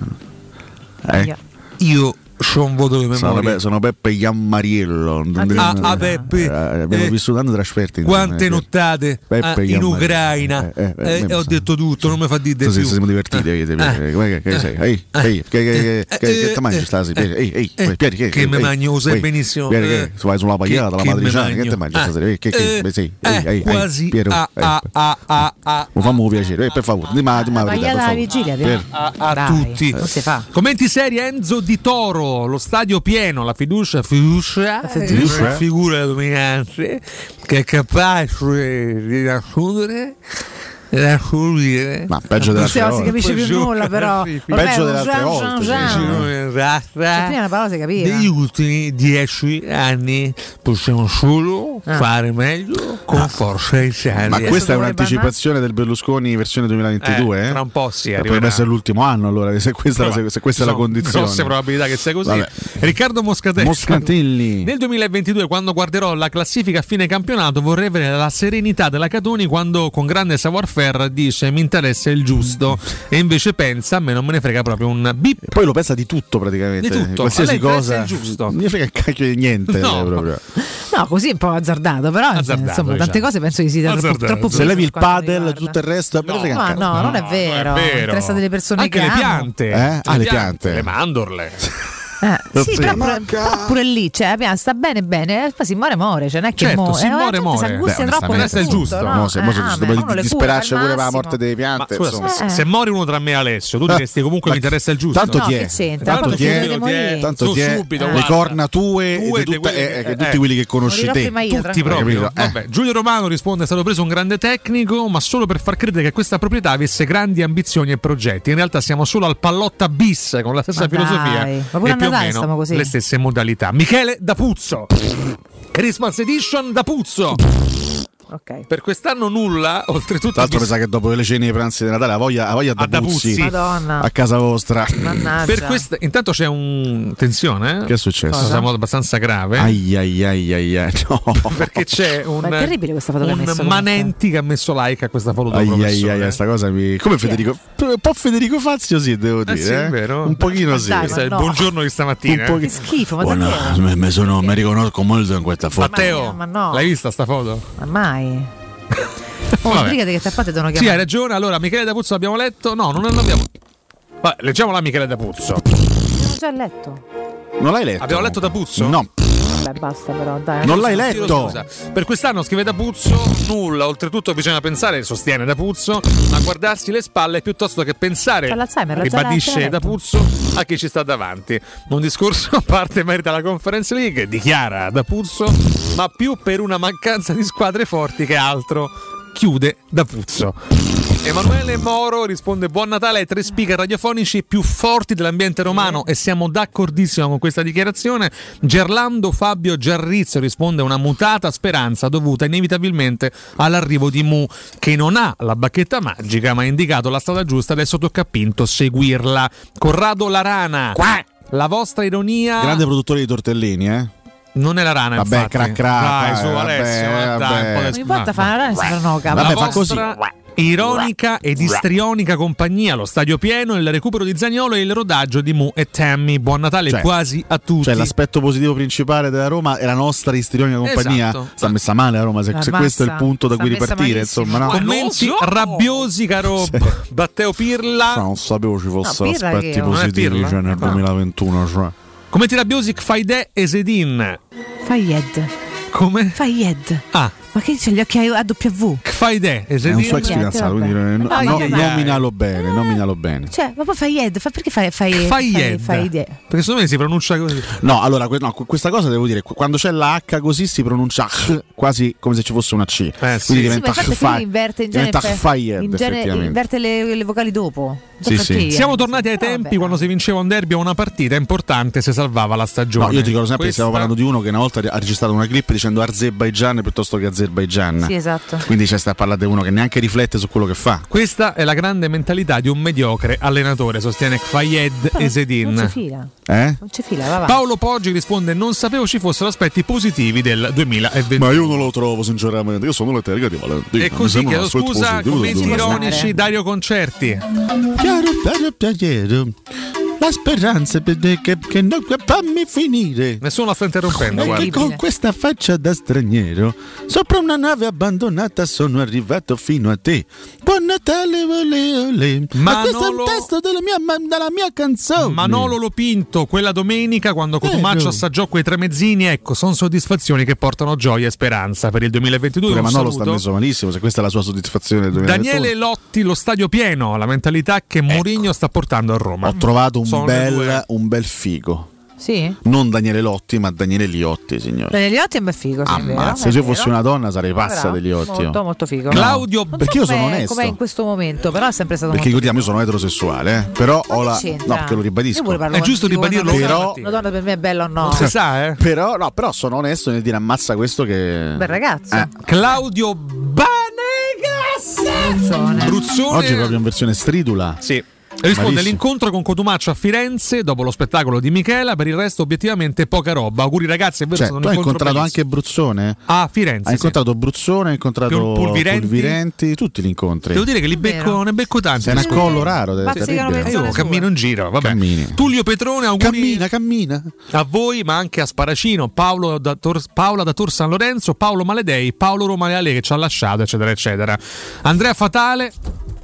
Speaker 6: Eh?
Speaker 8: Io
Speaker 5: C'ho un voto di
Speaker 6: Sono,
Speaker 5: memoria.
Speaker 6: Pe- sono Beppe Iammariello.
Speaker 5: Ah, ah, Beppe.
Speaker 6: Eh, abbiamo
Speaker 5: Eh,
Speaker 6: vissuto tanto trasferti. eh,
Speaker 5: Quante
Speaker 6: insieme.
Speaker 5: nottate
Speaker 6: Beppe
Speaker 5: ah, in
Speaker 6: Iammariello.
Speaker 5: Ucraina.
Speaker 6: Eh, eh, eh,
Speaker 5: Eh,
Speaker 6: mi
Speaker 5: ho
Speaker 6: sa.
Speaker 5: detto tutto, non mi fa dire di
Speaker 6: Così
Speaker 5: più.
Speaker 6: siamo divertiti. eh, eh, Come che- che sei? Ehi, ehi, che- che- che-
Speaker 5: eh,
Speaker 6: che ti mangi stasera? Ehi, ehi, ehi,
Speaker 5: eh,
Speaker 6: Pieri,
Speaker 5: che mi mangio, lo sai benissimo,
Speaker 6: Pieri, che
Speaker 5: eh,
Speaker 6: vai sulla pagliata,
Speaker 5: che-
Speaker 6: la
Speaker 5: che mi
Speaker 6: matriciana, che
Speaker 5: mangio?
Speaker 6: ti mangi stasera? Ehi, che-
Speaker 5: eh,
Speaker 6: che- beh, sì, ehi,
Speaker 5: eh,
Speaker 6: ehi, ehi,
Speaker 5: quasi ah,
Speaker 6: Piero,
Speaker 5: a-
Speaker 6: eh,
Speaker 5: a- a- a- a-
Speaker 6: Mi fammi un piacere, eh, per favore, dimmi la dimmi la verità,
Speaker 5: pagliata
Speaker 6: per
Speaker 5: alla
Speaker 6: favore.
Speaker 5: vigilia,
Speaker 6: Piero.
Speaker 5: ah. a, a
Speaker 6: Dai,
Speaker 5: tutti.
Speaker 6: non si fa.
Speaker 5: Commenti seri Enzo Di Toro, lo stadio pieno, la fiducia, fiducia,
Speaker 6: fiducia.
Speaker 5: eh, la figura dominante che è capace di nascondere Rassumire.
Speaker 6: Ma peggio della
Speaker 4: Sì, non si capisce più nulla, però. Ormai è un Jean, Jean,
Speaker 5: Eh.
Speaker 4: Jean. Cioè, prima la parola si capiva.
Speaker 5: Negli ultimi dieci anni possiamo solo
Speaker 4: Ah.
Speaker 5: fare meglio con Forza Italia.
Speaker 6: Ah. Ma questa è un'anticipazione del Berlusconi versione 2022?
Speaker 5: Eh, tra un po' sì,
Speaker 6: Eh,
Speaker 5: arriverà.
Speaker 6: Potrebbe essere l'ultimo anno allora, se questa,
Speaker 5: Vabbè,
Speaker 6: se- se questa è
Speaker 5: ci
Speaker 6: la
Speaker 5: sono
Speaker 6: condizione.
Speaker 5: grosse probabilità che sia così.
Speaker 6: Vabbè.
Speaker 5: Riccardo Moscatelli.
Speaker 6: Moscatelli.
Speaker 5: Nel 2022, quando guarderò la classifica a fine campionato, vorrei avere la serenità della Catoni quando con grande savoir-faire dice mi interessa il giusto e invece pensa a me non me ne frega proprio un bip.
Speaker 6: Poi lo pensa di tutto praticamente.
Speaker 5: Di tutto. A
Speaker 6: Qualsiasi
Speaker 5: lei
Speaker 6: cosa.
Speaker 5: interessa il giusto.
Speaker 6: Non gli frega un cacchio di niente.
Speaker 5: No.
Speaker 6: eh, proprio.
Speaker 4: No, così è un po' azzardato, però
Speaker 6: Azzardato,
Speaker 4: insomma, tante
Speaker 6: diciamo.
Speaker 4: cose penso che sia troppo,
Speaker 6: Azzardato.
Speaker 4: troppo
Speaker 6: Se levi il
Speaker 4: padel,
Speaker 6: tutto il resto
Speaker 4: No,
Speaker 6: frega un
Speaker 4: ma
Speaker 6: cazzo.
Speaker 4: no, non è vero.
Speaker 6: vero.
Speaker 4: Interessa delle persone
Speaker 5: Anche
Speaker 4: che
Speaker 5: le
Speaker 4: amo.
Speaker 5: piante.
Speaker 6: Eh? Ah, le piante.
Speaker 5: Le mandorle.
Speaker 4: Eh, sì,
Speaker 5: Sì.
Speaker 4: però, pure, però pure lì, cioè, la pianta sta bene bene, eh, poi si muore muore, cioè, non è che
Speaker 6: Certo,
Speaker 4: muore,
Speaker 6: si
Speaker 4: eh, la
Speaker 6: muore,
Speaker 4: gente
Speaker 6: muore.
Speaker 4: Si angustia
Speaker 6: Beh,
Speaker 4: troppo,
Speaker 6: onestamente
Speaker 4: per
Speaker 6: è giusto,
Speaker 4: tutto,
Speaker 6: no? Se- mo se-
Speaker 4: Eh,
Speaker 6: se-
Speaker 4: vabbè,
Speaker 6: di-
Speaker 4: uno le
Speaker 6: disperarci
Speaker 4: cura al
Speaker 6: pure per la
Speaker 4: massimo. Eh,
Speaker 6: morte delle
Speaker 5: Ma
Speaker 6: piante.
Speaker 5: scusa,
Speaker 6: insomma. Eh.
Speaker 5: se, se muore uno tra me e Alessio, tu diresti comunque mi interessa il giusto.
Speaker 6: Tanto
Speaker 4: No,
Speaker 6: ti
Speaker 4: che
Speaker 6: è,
Speaker 4: c'entra?
Speaker 6: tanto
Speaker 4: Poi
Speaker 6: ti è,
Speaker 4: potete morire.
Speaker 6: tanto
Speaker 5: Su,
Speaker 6: ti è,
Speaker 4: Ah.
Speaker 5: subito,
Speaker 6: le
Speaker 5: guarda.
Speaker 6: corna tue, eh, e
Speaker 5: Tue
Speaker 6: di
Speaker 5: e di
Speaker 6: tutta-
Speaker 5: quelli
Speaker 6: eh,
Speaker 5: che-
Speaker 6: eh, tutti
Speaker 5: eh.
Speaker 6: quelli che conosci
Speaker 4: Morirò
Speaker 6: te.
Speaker 4: prima io,
Speaker 6: Tutti
Speaker 4: tranquillo.
Speaker 6: proprio. eh.
Speaker 5: Capito? Vabbè, Giulio Romano risponde: È stato preso un grande tecnico, ma solo per far credere che questa proprietà avesse grandi ambizioni e progetti. In realtà siamo solo al pallotta bis con la stessa
Speaker 4: Ma
Speaker 5: filosofia
Speaker 4: dai, ma pure
Speaker 5: e
Speaker 4: a
Speaker 5: più o
Speaker 4: Natale stiamo
Speaker 5: meno
Speaker 4: così.
Speaker 5: le stesse modalità. Michele da Puzzo, Christmas Edition da Puzzo. Per quest'anno nulla, oltretutto.
Speaker 6: Tra l'altro mi
Speaker 5: mi-
Speaker 6: sa che dopo le cene e i pranzi di Natale la voglia, la voglia da
Speaker 5: Ah, da
Speaker 6: Buzzi.
Speaker 5: Buzzi. Madonna.
Speaker 6: a casa vostra.
Speaker 5: Per questa- intanto c'è un tensione. eh?
Speaker 6: Che è successo?
Speaker 5: Cosa? Una cosa abbastanza grave.
Speaker 6: Ai ai ai ai ai, no.
Speaker 5: Perché c'è un,
Speaker 4: Ma è terribile questa foto che ha
Speaker 5: un
Speaker 4: messo comunque.
Speaker 5: manenti che ha messo like a questa foto del
Speaker 6: Ai ai
Speaker 5: professore.
Speaker 6: ai, ai, sta cosa mi. Come Federico. Un po' Federico Fazio, Ah, sì, devo
Speaker 5: Eh
Speaker 6: dire.
Speaker 5: sì, è vero.
Speaker 6: Un pochino sì.
Speaker 5: Questo è il buongiorno di stamattina.
Speaker 6: Un po'
Speaker 5: eh.
Speaker 6: che-
Speaker 4: schifo, ma
Speaker 6: Buona-
Speaker 4: davvero?
Speaker 6: me- me sono- mi riconosco molto in questa foto.
Speaker 5: Matteo,
Speaker 4: Ma no,
Speaker 5: l'hai vista sta foto?
Speaker 4: ma mai. Oh,
Speaker 5: Vabbè.
Speaker 4: sbrigati che tappate devono
Speaker 5: Sì, hai
Speaker 4: chiamare.
Speaker 5: ragione. Allora, Michele D'Apuzzo l'abbiamo letto. No, non l'abbiamo. Vabbè, leggiamola Michele D'Apuzzo.
Speaker 6: eh.
Speaker 4: L'ho già letto.
Speaker 6: Non l'hai letto?
Speaker 5: Abbiamo letto D'Apuzzo?
Speaker 6: No.
Speaker 4: Vabbè, basta però, dai.
Speaker 6: Non l'hai letto?
Speaker 5: Scusa. Per quest'anno scrive D'Apuzzo nulla. Oltretutto bisogna pensare, sostiene D'Apuzzo, a guardarsi le spalle piuttosto che pensare.
Speaker 4: C'ha l'Alzheimer, l'ha già eh. appena
Speaker 5: Ribadisce
Speaker 4: detto.
Speaker 5: D'Apuzzo a chi ci sta davanti. Un discorso a parte merita la Conference League, dichiara D'Apuzzo, ma più per una mancanza di squadre forti che altro. Chiude D'Apuzzo. Emanuele Moro risponde Buon Natale ai tre speaker radiofonici più forti dell'ambiente romano e siamo d'accordissimo con questa dichiarazione. Gerlando Fabio Giarrizio risponde una mutata speranza dovuta inevitabilmente all'arrivo di Mu che non ha la bacchetta magica ma ha indicato la strada giusta adesso tocca a Pinto seguirla. Corrado Larana. La vostra ironia
Speaker 6: Grande produttore di tortellini, eh.
Speaker 5: non è la rana
Speaker 6: Vabbè,
Speaker 5: infatti.
Speaker 6: crac, crac,
Speaker 5: Dai, su
Speaker 6: eh,
Speaker 5: Alessio,
Speaker 6: vabbè,
Speaker 5: eh, dai, un po'
Speaker 6: vabbè.
Speaker 5: di-
Speaker 4: Ogni volta fa una rana e si pronoca.
Speaker 5: la
Speaker 4: ma-
Speaker 5: vostra ironica ed istrionica compagnia, lo stadio pieno, il recupero di Zagnolo e il rodaggio di Mu e Tammy. Buon Natale
Speaker 6: Cioè,
Speaker 5: quasi a tutti.
Speaker 6: Cioè, l'aspetto positivo principale della Roma è la nostra istrionica compagnia.
Speaker 5: Esatto.
Speaker 6: Sta messa male a Roma, se, se
Speaker 5: Ammazza,
Speaker 6: questo è il punto da
Speaker 5: sta
Speaker 6: cui
Speaker 5: messa
Speaker 6: ripartire,
Speaker 5: malissimo.
Speaker 6: insomma, no?
Speaker 5: Commenti rabbiosi, caro Matteo Pirla.
Speaker 6: No, non sapevo ci fossero
Speaker 5: No, Pirla
Speaker 6: aspetti
Speaker 5: che- non è
Speaker 6: positivi
Speaker 5: Pirla?
Speaker 6: cioè, nel
Speaker 5: No.
Speaker 6: 2021. Cioè.
Speaker 5: Commenti rabbiosi, Faide e Sedin.
Speaker 4: Fayed.
Speaker 5: Come?
Speaker 4: Fayed.
Speaker 5: Ah.
Speaker 4: Ma che c'è gli occhi a W?
Speaker 5: Faide e
Speaker 6: È
Speaker 5: Sedin.
Speaker 6: un suo ex fidanzato, quindi eh, no,
Speaker 4: Ah,
Speaker 6: no-
Speaker 4: yeah, yeah.
Speaker 6: nominalo
Speaker 5: Eh.
Speaker 6: bene, nominalo bene.
Speaker 4: Cioè, ma poi Fayed, fa, perché fai fai
Speaker 5: Fayed.
Speaker 4: fai- fai-
Speaker 5: Perché secondo me si pronuncia così.
Speaker 6: No, allora, que- no, qu- questa cosa devo dire, qu- quando c'è la H così si pronuncia H, quasi come se ci fosse una
Speaker 5: Eh,
Speaker 6: C. quindi
Speaker 4: Sì, ma
Speaker 6: diventa
Speaker 4: infatti
Speaker 6: Hfai-
Speaker 4: lui inverte in genere,
Speaker 6: diventa
Speaker 4: fe-
Speaker 6: Hfaied,
Speaker 4: in genere
Speaker 6: effettivamente.
Speaker 4: inverte le, le vocali dopo. Non so
Speaker 6: Sì, sì.
Speaker 4: perché, eh.
Speaker 5: Siamo tornati ai tempi quando si vinceva un derby o una partita importante se salvava la stagione.
Speaker 6: No, io ti ricordo sempre che
Speaker 5: Questa-
Speaker 6: stiamo parlando di uno che una volta ha registrato una clip dicendo Azerbaijan piuttosto che Azerbaijan.
Speaker 4: Sì, esatto.
Speaker 6: Quindi c'è sta a parlare di uno che neanche riflette su quello che fa.
Speaker 5: Questa è la grande mentalità di un mediocre allenatore, sostiene Fayed
Speaker 4: Però
Speaker 5: e
Speaker 4: Non c'è
Speaker 5: Sedin.
Speaker 4: fila.
Speaker 6: Eh?
Speaker 4: Non c'è fila, va avanti.
Speaker 5: Paolo Poggi risponde: Non sapevo ci fossero aspetti positivi del 2020.
Speaker 6: Ma io non lo trovo, sinceramente. Io sono la targa di Valentino.
Speaker 5: E così chiedo scusa, commenti ironici, Dario Concerti.
Speaker 6: Chiaro, chiaro, chiaro. La speranza per- che, che no, fammi finire.
Speaker 5: Nessuno la sta interrompendo,
Speaker 6: E che
Speaker 5: guarda.
Speaker 6: con questa faccia da straniero, sopra una nave abbandonata sono arrivato fino a te. Buon Natale, ole, ole. Ma questo è un
Speaker 5: Manolo-
Speaker 6: testo della mia, ma- della mia canzone.
Speaker 5: Manolo lo pinto quella domenica quando Cotumaccio assaggiò quei tramezzini. Ecco, sono soddisfazioni che portano gioia e speranza per il 2022.
Speaker 6: Pure
Speaker 5: Un
Speaker 6: Manolo sta
Speaker 5: saluto.
Speaker 6: messo malissimo, se questa è la sua soddisfazione del 2021.
Speaker 5: Daniele Lotti, lo stadio pieno, la mentalità che Mourinho sta portando a Roma.
Speaker 6: Ecco. Ho trovato un
Speaker 5: Sono le due.
Speaker 6: bel, un bel figo.
Speaker 4: Sì?
Speaker 6: Non Daniele Lotti, ma Daniele Liotti, signore.
Speaker 4: Daniele Liotti è un bel figo, sì, è vero,
Speaker 6: Ammazza,
Speaker 4: è
Speaker 6: se io
Speaker 4: vero.
Speaker 6: fossi una donna sarei pazza
Speaker 4: Bravo,
Speaker 6: degli ottimi.
Speaker 4: Molto, molto figo.
Speaker 6: Claudio-
Speaker 4: Non so
Speaker 6: perché io sono
Speaker 4: com'è-
Speaker 6: onesto.
Speaker 4: Com'è in questo momento, però è sempre stato
Speaker 6: Perché
Speaker 4: molto
Speaker 6: ricordiamo, io sono eterosessuale, eh, però ho la.
Speaker 4: c'entra?
Speaker 6: No, perché lo
Speaker 4: Io pure
Speaker 6: ribadisco.
Speaker 4: parlo quando dico una donna-
Speaker 6: Però,
Speaker 4: Una donna per me è bella o no?
Speaker 5: sa, eh.
Speaker 6: Però, no, però sono onesto nel dire ammazza questo che.
Speaker 4: Bel ragazzo.
Speaker 6: Eh.
Speaker 5: Claudio Banegas Bruzzone.
Speaker 6: Oggi è proprio in versione stridula. Cioè,
Speaker 5: Sì. Risponde
Speaker 6: Malissimo.
Speaker 5: l'incontro con Cotumaccio a Firenze dopo lo spettacolo di Michela, per il resto obiettivamente poca roba. Auguri ragazzi, è vero
Speaker 6: Cioè,
Speaker 5: è stato
Speaker 6: tu
Speaker 5: un
Speaker 6: hai
Speaker 5: incontro
Speaker 6: incontrato
Speaker 5: bellissimo.
Speaker 6: anche Bruzzone?
Speaker 5: a Firenze.
Speaker 6: hai
Speaker 5: sì.
Speaker 6: incontrato Bruzzone, hai incontrato
Speaker 5: Pul- Pulvirenti?
Speaker 6: Pulvirenti? tutti li incontri.
Speaker 5: Devo dire che li becco, ne becco tanti.
Speaker 6: Sei un accollo raro, te-
Speaker 5: Io
Speaker 6: terribile.
Speaker 5: cammino in giro, vabbè. Tullio Petrone, auguri
Speaker 6: Cammina, cammina.
Speaker 5: a voi, ma anche a Sparacino, Paolo da Tor- Paola da Tor San Lorenzo, Paolo Maledei, Paolo Romaleale che ci ha lasciato, eccetera, eccetera. Andrea Fatale,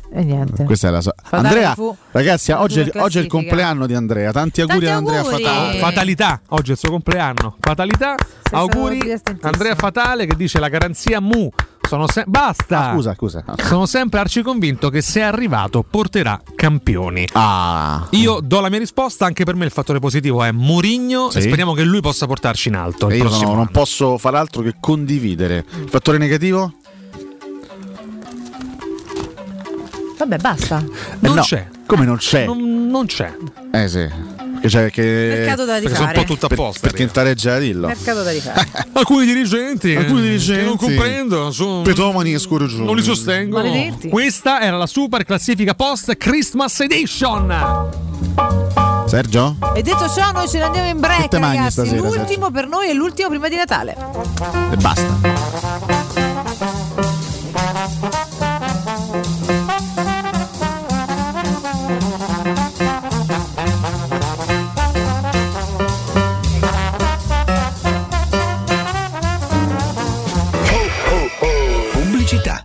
Speaker 4: E niente.
Speaker 6: Questa è la sua.
Speaker 5: Fatale
Speaker 6: Andrea,
Speaker 5: fu-
Speaker 6: ragazzi,
Speaker 5: la
Speaker 6: oggi,
Speaker 5: dura
Speaker 6: è- oggi è il
Speaker 5: classifica.
Speaker 6: compleanno di Andrea. Tanti auguri, ad Andrea Fatale.
Speaker 5: Eh, Fatalità, oggi è il suo compleanno. Fatalità, auguri. Andrea Fatale che dice la garanzia Mu. Sono se- Basta.
Speaker 6: Ah, scusa, scusa.
Speaker 5: Sono sempre arciconvinto che se è arrivato porterà campioni.
Speaker 6: Ah.
Speaker 5: Io do la mia risposta, anche per me il fattore positivo è Murigno e
Speaker 6: Sì.
Speaker 5: speriamo che lui possa portarci in alto. il
Speaker 6: E Eh, io
Speaker 5: prossimo
Speaker 6: sono- non posso far altro che condividere. Il fattore negativo?
Speaker 4: Vabbè, basta.
Speaker 6: Eh, no. Come non c'è?
Speaker 5: Non, non c'è.
Speaker 6: Eh sì. Perché c'è che.
Speaker 4: Mercato da Perché sono rifare. un po' tutto
Speaker 6: Per-
Speaker 5: apposta,
Speaker 6: Per tentareggiare dillo.
Speaker 4: Mercato da rifare.
Speaker 5: Alcuni dirigenti,
Speaker 6: Alcuni
Speaker 5: eh,
Speaker 6: dirigenti.
Speaker 5: che non comprendo, sono-
Speaker 6: Petomani e scorreggioni.
Speaker 5: Non li sostengo.
Speaker 6: Maledetti.
Speaker 5: Questa era la super classifica post Christmas Edition.
Speaker 6: Sergio?
Speaker 4: E detto ciò, noi ce ne andiamo in break,
Speaker 6: Che te mangi
Speaker 4: ragazzi.
Speaker 6: Eh. stasera, certo.
Speaker 4: l'ultimo per noi e l'ultimo prima di Natale.
Speaker 6: E basta.
Speaker 24: Pubblicità.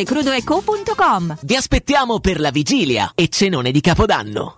Speaker 44: crudoeco.com.
Speaker 2: Vi aspettiamo per la vigilia e cenone di Capodanno.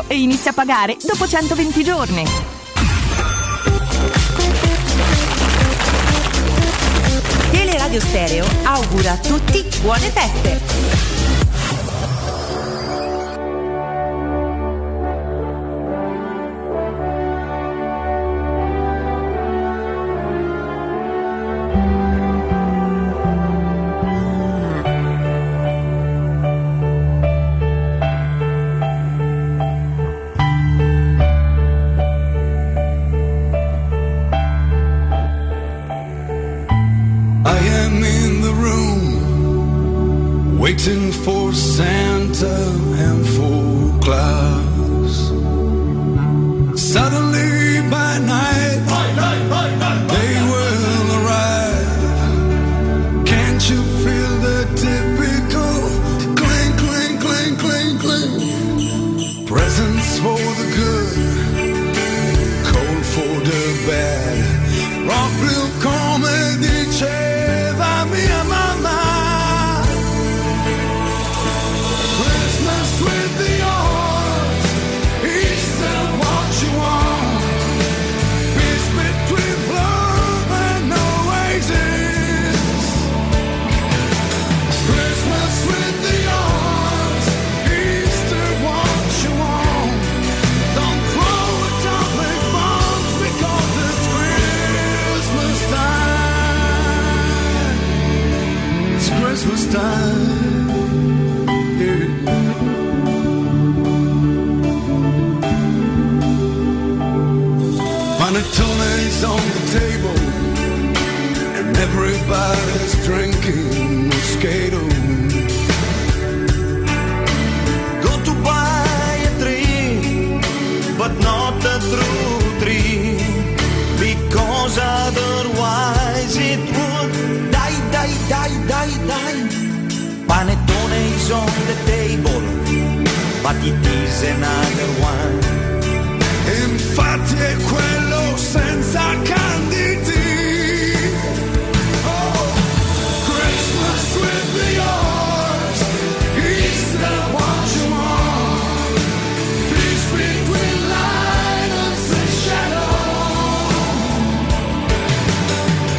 Speaker 44: e inizia a pagare dopo 120 giorni.
Speaker 39: Teleradio Stereo augura a tutti buone feste.
Speaker 74: I am in the room waiting for Santa and for clouds. Suddenly by night, they will arrive. Can't you feel the typical cling, cling, cling, cling, cling? Presents for the good, cold for the bad. Rock will come and each other, me and mama. Christmas with the odds, each sell what you want. Peace between love and oasis. Christmas with the odds, Easter what you want. Don't throw a topic bombs because it's Christmas time. It's Christmas time. Panettone's on the table, and everybody's drinking Moscato. Go to buy a tree, but not a true tree, because otherwise it would die, die, die, die, die. Panettone is on the table, but it is another one. Infatti è quello senza canditi. Oh, Christmas with the arms, Easter what you want. Peace between lights and shadow.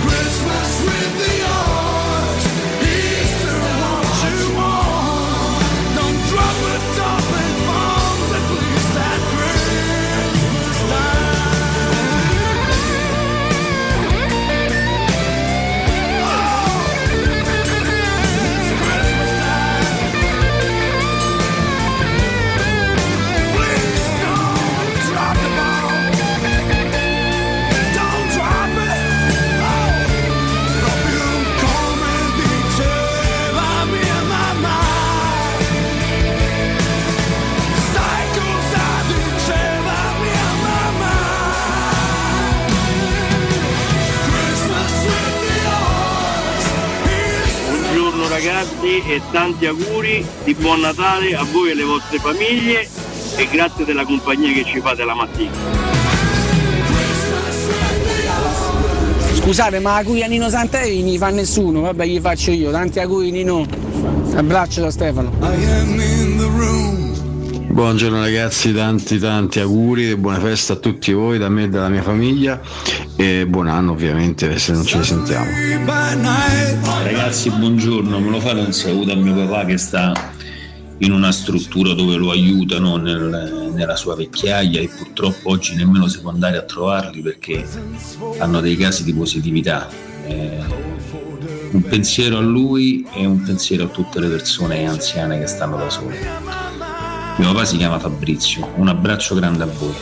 Speaker 74: Christmas with the arms, Easter what you want. Don't drop it, drop it, bombs, at least at Christmas time.
Speaker 2: Buongiorno ragazzi e tanti auguri di buon Natale a voi e alle vostre famiglie e grazie della compagnia che ci fate la mattina. Scusate, ma auguri a Nino Santelli gli fa nessuno, vabbè gli faccio io. Tanti auguri Nino. Abbraccio da Stefano.
Speaker 74: Buongiorno ragazzi, tanti tanti auguri e buona festa a tutti voi, da me e dalla mia famiglia e buon anno ovviamente se non ci risentiamo.
Speaker 39: Ragazzi, buongiorno, me lo fate un saluto a mio papà che sta in una struttura dove lo aiutano nel- nella sua vecchiaia e purtroppo oggi nemmeno si può andare a trovarli perché hanno dei casi di positività. Eh, un pensiero a lui e un pensiero a tutte le persone anziane che stanno da sole. Mio papà si chiama Fabrizio, un abbraccio grande a voi.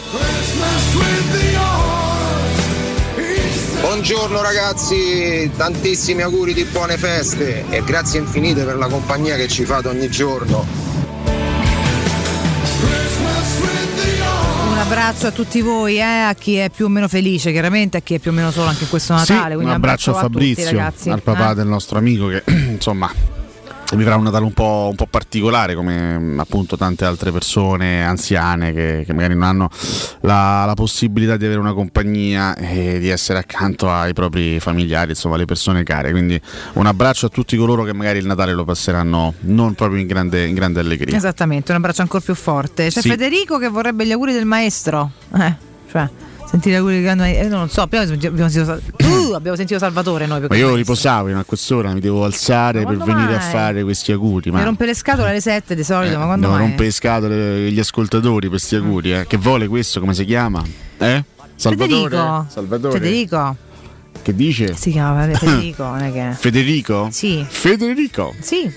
Speaker 42: Buongiorno ragazzi, tantissimi auguri di buone feste e grazie infinite per la compagnia che ci fate ogni giorno.
Speaker 4: Un abbraccio a tutti voi, eh, a chi è più o meno felice, chiaramente, a chi è più o meno solo anche in questo Natale.
Speaker 6: Sì,
Speaker 4: quindi
Speaker 6: un abbraccio a Fabrizio,
Speaker 4: tutti, ragazzi.
Speaker 6: al papà
Speaker 4: Eh.
Speaker 6: del nostro amico che insomma vivrà un Natale un po', un po' particolare come mh, appunto tante altre persone anziane che, che magari non hanno la, la possibilità di avere una compagnia e di essere accanto ai propri familiari, insomma alle persone care. Quindi un abbraccio a tutti coloro che magari il Natale lo passeranno non proprio in grande, in grande allegria.
Speaker 4: Esattamente, un abbraccio ancora più forte. C'è
Speaker 6: Sì.
Speaker 4: Federico che vorrebbe gli auguri del maestro. Eh, cioè, sentire gli auguri del grande maestro. eh, non so, abbiamo abbiamo sentito, Sal- Uh, abbiamo sentito Salvatore noi. per
Speaker 6: Ma io
Speaker 4: questo.
Speaker 6: riposavo fino a quest'ora, mi devo alzare per
Speaker 4: quando
Speaker 6: venire a
Speaker 4: mai?
Speaker 6: fare questi auguri.
Speaker 4: Mi
Speaker 6: Ma Eh,
Speaker 4: rompe le scatole alle 7 di solito, ma quando
Speaker 6: Devo
Speaker 4: mai? Mm.
Speaker 6: rompere le scatole gli ascoltatori per questi auguri. eh. Che vuole questo? Come si chiama? Eh? Salvatore?
Speaker 4: Federico.
Speaker 6: Salvatore?
Speaker 4: Federico.
Speaker 6: Che dice?
Speaker 4: Si chiama Federico, non è che...
Speaker 6: Federico?
Speaker 4: Sì.
Speaker 6: Federico?
Speaker 4: Sì.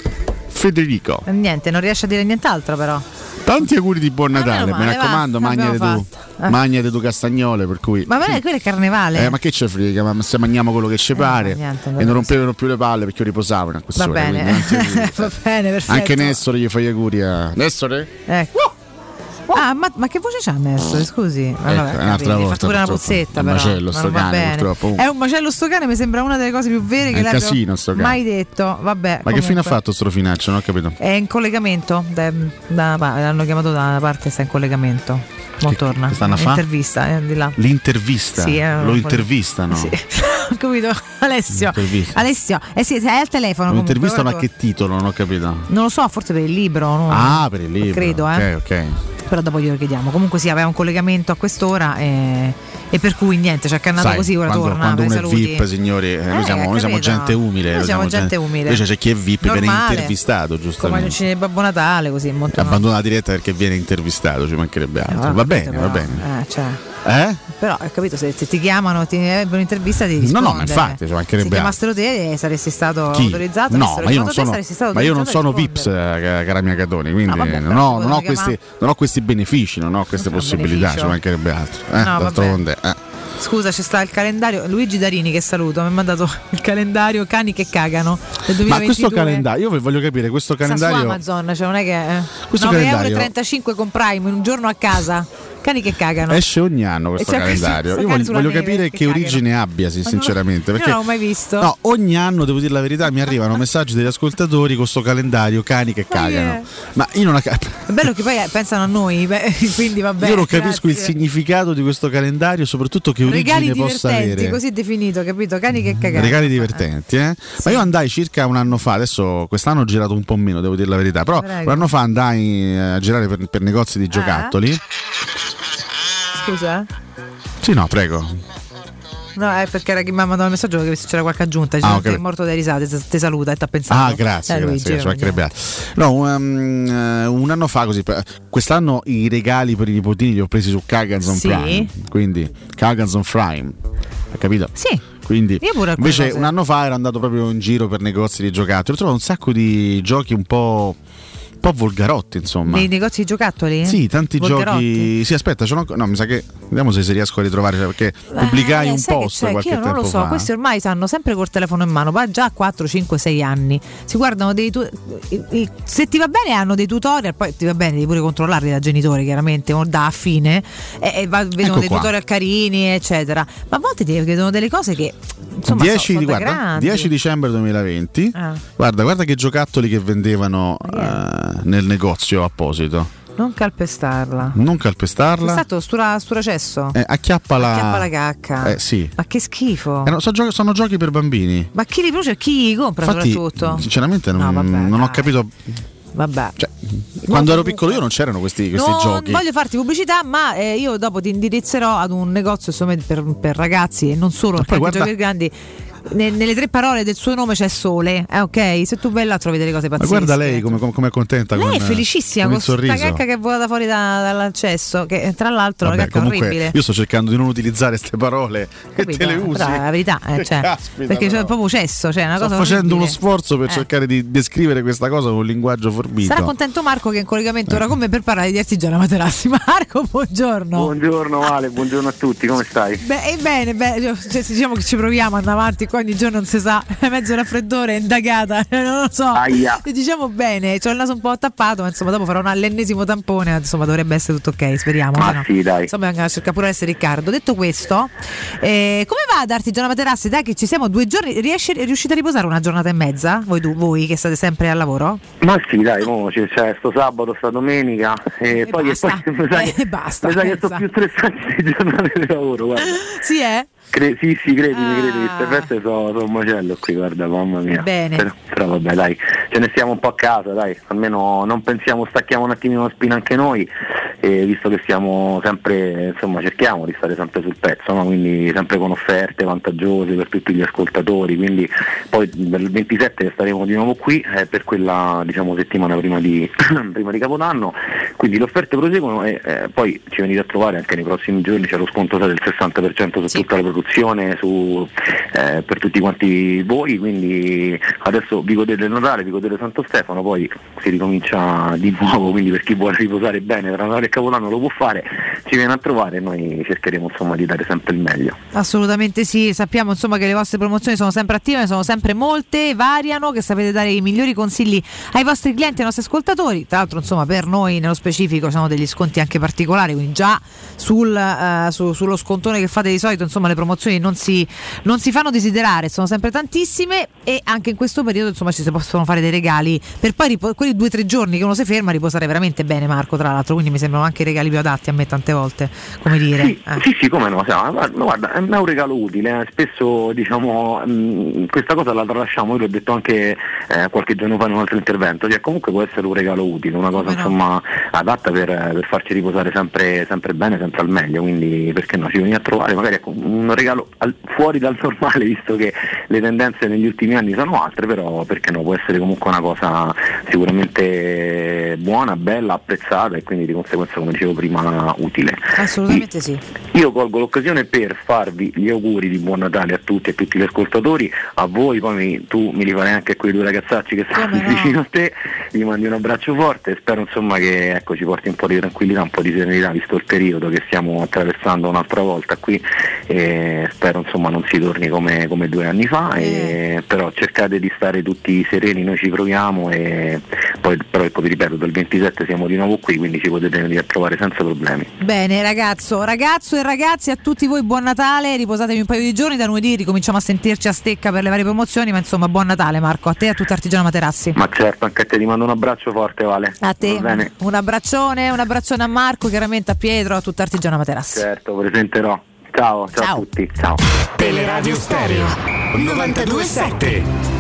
Speaker 6: Federico.
Speaker 4: Eh, Niente, non riesce a dire nient'altro però.
Speaker 6: Tanti auguri di buon Natale,
Speaker 4: meno
Speaker 6: mi
Speaker 4: male,
Speaker 6: raccomando,
Speaker 4: va,
Speaker 6: magnate
Speaker 4: l'abbiamo Eh.
Speaker 6: tu. Magnate tu castagnole, per cui.
Speaker 4: Ma vabbè, quello è carnevale.
Speaker 6: Eh, ma che c'è frega? Ma se mangiamo quello che ci pare.
Speaker 4: niente,
Speaker 6: e non rompevano più le palle perché io riposavo in a
Speaker 4: Va
Speaker 6: quest'ora.
Speaker 4: bene.
Speaker 6: quindi eh. non ti-
Speaker 4: Va bene, perfetto.
Speaker 6: Anche Nessore gli fa gli auguri a. Nessore?
Speaker 4: Ecco. Ah, ma, ma che voce c'ha Nessore? Scusi. Ah,
Speaker 6: Ecco,
Speaker 4: vabbè,
Speaker 6: un'altra
Speaker 4: capito, mi ha
Speaker 6: volta,
Speaker 4: fatto pure una
Speaker 6: purtroppo.
Speaker 4: puzzetta
Speaker 6: Un
Speaker 4: però.
Speaker 6: macello
Speaker 4: ma
Speaker 6: sto
Speaker 4: non va
Speaker 6: cane,
Speaker 4: bene.
Speaker 6: purtroppo, uh.
Speaker 4: È un macello sto cane, mi sembra una delle cose più vere
Speaker 6: È
Speaker 4: che
Speaker 6: un
Speaker 4: l'abbia
Speaker 6: casino, sto cane.
Speaker 4: mai detto. Vabbè.
Speaker 6: Ma che fine ha
Speaker 4: Eh, comunque.
Speaker 6: fatto sto finaccio? Non ho capito.
Speaker 4: È in collegamento, da- da- ma- l'hanno chiamato da una parte, sta in collegamento. Non torna.
Speaker 6: che stanno a fa?
Speaker 4: Intervista, eh, di là.
Speaker 6: L'intervista?
Speaker 4: Sì, eh,
Speaker 6: Lo
Speaker 4: poi-
Speaker 6: intervistano?
Speaker 4: Sì. Ho capito, Alessio.
Speaker 6: Intervista.
Speaker 4: Alessio, eh sì, sei al telefono.
Speaker 6: Lo
Speaker 4: comunque,
Speaker 6: intervistano
Speaker 4: ora
Speaker 6: a
Speaker 4: tu-
Speaker 6: che titolo? Non ho capito.
Speaker 4: Non lo so, forse per il libro. non-
Speaker 6: Ah, per il libro.
Speaker 4: Credo, eh.
Speaker 6: Ok, ok.
Speaker 4: Però dopo glielo chiediamo. Comunque sì, aveva un collegamento a quest'ora e, e per cui niente, cioè ci ha cannato
Speaker 6: Sai,
Speaker 4: così, ora
Speaker 6: quando,
Speaker 4: torna.
Speaker 6: quando
Speaker 4: per
Speaker 6: uno
Speaker 4: i saluti.
Speaker 6: è VIP, signori, eh, noi,
Speaker 4: Eh,
Speaker 6: siamo, noi siamo
Speaker 4: capito.
Speaker 6: gente umile.
Speaker 4: Noi
Speaker 6: noi
Speaker 4: siamo gente umile.
Speaker 6: Invece c'è chi è VIP e viene
Speaker 4: Normale.
Speaker 6: intervistato,
Speaker 4: Come le
Speaker 6: giustamente.
Speaker 4: lucine di Babbo Natale, così molto
Speaker 6: Abbandona la diretta perché viene intervistato, ci mancherebbe altro.
Speaker 4: ho
Speaker 6: Eh, va
Speaker 4: Eh, capito,
Speaker 6: bene, va
Speaker 4: però.
Speaker 6: bene.
Speaker 4: Eh, cioè,
Speaker 6: Eh?
Speaker 4: però hai capito, se, se ti chiamano, ti eh, per un'intervista ti
Speaker 6: No,
Speaker 4: rispondere.
Speaker 6: no, ma infatti, ci
Speaker 4: Se
Speaker 6: mancherebbe altro.
Speaker 4: chiamassero te eh, saresti stato
Speaker 6: Chi?
Speaker 4: autorizzato.
Speaker 6: No, ma
Speaker 4: avessero
Speaker 6: io
Speaker 4: chiamato
Speaker 6: non
Speaker 4: te,
Speaker 6: sono,
Speaker 4: saresti stato
Speaker 6: ma io non
Speaker 4: autorizzato
Speaker 6: sono
Speaker 4: a rispondere. Ah,
Speaker 6: VIPs, eh, ca- cara mia Catoni, quindi
Speaker 4: vabbè,
Speaker 6: non, ho, non ho
Speaker 4: potevano
Speaker 6: questi,
Speaker 4: chiamare.
Speaker 6: non ho questi benefici, non ho queste possibilità, ci
Speaker 4: beneficio.
Speaker 6: mancherebbe altro. Eh,
Speaker 4: No, vabbè.
Speaker 6: d'altronde, eh.
Speaker 4: Scusa, ci sta il calendario. Luigi Darini che saluto, mi ha mandato il calendario Cani che cagano. del
Speaker 6: Ma questo
Speaker 4: 2022.
Speaker 6: calendario, io voglio capire, questo
Speaker 4: Sta su
Speaker 6: calendario...
Speaker 4: Amazon, cioè non è che eh.
Speaker 6: Questo
Speaker 4: 9,35
Speaker 6: calendario-
Speaker 4: euro con Prime in un giorno a casa. Cani che cagano.
Speaker 6: Esce ogni anno questo
Speaker 4: E c'è questo-
Speaker 6: calendario.
Speaker 4: sto
Speaker 6: Io
Speaker 4: cane
Speaker 6: voglio,
Speaker 4: sulla
Speaker 6: voglio
Speaker 4: neve
Speaker 6: capire
Speaker 4: che
Speaker 6: che
Speaker 4: cagano.
Speaker 6: origine abbia, sì, sinceramente.
Speaker 4: Io
Speaker 6: Perché
Speaker 4: non l'ho mai visto.
Speaker 6: No, ogni anno, devo dire la verità, mi arrivano messaggi degli ascoltatori con sto calendario cani che cagano. Ma io non, la cap-
Speaker 4: È bello che poi eh, pensano a noi, beh, quindi vabbè.
Speaker 6: io non capisco il
Speaker 4: grazie.
Speaker 6: significato di questo calendario, soprattutto che origine
Speaker 4: Regali
Speaker 6: possa
Speaker 4: divertenti,
Speaker 6: avere.
Speaker 4: così definito, capito? Cani che cagano.
Speaker 6: Regali divertenti, eh? Ma io andai circa un anno fa, adesso quest'anno ho girato un po' meno, devo dire la verità, però
Speaker 4: Prego. Eh?
Speaker 6: un anno fa andai eh, a girare per, per negozi di giocattoli.
Speaker 4: Scusa? eh?
Speaker 6: Sì, no, prego.
Speaker 4: No, è perché era che mi ha mandato il messaggio che c'era qualche aggiunta, dice,
Speaker 6: Ah,
Speaker 4: "No,
Speaker 6: ok.
Speaker 4: ti è morto dai risate, s- ti saluta e ti ha pensato.
Speaker 6: Ah, grazie, grazie,
Speaker 4: Eh, Luigi,
Speaker 6: grazie, ci
Speaker 4: vabbè.
Speaker 6: mancherebbe altro. No, un, um, eh, un anno fa così, per- quest'anno i regali per i nipotini li ho presi su Kagan's on
Speaker 4: Sì.
Speaker 6: Prime, quindi Kagan's on Prime, hai capito?
Speaker 4: Sì.
Speaker 6: Quindi,
Speaker 4: Io pure alcune
Speaker 6: invece
Speaker 4: cose.
Speaker 6: un anno fa ero andato proprio in giro per negozi di giocattoli, ho trovato un sacco di giochi un po', un po' volgarotti, insomma.
Speaker 4: Nei negozi di giocattoli?
Speaker 6: Sì, tanti
Speaker 4: Volgarotti?
Speaker 6: giochi. Sì, aspetta, ce l'ho ancora- No, mi sa che. Vediamo se, se riesco a ritrovare. cioè, perché pubblicai
Speaker 4: Eh,
Speaker 6: un
Speaker 4: sai che
Speaker 6: post
Speaker 4: c'è? Che
Speaker 6: qualche
Speaker 4: io
Speaker 6: tempo
Speaker 4: non lo so,
Speaker 6: fa.
Speaker 4: questi ormai sanno sempre col telefono in mano, va già a 4, 5, 6 anni. Si guardano dei tu- i- i- se ti va bene hanno dei tutorial, poi ti va bene, devi pure controllarli da genitore, chiaramente, o da affine e, e va- vedono
Speaker 6: Ecco
Speaker 4: dei
Speaker 6: qua.
Speaker 4: tutorial carini, eccetera. Ma a volte ti chiedono delle cose che insomma
Speaker 6: 10,
Speaker 4: sono, sono da
Speaker 6: guarda,
Speaker 4: grandi.
Speaker 6: 10 dicembre 2020.
Speaker 4: Ah.
Speaker 6: Guarda, guarda che giocattoli che vendevano eh, nel eh, negozio apposito.
Speaker 4: Non calpestarla.
Speaker 6: Non
Speaker 4: È
Speaker 6: calpestarla.
Speaker 4: stato stura, sturacesso.
Speaker 6: Eh, acchiappala.
Speaker 4: Acchiappa la cacca. Ah,
Speaker 6: Eh, sì.
Speaker 4: Ma che schifo.
Speaker 6: Eh, no, so gio- sono giochi per bambini.
Speaker 4: Ma chi li produce e chi li compra
Speaker 6: Infatti,
Speaker 4: soprattutto?
Speaker 6: sinceramente, non, non ho capito. Cioè,
Speaker 4: Vabbè.
Speaker 6: Quando ero piccolo io non c'erano questi, questi
Speaker 4: non
Speaker 6: giochi.
Speaker 4: voglio farti pubblicità, ma eh, io dopo ti indirizzerò ad un negozio insomma, per, per ragazzi e non solo, perché
Speaker 6: guarda-
Speaker 4: giochi per grandi. Ne- nelle tre parole del suo nome c'è sole, eh, ok? Se tu vai là trovi delle cose
Speaker 6: Ma
Speaker 4: pazzesche.
Speaker 6: guarda lei come, come, com'è contenta.
Speaker 4: eh. Lei
Speaker 6: con, eh,
Speaker 4: è felicissima
Speaker 6: con
Speaker 4: con
Speaker 6: il
Speaker 4: questa
Speaker 6: sorriso.
Speaker 4: cacca che è volata fuori da- dall'accesso, che eh, tra l'altro è una
Speaker 6: Vabbè,
Speaker 4: cacca
Speaker 6: comunque
Speaker 4: orribile.
Speaker 6: io sto cercando di non utilizzare queste parole e te le
Speaker 4: Capito?
Speaker 6: usi.
Speaker 4: Però è la verità, eh, cioè,
Speaker 6: Caspita,
Speaker 4: perché c'è
Speaker 6: però.
Speaker 4: proprio cesso, cioè, è una
Speaker 6: Sto
Speaker 4: cosa
Speaker 6: facendo uno
Speaker 4: orribile.
Speaker 6: sforzo per
Speaker 4: Eh.
Speaker 6: cercare di descrivere questa cosa con un linguaggio forbito.
Speaker 4: Sarà contento Marco che è in
Speaker 6: Eh.
Speaker 4: collegamento ora con me per parlare di artigiana materassi. Marco, buongiorno.
Speaker 73: Buongiorno Ale, buongiorno a tutti, come stai?
Speaker 4: Beh, e bene, beh, io- cioè, diciamo che ci proviamo, andiamo avanti, qua ogni giorno non si sa, mezzo raffreddore, indagata, non lo so.
Speaker 73: Aia.
Speaker 4: Diciamo bene, ho il naso un po' tappato, ma insomma dopo farò un all'ennesimo tampone, insomma dovrebbe essere tutto ok, speriamo.
Speaker 73: Ma
Speaker 4: se no.
Speaker 73: sì, dai.
Speaker 4: Insomma bisogna cercare pure di essere Riccardo. Detto questo, eh, come va ad Artigiana Materassi? Dai che ci siamo due giorni, riesci- riuscite a riposare una giornata e mezza? Voi, du- voi che state sempre al lavoro?
Speaker 73: Ma sì, dai, mo, c'è, c'è sto sabato, sta domenica e, poi, e poi mi sa che,
Speaker 4: basta,
Speaker 73: mi sa che sono più stressante di giornate di lavoro, guarda.
Speaker 4: Sì, eh?
Speaker 73: Cre- sì, sì, credimi, credimi, queste feste sono sono un macello qui, guarda, mamma mia.
Speaker 4: Bene.
Speaker 73: Però, però vabbè, dai, ce ne stiamo un po' a casa, dai, almeno non pensiamo, stacchiamo un attimino la spina anche noi, e visto che siamo sempre, insomma, cerchiamo di stare sempre sul pezzo, no? quindi sempre con offerte vantaggiose per tutti gli ascoltatori, quindi poi per il 27 staremo di nuovo qui eh, per quella diciamo, settimana prima di, prima di Capodanno, quindi le offerte proseguono e eh, poi ci venite a trovare anche nei prossimi giorni, c'è lo sconto sai, del 60% su tutta la produzione, su, eh, per tutti quanti voi, quindi adesso vi godete il Natale, vi godete Santo Stefano, poi si ricomincia di nuovo, quindi per chi vuole riposare bene tra Natale e Capodanno lo può fare, ci viene a trovare e noi cercheremo insomma di dare sempre il meglio.
Speaker 4: Assolutamente sì, sappiamo insomma che le vostre promozioni sono sempre attive, sono sempre molte, variano, che sapete dare i migliori consigli ai vostri clienti e ai nostri ascoltatori. Tra l'altro insomma per noi nello specifico sono degli sconti anche particolari, quindi già sul, eh, su- sullo scontone che fate di solito insomma le promozioni non si, non si fanno desiderare, sono sempre tantissime e anche in questo periodo insomma ci si possono fare dei regali per poi ripo- quelli due o tre giorni che uno si ferma riposare veramente bene Marco tra l'altro, quindi mi sembrano anche i regali più adatti a me tante volte, come dire. eh.
Speaker 73: Sì, sì, come no, sa, ma- ma guarda, è un è un regalo utile, eh. spesso diciamo mh, questa cosa la tralasciamo, io l'ho detto anche eh, qualche giorno fa in un altro intervento, cioè comunque può essere un regalo utile, una cosa insomma adatta per, per farci riposare sempre, sempre bene, sempre al meglio, quindi perché no, ci venire a trovare magari ecco, un regalo al- fuori dal normale, visto che le tendenze negli ultimi anni sono altre, però perché no, può essere comunque una cosa sicuramente buona, bella, apprezzata e quindi di conseguenza, come dicevo prima, utile.
Speaker 4: Assolutamente sì.
Speaker 73: Io colgo l'occasione per farvi gli auguri di buon Natale a tutti e a tutti gli ascoltatori, a voi, poi mi- tu mi li farai anche a quei due ragazzacci che stanno vicino a te, gli mandi un abbraccio forte e spero insomma che ecco, ci porti un po' di tranquillità, un po' di serenità visto il periodo che stiamo attraversando un'altra volta qui e spero insomma non si torni come, come due anni fa, e- però cercate di stare tutti sereni, noi ci proviamo e poi però ecco vi ripeto dal 27 siamo di nuovo qui quindi ci potete venire a trovare senza problemi.
Speaker 4: Bene, ragazzo, ragazzo e ragazzi, a tutti voi buon Natale, riposatevi un paio di giorni, da lunedì ricominciamo a sentirci a stecca per le varie promozioni, ma insomma buon Natale Marco, a te e a tutta Artigiano Materassi.
Speaker 73: Ma certo, anche a te ti mando un abbraccio forte, Vale.
Speaker 4: A te,
Speaker 73: Va bene.
Speaker 4: un abbraccione, un abbraccione a Marco, chiaramente a Pietro, a tutta Artigiano Materassi.
Speaker 73: Certo, presenterò. Ciao, ciao, a tutti. Ciao.
Speaker 8: Teleradio Stereo 927.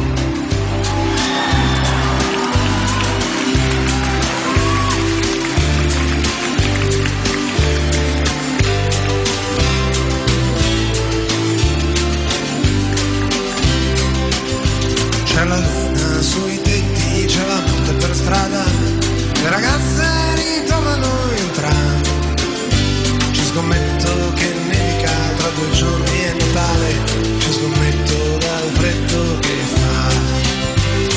Speaker 61: C'è la luna sui tetti, c'è la notte per strada, le ragazze ritornano in tram. Ci scommetto che nevica tra due giorni è Natale, ci scommetto dal freddo che fa.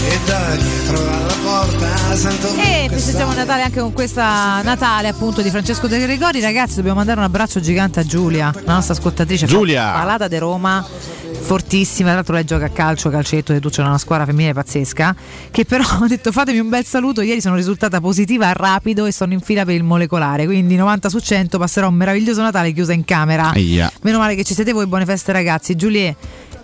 Speaker 61: E da dietro alla porta sento...
Speaker 4: E festeggiamo il Natale anche con questa Natale appunto di Francesco De Gregori. Ragazzi, dobbiamo mandare un abbraccio gigante a Giulia, la nostra ascoltatrice.
Speaker 6: Giulia!
Speaker 4: Palata di Roma, fortissima. Tra l'altro, lei gioca a calcio, calcetto, e tu c'è una squadra femminile pazzesca. Che però ha detto fatemi un bel saluto. Ieri sono risultata positiva a rapido e sono in fila per il molecolare. Quindi 90 su 100 passerò un meraviglioso Natale chiusa in camera.
Speaker 6: Ahia.
Speaker 4: Meno male che ci siete voi, buone feste ragazzi. Giulie,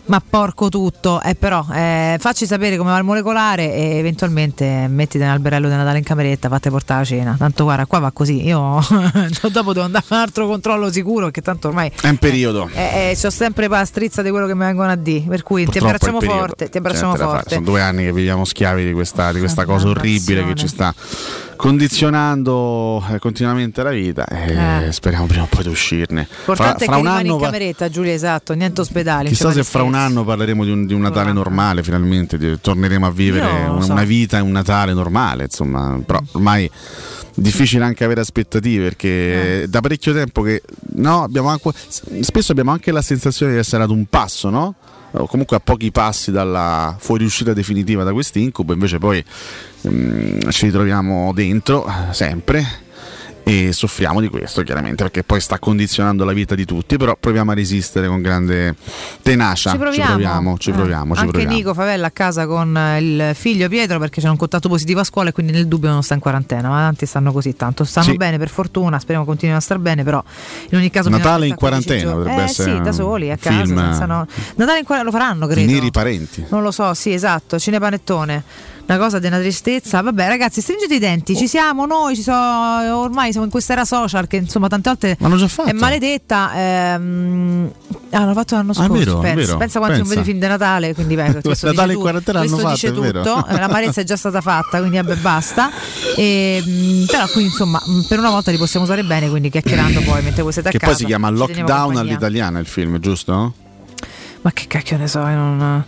Speaker 4: Ma porco tutto, eh, però eh, facci sapere come va il molecolare e eventualmente mettiti un alberello di Natale in cameretta, fate portare la cena. Tanto guarda, qua va così. Io dopo devo andare a fare un altro controllo sicuro, perché tanto ormai
Speaker 6: È un
Speaker 4: Eh,
Speaker 6: periodo.
Speaker 4: ho sempre la strizza di quello che mi vengono a dire. Per cui
Speaker 6: Purtroppo
Speaker 4: ti
Speaker 6: è il
Speaker 4: abbracciamo
Speaker 6: periodo.
Speaker 4: forte, ti
Speaker 6: C'è
Speaker 4: abbracciamo
Speaker 6: niente da fare.
Speaker 4: forte.
Speaker 6: Sono due anni che viviamo schiavi di questa, di questa cosa orribile che ci sta condizionando eh, continuamente la vita. e
Speaker 4: Eh.
Speaker 6: Speriamo prima o poi di uscirne. Fra- fra
Speaker 4: Importante è che
Speaker 6: un
Speaker 4: rimani
Speaker 6: anno
Speaker 4: in
Speaker 6: va-
Speaker 4: cameretta, Giulia, esatto, niente ospedale.
Speaker 6: Chissà se
Speaker 4: insieme
Speaker 6: fra un anno parleremo di un, di un Natale normale, finalmente di- torneremo a vivere
Speaker 4: Io
Speaker 6: un-
Speaker 4: lo so.
Speaker 6: una vita e un Natale normale, insomma, però ormai difficile anche avere aspettative
Speaker 4: Eh.
Speaker 6: perché da parecchio tempo che no, abbiamo anche, spesso abbiamo anche la sensazione di essere ad un passo, no? O comunque a pochi passi dalla fuoriuscita definitiva da quest'incubo, invece poi mm, ci ritroviamo dentro eh, sempre e soffriamo di questo chiaramente perché poi sta condizionando la vita di tutti però proviamo a resistere con grande tenacia
Speaker 4: Ci proviamo.
Speaker 6: ci proviamo ci
Speaker 4: Eh,
Speaker 6: proviamo, ci
Speaker 4: Anche
Speaker 6: proviamo.
Speaker 4: Nico Favella a casa con eh, il figlio Pietro perché c'è un contatto positivo a scuola e quindi nel dubbio non sta in quarantena, ma tanti stanno così tanto. Stanno
Speaker 6: Sì.
Speaker 4: bene per fortuna, speriamo continuino a star bene, però in ogni caso bisogna
Speaker 6: Natale in
Speaker 4: aspettare 15
Speaker 6: quarantena
Speaker 4: giorni.
Speaker 6: dovrebbe
Speaker 4: Eh,
Speaker 6: essere
Speaker 4: sì, da
Speaker 6: un
Speaker 4: soli a
Speaker 6: film,
Speaker 4: casa senza no- Natale in quarantena lo faranno,
Speaker 6: i
Speaker 4: credo.
Speaker 6: neri parenti
Speaker 4: Non lo so, sì, esatto, cinepanettone. Una cosa di una tristezza. Vabbè, ragazzi, stringete i denti,
Speaker 6: Oh.
Speaker 4: ci siamo noi, ci so, ormai siamo in questa era social che insomma tante volte è maledetta. Ehm, ah, l'hanno fatto l'anno
Speaker 6: Ah, è
Speaker 4: scorso.
Speaker 6: vero, è
Speaker 4: pensa,
Speaker 6: vero,
Speaker 4: pensa quanti non
Speaker 6: pensa.
Speaker 4: vedo i film di Natale, quindi beh, questo
Speaker 6: Natale
Speaker 4: dice
Speaker 6: in quarantena
Speaker 4: questo
Speaker 6: l'hanno
Speaker 4: dice
Speaker 6: fatto, è vero.
Speaker 4: tutto, eh, l'amarezza è già stata fatta, quindi vabbè, basta. E, mh, però qui insomma, mh, per una volta li possiamo usare bene, quindi chiacchierando poi mentre voi siete a
Speaker 6: che
Speaker 4: casa.
Speaker 6: poi si chiama
Speaker 4: ci teniamo
Speaker 6: Lockdown
Speaker 4: compagnia.
Speaker 6: all'italiana il film giusto?
Speaker 4: Ma che cacchio ne so, io non.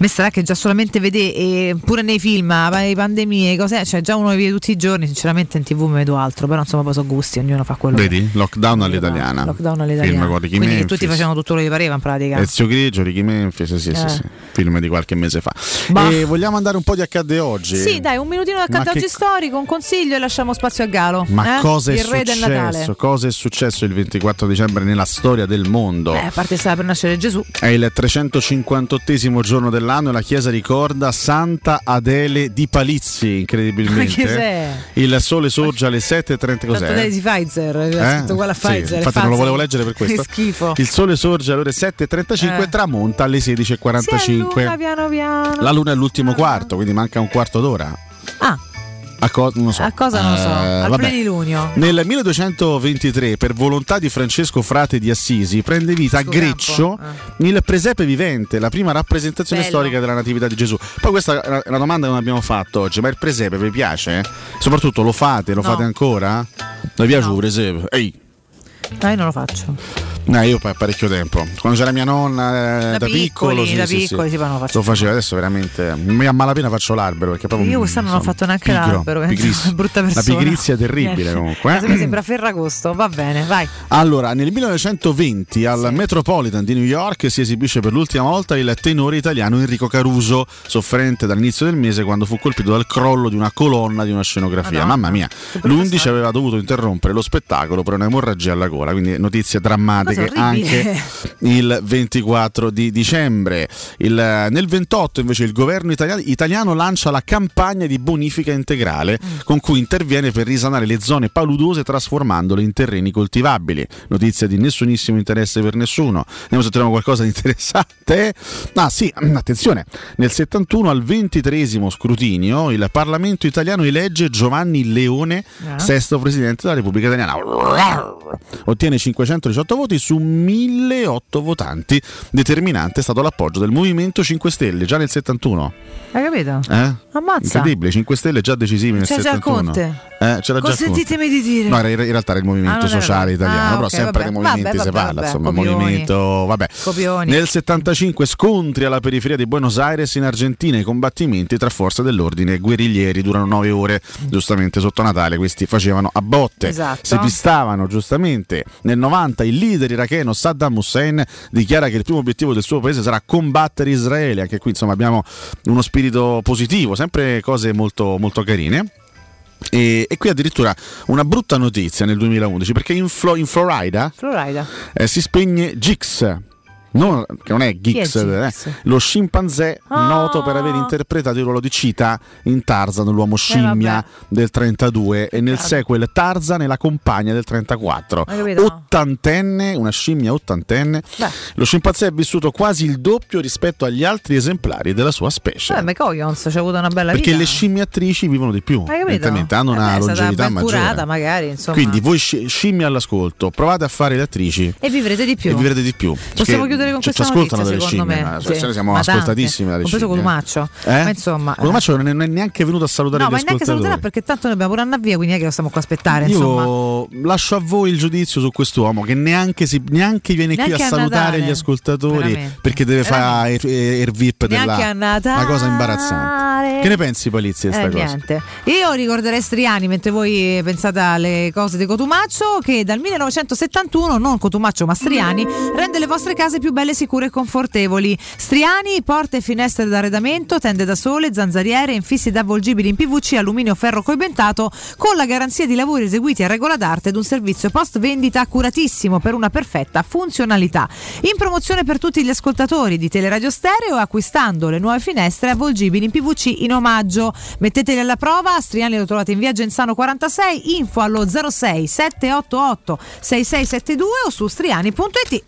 Speaker 4: Me sarà che già solamente vedere, eh, pure nei film, pa- le pandemie, cos'è? Cioè, già uno le vive tutti i giorni, sinceramente in tv me vedo altro, però insomma poi sono gusti, ognuno fa quello che.
Speaker 6: vedi? Lockdown all'italiana
Speaker 4: Lockdown
Speaker 6: film
Speaker 4: all'italiano.
Speaker 6: con Ricky
Speaker 4: Quindi che tutti
Speaker 6: Memphis
Speaker 4: facevano tutto quello che pareva in pratica.
Speaker 6: Ezio Grigio Ricky Memphis sì sì,
Speaker 4: Eh.
Speaker 6: sì, sì. film di qualche mese fa e vogliamo andare un po' di accadde oggi?
Speaker 4: Sì, dai, un minutino da
Speaker 6: Ma
Speaker 4: canto
Speaker 6: che
Speaker 4: oggi storico, un consiglio e lasciamo spazio a Galo.
Speaker 6: Ma
Speaker 4: eh?
Speaker 6: cosa è
Speaker 4: Il re del Natale.
Speaker 6: successo? Cosa è successo il 24 dicembre nella storia del mondo?
Speaker 4: Beh, Eh, a parte stava per nascere Gesù.
Speaker 6: È il 358 giorno dell'anno e la chiesa ricorda Santa Adele di Palizzi,
Speaker 4: Ma
Speaker 6: incredibilmente.
Speaker 4: che cos'è?
Speaker 6: Il sole sorge alle 7.30
Speaker 4: Tanto
Speaker 6: cos'è?
Speaker 4: lei di Pfizer,
Speaker 6: Eh?
Speaker 4: è scritto uguale a
Speaker 6: Sì,
Speaker 4: Pfizer.
Speaker 6: infatti non
Speaker 4: Pfizer.
Speaker 6: lo volevo leggere per questo.
Speaker 4: Che schifo.
Speaker 6: Il sole sorge alle ore 7.35
Speaker 4: Eh.
Speaker 6: e tramonta alle
Speaker 4: Si alluna
Speaker 6: 16.45.
Speaker 4: piano piano.
Speaker 6: La luna è l'ultimo quarto, quindi manca un quarto d'ora.
Speaker 4: Ah.
Speaker 6: A, co- non lo so.
Speaker 4: A cosa non lo
Speaker 6: Eh,
Speaker 4: so? Al
Speaker 6: vabbè.
Speaker 4: plenilunio.
Speaker 6: Nel 1223, per volontà di Francesco Frate di Assisi, prende vita a Greccio il presepe vivente, la prima rappresentazione
Speaker 4: eh. Bello.
Speaker 6: storica della natività di Gesù. Poi questa è una- è una domanda che non abbiamo fatto oggi, ma il presepe vi piace? Soprattutto lo fate, lo
Speaker 4: No.
Speaker 6: fate ancora? Mi piace il presepe? Ehi!
Speaker 4: No, Ah, io non lo faccio.
Speaker 6: No, Eh, io pa- parecchio tempo. Quando c'era mia nonna, eh,
Speaker 4: Da
Speaker 6: da, piccolo,
Speaker 4: piccoli,
Speaker 6: sì,
Speaker 4: da
Speaker 6: sì,
Speaker 4: piccoli,
Speaker 6: sì.
Speaker 4: sì, ma non lo faccio.
Speaker 6: facevo, adesso veramente mi- a malapena faccio l'albero perché proprio
Speaker 4: Io quest'anno non ho
Speaker 6: insomma,
Speaker 4: fatto neanche
Speaker 6: pigro,
Speaker 4: l'albero, eh.
Speaker 6: pigriss-
Speaker 4: brutta persona.
Speaker 6: La pigrizia è terribile
Speaker 4: Niente.
Speaker 6: comunque.
Speaker 4: Adesso
Speaker 6: eh.
Speaker 4: Mi sembra Ferragosto, va bene, vai.
Speaker 6: Allora, nel 1920 al Metropolitan di New York si esibisce per l'ultima volta il tenore italiano Enrico Caruso, sofferente dall'inizio del mese quando fu colpito dal crollo di una colonna di una scenografia.
Speaker 4: Madonna.
Speaker 6: Mamma mia, l'11 aveva dovuto interrompere lo spettacolo per un'emorragia alla gola, quindi notizie drammatiche
Speaker 4: Cosa orribile.
Speaker 6: anche il 24 di dicembre. Il, eh, nel 28 invece il governo italiano, italiano lancia la campagna di bonifica integrale
Speaker 4: Mm.
Speaker 6: con cui interviene per risanare le zone paludose trasformandole in terreni coltivabili. Notizia di nessunissimo interesse per nessuno. Vediamo se troviamo qualcosa di interessante. Ah sì, attenzione, nel 71 al 23 scrutinio il Parlamento italiano elegge Giovanni Leone,
Speaker 4: Ah.
Speaker 6: sesto presidente della Repubblica Italiana ottiene 518 voti su 1008 votanti. Determinante è stato l'appoggio del Movimento 5 Stelle già nel 71.
Speaker 4: Hai capito?
Speaker 6: Eh?
Speaker 4: Ammazza.
Speaker 6: Incredibile, 5 Stelle già decisivi nel
Speaker 4: C'era già
Speaker 6: 71.
Speaker 4: Conte.
Speaker 6: Eh, c'era già Conte.
Speaker 4: Consentitemi di dire.
Speaker 6: No, era- in realtà era il
Speaker 4: Ah, non
Speaker 6: movimento
Speaker 4: era
Speaker 6: sociale
Speaker 4: quello.
Speaker 6: italiano,
Speaker 4: Ah,
Speaker 6: però
Speaker 4: ok,
Speaker 6: sempre
Speaker 4: vabbè.
Speaker 6: dei movimenti
Speaker 4: Vabbè,
Speaker 6: si
Speaker 4: vabbè,
Speaker 6: parla,
Speaker 4: vabbè,
Speaker 6: insomma,
Speaker 4: copioni.
Speaker 6: movimento, vabbè.
Speaker 4: Copioni.
Speaker 6: Nel 75 scontri alla periferia di Buenos Aires in Argentina, i combattimenti tra forze dell'ordine e guerriglieri durano 9 ore, giustamente sotto Natale questi facevano a botte.
Speaker 4: Esatto.
Speaker 6: Si pistavano giustamente. Nel 90 il leader iracheno Saddam Hussein dichiara che il primo obiettivo del suo paese sarà combattere Israele, anche qui insomma abbiamo uno spirito positivo, sempre cose molto molto carine. E, e qui addirittura una brutta notizia nel 2011 perché in, Flo- in Florida
Speaker 4: Florida.
Speaker 6: eh, si spegne Gix. non- che non è Gix,
Speaker 4: Chi è
Speaker 6: eh,
Speaker 4: Gix? Ah.
Speaker 6: lo scimpanzé noto per aver interpretato il ruolo di Cita in Tarzan, l'uomo
Speaker 4: Eh,
Speaker 6: scimmia del 32 e nel sequel Tarzan e la compagna del 34.
Speaker 4: Hai capito?
Speaker 6: Ottantenne, una scimmia ottantenne. Lo scimpanzé è vissuto quasi il doppio rispetto agli altri esemplari della sua specie.
Speaker 4: Vabbè, McCoyons ci ha avuto una bella
Speaker 6: perché
Speaker 4: vita.
Speaker 6: le scimmiatrici vivono di più,
Speaker 4: Hai capito?
Speaker 6: evidentemente hanno una
Speaker 4: Beh, è stata
Speaker 6: longevità
Speaker 4: ben curata,
Speaker 6: maggiore.
Speaker 4: magari, insomma.
Speaker 6: Quindi voi sci- scimmie all'ascolto, provate a fare le attrici
Speaker 4: e vivrete di più.
Speaker 6: e vi vedete di più.
Speaker 4: Possiamo chiudere con
Speaker 6: ci-
Speaker 4: questa
Speaker 6: ci
Speaker 4: notizia,
Speaker 6: ascoltano delle
Speaker 4: secondo
Speaker 6: scimmie,
Speaker 4: me.
Speaker 6: ma- se
Speaker 4: Sì.
Speaker 6: ne siamo
Speaker 4: Ma tante.
Speaker 6: ascoltatissime dalle
Speaker 4: Compreso
Speaker 6: scimmie.
Speaker 4: Columaccio.
Speaker 6: Eh?
Speaker 4: Ma insomma... eh.
Speaker 6: Columaccio non è, non è neanche venuto a salutare
Speaker 4: No,
Speaker 6: gli
Speaker 4: ma neanche
Speaker 6: ascoltatori.
Speaker 4: saluterà perché tanto noi abbiamo pure andare via, quindi è che lo stiamo qua a aspettare, insomma.
Speaker 6: Io lascio a voi il giudizio su quest'uomo che neanche, si- neanche viene
Speaker 4: Neanche
Speaker 6: qui
Speaker 4: a
Speaker 6: a salutare
Speaker 4: Natale.
Speaker 6: gli ascoltatori
Speaker 4: Veramente.
Speaker 6: perché deve fare il VIP della
Speaker 4: Neanche a Natale.
Speaker 6: una cosa imbarazzante. Che ne pensi Palizzi di
Speaker 4: Eh,
Speaker 6: questa cosa?
Speaker 4: niente. Io ricorderei Striani mentre voi pensate alle cose di Cotumaccio che dal 1971, non Cotumaccio ma Striani, rende le vostre case più belle, sicure e confortevoli. Striani, porte e finestre d'arredamento, tende da sole, zanzariere, infissi avvolgibili in PVC, alluminio ferro coibentato con la garanzia di lavori eseguiti a regola d'arte ed un servizio post vendita accuratissimo per una perfetta funzionalità. In promozione per tutti gli ascoltatori di Teleradio Stereo acquistando le nuove finestre avvolgibili in PVC in omaggio. Metteteli alla prova, a Striani lo trovate in via Genzano 46, info allo 06 788 6672 o su striani.it.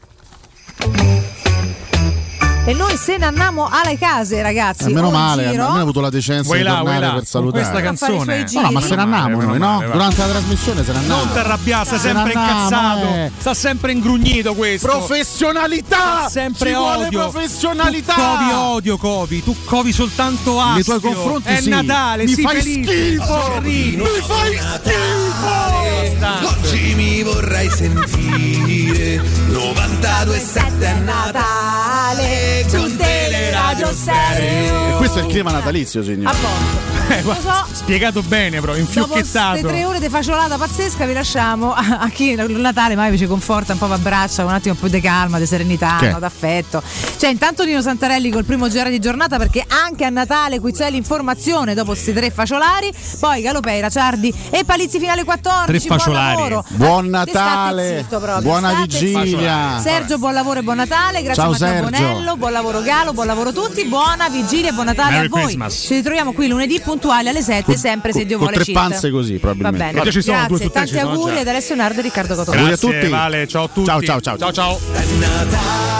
Speaker 4: E noi se ne andiamo alle case ragazzi,
Speaker 6: Eh, meno
Speaker 4: o in
Speaker 6: male,
Speaker 4: giro-
Speaker 6: almeno ha avuto la decenza
Speaker 5: Vuoi
Speaker 6: di
Speaker 5: là,
Speaker 6: tornare
Speaker 5: vuoi là,
Speaker 6: per
Speaker 5: con
Speaker 6: salutare.
Speaker 5: questa
Speaker 4: Ma fare i suoi
Speaker 6: No, no, ma
Speaker 4: giri.
Speaker 6: se ne andiamo
Speaker 5: Meno
Speaker 6: noi, no?
Speaker 5: male, va.
Speaker 6: Durante la trasmissione se ne andiamo.
Speaker 5: Non ti arrabbiare, sta
Speaker 6: Se ne
Speaker 5: sempre
Speaker 6: andiamo,
Speaker 5: incazzato.
Speaker 6: eh.
Speaker 5: Sta sempre ingrugnito questo.
Speaker 6: Professionalità!
Speaker 5: Sempre
Speaker 6: Ci vuole
Speaker 5: odio.
Speaker 6: professionalità!
Speaker 5: Tu covi odio, covi. Tu covi soltanto astio.
Speaker 6: Nei tuoi confronti
Speaker 5: È
Speaker 6: sì.
Speaker 5: Natale,
Speaker 6: Mi
Speaker 5: sii
Speaker 6: fai
Speaker 5: felice.
Speaker 6: schifo!
Speaker 5: Sorridi.
Speaker 6: Mi fai
Speaker 5: schifo!
Speaker 21: Oggi mi vorrei sentire 92 e 7 a Natale con Teleradio Stereo.
Speaker 6: E questo è il clima natalizio, signore.
Speaker 5: Eh, guarda,
Speaker 4: so.
Speaker 5: Spiegato bene, proprio,
Speaker 4: Dopo queste
Speaker 5: infiocchettato.
Speaker 4: tre ore di faciolata pazzesca vi lasciamo a, a chi il Natale magari vi ci conforta un po' vi abbraccia un attimo più di calma, di serenità,
Speaker 8: Che?
Speaker 4: no, d'affetto. C'è intanto Nino Santarelli col primo giro di giornata perché anche a Natale qui c'è l'informazione dopo questi tre faciolari, poi Galopeira, Ciardi e Palizzi finale 14.
Speaker 6: Tre faciolari.
Speaker 4: Buon, lavoro.
Speaker 6: Buon
Speaker 4: Ah,
Speaker 6: Natale.
Speaker 4: state zitto proprio,
Speaker 6: Buona
Speaker 4: state
Speaker 6: vigilia.
Speaker 4: zitto.
Speaker 6: Faciolari.
Speaker 4: Sergio, buon lavoro e buon Natale. Grazie
Speaker 6: Ciao,
Speaker 4: a Matteo
Speaker 6: Sergio.
Speaker 4: Bonello, buon lavoro Galo, buon lavoro a tutti, buona vigilia e buon Natale
Speaker 6: Merry
Speaker 4: a voi.
Speaker 6: Christmas.
Speaker 4: Ci ritroviamo qui lunedì puntuali alle 7, sempre se Dio
Speaker 6: Con
Speaker 4: vuole
Speaker 6: tre
Speaker 4: cheat.
Speaker 6: panze così,
Speaker 4: Va
Speaker 6: probabilmente.
Speaker 4: bene, grazie, tanti auguri ad Alessio Nardo e Riccardo Cotone.
Speaker 6: Auguri a tutti.
Speaker 5: Vale, ciao a tutti.
Speaker 6: Ciao, ciao, ciao.
Speaker 5: Ciao, ciao.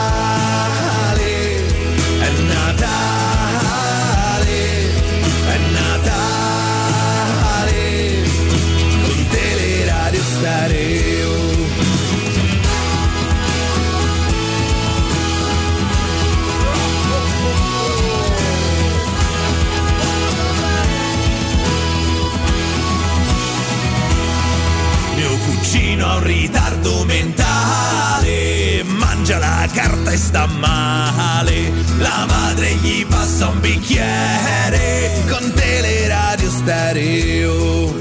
Speaker 21: È Natale, è Natale, con Teleradio Stereo.
Speaker 2: Mio cugino ha un ritardo mentale, mangia la carta e sta male. La madre gli passa un bicchiere con teleradio stereo.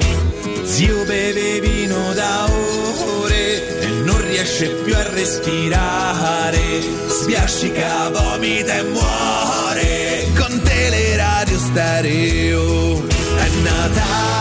Speaker 2: Zio beve vino da ore e non riesce più a respirare. Sbiascica, vomita e muore con teleradio stereo. È Natale.
Speaker 21: oh. oh.